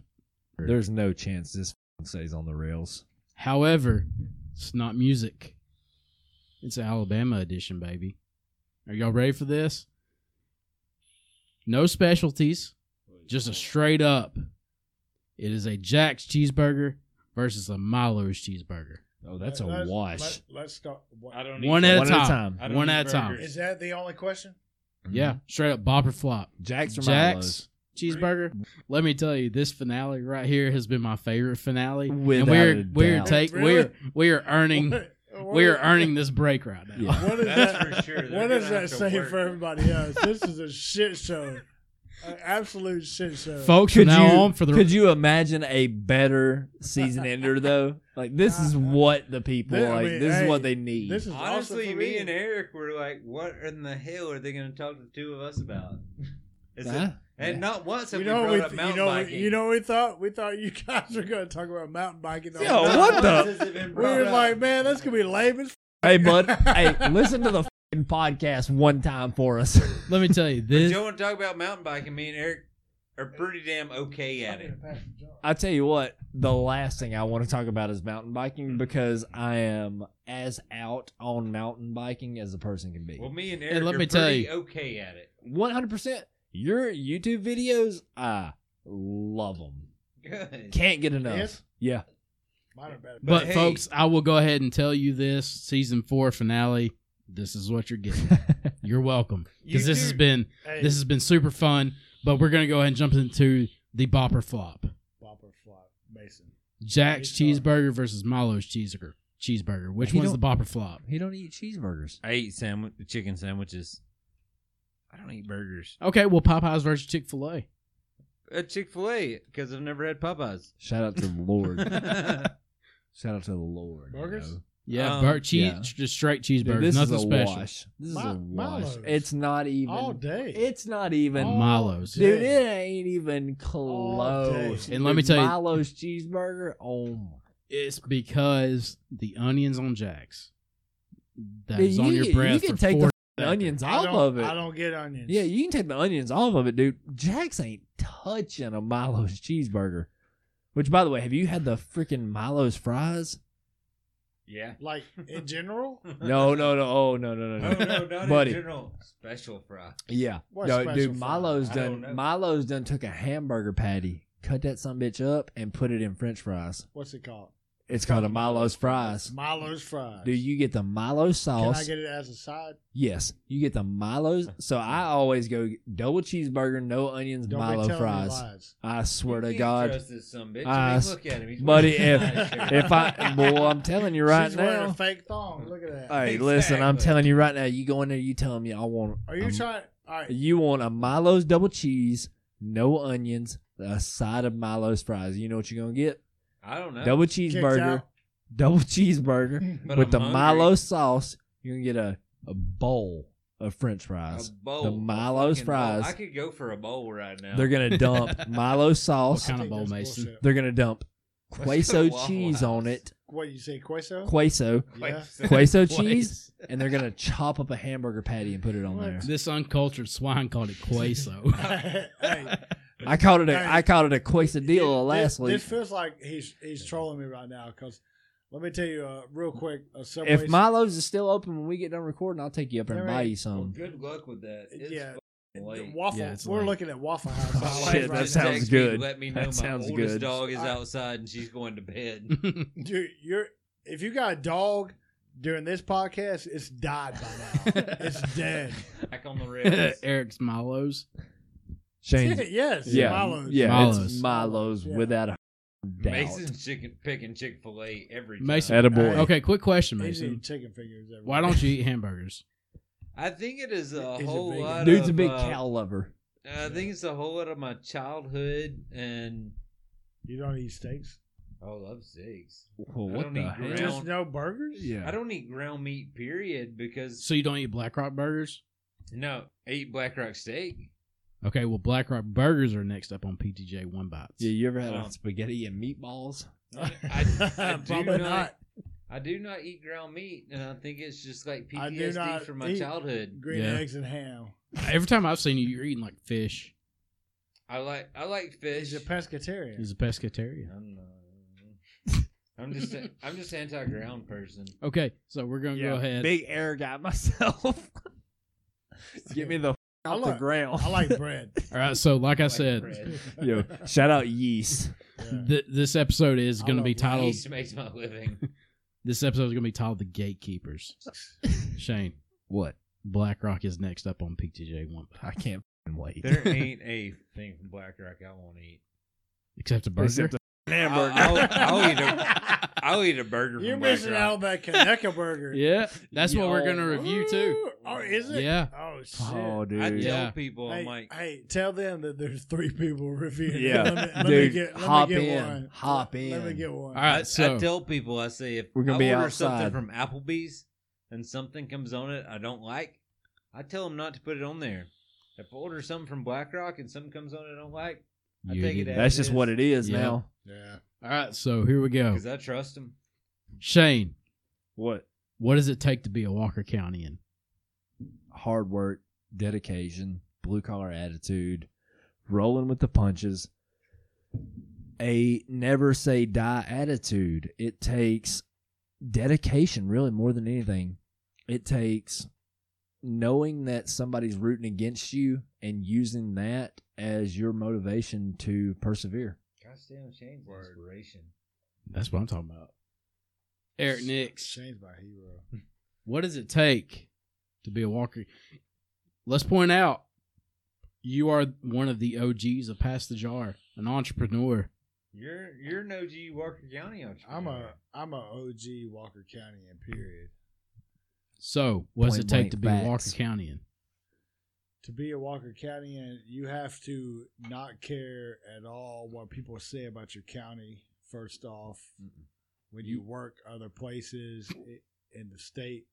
S13: There's no chance this stays on the rails.
S1: However, it's not music. It's an Alabama edition, baby. Are y'all ready for this? No specialties, just a straight up. It is a Jack's cheeseburger versus a Milo's cheeseburger.
S2: Mm-hmm.
S13: Oh, that's a
S4: Let's-
S13: wash.
S4: Let, us start. What,
S3: I don't.
S1: One
S3: need-
S1: at a
S2: One
S1: time.
S2: at a time.
S3: I don't
S1: One
S3: eat
S1: at a time.
S3: burgers.
S4: is that the only question?
S1: Yeah, straight up bop or flop.
S13: Jack's or Milo's?
S1: Jack's cheeseburger. Let me tell you, this finale right here has been my favorite finale.
S2: Without
S1: and we're
S2: a
S1: we're
S2: doubt.
S1: take
S4: Really?
S1: we're we are earning
S4: What- what-
S1: we are earning this break right now.
S13: Yeah.
S4: What is
S3: That's
S4: that?
S3: for sure. They're
S4: What does
S3: gonna
S4: that
S3: have to
S4: say
S3: work.
S4: for everybody else? This is a shit show. An absolute shit show.
S1: Folks, from
S2: Could
S1: now
S2: you,
S1: on for the
S2: could you imagine a better season ender though? Like this is what the people
S4: Th- I
S2: like.
S4: mean,
S2: this
S4: hey,
S2: is what they need.
S4: This is
S3: Honestly,
S4: awesome for
S3: me and Eric were like, "What in the hell are they going to talk to the two of us about?" Is it-
S1: Huh?
S3: and not once have
S4: You know,
S3: we
S4: what
S3: brought
S4: we
S3: up
S4: th- you
S3: mountain
S4: know, what-
S3: biking.
S4: you know, what we thought we thought you guys were going to talk about mountain biking. the
S2: Yo,
S4: whole time.
S2: what the-
S4: We were like, man, that's gonna be lame as.
S2: hey, bud. hey, listen to the fing podcast one time for us.
S1: let me tell you
S3: If
S1: this.
S3: you want to talk about mountain biking? Me and Eric are pretty damn okay at it.
S2: I tell you what, the last thing I want to talk about is mountain biking because I am as out on mountain biking as a person can be.
S3: Well, me and Eric
S1: let
S3: are
S1: me tell
S3: pretty
S1: you.
S3: okay at it.
S2: One hundred percent. Your YouTube videos, I love them.
S3: Good.
S2: Can't get enough.
S4: Yes?
S2: Yeah.
S4: Mine are better.
S1: But
S3: hey-
S1: folks, I will go ahead and tell you this season four finale. This is what you're getting. you're welcome
S3: You
S1: because this has
S3: do-
S1: been
S4: Hey,
S1: this has been super fun. But we're gonna go ahead and jump into the bopper flop.
S4: bopper flop, Mason.
S1: Jack's
S4: Hey, sorry.
S1: cheeseburger versus Milo's cheeseburger. Cheeseburger. Which
S13: You
S1: one's the
S13: don't-
S1: bopper flop?
S13: He don't eat cheeseburgers.
S3: I eat sandwich, chicken sandwiches. I don't eat burgers.
S1: Okay, well Popeyes versus Chick Fil A.
S3: At Chick Fil A because I've never had Popeyes.
S13: Shout out to the Lord.
S3: I
S13: Shout out to the Lord. you
S4: Burgers?
S13: know.
S1: Yeah,
S3: Um,
S1: bur- cheese,
S13: yeah.
S1: just straight cheeseburger.
S13: Dude, this
S1: Nothing
S13: is a
S1: special.
S13: wash. This
S4: Mi-
S13: is a wash.
S4: Milo's.
S2: It's not even.
S4: all day.
S2: It's not even.
S4: All
S1: Milo's.
S4: day.
S2: Dude, it ain't even
S4: All day.
S2: close.
S1: And let me
S2: Dude,
S1: tell you-
S2: Milo's cheeseburger. Oh, my
S1: It's because the onions on Jack's that
S2: Yeah,
S1: is on
S2: you-
S1: your breath.
S2: you can
S1: for
S2: take the
S1: four
S2: The
S1: seconds.
S2: onions
S4: I
S2: off
S4: don't-
S2: of it.
S4: I don't get onions.
S2: Yeah, you can take the onions off of it, dude. Jax ain't touching a Milo's cheeseburger. Which, by the way, have you had the freaking Milo's fries?
S3: Yeah.
S4: Like in general,
S2: No, no, no. Oh, no, no,
S3: No,
S2: no,
S3: no,
S2: no.
S3: not
S2: Buddy.
S3: in general. Special fry.
S2: yeah.
S4: What
S2: no,
S4: special
S2: dude,
S4: fry?
S2: Milo's
S3: I don't know.
S2: done. Milo's done took a hamburger patty, cut that some bitch up, and put it in French fries.
S4: what's it called?
S2: It's called a Milo's fries.
S4: Milo's fries.
S2: Dude, you get the Milo
S4: Can
S2: sauce.
S4: I get it as a side?
S2: yes, you get the Milo's. So I always go double cheeseburger, no onions,
S4: Don't be
S2: Milo
S4: telling me
S2: fries.
S4: lies.
S2: I swear
S3: You
S2: to
S3: can't
S2: God.
S3: trust this son of a bitch. I
S2: Ah,
S3: mean,
S2: s-
S3: look at him. He's
S2: buddy,
S3: wearing
S2: if-
S3: a nice shirt.
S2: if I well, I'm telling you right
S4: She's wearing
S2: now.
S4: a fake thong. Look at that.
S2: Hey, listen, I'm
S3: Exactly.
S2: telling you right now. You go in there, you telling me I want.
S4: Are you
S2: um,
S4: trying? All right.
S2: You want a Milo's double cheese, no onions, a side of Milo's fries. You know what you're gonna get?
S3: I don't know.
S2: Double
S4: kicked
S2: cheeseburger,
S4: out?
S2: double cheeseburger
S3: But
S2: with
S3: I'm
S2: the
S3: hungry.
S2: Milo sauce. You're gonna get a a bowl of French fries.
S3: A bowl,
S2: the
S3: a
S2: Milo's
S3: fucking bowl.
S2: fries.
S3: I could go for a bowl right now.
S2: They're gonna dump Milo
S1: What
S2: sauce.
S1: kind of
S4: think
S1: bowl,
S4: that's
S1: Mason?
S4: bullshit.
S2: They're gonna dump
S3: Let's go to
S2: queso
S3: Waffle
S2: cheese on
S3: House.
S2: it.
S4: What you say, queso?
S2: Queso,
S4: Yeah.
S2: queso cheese, and they're gonna chop up a hamburger patty and put it on
S4: What?
S2: there.
S1: This uncultured swine called it queso.
S4: hey,
S2: I called it a
S4: Hey.
S2: I called it a quesadilla
S4: It-
S2: last
S4: this,
S2: week.
S4: This feels like he's he's trolling me right now because let me tell you uh, real quick. Uh, Subway,
S2: if Milo's is still open when we get done recording, I'll take you up and
S4: All
S2: buy
S4: right.
S2: you
S3: Well,
S2: some.
S3: good luck with that. It's
S4: Yeah.
S3: fucking
S4: the
S3: late.
S4: waffle,
S1: Yeah, it's
S4: we're
S1: late.
S4: looking at Waffle
S2: Oh,
S4: House.
S2: shit, that
S4: right
S3: Just
S4: now.
S2: sounds
S3: text me to
S2: good.
S3: Let me know
S2: That
S3: my
S2: sounds
S3: oldest
S2: good.
S3: dog is
S4: I-
S3: outside and she's going to bed.
S4: Dude, you're if you got a dog during this podcast, it's died by now. it's dead.
S3: Back on the rails.
S1: Eric's Milo's.
S2: Shane's
S4: yes,
S2: yeah,
S4: Milo's.
S2: yeah,
S1: Milo's.
S2: it's Milo's
S4: Yeah.
S2: without a doubt.
S3: Mason's chicken picking Chick Fil A every time.
S1: Mason-
S2: Edible.
S4: Hey.
S1: Okay, quick question,
S4: He's eating
S1: Mason.
S4: chicken fingers. every
S1: Why
S4: day.
S1: don't you eat hamburgers?
S3: I think it is a
S4: He's a
S3: whole
S4: vegan.
S3: lot.
S2: Dude's
S3: of,
S2: a big
S3: uh,
S2: cow lover.
S3: I think it's a whole lot of my childhood and
S4: you don't eat steaks?
S3: oh, I love zigs.
S2: Well,
S3: I
S2: what
S3: don't
S2: the
S3: eat
S2: heck?
S3: ground-
S4: Just no burgers?
S3: I
S2: Yeah.
S3: don't eat ground meat, period, because
S1: So you don't eat Black Rock burgers?
S3: no, I eat black rock steak.
S1: Okay, well, Black Rock burgers are next up on PTJ One Bites.
S2: Yeah, you ever had
S3: Um,
S2: a spaghetti and meatballs?
S3: I, I- I do
S4: Probably
S3: not,
S4: not.
S3: I do not eat ground meat, and I think it's just like
S4: I do
S3: PTSD
S4: not
S3: from my
S4: eat-
S3: childhood.
S4: Green
S1: Yeah.
S4: eggs and ham.
S1: Every time I've seen you, you're eating like fish.
S3: I like I like fish.
S4: He's a pescatarian.
S1: He's a pescatarian.
S3: I'm, uh, I'm just a, I'm just anti ground person.
S1: Okay, so we're gonna go ahead.
S2: Big air guy myself. Get me the f-
S4: I
S2: off the
S4: like-
S2: ground.
S4: I like bread.
S1: All right, so like I
S3: Like
S1: said,
S3: bread.
S2: Yo, shout out yeast.
S4: Yeah.
S1: th- this episode is
S4: I
S1: gonna
S4: love
S1: be
S4: yeast.
S1: titled.
S3: yeast makes my living.
S1: This episode is gonna be titled "The Gatekeepers." Shane,
S2: What?
S1: Black Rock is next up on PTJ One Bites,
S2: I can't f***ing wait.
S3: There ain't a thing from Black Rock I won't eat.
S1: except a burger.
S2: Except a hamburger.
S3: I'll, I'll, I'll eat a I'll eat a burger.
S4: You're
S3: from Black
S4: missing
S3: Rock.
S4: out on that Kaneka burger.
S1: yeah, that's what we're gonna
S2: Yo.
S1: review too.
S4: Ooh, Oh, is it?
S1: Yeah.
S4: Oh shit.
S2: Oh, dude.
S3: I tell
S1: Yeah.
S3: people
S4: hey,
S3: I'm like,
S4: hey, tell them that there's three people reviewing.
S2: Yeah.
S4: let me, let me
S2: Dude,
S4: get, let
S2: hop
S4: me get
S2: in.
S4: one.
S2: Hop
S4: Let me
S2: in.
S4: get one.
S1: All
S3: I,
S1: right, so
S3: I tell people I say if
S2: We're
S3: I
S2: gonna be
S3: order
S2: outside.
S3: something from Applebee's and something comes on it I don't like, I tell them not to put it on there. If I order something from Black Rock and something comes on it I don't like, I
S1: You
S3: take
S1: eat
S3: it.
S1: it.
S3: as
S2: That's just
S3: is
S2: what it is
S1: Yeah.
S2: now.
S4: Yeah.
S1: all right, so here we go.
S3: because I trust them.
S1: Shane,
S2: What?
S1: what does it take to be a Walker Countyan?
S2: Hard work, dedication, blue collar attitude, rolling with the punches, a never say die attitude. It takes dedication, really, more than anything. It takes knowing that somebody's rooting against you and using that as your motivation to persevere.
S3: Goddamn Shane's inspiration.
S1: That's what I'm talking about. Eric Nix,
S4: Shane's my hero.
S1: what does it take to be a Walker? Let's point out you are one of the OGs of Pass the Jar, an entrepreneur.
S3: You're you're no G Walker County entrepreneur.
S4: I'm a I'm a OG Walker County and period.
S1: So, what does
S2: Point
S1: it take
S2: blank
S1: to be a Walker
S2: facts.
S1: Countyan?
S4: To be a Walker County and you have to not care at all what people say about your county. First off, when you work other places i- in the state,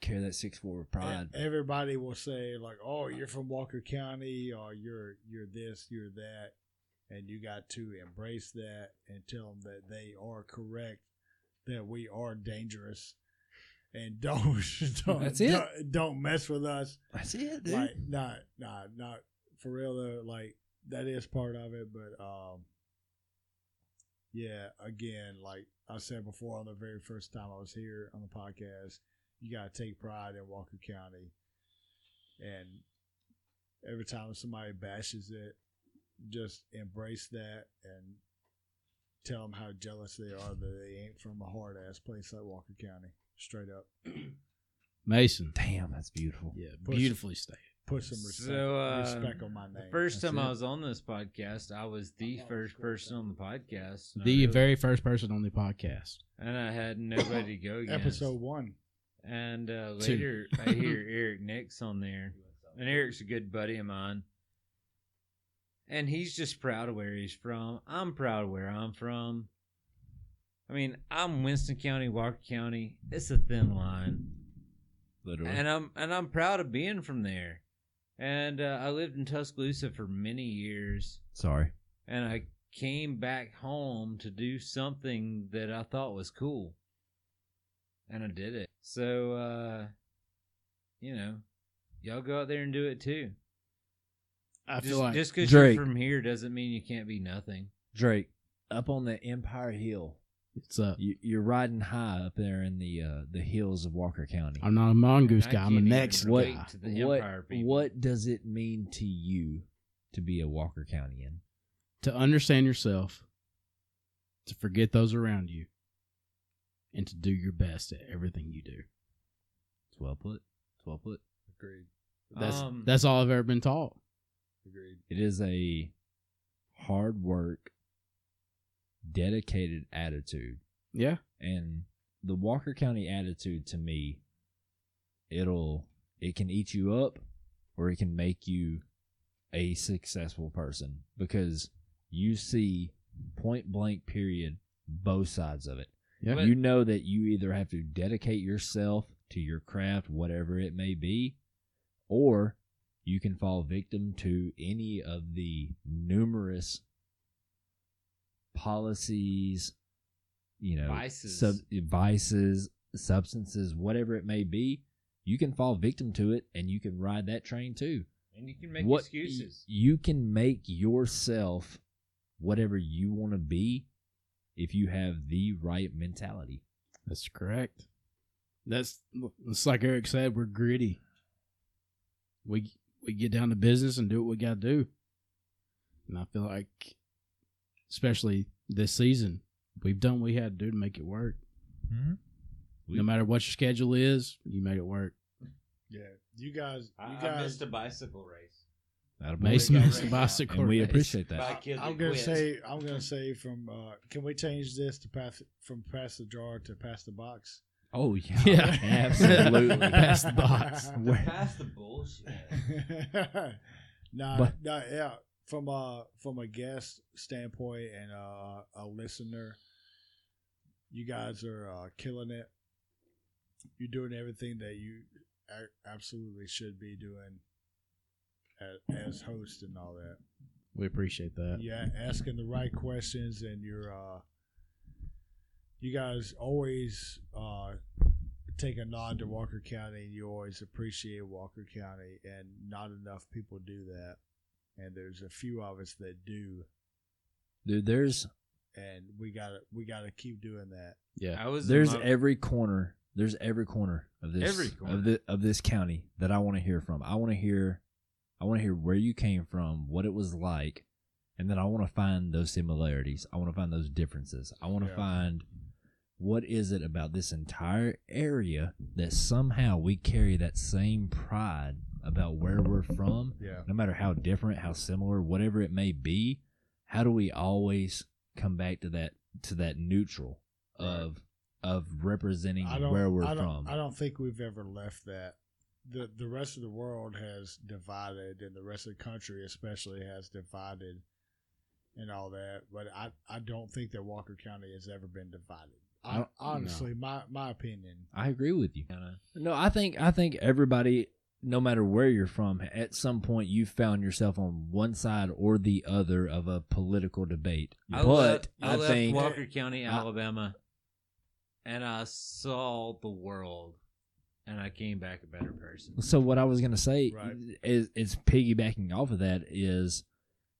S2: Carry that six forward pride.
S4: E- Everybody will say like, "Oh, you're from Walker County, or you're you're this, you're that," and you got to embrace that and tell them that they are correct that we are dangerous and don't don't
S1: That's it.
S4: Don't, don't mess with us.
S2: That's it, dude.
S4: Like not not not for real though. Like that is part of it, but um, yeah. Again, like I said before, on the very first time I was here on the podcast, you gotta take pride in Walker County, and every time somebody bashes it, just embrace that and tell them how jealous they are that they ain't from a hard ass place like Walker County. Straight up,
S1: Mason.
S2: Damn, that's beautiful.
S1: Yeah,
S4: Push.
S1: beautifully stated.
S4: put some respect,
S3: So, uh,
S4: respect on my name.
S3: The first
S2: That's
S3: time I
S2: it.
S3: was on this podcast, I was the
S4: I'm
S3: first
S4: always
S3: person on the podcast. and I
S1: The
S3: really-
S1: very first person on the podcast.
S3: and I had nobody to go against.
S4: episode one.
S3: And uh,
S1: Two.
S3: later, I hear Eric Nix on there, and Eric's a good buddy of mine, and he's just proud of where he's from. I'm proud of where I'm from. I mean, I'm Winston County, Walker County. It's a thin line,
S2: Literally.
S3: and I'm and I'm proud of being from there. And uh, I lived in Tuscaloosa for many years
S2: Sorry.
S3: and I came back home to do something that I thought was cool. And I did it. So uh you know, y'all go out there and do it too.
S1: I
S3: just
S1: feel like
S3: just cuz you're
S2: Drake.
S3: from here doesn't mean you can't be nothing.
S2: Drake, up on the Empire Hill,
S1: it's uh, up.
S2: you, you're riding high up there in the uh, the hills of Walker County.
S1: I'm not a mongoose
S3: I
S1: guy. I'm a
S3: can't even
S1: next
S3: relate
S1: guy.
S3: to the
S2: what
S3: Empire people.
S2: what does it mean to you to be a Walker Countyan?
S1: To understand yourself, to forget those around you, and to do your best at everything you do.
S2: It's well put. It's well put.
S4: Agreed.
S1: That's
S3: Um,
S1: that's all I've ever been taught.
S4: Agreed.
S2: It is a hard work, dedicated attitude.
S1: Yeah.
S2: and the Walker County attitude to me, it'll it can eat you up or it can make you a successful person because you see point blank period both sides of it.
S1: Yeah.
S3: But-
S2: you know that you either have to dedicate yourself to your craft, whatever it may be, or you can fall victim to any of the numerous policies, you know,
S3: Vices.
S2: sub- vices, substances, whatever it may be. You can fall victim to it, and you can ride that train too.
S3: and you can make
S2: What-
S3: excuses.
S2: y- you can make yourself whatever you want to be if you have the right mentality.
S1: That's correct. That's it's like Eric said. We're gritty. We we get down to business and do what we got to do. And I feel like, especially this season, we've done what we had to do to make it work.
S2: Mhm.
S1: No matter what your schedule is, you made it work.
S4: Yeah. You guys, you guys.
S3: a bicycle race.
S2: Atta boy.
S1: Mason
S3: got
S1: missed the
S3: rain.
S1: bicycle.
S2: and we
S1: race.
S2: appreciate that.
S4: I, am gonna say, I'm gonna say from. Uh, can we change this to pass from pass the jar to pass the box?
S2: Oh yeah,
S1: Yeah.
S2: absolutely.
S1: Pass the box.
S3: Pass the bullshit.
S4: nah,
S2: But-
S4: nah, yeah. From a from a guest standpoint and uh, a listener, you guys are uh, killing it. You're doing everything that you a- absolutely should be doing as, as host and all that.
S1: We appreciate that.
S4: yeah asking the right questions and you're uh you guys always uh take a nod to walker county and you always appreciate walker county and not enough people do that and there's a few of us that do
S2: Dude, there's
S4: and we gotta we gotta keep doing that
S1: Yeah.
S3: I was in
S2: there's
S3: my-
S2: every corner. There's every corner of this
S3: Every corner.
S2: of the of this county that I want to hear from. I want to hear I want to hear where you came from, what it was like, and then I want to find those similarities. I want to find those differences. I want to
S4: Yeah.
S2: find what is it about this entire area that somehow we carry that same pride about where we're from
S4: yeah
S2: no matter how different, how similar, whatever it may be, how do we always come back to that to that neutral
S4: Right.
S2: of of representing
S4: i don't
S2: where we're
S4: I don't,
S2: from?
S4: i don't think we've ever left that the the rest of the world has divided and the rest of the country especially has divided and all that but i i don't think that walker county has ever been divided
S2: I
S4: I,
S2: don't-
S4: honestly my my opinion
S2: I agree with you. No, I think I think everybody, no matter where you're from, at some point you found yourself on one side or the other of a political debate.
S3: I
S2: but
S3: left, I,
S2: I
S3: left
S2: think
S3: Walker County,
S2: I-
S3: Alabama, and I saw the world, and I came back a better person.
S2: So what I was gonna say
S4: Right.
S2: is, is piggybacking off of that is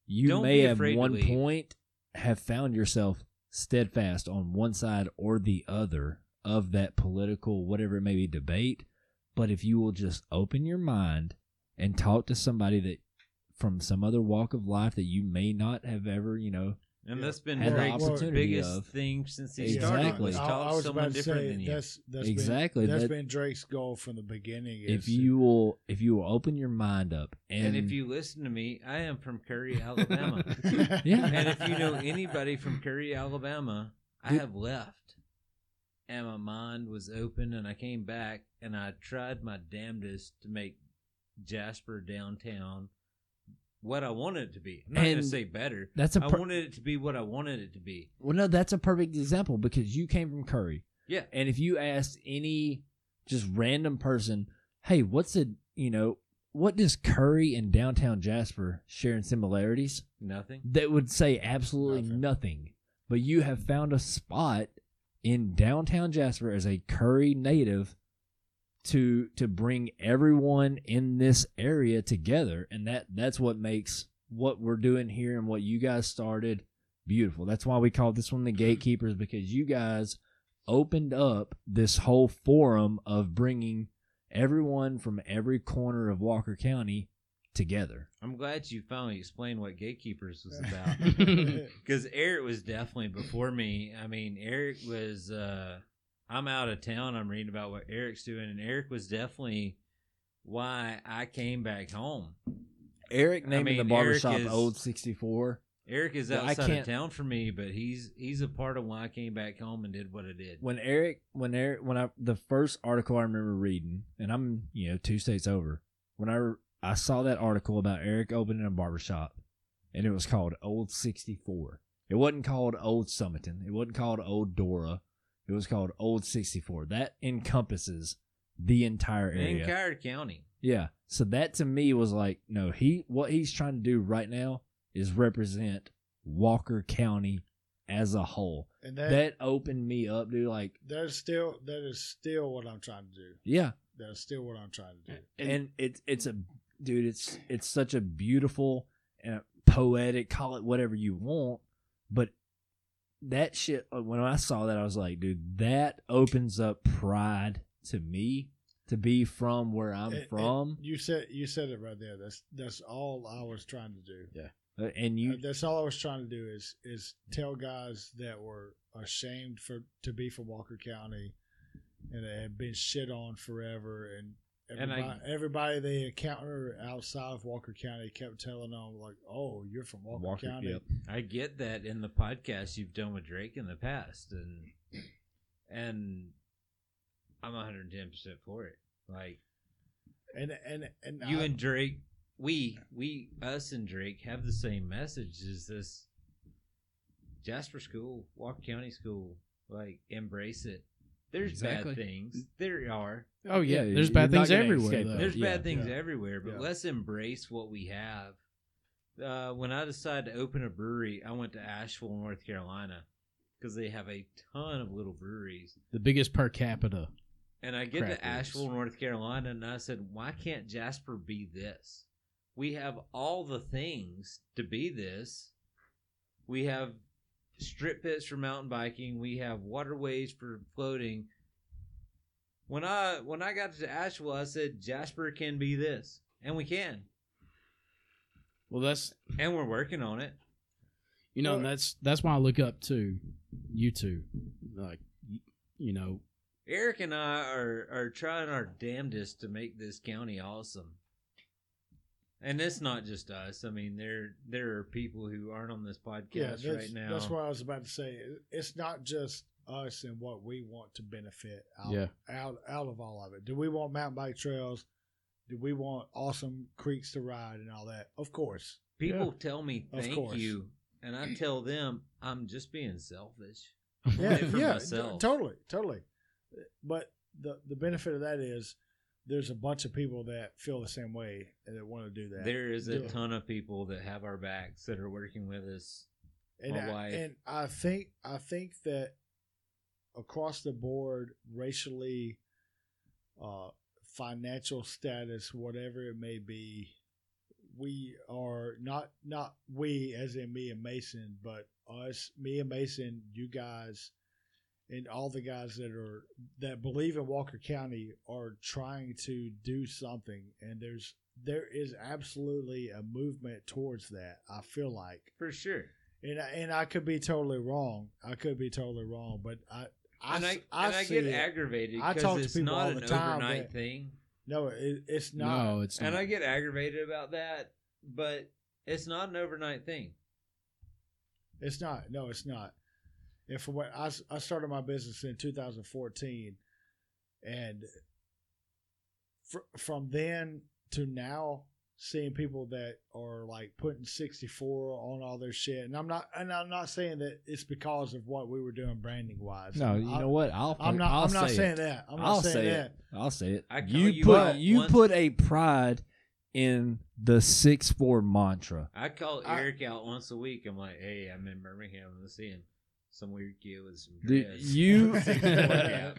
S2: you
S3: Don't
S2: may
S3: be
S2: at
S3: afraid to
S2: one
S3: leave.
S2: point have found yourself steadfast on one side or the other of that political whatever it may be debate, but if you will just open your mind and talk to somebody that from some other walk of life that you may not have ever you know
S3: And
S4: Yeah.
S3: that's been
S2: Had
S4: the
S3: Drake's
S2: opportunity
S3: biggest
S2: of-
S3: thing since he started
S2: Exactly.
S3: was
S4: I-
S3: talk
S4: I
S3: to
S4: was
S3: someone
S4: about to
S3: different
S4: say
S3: than you.
S4: that's that's
S2: exactly
S4: Been, that's
S2: that-
S4: been Drake's goal from the beginning. Is
S2: if
S4: to-
S2: you will if you will open your mind up and,
S3: And if you listen to me, I am from Curry, Alabama.
S2: Yeah.
S3: and if you know anybody from Curry, Alabama, I have left. And my mind was open, and I came back, and I tried my damnedest to make Jasper downtown what I wanted it to be. I'm not going to
S2: And
S3: say better.
S2: that's a
S3: I
S2: per-
S3: wanted it to be what I wanted it to be.
S2: well no that's a perfect example because you came from Curry
S3: Yeah.
S2: And if you asked any just random person, hey, what's it, you know, what does Curry and downtown Jasper share in similarities?
S3: Nothing.
S2: That would say absolutely nothing.
S4: Nothing.
S2: But you have found a spot in downtown Jasper as a Curry native to to bring everyone in this area together and that that's what makes what we're doing here and what you guys started beautiful. That's why we call this one the gatekeepers because you guys opened up this whole forum of bringing everyone from every corner of Walker County together.
S3: I'm glad you finally explained what Gatekeepers was about. because Eric was definitely before me. I mean, Eric was. Uh, I'm out of town. I'm reading about what Eric's doing, and Eric was definitely why I came back home.
S2: Eric
S3: I
S2: naming the
S3: mean,
S2: barbershop
S3: Eric is-
S2: Old 64.
S3: Eric is
S2: Yeah, I
S3: outside of
S2: can't-
S3: town for me, but he's he's a part of why I came back home and did what I did.
S2: When Eric, when Eric, when I, the first article I remember reading, and I'm, you know, two states over, when I, I saw that article about Eric opening a barbershop and it was called Old 64. It wasn't called Old Summerton. It wasn't called Old Dora. It was called Old 64. That encompasses the entire
S3: in
S2: area.
S3: Kyre County,
S2: Yeah. So that to me was like, no, he what he's trying to do right now is represent Walker County as a whole.
S4: and
S2: That,
S4: that, that
S2: opened me up, dude. Like,
S4: that's still that is still what I'm trying to do.
S2: yeah.
S4: That is still what I'm trying to do.
S2: And, it's it's a dude, it's it's such a beautiful and poetic, call it whatever you want, but that shit uh, when I saw that I was like, dude, that opens up pride to me to be from where I'm
S4: And- and
S2: from.
S4: you said you said it right there. That's that's all I was trying to do.
S2: Uh, and you
S4: Uh, that's all I was trying to do is is tell guys that were ashamed for to be from Walker County and that had been shit on forever and
S3: And I-
S4: everybody, everybody they encounter outside of Walker County kept telling them like, "Oh, you're from Walker,
S2: Walker,
S4: County."
S2: yep.
S3: I get that in the podcast you've done with Drake in the past, and and I'm 110 percent for it. Like
S4: And and and
S3: you
S4: I-
S3: and Drake, we we us and Drake have the same message. Is this Jasper School, Walker County School? Like embrace it. There's
S1: Exactly.
S3: bad things. There are.
S1: Oh yeah,
S2: Yeah,
S1: there's
S2: you're
S1: bad
S2: not
S1: things
S2: gonna
S1: everywhere.
S2: escape
S1: Though.
S2: that.
S3: There's
S2: yeah,
S3: bad things
S4: yeah,
S3: everywhere, but
S4: yeah.
S3: let's embrace what we have. Uh, when I decided to open a brewery, I went to Asheville, North Carolina, because they have a ton of little breweries.
S1: The biggest per capita.
S3: And I get
S1: Craft
S3: to
S1: brews.
S3: Asheville, North Carolina, and I said, why can't Jasper be this? We have all the things to be this. We have strip pits for mountain biking. We have waterways for floating. When I when I got to Asheville, I said Jasper can be this, and we can,
S1: Well, that's
S3: and we're working on it.
S1: You know, and that's that's why I look up to you two. Like, y- you know,
S3: Eric and I are are trying our damnedest to make this county awesome. And it's not just us. I mean, there there are people who aren't on this
S4: yeah,
S3: podcast
S4: that's,
S3: right now.
S4: that's what I was about to say. It's not just us and what we want to benefit out,
S1: Yeah.
S4: out out of all of it. Do we want mountain bike trails? Do we want awesome creeks to ride and all that? Of course.
S3: people tell me
S4: Of
S3: thank
S4: course.
S3: you, and I tell them I'm just being selfish.
S4: yeah,
S3: it for
S4: yeah,
S3: myself.
S4: t- totally, totally. But the the benefit of that is there's a bunch of people that feel the same way and that want to do that.
S3: There is a
S4: Yeah.
S3: ton of people that have our backs that are working with us.
S4: and
S3: my
S4: I,
S3: wife.
S4: and I think I think that across the board, racially, uh, financial status, whatever it may be, we are not not we as in me and Mason, but us, me and Mason, you guys, and all the guys that are that believe in Walker County are trying to do something, and there's there is absolutely a movement towards that. I feel like
S3: for sure.
S4: and I, and I could be totally wrong. I could be totally wrong, but I I
S3: and I,
S4: s-
S3: and I,
S4: see
S3: get
S4: it.
S3: aggravated
S4: I talk to
S3: because it's
S4: people all
S3: not
S4: the
S3: an
S4: time
S3: overnight
S4: that-
S3: thing,
S4: No, it, it's not.
S1: No, it's not.
S3: and I get aggravated about that. But it's not an overnight thing.
S4: It's not. No, it's not. And for what I, s- I started my business in 2014, and fr- from then to now, seeing people that are like putting 64 on all their shit, and I'm not, and I'm not saying that it's because of what we were doing branding wise.
S2: No, you
S4: I,
S2: know what? I'll.
S4: I'm not.
S2: I'll
S4: I'm not
S2: say it.
S4: saying that. I'm not
S2: I'll
S4: saying
S2: say it.
S4: that.
S2: I'll say it.
S3: I call
S2: you,
S3: you
S2: put
S3: out
S2: you
S3: once-
S2: put a pride in the six four mantra.
S3: I call
S4: I-
S3: Eric out once a week. I'm like, hey, I'm in Birmingham. I'm seeing some weird kid with some
S2: Dude,
S3: dress.
S2: you-
S3: Six foot out.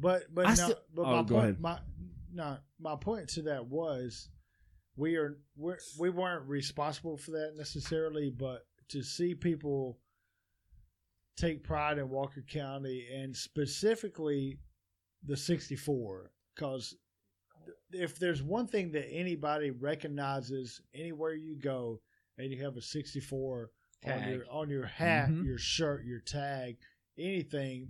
S4: But but
S2: I
S4: no,
S2: still-
S4: but
S2: Oh,
S4: my
S2: go
S4: point
S2: ahead.
S4: my no my point to that was we are we're, we weren't responsible for that necessarily, but to see people take pride in Walker County and specifically the 64 because if there's one thing that anybody recognizes anywhere you go and you have a 64 on
S3: Tag.
S4: your on your hat,
S2: Mhm.
S4: your shirt, your tag, anything,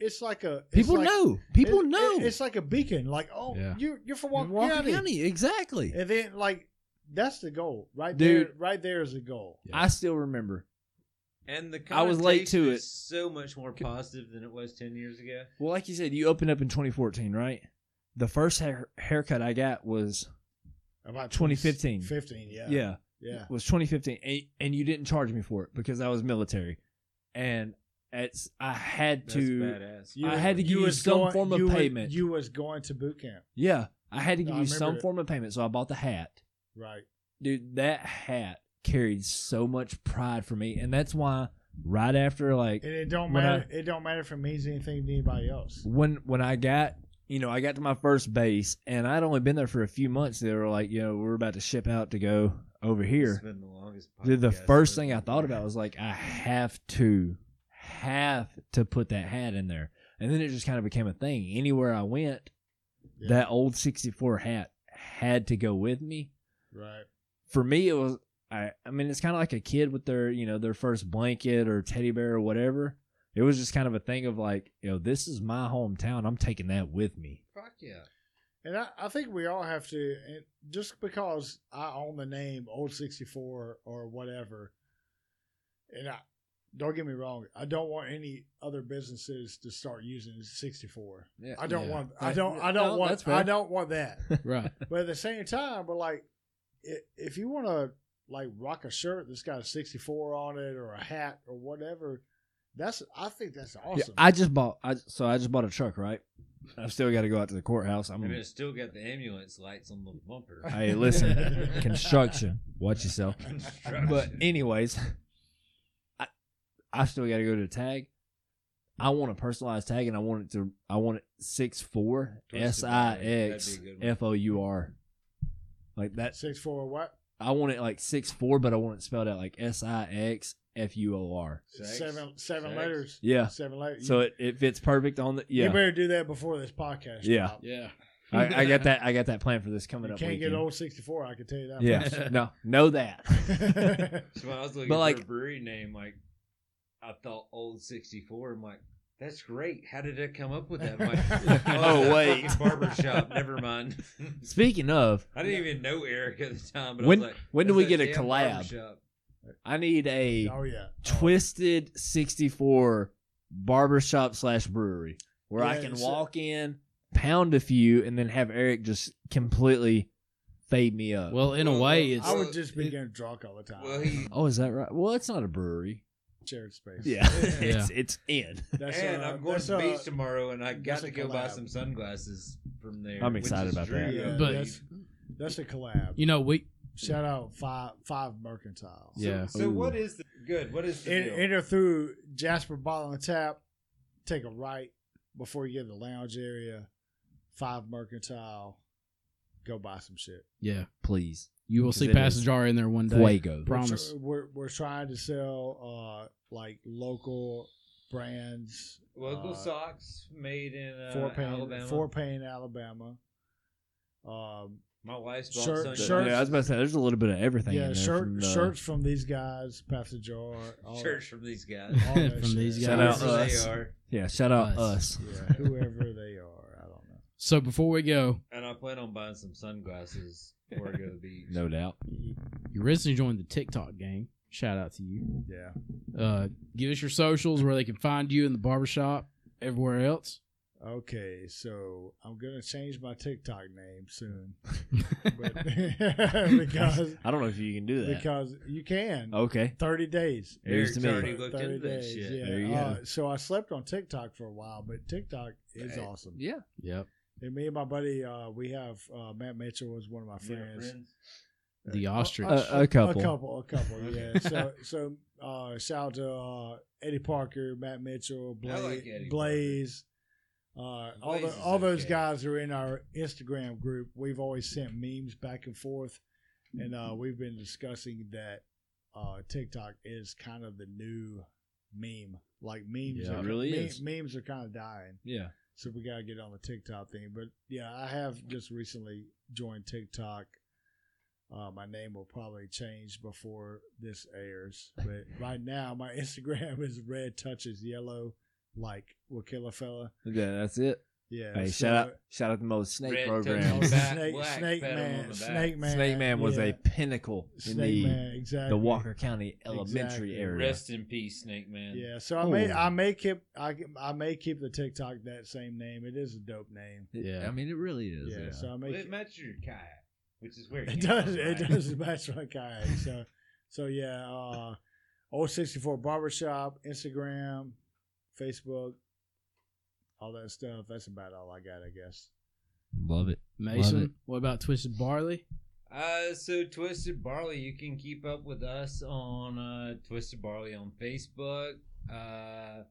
S4: it's like a it's
S2: People
S4: like-
S2: know. People
S4: it- it-
S2: know.
S4: it's like a beacon. Like, oh,
S1: Yeah.
S4: you you're from Walker,
S2: Walker County.
S4: County.
S2: exactly.
S4: and then like that's the goal, right there.
S2: Dude.
S4: Right there is the goal.
S2: I still remember.
S3: And the
S2: I was late to
S3: connotation
S2: it.
S3: is So much more positive than it was ten years ago.
S2: Well, like you said, you opened up in 2014, right? The first hair, haircut I got was
S4: About
S2: 2015.
S4: 15, yeah,
S2: yeah,
S4: yeah, yeah.
S2: was 2015, and, and you didn't charge me for it because I was military, and it's I had
S3: That's
S2: to.
S3: badass.
S4: You
S2: I
S4: was-
S2: had to give you
S4: was
S2: some form of
S4: you was-
S2: payment.
S4: you was going to boot camp,
S2: Yeah, I had to
S4: No,
S2: give
S4: I
S2: you
S4: remember
S2: some
S4: it.
S2: form of payment, so I bought the hat.
S4: right?
S2: dude, that hat carried so much pride for me, and that's why right after like
S4: And it don't
S2: When I-
S4: matter. it don't matter if it means anything to anybody else.
S2: when when I got you know I got to my first base, and I'd only been there for a few months. They were like, you know, we're about to ship out to go over
S3: It's
S2: here.
S3: been the longest.
S2: Dude, the
S3: podcast
S2: first
S3: ever.
S2: thing I thought about was like, I have to have to put that hat in there, and then it just kind of became a thing. Anywhere I went,
S4: Yeah.
S2: that old '64 hat had to go with me.
S4: Right.
S2: for me it was I, I mean it's kind of like a kid with their you know their first blanket or teddy bear or whatever it was just kind of a thing of like you know this is my hometown i'm taking that with me
S3: Fuck yeah.
S4: And I, I think we all have to, and just because I own the name Old 64 or whatever, and I, don't get me wrong, I don't want any other businesses to start using 64.
S2: yeah,
S4: I don't
S1: Yeah.
S4: want, I don't, I don't want, I don't want that.
S1: right.
S4: but at the same time, we're like, i- if you want to like rock a shirt that's got a 64 on it or a hat or whatever, that's, I think that's
S2: Yeah,
S4: awesome.
S2: i just bought i so i just bought a truck right i've still got to go out to the courthouse i'm
S3: I mean, it's still got the ambulance lights on the bumper.
S2: um, hey listen construction watch yourself
S3: Construction.
S2: but anyways i i still got to go to the tag I want a personalized tag, and I want it to. I want it six four S
S3: Twisted
S2: I
S3: Metal, that'd be a
S2: X
S3: good one.
S2: F O U R. Like that.
S4: 64 what?
S2: I want it like six four, but I want it spelled out like S I X F U O R.
S3: Sex?
S4: Seven, seven
S3: Sex?
S4: letters.
S2: Yeah.
S4: Seven letters.
S2: So it, it fits perfect on the.
S4: You
S2: Yeah,
S4: better do that before this podcast.
S2: Yeah.
S4: drops.
S1: Yeah.
S2: I, I got that. I got that plan for this
S4: You
S2: coming
S4: can't
S2: up.
S4: get
S2: weekend.
S4: old 64, I can tell you that.
S2: Yeah, no, know that.
S4: much.
S3: So when I was looking
S2: But,
S3: for
S2: like-
S3: a brewery name, like I thought Old Sixty Four. I'm like, that's great. How did I come up with that? I'm like,
S2: Oh,
S3: it's a
S2: wait.
S3: fucking barber shop. Never mind.
S2: Speaking of,
S3: I didn't even know Eric at the time. But
S2: When-
S3: I was like,
S2: when do
S3: that's
S2: we
S3: that
S2: get a
S3: damn
S2: collab?
S3: barber shop.
S2: I need a
S4: oh, yeah.
S2: twisted sixty four barbershop slash brewery where I
S4: Yeah,
S2: can
S4: it's a-
S2: walk in, pound a few, and then have Eric just completely fade me up.
S1: Well, in a
S3: Well,
S1: way,
S3: well,
S1: it's
S4: I would just
S1: it-
S4: be getting drunk all the time.
S3: Well, he
S2: oh, is that right? Well, it's not a brewery.
S4: Shared space.
S2: Yeah,
S1: Yeah.
S2: it's it's in.
S4: That's
S3: and
S4: uh,
S3: i I'm going
S4: that's,
S3: to the
S4: uh,
S3: beach tomorrow, and I got
S4: that's a
S3: to go buy
S4: collab.
S3: some sunglasses from there.
S2: I'm
S3: which
S2: excited
S3: is
S2: about
S3: Drew.
S2: that.
S4: Yeah,
S1: But-
S4: that's, that's a collab.
S1: you know we
S4: Shout out Five Five Mercantile.
S1: yeah.
S3: So what is the good? What is the
S4: En-
S3: deal?
S4: Enter through Jasper Bottle and Tap take a right before you get to the lounge area, five mercantile, go buy some shit.
S1: Yeah,
S5: please.
S1: you will
S5: 'Cause
S1: see
S5: it is
S1: Passage R in there one day.
S5: Fuego.
S4: We're tr-
S1: Promise.
S4: We're, we're, trying to sell uh like local brands,
S3: Local
S4: Uh,
S3: socks made in uh,
S4: four pane,
S3: Alabama.
S4: four pane Alabama. Um,
S3: My wife's bought
S4: Shirt-
S3: some.
S4: shirt-
S5: yeah, I was about to say there's a little bit of everything. in
S4: yeah,
S5: there
S4: shirt,
S5: from, uh,
S4: shirts from these guys, Passage R. all-
S3: shirts from these guys.
S4: all that
S1: From these
S4: shit.
S1: Shout
S5: out
S3: Whoever they
S5: us.
S3: are.
S5: Yeah, shout out
S1: Us.
S5: us.
S4: Yeah, whoever they are, I don't know.
S1: So before we go,
S3: And I plan on buying some sunglasses before I go to the beach.
S5: No doubt.
S1: you recently joined the TikTok gang. Shout out to you.
S4: Yeah,
S1: Uh, give us your socials where they can find you in the barbershop, everywhere else.
S4: Okay, so I'm gonna change my TikTok name soon, but because
S5: I don't know if you can do that.
S4: because you can
S5: okay.
S4: thirty days.
S5: Here's to
S3: Eric's
S5: me.
S3: already looked into that shit.
S4: Yeah.
S5: There you
S4: Uh, so I slept on TikTok for a while, but TikTok is
S5: Uh,
S4: awesome.
S5: yeah.
S1: Yep.
S4: And me and my buddy, uh, we have uh, Matt Mitchell was one of my
S3: You know,
S4: friends.
S3: friends.
S1: The ostrich.
S5: Uh, A- a couple.
S4: A couple. A couple. Yeah. so so uh, shout out to uh, Eddie Parker, Matt Mitchell,
S3: I
S4: Blaze,
S3: like Eddie
S4: Blaze. Uh, all
S3: Blaze
S4: the,
S3: is
S4: all those
S3: okay.
S4: guys are in our Instagram group. We've always sent memes back and forth, and uh, we've been discussing that uh, TikTok is kind of the new meme. Like memes,
S1: Yeah,
S4: are,
S1: it
S5: really
S4: me-
S5: is.
S4: memes are kind of dying.
S5: Yeah.
S4: So we gotta get on the TikTok thing. But yeah, I have just recently joined TikTok. Uh, my name will probably change before this airs. But right now, my Instagram is red touches yellow, like Wakilla fella.
S5: Yeah, that's it.
S4: Yeah.
S5: Hey,
S4: so-
S5: shout out shout out to most snake
S3: Red
S4: Oh,
S5: program.
S3: Toes. Back,
S4: snake,
S3: black,
S4: snake
S3: pat him on
S4: man,
S3: the back.
S4: snake man,
S5: Snake Man was
S4: yeah.
S5: a pinnacle in
S4: snake
S5: the,
S4: man, exactly.
S5: the Walker County
S4: Exactly.
S5: Elementary area.
S3: Rest in peace, Snake Man.
S4: Yeah, so I may
S5: Ooh.
S4: I may keep I, I may keep the TikTok that same name. It is a dope name.
S5: It-
S1: Yeah.
S5: I mean it really is.
S4: Yeah,
S5: Yeah.
S4: so I may
S3: Well, it matches your kayak, which is weird.
S4: It does. It does match my kayak. So, so yeah. Uh, old sixty four barbershop, Instagram, Facebook, all that stuff. That's about all I got, I guess.
S5: Love it. Love it.
S1: Mason, what about Twisted Barley?
S3: Uh, so Twisted Barley, you can keep up with us on uh, Twisted Barley on Facebook, uh,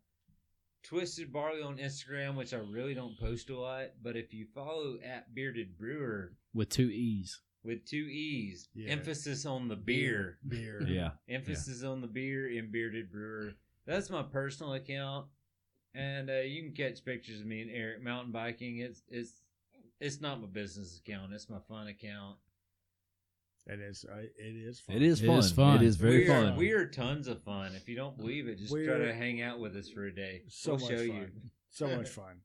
S3: Twisted Barley on Instagram, which I really don't post a lot. But if you follow at Bearded Brewer
S1: With two E's.
S3: with two E's,
S4: Yeah.
S3: emphasis on the beer,
S4: Beer.
S5: Yeah.
S3: emphasis on the beer and Bearded Brewer. That's my personal account, and uh, you can catch pictures of me and Eric mountain biking. It's it's it's not my business account. It's my fun account.
S4: It is. uh, It is. Fun.
S5: It is
S1: It
S5: fun.
S1: is fun.
S5: It is very
S3: we are,
S5: fun.
S3: We are tons of fun. If you don't believe it, just try
S4: We're-
S3: to hang out with us for a day.
S4: So
S3: we'll
S4: much
S3: show
S4: fun.
S3: you.
S4: So much fun.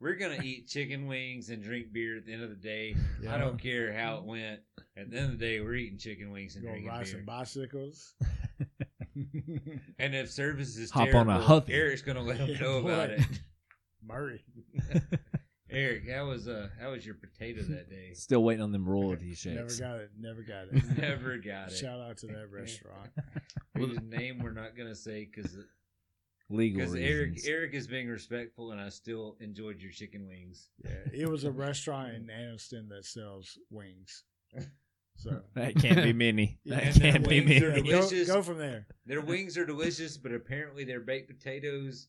S3: We're gonna eat chicken wings and drink beer at the end of the day. I
S4: Yeah.
S3: don't care how it went. At the end of the day, we're eating chicken wings and
S4: Go
S3: drinking
S4: ride
S3: beer.
S4: some bicycles.
S3: And if service is
S5: Hop on
S3: terrible,
S5: a Huffy.
S3: Eric's gonna let him
S4: Yeah,
S3: know
S4: boy.
S3: about it.
S4: Murray.
S3: Eric, how was uh how was your potato that day?
S5: Still waiting on them royalty
S4: Never
S5: shakes.
S4: got it. Never got it.
S3: Never got it.
S4: Shout out to that restaurant.
S3: Whose name we're not gonna say because
S5: Legal
S3: because
S5: reasons.
S3: Eric Eric is being respectful, and I still enjoyed your chicken wings.
S4: Yeah, it was a restaurant in Anniston that sells wings. So
S5: that can't be many.
S4: Yeah,
S5: That
S4: and their
S5: can't be
S3: wings are
S4: Yeah,
S5: many.
S3: delicious.
S4: go,
S3: Delicious.
S4: go from there.
S3: Their wings are delicious, but apparently their baked potatoes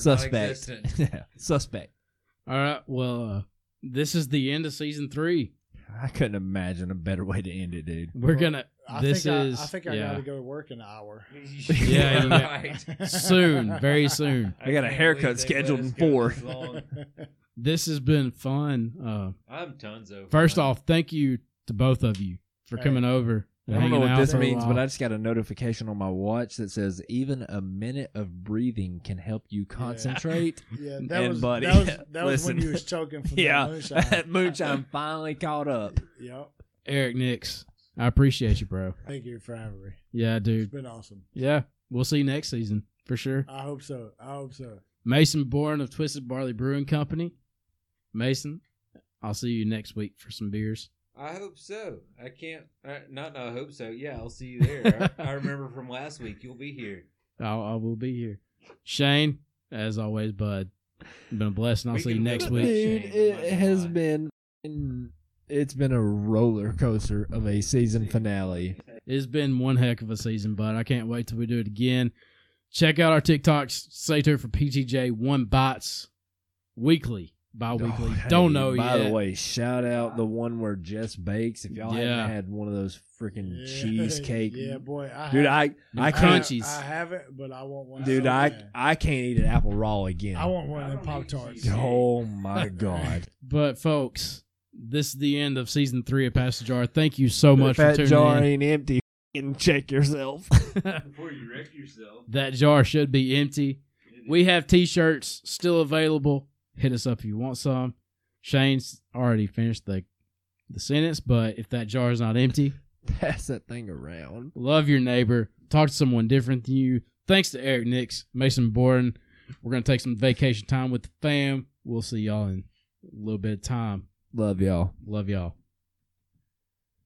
S5: Suspect.
S3: non-existent.
S5: Yeah, Suspect.
S1: All right. Well, uh, this is the end of season three.
S5: I couldn't imagine a better way to end it, dude.
S1: We're
S4: Well,
S1: gonna.
S4: I
S1: this
S4: think
S1: is.
S4: I, I think I
S1: yeah.
S4: gotta go to work an hour.
S1: Yeah, you got-
S3: right.
S1: soon, very soon.
S5: I got a
S3: can't
S5: haircut
S3: believe they
S5: scheduled
S3: let us
S5: in
S3: go
S5: four.
S3: this long.
S1: This has been fun. Uh,
S3: I'm tons over.
S1: first off, thank you to both of you for
S4: Hey.
S1: coming over.
S5: I don't know what this means, but I just got a notification on my watch that says even a minute of breathing can help you concentrate.
S4: Yeah, that
S5: And
S4: was
S5: buddy,
S4: that was, that was when
S5: listen.
S4: you was choking from
S5: Yeah.
S4: the moonshine.
S5: that moonshine finally caught up.
S4: yep.
S1: Eric Nix, I appreciate you, bro.
S4: Thank you for having me.
S1: Yeah,
S4: It's
S1: dude.
S4: been awesome.
S1: Yeah, we'll see you next season for sure.
S4: I hope so. I hope so.
S1: Mason Bourne of Twisted Barley Brewing Company. Mason, I'll see you next week for some beers.
S3: I hope so. I can't. Uh, not. I hope so. Yeah, I'll see you there. I, I remember from last week. You'll be here.
S1: I'll, I will be here. Shane, as always, bud, been a blessing. I'll
S3: We
S1: see you
S3: can
S1: next
S3: really-
S1: week.
S5: Dude,
S3: Shane,
S5: it
S3: my
S5: has
S3: God.
S5: been it's been a roller coaster of a season finale.
S1: It's been one heck of a season, bud. I can't wait till we do it again. Check out our TikToks. Stay tuned for PTJ One Bites weekly, bi-weekly.
S2: Oh, hey,
S1: Don't know
S2: By
S1: yet.
S2: the way, shout out the one where Jess bakes. If y'all
S1: Yeah.
S2: haven't had one of those freaking
S4: Yeah,
S2: cheesecake,
S4: Yeah, boy. I
S2: dude,
S4: have-
S2: I I
S1: Them
S2: can't,
S1: crunchies.
S4: I haven't, but I want one.
S2: dude,
S4: so
S2: I
S4: bad.
S2: I can't eat an apple raw again.
S4: I want one of them Pop Tarts.
S2: Oh my god!
S1: But folks, this is the end of season three of Pass the Jar. Thank you so much for
S2: that
S1: tuning
S2: jar
S1: in.
S2: ain't empty. F***ing check yourself.
S3: Before you wreck yourself.
S1: That jar should be empty. We have t-shirts still available. Hit us up if you want some. Shane's already finished the the sentence, but if that jar is not empty,
S2: Pass that thing around.
S1: love your neighbor. Talk to someone different than you. Thanks to Eric Nix, Mason Borden. We're gonna take some vacation time with the fam. We'll see y'all in a little bit of time.
S2: Love y'all.
S1: Love y'all.